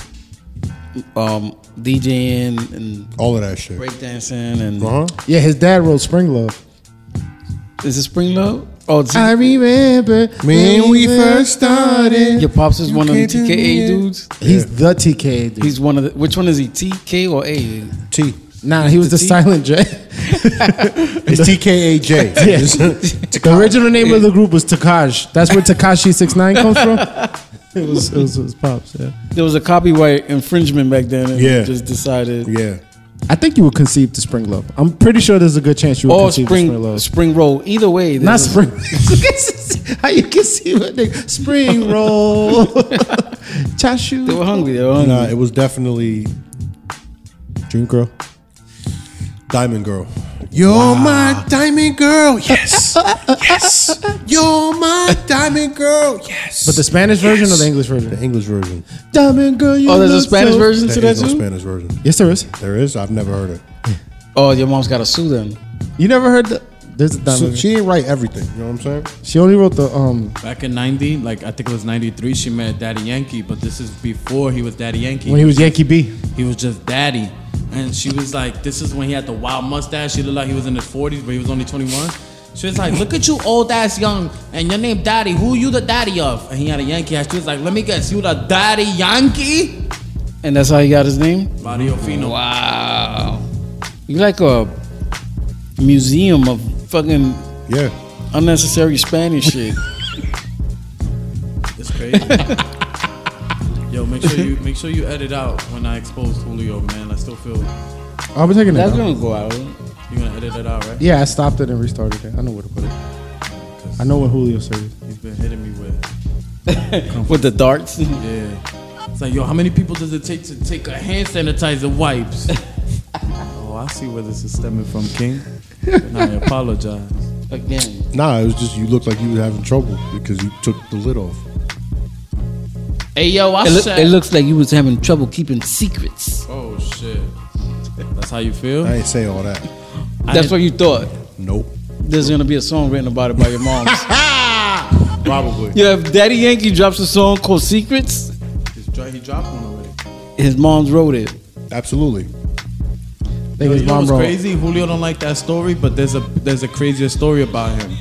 [SPEAKER 3] um, DJing and
[SPEAKER 4] all of that shit.
[SPEAKER 3] breakdancing, and
[SPEAKER 4] Uh huh.
[SPEAKER 7] Yeah, his dad wrote Spring Love.
[SPEAKER 3] is it Spring Love? Oh, it's-
[SPEAKER 7] I remember
[SPEAKER 4] When we first
[SPEAKER 3] your
[SPEAKER 4] started.
[SPEAKER 3] pops is one of the
[SPEAKER 4] can't do
[SPEAKER 3] TKA
[SPEAKER 4] it.
[SPEAKER 3] dudes.
[SPEAKER 7] He's the TK dude.
[SPEAKER 3] He's one of the. Which one is he? TK or A?
[SPEAKER 4] T.
[SPEAKER 7] nah, he was the,
[SPEAKER 3] T?
[SPEAKER 7] silent J.
[SPEAKER 4] It's TKAJ.
[SPEAKER 7] the original name of the group was Takaj. That's where Takashi 69 comes from. it, was, it was his pops, yeah.
[SPEAKER 3] There was a copyright infringement back then. And
[SPEAKER 4] Yeah.
[SPEAKER 3] yeah. Just decided.
[SPEAKER 4] yeah.
[SPEAKER 7] I think you were conceived to Spring Love. I'm pretty sure there's a good chance you were
[SPEAKER 3] Or
[SPEAKER 7] conceived
[SPEAKER 3] spring,
[SPEAKER 7] to Oh, Spring Love.
[SPEAKER 3] spring roll. Either way,
[SPEAKER 7] Not
[SPEAKER 3] there's a-
[SPEAKER 7] Spring. How you conceive a nigga? Spring Roll. Chashu.
[SPEAKER 3] They were hungry. They were hungry.
[SPEAKER 4] Nah, it was definitely
[SPEAKER 7] Dream Girl.
[SPEAKER 4] Diamond Girl. You're my diamond girl. Yes. yes. You're my diamond girl. Yes.
[SPEAKER 7] But the Spanish version or the English version?
[SPEAKER 4] the English version.
[SPEAKER 7] Diamond Girl. You
[SPEAKER 3] oh, there's a
[SPEAKER 7] look
[SPEAKER 3] Spanish
[SPEAKER 7] so-
[SPEAKER 3] version to
[SPEAKER 4] There
[SPEAKER 3] that
[SPEAKER 4] is no
[SPEAKER 3] too.
[SPEAKER 4] Spanish version.
[SPEAKER 7] Yes, there is.
[SPEAKER 4] There is. I've never heard it.
[SPEAKER 3] Oh, your mom's got to sue them.
[SPEAKER 7] You never heard the. There's a Diamond
[SPEAKER 4] So
[SPEAKER 7] Girl.
[SPEAKER 4] she ain't write everything. You know what I'm saying?
[SPEAKER 7] She only wrote the um
[SPEAKER 2] Back in 90, like I think it was 93, she met Daddy Yankee, but this is before he was Daddy Yankee.
[SPEAKER 7] when he was Yankee B.
[SPEAKER 2] He was just daddy. And she was like, this is when he had the wild mustache. He looked like he was in his 40s, but he was only 21. She was like, look at you old ass young, and your name Daddy. Who you the daddy of? And he had a Yankee ass. She was like, let me guess, you the Daddy Yankee?
[SPEAKER 3] And that's how he got his name?
[SPEAKER 2] Mario Fino.
[SPEAKER 3] Wow. You like a museum of fucking
[SPEAKER 4] Yeah.
[SPEAKER 3] unnecessary Spanish shit.
[SPEAKER 2] It's crazy. Yo, make sure you make sure you edit out when I exposed Julio, man. I still feel you're
[SPEAKER 7] I'll be taking it.
[SPEAKER 3] That's
[SPEAKER 7] out.
[SPEAKER 3] gonna go out.
[SPEAKER 2] gonna edit it out, right?
[SPEAKER 7] Yeah, I stopped it and restarted it. I know where to put it. I know what Julio said.
[SPEAKER 2] He's been hitting me with.
[SPEAKER 3] With the darts.
[SPEAKER 2] Yeah. It's like, yo, how many people does it take to take a hand sanitizer wipes? oh, I see where this is stemming from, King. And I apologize.
[SPEAKER 3] Again.
[SPEAKER 4] Nah, it was just you looked like you were having trouble because you took the lid off.
[SPEAKER 2] Hey, yo, I
[SPEAKER 3] It, look-
[SPEAKER 2] said.
[SPEAKER 3] it looks like you was having trouble keeping secrets.
[SPEAKER 2] oh shit. That's how you feel.
[SPEAKER 4] I ain't say all that.
[SPEAKER 3] That's what you thought.
[SPEAKER 4] Nope.
[SPEAKER 3] There's gonna be a song written about it by your mom's.
[SPEAKER 4] Probably.
[SPEAKER 3] Yeah, if Daddy Yankee drops a song called Secrets,
[SPEAKER 2] He dropped one already.
[SPEAKER 3] his mom's wrote it.
[SPEAKER 4] Absolutely.
[SPEAKER 2] Yo, you know what's
[SPEAKER 14] bro.
[SPEAKER 2] crazy? Julio don't like that story, but there's a there's a crazier story about him.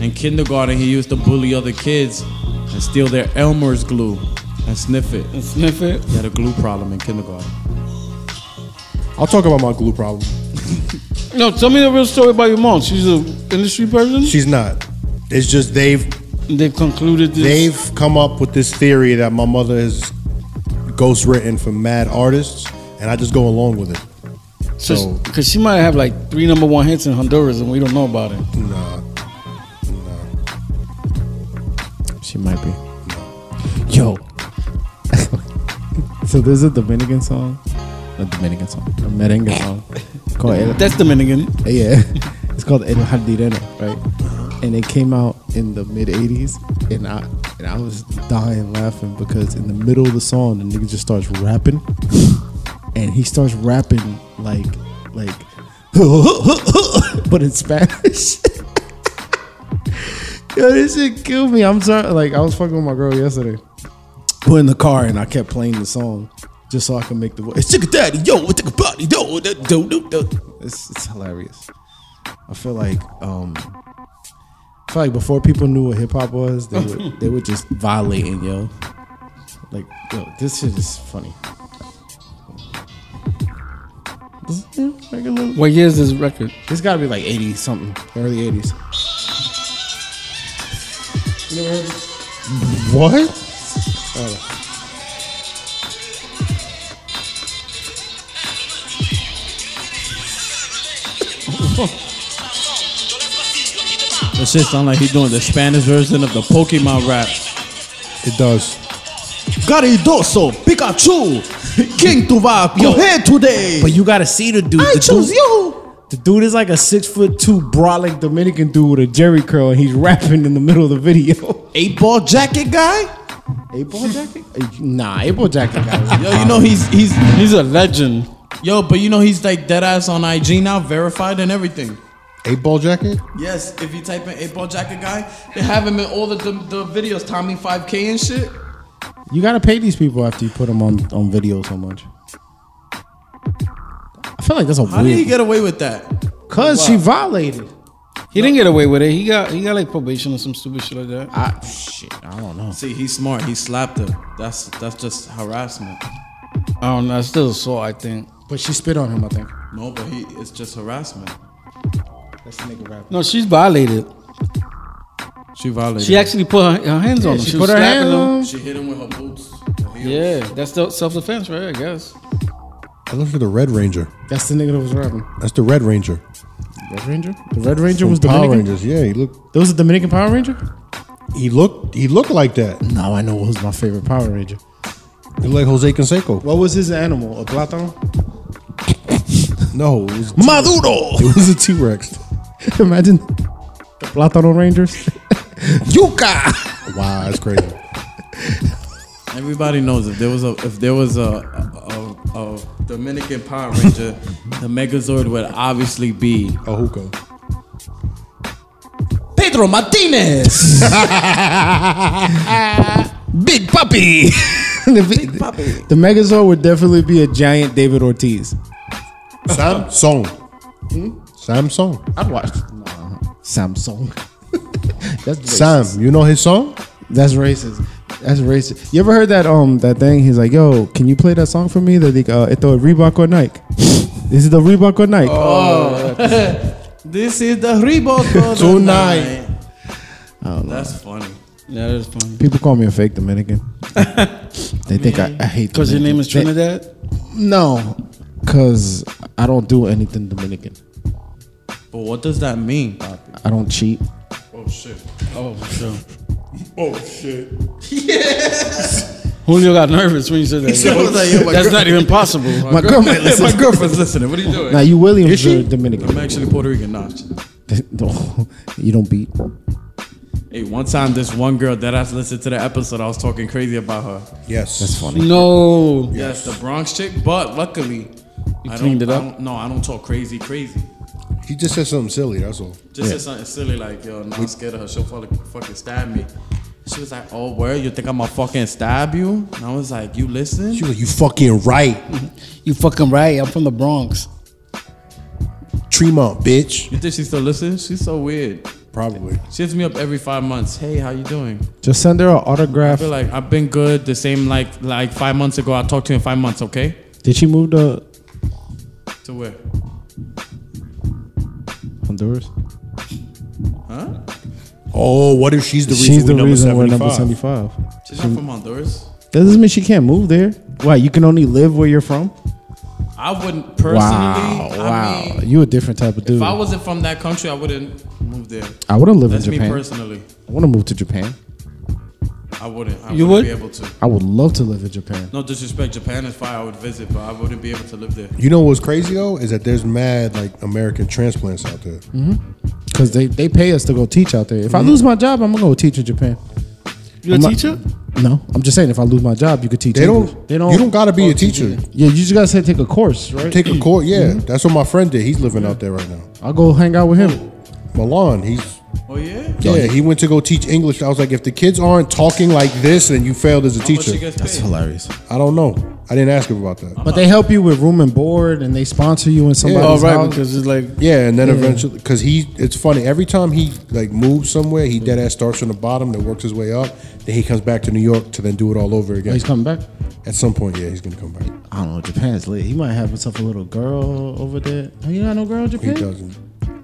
[SPEAKER 2] In kindergarten, he used to bully other kids and steal their Elmer's glue and sniff it.
[SPEAKER 3] And sniff it.
[SPEAKER 2] He had a glue problem in kindergarten.
[SPEAKER 4] I'll talk about my glue problem.
[SPEAKER 3] No, tell me the real story about your mom. She's an industry person.
[SPEAKER 4] She's not. It's just they've
[SPEAKER 3] They've concluded this.
[SPEAKER 4] they've come up with this theory that my mother has ghostwritten for mad artists, and I just go along with it.
[SPEAKER 3] so because she might have like three number one hits in Honduras and we don't know about it.
[SPEAKER 4] Nah.
[SPEAKER 14] She might be.
[SPEAKER 7] Yo. so there's a Dominican song. A Dominican song. A merengue song. called El-
[SPEAKER 3] That's Dominican.
[SPEAKER 7] yeah. It's called El Jardinero,
[SPEAKER 2] Uh-huh.
[SPEAKER 7] right? And it came out in the mid 80s and I and I was dying laughing because in the middle of the song the nigga just starts rapping. And he starts rapping like like but in Spanish. Yo, this shit killed me. I'm sorry. Like I was fucking with my girl yesterday. Put in the car and I kept playing the song just so I could make the voice. Chick daddy, yo, what the body, yo, da- do do do. It's it's hilarious. I feel like um, I feel like before people knew what hip hop was, they would they were just violating, yo. Like yo, this shit is funny. This, yeah, regular-
[SPEAKER 3] What year is this record?
[SPEAKER 7] this gotta be like 80 something, early 80s.
[SPEAKER 4] What?
[SPEAKER 2] That shit sound like he doing the Spanish version of the Pokemon rap.
[SPEAKER 4] It does.
[SPEAKER 2] Garidoso, Pikachu, King Tuva,
[SPEAKER 7] Yo.
[SPEAKER 2] today.
[SPEAKER 7] But you gotta see the dude. the dude,
[SPEAKER 2] you.
[SPEAKER 7] The dude is like a six foot two brolic Dominican dude with a jerry curl, and he's rapping in the middle of the video.
[SPEAKER 2] Eight ball jacket guy.
[SPEAKER 7] Eight ball jacket? Nah, eight ball jacket. Guy.
[SPEAKER 2] Yo, you know he's he's
[SPEAKER 3] He's a legend.
[SPEAKER 2] yo, but you know he's like dead ass on IG now, verified and everything.
[SPEAKER 4] Eight ball jacket?
[SPEAKER 2] Yes, if you type in eight ball jacket guy, they have him in all the the, the videos, Tommy 5K and shit.
[SPEAKER 7] you gotta pay these people after you put them on on video so much. I feel like that's a
[SPEAKER 2] How did he
[SPEAKER 7] weird.
[SPEAKER 2] get away with that?
[SPEAKER 7] Cause she violated.
[SPEAKER 3] He didn't get away with it. He got he got like probation or some stupid shit like that.
[SPEAKER 7] I, shit, I don't know.
[SPEAKER 2] See, he's smart. He slapped her. That's that's just harassment.
[SPEAKER 3] I don't know. It's still assault, I think.
[SPEAKER 7] But she spit on him, I think.
[SPEAKER 2] No, but he it's just harassment.
[SPEAKER 7] That's the nigga rapping.
[SPEAKER 3] No, she's violated.
[SPEAKER 2] She violated.
[SPEAKER 3] She actually put her, her hands on him.
[SPEAKER 7] She,
[SPEAKER 3] was
[SPEAKER 7] put her
[SPEAKER 3] slapping
[SPEAKER 7] hand
[SPEAKER 3] him.
[SPEAKER 7] on. him.
[SPEAKER 2] she hit him with her boots.
[SPEAKER 3] Yeah, that's still self defense, right? I guess.
[SPEAKER 4] I looked at the Red Ranger.
[SPEAKER 7] That's the nigga that was rapping.
[SPEAKER 4] That's the Red Ranger.
[SPEAKER 7] Red Ranger. The Red Ranger
[SPEAKER 4] From
[SPEAKER 7] was
[SPEAKER 4] Power
[SPEAKER 7] Dominican.
[SPEAKER 4] Rangers. Yeah, he looked.
[SPEAKER 7] There was a Dominican Power Ranger.
[SPEAKER 4] He looked. He looked like that.
[SPEAKER 7] Now I know who's my favorite Power Ranger.
[SPEAKER 4] He looked like Jose Canseco.
[SPEAKER 7] What was his animal? A plátano?
[SPEAKER 4] No, it was Maduro. It was a T Rex.
[SPEAKER 7] Imagine the plátano Rangers.
[SPEAKER 4] Yuka. Wow, that's crazy.
[SPEAKER 2] Everybody knows if there was a if there was a a, a, a Dominican Power Ranger, the Megazord would obviously be
[SPEAKER 4] A hookah.
[SPEAKER 2] Pedro Martinez.
[SPEAKER 15] Big puppy.
[SPEAKER 7] The Megazord would definitely be a giant David Ortiz.
[SPEAKER 4] Samsung. Hmm? Samsung.
[SPEAKER 7] I'd watch. Samsung. that's racist.
[SPEAKER 4] Sam, you know his song?
[SPEAKER 7] That's racist. That's racist. You ever heard that um that thing? He's like, yo, can you play that song for me? That they uh, it's the Reebok or Nike. this is the Reebok or Nike.
[SPEAKER 2] this is the Reebok
[SPEAKER 4] Tonight.
[SPEAKER 2] That's funny.
[SPEAKER 3] Yeah, that's funny.
[SPEAKER 7] People call me a fake Dominican. they think I, I hate.
[SPEAKER 3] Because your name is
[SPEAKER 7] Dominicans.
[SPEAKER 3] Trinidad.
[SPEAKER 7] They- no, because I don't do anything Dominican.
[SPEAKER 2] But what does that mean?
[SPEAKER 7] I don't cheat.
[SPEAKER 2] Oh shit.
[SPEAKER 3] Oh, for sure. Oh shit. Yeah. Julio got nervous when you said
[SPEAKER 7] "Oh,
[SPEAKER 3] that. That's not even possible.
[SPEAKER 7] My girl might listen.
[SPEAKER 2] My girlfriend's listening. What are you doing?
[SPEAKER 7] Now you Williams are Dominican.
[SPEAKER 2] I'm actually Puerto Rican. Nah.
[SPEAKER 7] No, you don't beat.
[SPEAKER 2] Hey, one time this one girl that I listened to the episode, I was talking crazy about her.
[SPEAKER 4] Yes. That's funny.
[SPEAKER 3] No.
[SPEAKER 2] Yes, the Bronx chick, but luckily, I
[SPEAKER 3] cleaned
[SPEAKER 2] don't,
[SPEAKER 3] it
[SPEAKER 2] I
[SPEAKER 3] up?
[SPEAKER 2] don't- no, I don't talk crazy, crazy.
[SPEAKER 4] He just said something silly, that's all.
[SPEAKER 2] Just said something silly like, yo, no, I'm scared of her. She'll fuck- fucking stab me. She was like, "Oh, where you think I'm gonna fucking stab you?" And I was like, "You listen."
[SPEAKER 4] She was like, you fucking right.
[SPEAKER 3] You fucking right. I'm from the Bronx.
[SPEAKER 4] Tremont, bitch.
[SPEAKER 2] You think she still listens? She's so weird.
[SPEAKER 4] Probably.
[SPEAKER 2] She hits me up every five months. Hey, how you doing?
[SPEAKER 7] Just send her an
[SPEAKER 2] I
[SPEAKER 7] autograph.
[SPEAKER 2] feel like I've been good. The same like like five months ago. I'll talk to you in five months, okay?
[SPEAKER 7] Did she move to
[SPEAKER 2] To where?
[SPEAKER 7] Honduras?
[SPEAKER 2] Huh?
[SPEAKER 4] Oh, what if she's the reason
[SPEAKER 7] She's the
[SPEAKER 4] we're
[SPEAKER 7] reason
[SPEAKER 4] number
[SPEAKER 7] we're number
[SPEAKER 4] 75?
[SPEAKER 7] seventy-five.
[SPEAKER 2] She's not from Honduras.
[SPEAKER 7] That doesn't mean she can't move there. Why? You can only live where you're from.
[SPEAKER 2] I wouldn't personally.
[SPEAKER 7] Wow,
[SPEAKER 2] I
[SPEAKER 7] wow,
[SPEAKER 2] mean,
[SPEAKER 7] you a different type of dude.
[SPEAKER 2] if I
[SPEAKER 7] I,
[SPEAKER 2] wasn't from that country, I wouldn't move there.
[SPEAKER 7] want to live in
[SPEAKER 2] That's me
[SPEAKER 7] Japan.
[SPEAKER 2] personally.
[SPEAKER 7] I want to move to Japan.
[SPEAKER 2] I wouldn't. I
[SPEAKER 3] You
[SPEAKER 2] wouldn't
[SPEAKER 3] would?
[SPEAKER 2] be able to.
[SPEAKER 7] I would love to live in Japan.
[SPEAKER 2] No disrespect. Japan is fire. I would visit, but I wouldn't be able to live there.
[SPEAKER 4] You know what's crazy though is that there's mad like American transplants out there.
[SPEAKER 7] Because they, they pay us to go teach out there. If I lose my job, I'm going to go teach in Japan.
[SPEAKER 3] You a
[SPEAKER 7] I'm not-
[SPEAKER 3] teacher?
[SPEAKER 7] No, I'm just saying, if I lose my job, you could teach.
[SPEAKER 4] They
[SPEAKER 7] English.
[SPEAKER 4] don't. They don't. You don't gotta be a teacher.
[SPEAKER 7] Yeah, you just got to say take a course, right?
[SPEAKER 4] Take a court. Yeah, that's what my friend did. He's living out there right now.
[SPEAKER 7] I'll go hang out with him.
[SPEAKER 4] Milan. He's
[SPEAKER 2] Oh yeah.
[SPEAKER 4] yeah. He went to go teach English. I was like, if the kids aren't talking like this, and you failed as a
[SPEAKER 2] How much she
[SPEAKER 4] teacher.
[SPEAKER 2] gets paid?
[SPEAKER 1] hilarious.
[SPEAKER 4] I don't know. I didn't ask him about that.
[SPEAKER 7] But they help you with room and board, and they sponsor you in
[SPEAKER 3] All
[SPEAKER 7] somebody's
[SPEAKER 3] Oh, right,
[SPEAKER 7] house. Oh,
[SPEAKER 3] because it's like
[SPEAKER 4] Yeah, and then eventually, because he, it's funny. Every time he like moves somewhere, he dead ass starts from the bottom, then works his way up, then he comes back to New York to then do it all over
[SPEAKER 7] Oh,
[SPEAKER 4] again.
[SPEAKER 7] he's coming back.
[SPEAKER 4] At some point, yeah, he's gonna come back.
[SPEAKER 7] I don't know. Japan's lit. He might have himself a little girl over there. Oh, you got no girl in
[SPEAKER 4] He
[SPEAKER 7] Japan?
[SPEAKER 4] doesn't.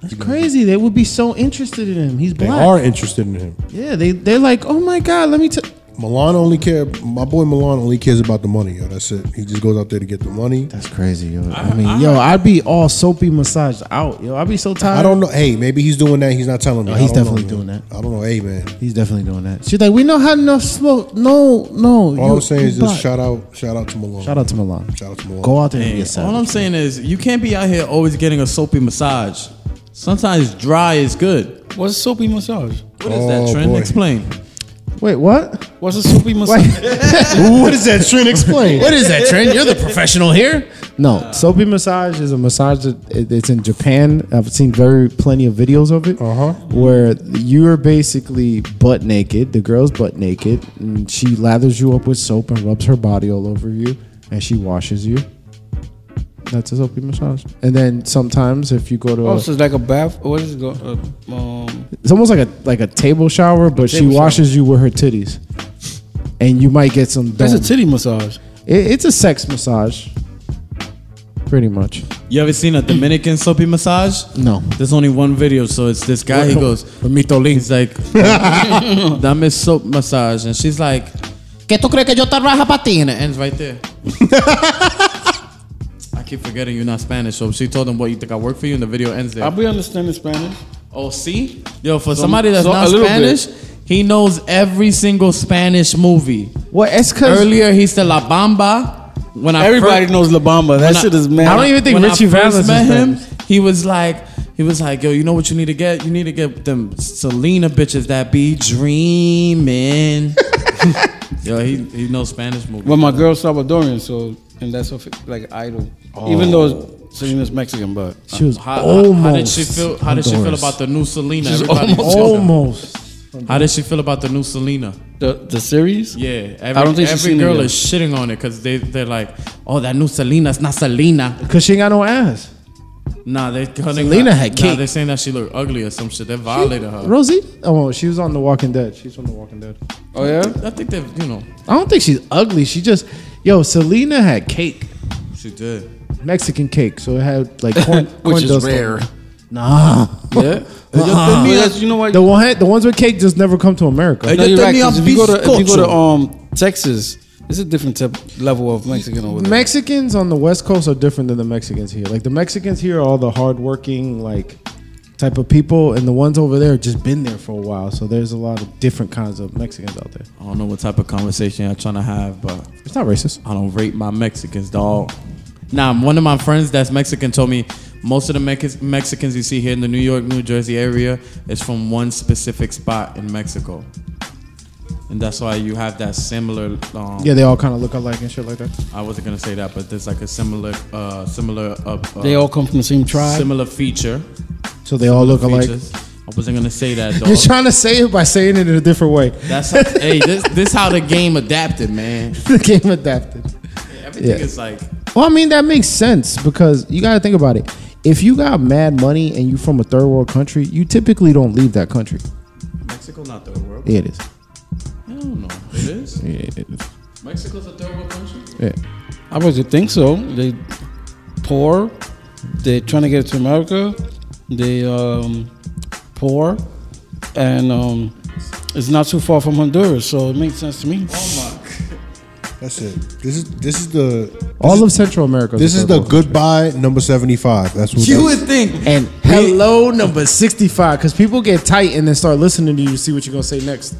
[SPEAKER 7] It's crazy. They would be so interested in him. He's
[SPEAKER 4] They
[SPEAKER 7] black.
[SPEAKER 4] are interested in him.
[SPEAKER 7] Yeah, they they're like, oh my god, let me. T-.
[SPEAKER 4] Milan only care. My boy Milan only cares about the money. Yo, that's it. He just goes out there to get the money.
[SPEAKER 7] That's crazy, yo. I mean, yo, I'd be all soapy massaged out, yo. I'd be so tired.
[SPEAKER 4] I don't know. Hey, maybe he's doing that. He's not telling me.
[SPEAKER 7] he's
[SPEAKER 4] I don't
[SPEAKER 7] definitely
[SPEAKER 4] know, man.
[SPEAKER 7] doing that.
[SPEAKER 4] I don't know. Hey, man.
[SPEAKER 7] He's definitely doing that. She's like, we know how enough smoke. No, no.
[SPEAKER 4] All
[SPEAKER 7] you-
[SPEAKER 4] I'm saying
[SPEAKER 7] you
[SPEAKER 4] is just
[SPEAKER 7] black.
[SPEAKER 4] shout out, shout out to Milan.
[SPEAKER 7] Shout out to Milan.
[SPEAKER 4] Shout out to Milan.
[SPEAKER 7] Go out there and
[SPEAKER 2] Hey,
[SPEAKER 7] be a
[SPEAKER 2] all I'm
[SPEAKER 7] savage.
[SPEAKER 2] saying is you can't be out here always getting a soapy massage. Sometimes dry is good.
[SPEAKER 3] what's a soapy massage?
[SPEAKER 2] What is
[SPEAKER 4] Oh,
[SPEAKER 2] that, Trent?
[SPEAKER 4] boy.
[SPEAKER 2] Explain.
[SPEAKER 7] Wait, what?
[SPEAKER 3] What's a soapy massage?
[SPEAKER 4] what is that? Trent, explain.
[SPEAKER 1] What is that, Trent? You're the professional here.
[SPEAKER 7] No, soapy massage is a massage that it- it's in Japan. I've seen very plenty of videos of it.
[SPEAKER 4] Uh-huh.
[SPEAKER 7] Where you're basically butt naked, the girl's butt naked, and she lathers you up with soap and rubs her body all over you, and she washes you. That's a soapy massage. And then sometimes if you go to
[SPEAKER 3] oh,
[SPEAKER 7] a,
[SPEAKER 3] so it's like a bath. What is it? Go, uh, um,
[SPEAKER 7] it's almost like a like a table shower, but she
[SPEAKER 3] Table shower.
[SPEAKER 7] washes you with her titties, and you might get some.
[SPEAKER 3] that's a
[SPEAKER 7] dome.
[SPEAKER 3] titty massage.
[SPEAKER 7] It- it's a sex massage, pretty much.
[SPEAKER 2] You ever seen a Dominican soapy massage?
[SPEAKER 7] No.
[SPEAKER 2] There's only one video, so it's this guy. He goes, he's like, dame soap massage, and she's like,
[SPEAKER 5] ¿Qué tú crees que yo te raja patines?
[SPEAKER 2] ends right there. I keep forgetting you're not Spanish, so she told him, "What you think I work for you?" And the video ends there.
[SPEAKER 3] I be understanding Spanish.
[SPEAKER 2] Oh, see, yo, for somebody that's
[SPEAKER 3] so-
[SPEAKER 2] not
[SPEAKER 3] a little bit.
[SPEAKER 2] Spanish, he knows every single Spanish movie.
[SPEAKER 7] Well, it's because
[SPEAKER 2] Earlier, he said La Bamba. When I
[SPEAKER 3] Everybody knows La Bamba. That
[SPEAKER 2] I-
[SPEAKER 3] shit is mad.
[SPEAKER 7] I don't even think
[SPEAKER 2] when
[SPEAKER 7] Richie
[SPEAKER 2] I first
[SPEAKER 7] Valens is
[SPEAKER 2] met him,
[SPEAKER 7] Spanish.
[SPEAKER 2] he was like, he was like, yo, you know what you need to get? You need to get them Selena bitches that be dreaming. yo, he, he knows Spanish movies.
[SPEAKER 3] But my girl's Salvadorian, so and that's her, fa- like idol. Even though Selena's Mexican, but
[SPEAKER 7] she was
[SPEAKER 2] How, how,
[SPEAKER 7] almost.
[SPEAKER 2] how did she feel? How did she feel
[SPEAKER 7] Honduras.
[SPEAKER 2] about the new Selena? Everybody
[SPEAKER 7] Almost.
[SPEAKER 2] How did she feel about the new Selena?
[SPEAKER 3] the the series.
[SPEAKER 2] Yeah, every,
[SPEAKER 3] don't think she's
[SPEAKER 2] every
[SPEAKER 3] seen it
[SPEAKER 2] girl
[SPEAKER 3] yet.
[SPEAKER 2] is shitting on it because they they're like, oh, that new Selena's not Selena.
[SPEAKER 7] Cause she ain't got no ass.
[SPEAKER 2] Nah, they cutting
[SPEAKER 7] Selena had
[SPEAKER 2] Nah,
[SPEAKER 7] cake.
[SPEAKER 2] they're saying that she looked ugly or some shit. They violated her.
[SPEAKER 7] Rosie? Oh, she was on The Walking Dead. She's from The Walking Dead.
[SPEAKER 3] Oh yeah.
[SPEAKER 2] I think they, you know,
[SPEAKER 7] I don't think she's ugly. She just, yo, Selena had cake,
[SPEAKER 2] she did.
[SPEAKER 7] Mexican cake. So it had like corn, corn
[SPEAKER 3] is
[SPEAKER 7] dust on it.
[SPEAKER 3] rare.
[SPEAKER 7] Nah,
[SPEAKER 3] Yeah. Well, that's- Uh-huh. you know what?
[SPEAKER 7] the one had, the ones with cake just never come to America.
[SPEAKER 3] No, you're right, 'cause if you go to if you go to um Texas, it's a different type, level of Mexican over there.
[SPEAKER 7] Mexicans on the West Coast are different than the Mexicans here. Like the Mexicans here are all the hardworking like type of people, and the ones over there just been there for a while. So there's a lot of different kinds of Mexicans out there.
[SPEAKER 2] I don't know what type of conversation I'm trying to have, but
[SPEAKER 7] It's not racist.
[SPEAKER 2] I don't rate my Mexicans, dog. Nah, one of my friends that's Mexican told me most of the Mex- Mexicans you see here in the New York, New Jersey area is from one specific spot in Mexico. And that's why you have that similar. Um,
[SPEAKER 7] Yeah, they all kind of look alike and shit like that.
[SPEAKER 2] I wasn't gonna say that, but there's like a similar, uh, similar, uh, uh,
[SPEAKER 3] They all come from the same tribe.
[SPEAKER 2] similar feature.
[SPEAKER 7] So they all look alike.
[SPEAKER 2] features. I wasn't gonna say that
[SPEAKER 1] You're
[SPEAKER 2] though.
[SPEAKER 1] trying to say it by saying it in a different way.
[SPEAKER 2] That's how, hey, this this how the game adapted, man.
[SPEAKER 1] the game adapted.
[SPEAKER 2] Everything
[SPEAKER 1] Yeah.
[SPEAKER 2] is like
[SPEAKER 1] Well, I mean that makes sense because you got to think about it. If you got mad money and you from a third world country, you typically don't leave that country.
[SPEAKER 2] Mexico, not third world.
[SPEAKER 1] Yeah, it is.
[SPEAKER 2] I don't know. It is.
[SPEAKER 1] Yeah, it is.
[SPEAKER 2] Mexico's a third world country.
[SPEAKER 1] Yeah.
[SPEAKER 3] I would think so. They poor. They trying to get to America. They um, poor, and um, it's not too far from Honduras, so it makes sense to me.
[SPEAKER 4] That's it. This is this is the
[SPEAKER 1] All of Central America.
[SPEAKER 4] this
[SPEAKER 1] a
[SPEAKER 4] is
[SPEAKER 1] third
[SPEAKER 4] the
[SPEAKER 1] world
[SPEAKER 4] goodbye number seventy five. That's what
[SPEAKER 2] You
[SPEAKER 4] that's-
[SPEAKER 2] would think.
[SPEAKER 1] country. and hello number sixty five because people get tight and then start listening to you to see what you're gonna say next.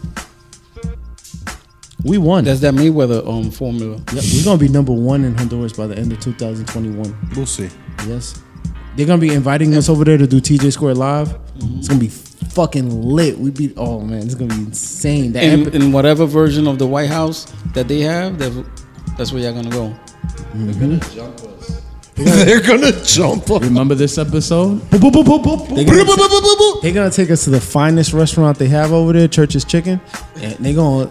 [SPEAKER 1] We won.
[SPEAKER 3] That's that Mayweather um, formula.
[SPEAKER 1] Yep, we're gonna be number one in Honduras by the end of 2021.
[SPEAKER 4] we'll see.
[SPEAKER 1] Yes, they're gonna be inviting us over there to do TJ Square live. It's gonna be fucking lit. We be oh man, it's gonna be insane. The
[SPEAKER 3] In,
[SPEAKER 1] epi-
[SPEAKER 3] in whatever version of the White House that they have, that, that's where y'all gonna go.
[SPEAKER 4] They're gonna jump up.
[SPEAKER 2] Remember this episode?
[SPEAKER 1] They're gonna take us to the finest restaurant they have over there, Church's Chicken, and they gonna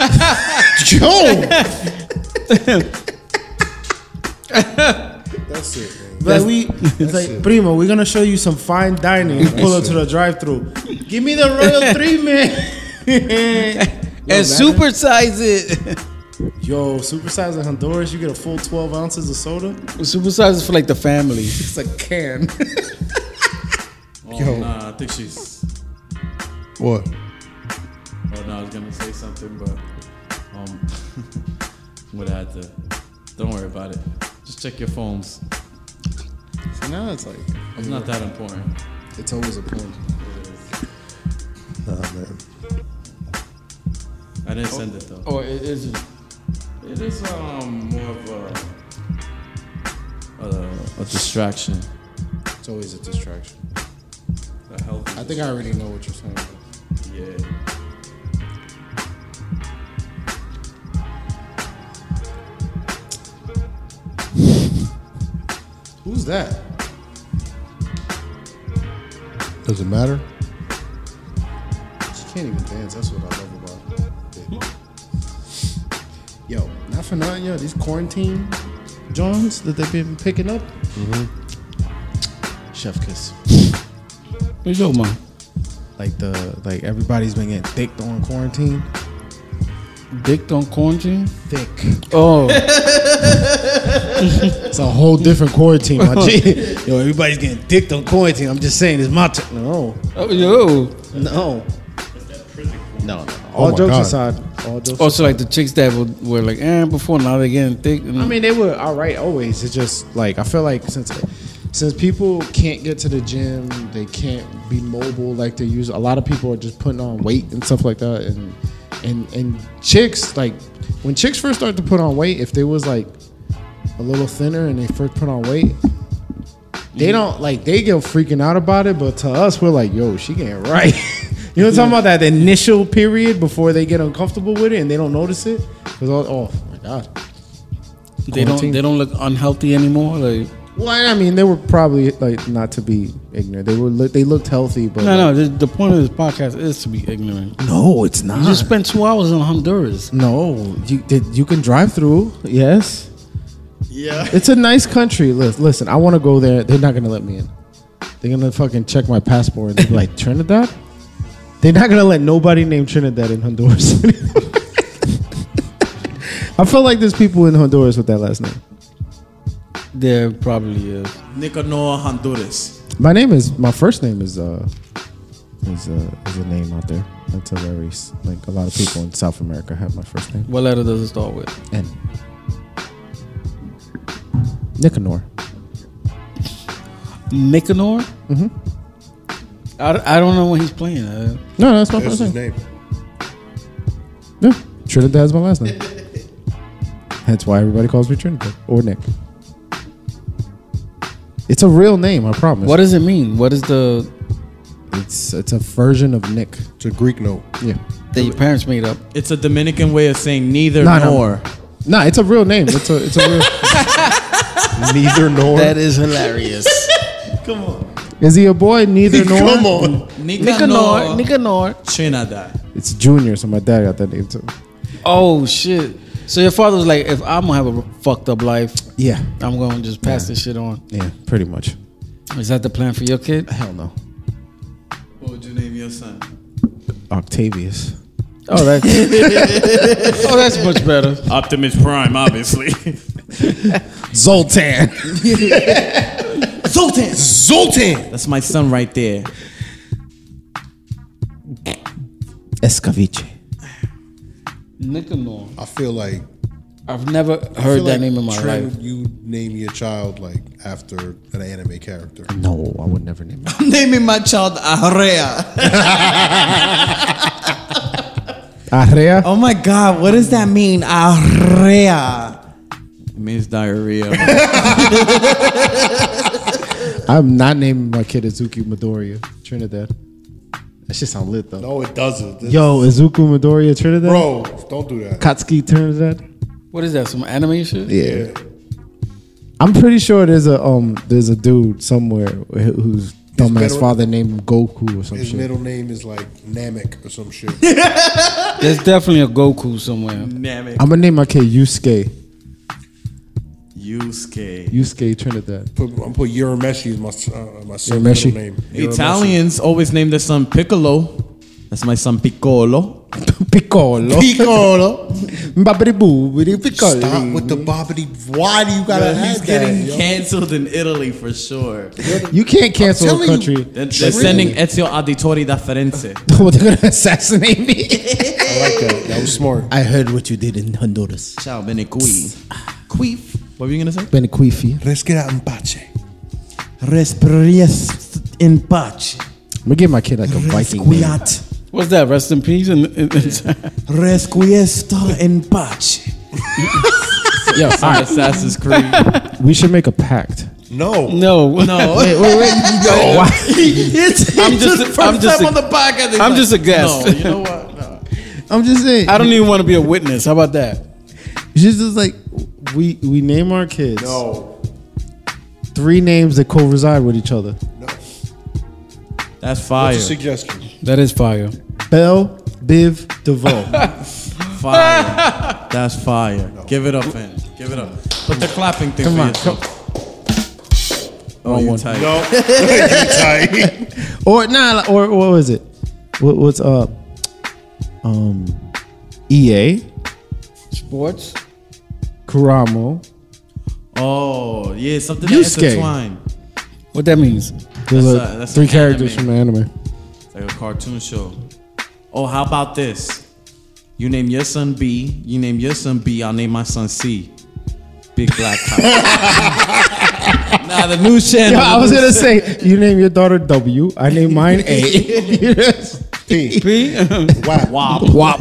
[SPEAKER 4] That's it. Man.
[SPEAKER 1] like we it's like primo. We're gonna show you some fine dining. Pull up to the drive-through. Give me the royal three man.
[SPEAKER 3] and supersize it.
[SPEAKER 1] Yo, supersize in Honduras, you get a full 12 ounces of soda.
[SPEAKER 3] supersize is for like the family.
[SPEAKER 1] It's a can.
[SPEAKER 2] Oh, Nah, I think she's.
[SPEAKER 4] What?
[SPEAKER 2] Oh no, I was gonna say something, but um, would I have to? Don't worry about it. Just check your phones.
[SPEAKER 1] so now it's like
[SPEAKER 2] It's not that important.
[SPEAKER 1] it's always a point.
[SPEAKER 4] Nah, man.
[SPEAKER 2] I didn't send it though.
[SPEAKER 3] Oh, it isn't.
[SPEAKER 2] It is um more of a uh, a, a distraction.
[SPEAKER 1] It's always a distraction.
[SPEAKER 2] A healthy.
[SPEAKER 1] I think I already know what you're saying.
[SPEAKER 2] Yeah.
[SPEAKER 1] Who's that?
[SPEAKER 4] Does it matter?
[SPEAKER 1] She can't even dance. That's what I love about it. Yo, not for nothing, yo. These quarantine Johns that they've been picking up. Mm-hmm. Chef kiss.
[SPEAKER 3] Where's your mom?
[SPEAKER 1] Like the like everybody's been getting thick on quarantine.
[SPEAKER 3] Dick on quarantine?
[SPEAKER 1] Thick.
[SPEAKER 3] Oh,
[SPEAKER 1] It's a whole different quarantine, my G. Yo, everybody's getting dicked on quarantine. I'm just saying, it's my turn. No,
[SPEAKER 3] oh yo.
[SPEAKER 1] no, no, no.
[SPEAKER 4] Oh
[SPEAKER 1] All
[SPEAKER 4] my
[SPEAKER 1] jokes
[SPEAKER 4] God.
[SPEAKER 1] aside, all jokes.
[SPEAKER 3] Also, like the chicks that were, were like, eh, before now they're getting thick. And
[SPEAKER 1] I mean, they were all right always. It's just like I feel like since since people can't get to the gym, they can't be mobile like they used. A lot of people are just putting on weight and stuff like that. And and and chicks like when chicks first start to put on weight, if they was like a little thinner and they first put on weight. They don't like they get freaking out about it, but to us we're like, yo, she getting right. you know what I'm talking about? That initial period before they get uncomfortable with it and they don't notice it. Cause all, oh my god,
[SPEAKER 3] they don't
[SPEAKER 1] quarantine.
[SPEAKER 3] they don't look unhealthy anymore. Like
[SPEAKER 1] Well, I mean, they were probably like not to be ignorant. They were look they looked healthy, but
[SPEAKER 3] no, no. The, the point of this podcast is to be ignorant. You
[SPEAKER 1] no, it's not.
[SPEAKER 3] just spent two hours in Honduras.
[SPEAKER 1] no, you did, you can drive through. Yes, yeah. It's a nice country. Listen, listen I want to go there. They're not gonna let me in. They're gonna fucking check my passport. They're like Trinidad. They're not gonna let nobody named Trinidad in Honduras. I feel like there's people in Honduras with that last name.
[SPEAKER 3] There probably is.
[SPEAKER 2] Nicanor Honduras.
[SPEAKER 1] My name is my first name is uh is uh is a name out there. That's a very s- like a lot of people in South America have my first name.
[SPEAKER 3] What letter does it start with?
[SPEAKER 1] N. Nicanor.
[SPEAKER 3] Nicanor. Mm-hmm. I, I don't know when he's playing. Uh,
[SPEAKER 1] No, that's my
[SPEAKER 4] That's
[SPEAKER 1] first
[SPEAKER 4] his
[SPEAKER 1] name.
[SPEAKER 4] name.
[SPEAKER 1] Yeah, Trinidad's my last name. That's why everybody calls me Trinidad or Nick. It's a real name, I promise.
[SPEAKER 3] what does it mean? What is the
[SPEAKER 1] It's it's a version of Nick.
[SPEAKER 4] It's a Greek note.
[SPEAKER 1] Yeah.
[SPEAKER 3] that your parents made up?
[SPEAKER 2] It's a Dominican way of saying neither
[SPEAKER 1] No, no.
[SPEAKER 2] nor.
[SPEAKER 1] Nah, it's a real name. It's a it's a real.
[SPEAKER 4] Neither nor.
[SPEAKER 3] is hilarious.
[SPEAKER 7] Is he a boy? Neither nor.
[SPEAKER 4] Come on.
[SPEAKER 2] Nicanor,
[SPEAKER 3] Nicanor.
[SPEAKER 2] Trinidad.
[SPEAKER 7] It's Junior, so my dad got that name too.
[SPEAKER 3] Oh shit! So your father was like, if I'm gonna have a fucked up life,
[SPEAKER 7] Yeah.
[SPEAKER 3] I'm gonna just pass this shit on.
[SPEAKER 7] Yeah, pretty much.
[SPEAKER 3] Is that the plan for your kid?
[SPEAKER 7] Hell no.
[SPEAKER 2] What would you name your son?
[SPEAKER 7] Octavius.
[SPEAKER 3] Oh, that's oh, that's much better.
[SPEAKER 16] Optimus Prime, obviously.
[SPEAKER 4] Zoltan.
[SPEAKER 2] Zoltan.
[SPEAKER 4] Zoltan.
[SPEAKER 2] That's my son right there.
[SPEAKER 7] Escaviche.
[SPEAKER 3] Nicanor.
[SPEAKER 4] I feel like
[SPEAKER 3] I've never heard
[SPEAKER 4] I feel
[SPEAKER 3] that
[SPEAKER 4] like
[SPEAKER 3] name in my
[SPEAKER 4] Trey,
[SPEAKER 3] life.
[SPEAKER 4] You name your child like after an anime character.
[SPEAKER 7] No, I would never name it.
[SPEAKER 2] I'm naming my child Arrea.
[SPEAKER 7] Arrea?
[SPEAKER 2] Oh my God, what does that mean? Arrea. It means diarrhea.
[SPEAKER 7] I'm not naming my kid Izuku Midoriya, Trinidad. That shit sound lit though.
[SPEAKER 4] No, it doesn't. This-
[SPEAKER 7] Yo, Oh, Izuku Midoriya, Trinidad?
[SPEAKER 4] bro, don't do that.
[SPEAKER 7] Katsuki Trinidad?
[SPEAKER 3] What is that? Some anime shit?
[SPEAKER 7] Yeah. I'm pretty sure there's a um there's a dude somewhere wh- whose dumbass
[SPEAKER 4] middle-
[SPEAKER 7] father named him Goku or some
[SPEAKER 4] His
[SPEAKER 7] shit.
[SPEAKER 4] middle name is like Namek or some shit.
[SPEAKER 3] There's definitely a Goku somewhere.
[SPEAKER 2] Namek.
[SPEAKER 7] I'm gonna name my kid Yusuke.
[SPEAKER 2] Yusuke.
[SPEAKER 7] Yusuke Trinidad.
[SPEAKER 4] put, I'm put Urameshi as my son, my son's
[SPEAKER 7] Urameshi.
[SPEAKER 4] middle name.
[SPEAKER 2] Italians always name their son Piccolo. That's my son Piccolo.
[SPEAKER 7] Piccolo.
[SPEAKER 4] Piccolo.
[SPEAKER 7] Babidi boobidi piccolo.
[SPEAKER 4] Stop with the bobbity. Why do you gotta
[SPEAKER 2] He's
[SPEAKER 4] have
[SPEAKER 2] getting
[SPEAKER 4] that? yo?
[SPEAKER 2] canceled in Italy for sure.
[SPEAKER 7] You can't cancel a
[SPEAKER 4] telling you.
[SPEAKER 7] country.
[SPEAKER 2] They're, they're sending Ezio Auditori da Firenze.
[SPEAKER 7] Well, they're gonna assassinate me.
[SPEAKER 4] I like that. That was smart.
[SPEAKER 7] I heard what you did in Honduras.
[SPEAKER 2] Ciao, bene qui. Queef. What were you gonna say?
[SPEAKER 7] Benequifi.
[SPEAKER 4] Let's get out in pace.
[SPEAKER 2] Respires in pace.
[SPEAKER 7] I'm gonna give my kid like a Viking name.
[SPEAKER 3] What's that? Rest in peace. And, and, and
[SPEAKER 2] Resquiesta in pace.
[SPEAKER 7] Yo, all right,
[SPEAKER 2] Assassin's Creed.
[SPEAKER 7] we should make a pact.
[SPEAKER 4] No.
[SPEAKER 3] no,
[SPEAKER 2] No. it's, Oh, I'm
[SPEAKER 3] just- I'm just a-
[SPEAKER 2] the podcast.
[SPEAKER 3] I'm just a guest.
[SPEAKER 2] No, you know what? No.
[SPEAKER 7] I'm just saying.
[SPEAKER 3] I don't even want to be a witness. How about that?
[SPEAKER 7] She's just like we we name our kids. Three names that co-reside with each other:
[SPEAKER 2] That's fire.
[SPEAKER 4] Suggestion.
[SPEAKER 3] That is fire.
[SPEAKER 7] Bell, Biv, DeVoe.
[SPEAKER 2] Fire. That's fire. Give it up, man. Give it up. Put the clapping thing for yourself. Oh, you tight.
[SPEAKER 4] No. Tight.
[SPEAKER 7] or nah, like- or what was it? What, what's up? Um, E EA,
[SPEAKER 3] Sports.
[SPEAKER 7] Karamo.
[SPEAKER 2] Oh, yeah, something that's
[SPEAKER 7] Yusuke.
[SPEAKER 2] intertwined.
[SPEAKER 3] What that means?
[SPEAKER 7] There's
[SPEAKER 2] That's
[SPEAKER 7] like
[SPEAKER 2] a- that's
[SPEAKER 7] three
[SPEAKER 2] an
[SPEAKER 7] characters
[SPEAKER 2] anime.
[SPEAKER 7] from anime.
[SPEAKER 2] It's like a cartoon show. Oh, how about this? You name your son B. You name your son B. I'll name my son C. Big black cow. nah, the new channel.
[SPEAKER 7] Yeah, I was
[SPEAKER 2] the new
[SPEAKER 7] gonna say you name your daughter W. I name mine A. Yes.
[SPEAKER 4] P.
[SPEAKER 3] P.
[SPEAKER 4] Wap.
[SPEAKER 2] Wop.
[SPEAKER 7] Wop.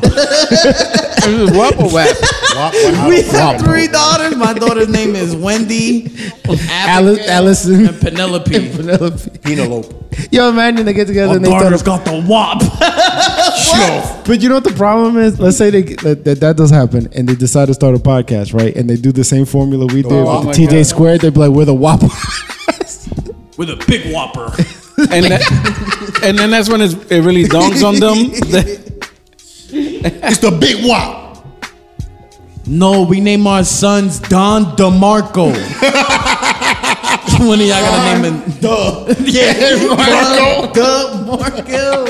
[SPEAKER 7] Wop or wap?
[SPEAKER 4] Wap. Wap.
[SPEAKER 2] We have three daughters. My daughter's name is Wendy,
[SPEAKER 7] Alice,
[SPEAKER 2] Alice,
[SPEAKER 7] Allison,
[SPEAKER 2] and Penelope.
[SPEAKER 7] Penelope.
[SPEAKER 4] Penelope.
[SPEAKER 7] Yo, imagine they get together
[SPEAKER 2] My
[SPEAKER 7] and they start.
[SPEAKER 2] daughter's got the wop.
[SPEAKER 4] Yo.
[SPEAKER 7] But you know what the problem is? Let's say they, that, that that does happen, and they decide to start a podcast, right? And they do the same formula we did
[SPEAKER 4] Wop.
[SPEAKER 7] with the TJ
[SPEAKER 3] God.
[SPEAKER 7] squared. They'd be like, "We're the Wop."
[SPEAKER 2] With a big whopper.
[SPEAKER 3] and that, and then that's when it's, it really dawns on them. that-
[SPEAKER 4] It's the big wop.
[SPEAKER 2] No, we name our sons Don DeMarco. One of y'all gotta name it.
[SPEAKER 4] Duh.
[SPEAKER 2] Yeah,
[SPEAKER 4] Marco.
[SPEAKER 2] Don DeMarco.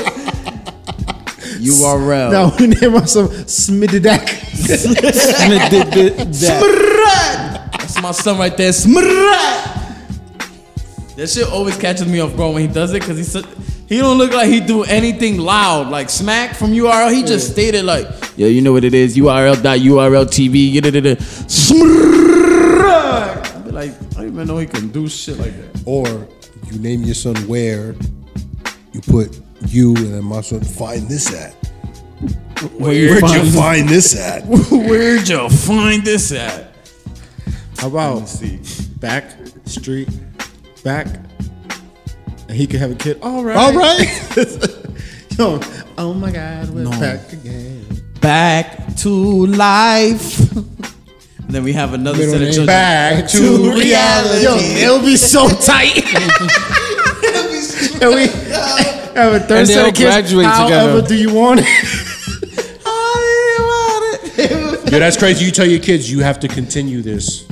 [SPEAKER 2] URL.
[SPEAKER 7] now we name ourselves Smididak.
[SPEAKER 3] that did- did
[SPEAKER 2] Smrad.
[SPEAKER 3] that.
[SPEAKER 2] That's my son right there. Smrad. That shit always catches me off guard when he does it because he su- he don't look like he do anything loud like smack from URL. He just stated like, yeah, you know what it is. URL dot URL TV. yadadada. Smrad. I be like, I didn't even know he can do shit like that.
[SPEAKER 4] Or you name your son where you put you and then my son find this at. Where'd you find this at?
[SPEAKER 2] Where'd you find this at?
[SPEAKER 7] How about
[SPEAKER 2] See,
[SPEAKER 7] back street, back, and he could have a kid. All right,
[SPEAKER 4] All right.
[SPEAKER 7] Yo, oh my God, we're back again.
[SPEAKER 2] back to life. then we have another set of children.
[SPEAKER 4] Back to reality.
[SPEAKER 7] Yo, it'll be so tight.
[SPEAKER 2] It'll be
[SPEAKER 7] And we have a third
[SPEAKER 3] And they
[SPEAKER 7] set
[SPEAKER 3] all
[SPEAKER 7] of kids.
[SPEAKER 3] graduate
[SPEAKER 7] However,
[SPEAKER 3] together.
[SPEAKER 7] do you want it? How do you want it?
[SPEAKER 4] Yo, that's crazy. You tell your kids you have to continue this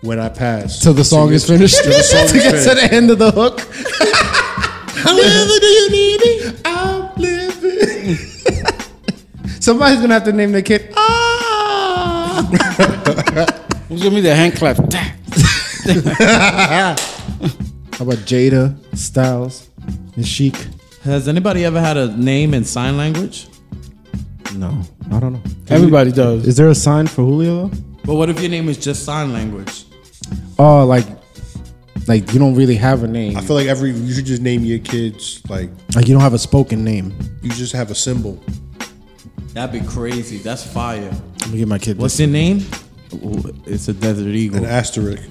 [SPEAKER 4] when I pass.
[SPEAKER 7] Till the song is finished.
[SPEAKER 4] Till the song is
[SPEAKER 7] to get to
[SPEAKER 4] finished.
[SPEAKER 7] the end of the hook.
[SPEAKER 4] However, do you need it?
[SPEAKER 7] I'm living. Somebody's gonna have to name their kid. Ah.
[SPEAKER 3] Who's gonna be the hand clap?
[SPEAKER 7] How about Jada, Styles, and Chic?
[SPEAKER 2] Has anybody ever had a name in sign language?
[SPEAKER 7] No, I don't know.
[SPEAKER 17] Everybody does.
[SPEAKER 7] Is there a sign for Julio?
[SPEAKER 2] But what if your name is just sign language?
[SPEAKER 7] Oh, like, like you don't really have a name.
[SPEAKER 4] I feel like every you should just name your kids like
[SPEAKER 7] Like you don't have a spoken name.
[SPEAKER 4] you just have a symbol.
[SPEAKER 2] That'd be crazy. That's fire.
[SPEAKER 7] Let me get my kid.
[SPEAKER 2] What's your name? Ooh, It's a desert
[SPEAKER 4] An
[SPEAKER 2] eagle.
[SPEAKER 4] asterisk.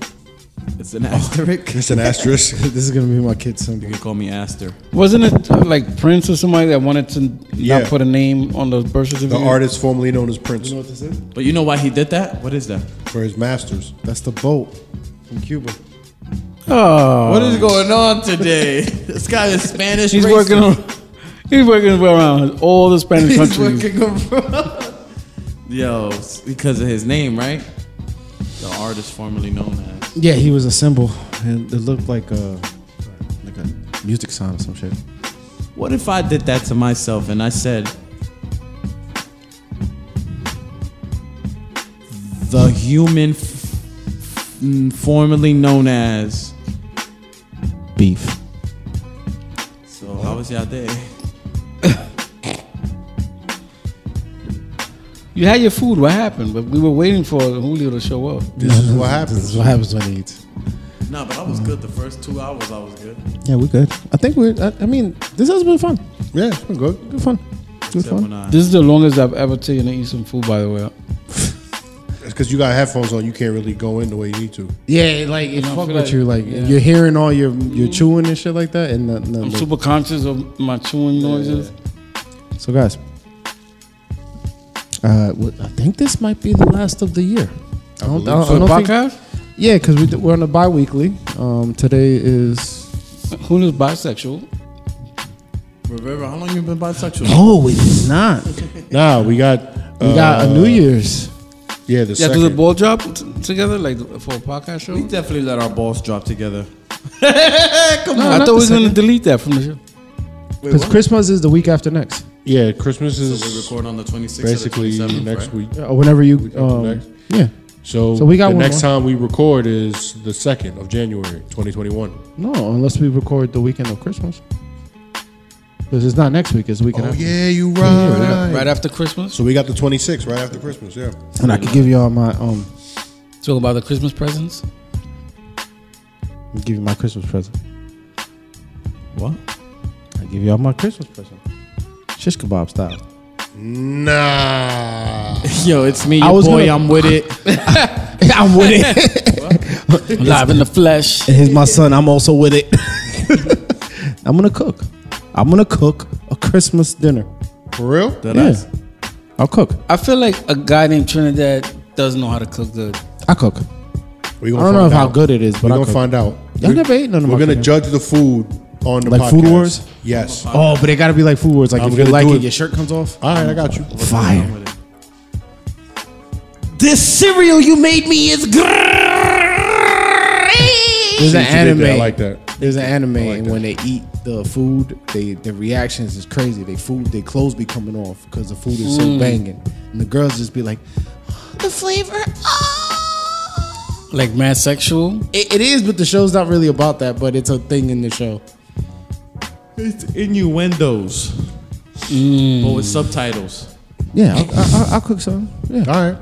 [SPEAKER 2] It's an asterisk.
[SPEAKER 4] Oh. It's an asterisk.
[SPEAKER 7] this? This is gonna be my kid someday.
[SPEAKER 2] You can call me Aster.
[SPEAKER 3] Wasn't it uh, like Prince or somebody that wanted to
[SPEAKER 4] Yeah.
[SPEAKER 3] not put a name on the birth certificate?
[SPEAKER 4] The artist formerly known as Prince
[SPEAKER 2] But you know why he did that? What is that?
[SPEAKER 4] for his masters.
[SPEAKER 7] That's the boat from Cuba.
[SPEAKER 3] Oh,
[SPEAKER 2] What is going on today? this guy is Spanish.
[SPEAKER 3] he's
[SPEAKER 2] racist.
[SPEAKER 3] working on. He's working his way around all the Spanish
[SPEAKER 2] He's
[SPEAKER 3] countries.
[SPEAKER 2] working around. Yo, it's because of his name, right? The artist formerly known as.
[SPEAKER 7] Yeah, he was a symbol, and it looked like a like a music sign or some shit.
[SPEAKER 2] What if I did that to myself and I said, the human f- mm, formerly known as beef. So how was y'all day?
[SPEAKER 3] You had your food. What happened? But we were waiting for Julio to show up.
[SPEAKER 4] This is what happens.
[SPEAKER 7] This is what happens when he eats.
[SPEAKER 2] Nah, but I was good the first two hours. I was good.
[SPEAKER 7] Yeah, we're good. I think we're. I, I mean, this has been fun.
[SPEAKER 4] Yeah, it's been good.
[SPEAKER 7] Good fun. Good
[SPEAKER 2] Except
[SPEAKER 7] fun.
[SPEAKER 2] when I,
[SPEAKER 3] This is the longest I've ever taken to eat some food. By the way,
[SPEAKER 4] It's because you got headphones on. You can't really go in the way you need to.
[SPEAKER 7] Yeah, like it
[SPEAKER 3] I
[SPEAKER 7] fuck
[SPEAKER 3] feel
[SPEAKER 7] with
[SPEAKER 3] like-
[SPEAKER 7] you. Like
[SPEAKER 3] yeah.
[SPEAKER 7] you're hearing all your your chewing and shit like that, and the, the,
[SPEAKER 3] I'm super conscious of my chewing noises.
[SPEAKER 7] So, guys, uh, what- I think this might be the last of the year. I don't, I don't- I
[SPEAKER 3] For the
[SPEAKER 7] don't think,
[SPEAKER 3] podcast,
[SPEAKER 7] yeah, because we, do- we're on a bi weekly. Um, today is.
[SPEAKER 3] Julio's bisexual.
[SPEAKER 2] Rivera, how long you been bisexual?
[SPEAKER 7] Oh, it's not.
[SPEAKER 4] Nah, we got uh,
[SPEAKER 7] We got a New Year's.
[SPEAKER 4] Yeah, the
[SPEAKER 3] Yeah,
[SPEAKER 4] second.
[SPEAKER 3] do the ball drop t- together like for a podcast show.
[SPEAKER 2] We definitely let our balls drop together.
[SPEAKER 3] No, I thought we was gonna delete that from the show.
[SPEAKER 7] Because Christmas is the week after next.
[SPEAKER 4] yeah, Christmas is
[SPEAKER 2] We record on the 26th.
[SPEAKER 4] basically
[SPEAKER 2] or the 27th,
[SPEAKER 4] next
[SPEAKER 2] right?
[SPEAKER 4] week.
[SPEAKER 7] Or Uh, whenever you.
[SPEAKER 4] after
[SPEAKER 7] Um,
[SPEAKER 4] next.
[SPEAKER 7] yeah.
[SPEAKER 4] So,
[SPEAKER 7] So we got
[SPEAKER 4] the
[SPEAKER 7] one
[SPEAKER 4] next
[SPEAKER 7] more.
[SPEAKER 4] time we record is the second of January, 2021.
[SPEAKER 7] No, unless we record the weekend of Christmas. Because it's not next week, it's the weekend after.
[SPEAKER 4] Oh, you
[SPEAKER 3] Right, after Christmas.
[SPEAKER 4] So we got the 26th right after Christmas. Yeah.
[SPEAKER 7] And I could give y'all my. um,
[SPEAKER 3] Talk about the Christmas presents.
[SPEAKER 7] Give you my Christmas present.
[SPEAKER 2] What?
[SPEAKER 7] I give y'all my Christmas present. Shish kebab style.
[SPEAKER 4] Nah.
[SPEAKER 2] Yo, it's me,
[SPEAKER 7] I
[SPEAKER 2] your
[SPEAKER 7] was
[SPEAKER 2] boy.
[SPEAKER 7] gonna-
[SPEAKER 2] I'm with it.
[SPEAKER 7] I'm with it.
[SPEAKER 3] Live in the flesh.
[SPEAKER 7] And here's my son. I'm also with it. I'm gonna cook. I'm gonna cook a Christmas dinner.
[SPEAKER 4] For real?
[SPEAKER 2] That
[SPEAKER 7] Yeah.
[SPEAKER 2] ass.
[SPEAKER 7] I'll cook.
[SPEAKER 3] I feel like a guy named Trinidad does know how to cook good.
[SPEAKER 7] I cook.
[SPEAKER 4] We
[SPEAKER 7] I
[SPEAKER 4] gonna
[SPEAKER 7] don't know
[SPEAKER 4] find
[SPEAKER 7] if how
[SPEAKER 4] out.
[SPEAKER 7] good it is,
[SPEAKER 4] We're
[SPEAKER 7] but I
[SPEAKER 4] gonna
[SPEAKER 7] cook.
[SPEAKER 4] find out.
[SPEAKER 7] Y'all never ate none of my
[SPEAKER 4] We're gonna
[SPEAKER 7] cooking.
[SPEAKER 4] judge the food on the
[SPEAKER 7] Like Food
[SPEAKER 4] podcast.
[SPEAKER 7] Wars?
[SPEAKER 4] Yes. All
[SPEAKER 7] Oh, but it gotta be like food words. Like
[SPEAKER 4] I'm
[SPEAKER 7] if you
[SPEAKER 4] gonna
[SPEAKER 7] like
[SPEAKER 4] do
[SPEAKER 7] it,
[SPEAKER 4] it.
[SPEAKER 7] your shirt comes off.
[SPEAKER 4] right, I got you.
[SPEAKER 7] Fire.
[SPEAKER 18] This cereal you made me is great.
[SPEAKER 7] There's an
[SPEAKER 4] Since you did
[SPEAKER 7] anime.
[SPEAKER 4] that, I like that.
[SPEAKER 7] There's an anime,
[SPEAKER 4] like
[SPEAKER 7] and
[SPEAKER 4] that.
[SPEAKER 7] when they eat the food, they their reactions is crazy. They food, their clothes be coming off because the food is so banging, and the girls just be like,
[SPEAKER 18] The flavor. Oh.
[SPEAKER 3] Like mad sexual.
[SPEAKER 7] it, "It is," but the show's not really about that. But it's a thing in the show.
[SPEAKER 2] It's innuendos. But with subtitles.
[SPEAKER 7] Yeah, I'll, I'll, I'll cook some. Yeah,
[SPEAKER 4] All right.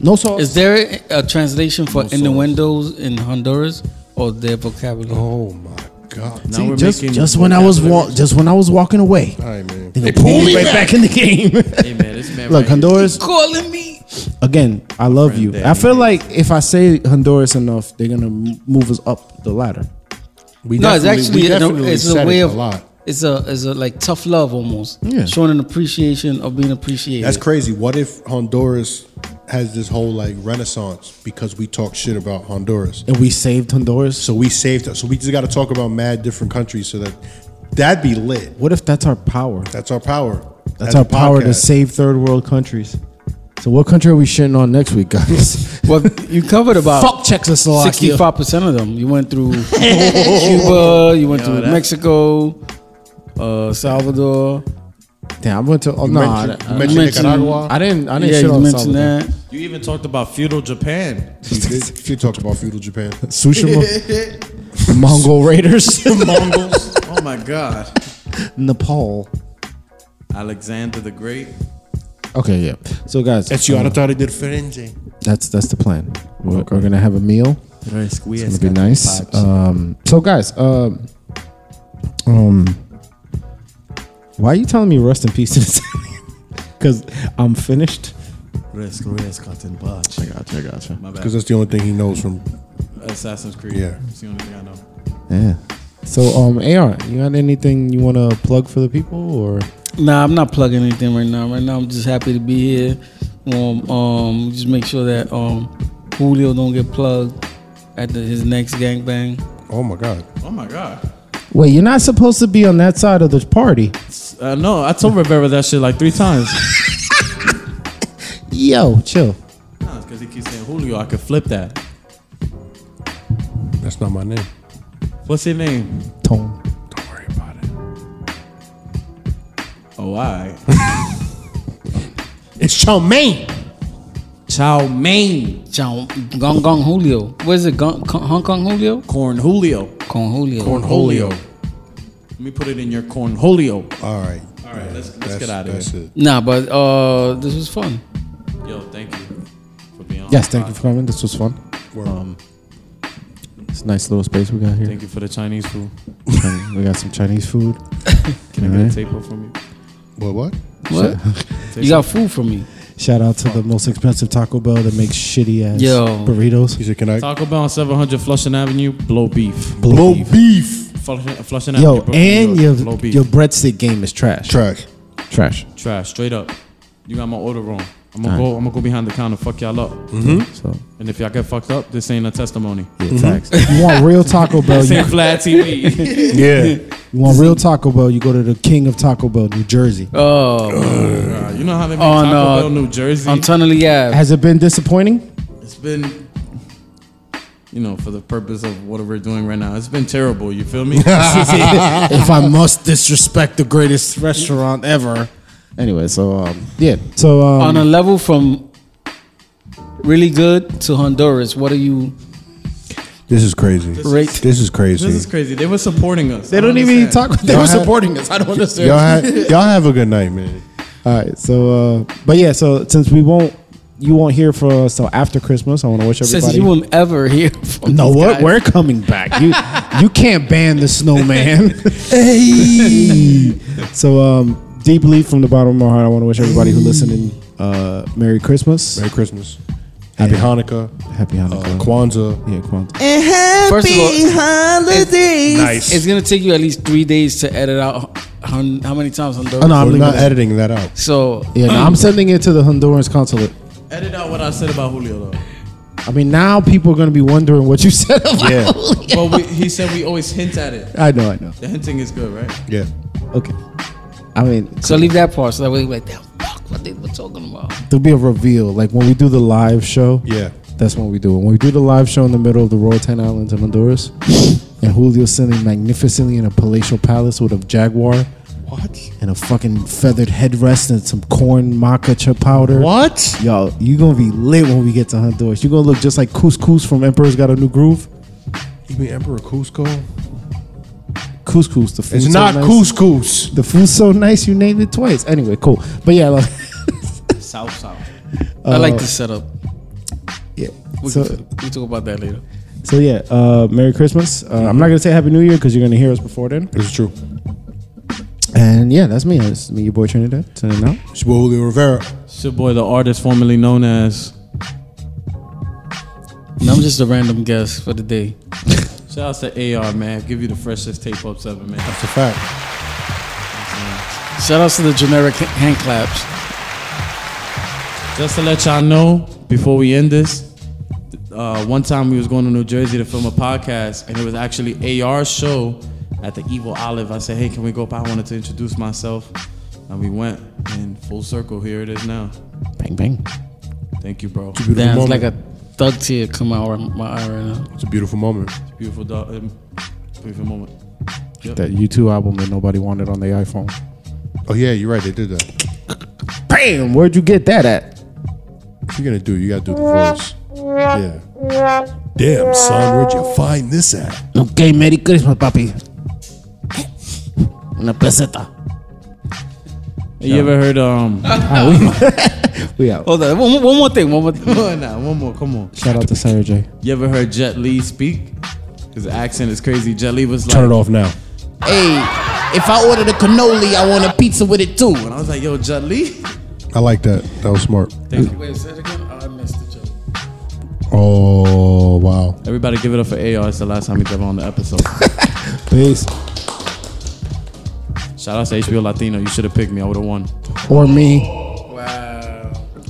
[SPEAKER 7] no sauce.
[SPEAKER 3] Is there a, a translation for innuendos in Honduras or their vocabulary?
[SPEAKER 4] Oh my god.
[SPEAKER 2] Now
[SPEAKER 7] See,
[SPEAKER 2] we're
[SPEAKER 7] just
[SPEAKER 2] making
[SPEAKER 7] just when I was wa- just when I was walking away,
[SPEAKER 4] All right, man.
[SPEAKER 7] they pulled me right back in the game.
[SPEAKER 2] Hey, man, this man right here.
[SPEAKER 7] Look, Honduras.
[SPEAKER 3] Calling me.
[SPEAKER 7] Again, I love you.
[SPEAKER 2] Friend,
[SPEAKER 7] I feel like if I say Honduras enough, they're gonna m- move us up the ladder.
[SPEAKER 4] We
[SPEAKER 3] No, it's
[SPEAKER 4] definitely-
[SPEAKER 3] actually
[SPEAKER 4] we
[SPEAKER 3] it's a,
[SPEAKER 4] definitely
[SPEAKER 3] it's
[SPEAKER 4] said
[SPEAKER 3] a
[SPEAKER 4] it
[SPEAKER 3] way of
[SPEAKER 4] lot.
[SPEAKER 3] It's a it's a like tough love almost.
[SPEAKER 7] Yeah.
[SPEAKER 3] Showing an appreciation of being appreciated.
[SPEAKER 4] That's crazy. What if Honduras has this whole like renaissance because we talk shit about Honduras?
[SPEAKER 7] And we saved Honduras.
[SPEAKER 4] So we saved us. So we just got to talk about mad different countries so that That'd be lit.
[SPEAKER 1] What if that's our power?
[SPEAKER 4] That's our power.
[SPEAKER 1] That's
[SPEAKER 4] As a
[SPEAKER 1] our power to
[SPEAKER 4] podcast.
[SPEAKER 1] save third world countries. So what country are we shitting on next week, guys?
[SPEAKER 3] Well, you covered about
[SPEAKER 1] Fuck Czechoslovakia.
[SPEAKER 3] sixty-five percent of them. You went through Cuba. You went through Mexico, uh, Salvador.
[SPEAKER 1] Damn, I went to. Oh, nah,
[SPEAKER 4] Mention-
[SPEAKER 1] I,
[SPEAKER 4] mention
[SPEAKER 3] mentioned-
[SPEAKER 4] Nicaragua.
[SPEAKER 1] I didn't. I didn't
[SPEAKER 3] Yeah,
[SPEAKER 1] shit
[SPEAKER 3] you
[SPEAKER 1] on
[SPEAKER 3] mentioned
[SPEAKER 1] Salvador.
[SPEAKER 3] that.
[SPEAKER 2] You even talked about feudal Japan.
[SPEAKER 4] She did- she talked about feudal Japan.
[SPEAKER 1] Tsushima, Mongol Raiders,
[SPEAKER 2] Mongols. Oh my God.
[SPEAKER 1] Nepal.
[SPEAKER 2] Alexander the Great.
[SPEAKER 1] Okay, yeah. So guys, that's
[SPEAKER 4] Ciudad de Firenze.
[SPEAKER 1] That's that's the plan. We're, we're gonna have a meal. It's gonna be nice. Um, so guys, um, um, why are you telling me rest in peace in Italian? Because I'm finished.
[SPEAKER 2] Risk, risk, cotton botch.
[SPEAKER 1] I gotcha, I gotcha.
[SPEAKER 2] My
[SPEAKER 4] Because
[SPEAKER 2] bad.
[SPEAKER 4] that's the only thing he knows from.
[SPEAKER 2] Assassin's Creed.
[SPEAKER 4] Yeah.
[SPEAKER 2] It's the only thing I know.
[SPEAKER 1] Yeah. So um, AR, you got anything you want to plug for the people or?
[SPEAKER 3] Nah, I'm not plugging anything right now. Right now, I'm just happy to be here. Um, um, just make sure that um, Julio don't get plugged at the, his next gangbang.
[SPEAKER 4] Oh my God.
[SPEAKER 2] Oh my God.
[SPEAKER 1] Wait, you're not supposed to be on that side of the party.
[SPEAKER 2] Uh, no, I told Rivera that shit like three times.
[SPEAKER 1] Yo, chill.
[SPEAKER 2] nah, because he keeps saying Julio. I could flip that.
[SPEAKER 4] That's not my name.
[SPEAKER 2] What's your name?
[SPEAKER 1] Tone.
[SPEAKER 4] Don't worry about it.
[SPEAKER 2] Oh, I.
[SPEAKER 4] It's your main.
[SPEAKER 2] Chow Mein.
[SPEAKER 3] John, Gong Gong Julio. What is it? Gong, Con- Hong Kong Julio?
[SPEAKER 2] Corn Julio.
[SPEAKER 3] Con Julio.
[SPEAKER 2] Cornholio. Let me put it in your cornholio.
[SPEAKER 4] All right.
[SPEAKER 2] All right, let's, let's
[SPEAKER 4] That's-
[SPEAKER 2] get out of
[SPEAKER 4] that's
[SPEAKER 2] here.
[SPEAKER 4] it.
[SPEAKER 3] Nah, but uh, this was fun.
[SPEAKER 2] Yo, thank you for being on.
[SPEAKER 1] Yes, thank you for coming. This was fun.
[SPEAKER 4] Word.
[SPEAKER 1] It's a nice little space we got here.
[SPEAKER 2] Thank you for the Chinese food.
[SPEAKER 1] we got some Chinese food.
[SPEAKER 2] Can I get a takeover from you?
[SPEAKER 4] What? What?
[SPEAKER 3] What? you got food for me.
[SPEAKER 1] Shout out to the most expensive Taco Bell that makes shitty ass
[SPEAKER 3] Yo.
[SPEAKER 1] burritos.
[SPEAKER 4] He said, "Can I
[SPEAKER 2] Taco Bell on 700 Flushing Avenue, blow beef.
[SPEAKER 4] blow beef?"
[SPEAKER 2] Flushing, Flushing
[SPEAKER 1] Yo,
[SPEAKER 2] Avenue, Brooklyn,
[SPEAKER 1] and
[SPEAKER 2] New
[SPEAKER 1] your
[SPEAKER 2] York, blow beef.
[SPEAKER 1] your breadstick game is trash.
[SPEAKER 4] Track.
[SPEAKER 1] Trash.
[SPEAKER 2] Trash, straight up. You got my order wrong. I'm gonna go. I'm gonna go behind the counter, fuck y'all up.
[SPEAKER 1] So
[SPEAKER 2] And if y'all get fucked up, this ain't a testimony.
[SPEAKER 1] yeah, facts. you want real Taco Bell?
[SPEAKER 2] This
[SPEAKER 1] You,
[SPEAKER 2] ain't flat TV.
[SPEAKER 4] Yeah.
[SPEAKER 1] you want real Taco Bell? You go to the King of Taco Bell, New Jersey.
[SPEAKER 3] Oh,
[SPEAKER 2] Bruh, you know how they make
[SPEAKER 3] Oh,
[SPEAKER 2] Taco
[SPEAKER 3] no.
[SPEAKER 2] Bell, New Jersey.
[SPEAKER 3] on Tunnelly Ave.
[SPEAKER 1] Has it been disappointing?
[SPEAKER 2] it's been, you know, for the purpose of what we're doing right now, it's been terrible. You feel me?
[SPEAKER 1] if I must disrespect the greatest restaurant ever. Anyway, so um, yeah. So um,
[SPEAKER 3] On a level from really good to Honduras, what are you
[SPEAKER 4] This is crazy.
[SPEAKER 3] rate?
[SPEAKER 4] This is crazy.
[SPEAKER 2] this is crazy. They were supporting us.
[SPEAKER 1] they don't even eat
[SPEAKER 2] talk.
[SPEAKER 1] taco. They
[SPEAKER 4] Y'all
[SPEAKER 1] were
[SPEAKER 4] had-
[SPEAKER 1] supporting us. I don't understand.
[SPEAKER 4] y'all, ha- y'all have a good night, man.
[SPEAKER 1] All right. So, uh, but yeah. So since we won't, you won't hear from us till after Christmas. I want to wish everybody.
[SPEAKER 3] Since you won't ever hear from
[SPEAKER 1] no,
[SPEAKER 3] these
[SPEAKER 1] what?
[SPEAKER 3] guys.
[SPEAKER 1] We're coming back. You, you can't ban the snowman. hey. So, um, deeply from the bottom of my heart, I want to wish everybody who listening, uh, Merry Christmas,
[SPEAKER 4] Merry Christmas. Happy
[SPEAKER 1] Yeah.
[SPEAKER 4] Hanukkah.
[SPEAKER 1] Happy
[SPEAKER 4] Uh,
[SPEAKER 1] Hanukkah.
[SPEAKER 4] Kwanzaa.
[SPEAKER 1] yeah, Kwanzaa.
[SPEAKER 3] First of all,
[SPEAKER 4] Nice.
[SPEAKER 3] It's gonna take you at least three days to edit out hun- how many times Honduras.
[SPEAKER 1] Oh, no, I'm
[SPEAKER 4] We're
[SPEAKER 1] leaving
[SPEAKER 4] not
[SPEAKER 1] that.
[SPEAKER 4] editing that out.
[SPEAKER 3] So
[SPEAKER 1] Yeah, no, I'm sending it to the Honduras consulate.
[SPEAKER 2] Edit out what I said about Julio though.
[SPEAKER 1] I mean, now people are gonna be wondering what you said. About
[SPEAKER 4] Yeah.
[SPEAKER 2] But we, he said we always hint at it.
[SPEAKER 1] I know, I know.
[SPEAKER 2] The hinting is good, right?
[SPEAKER 4] Yeah.
[SPEAKER 1] Okay. I mean,
[SPEAKER 3] so leave that part. So that way you're like, damn, fuck what they were talking about.
[SPEAKER 1] there'll be a reveal. Like when we do the live show.
[SPEAKER 4] Yeah.
[SPEAKER 1] That's when we do it. When we do the live show in the middle of the Royal Ten Islands in Honduras, and Julio's sitting magnificently in a palatial palace with a jaguar
[SPEAKER 4] What?
[SPEAKER 1] and a fucking feathered headrest and some corn maca chip powder.
[SPEAKER 4] What?
[SPEAKER 1] Yo, you gonna be lit when we get to Honduras. You're gonna look just like Couscous from Emperor's Got a New Groove.
[SPEAKER 4] You mean Emperor Cusco?
[SPEAKER 1] Couscous, the food.
[SPEAKER 4] It's not
[SPEAKER 1] nice.
[SPEAKER 4] couscous.
[SPEAKER 1] The food's so nice, you named it twice. Anyway, cool. But yeah, like,
[SPEAKER 2] South South.
[SPEAKER 3] I like this setup.
[SPEAKER 1] yeah.
[SPEAKER 3] We
[SPEAKER 1] So,
[SPEAKER 3] can we talk about that later.
[SPEAKER 1] so yeah, uh, Merry Christmas. Uh, I'm not gonna say Happy New Year because you're gonna hear us before then.
[SPEAKER 4] This is true.
[SPEAKER 1] And yeah, that's me. That's me, your boy Trinidad. Signing out.
[SPEAKER 4] It's your boy Julio Rivera.
[SPEAKER 2] It's your boy, the artist formerly known as.
[SPEAKER 3] And I'm just a random guest for the day.
[SPEAKER 2] Shout out to AR, man. Give you the freshest tape ups ever, man.
[SPEAKER 4] It's a fact.
[SPEAKER 3] Shout outs to the generic ha- hand claps.
[SPEAKER 2] Just to let y'all know, before we end this, uh, one time we was going to New Jersey to film a podcast, and it was actually AR's show at the Evil Olive. I said, hey, can we go up? I wanted to introduce myself. And we went and full circle. Here it is now.
[SPEAKER 3] Bang bang.
[SPEAKER 2] Thank you, bro.
[SPEAKER 4] Beautiful
[SPEAKER 3] Damn, it's
[SPEAKER 4] moment.
[SPEAKER 3] like a thug tear come out of my eye right now.
[SPEAKER 4] it's a beautiful moment.
[SPEAKER 2] Beautiful, do- um, beautiful moment.
[SPEAKER 7] That U2 album that nobody wanted on the iPhone.
[SPEAKER 4] Oh yeah, you're right. They did that.
[SPEAKER 7] Bam! Where'd you get that at?
[SPEAKER 4] If you're gonna do, it, you gotta do the voice. Yeah. Damn son, where'd you find this at?
[SPEAKER 5] Ok, Merry Christmas, papi. Una peseta.
[SPEAKER 2] You ever heard um?
[SPEAKER 7] We out.
[SPEAKER 3] Hold on. One, one more thing. One more thing.
[SPEAKER 2] nah, one more. Come on.
[SPEAKER 7] Shout out to Sarah J.
[SPEAKER 2] You ever heard Jet Li speak? His accent is crazy. Jet Li was like,
[SPEAKER 4] Turn it off now.
[SPEAKER 5] Hey, if I order the cannoli, I want a pizza with it too.
[SPEAKER 2] And I was like, yo, Jet Li.
[SPEAKER 4] I like that. That was smart.
[SPEAKER 3] Wait, say it again. I missed the joke.
[SPEAKER 4] Oh wow.
[SPEAKER 2] Everybody give it up for AR. It's the last time he's ever on the episode.
[SPEAKER 1] Peace.
[SPEAKER 2] Shout out to HBO Latino. You should have picked me. I would have won.
[SPEAKER 1] Or me.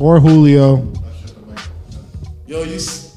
[SPEAKER 1] Or Julio.
[SPEAKER 2] Yo, you. s-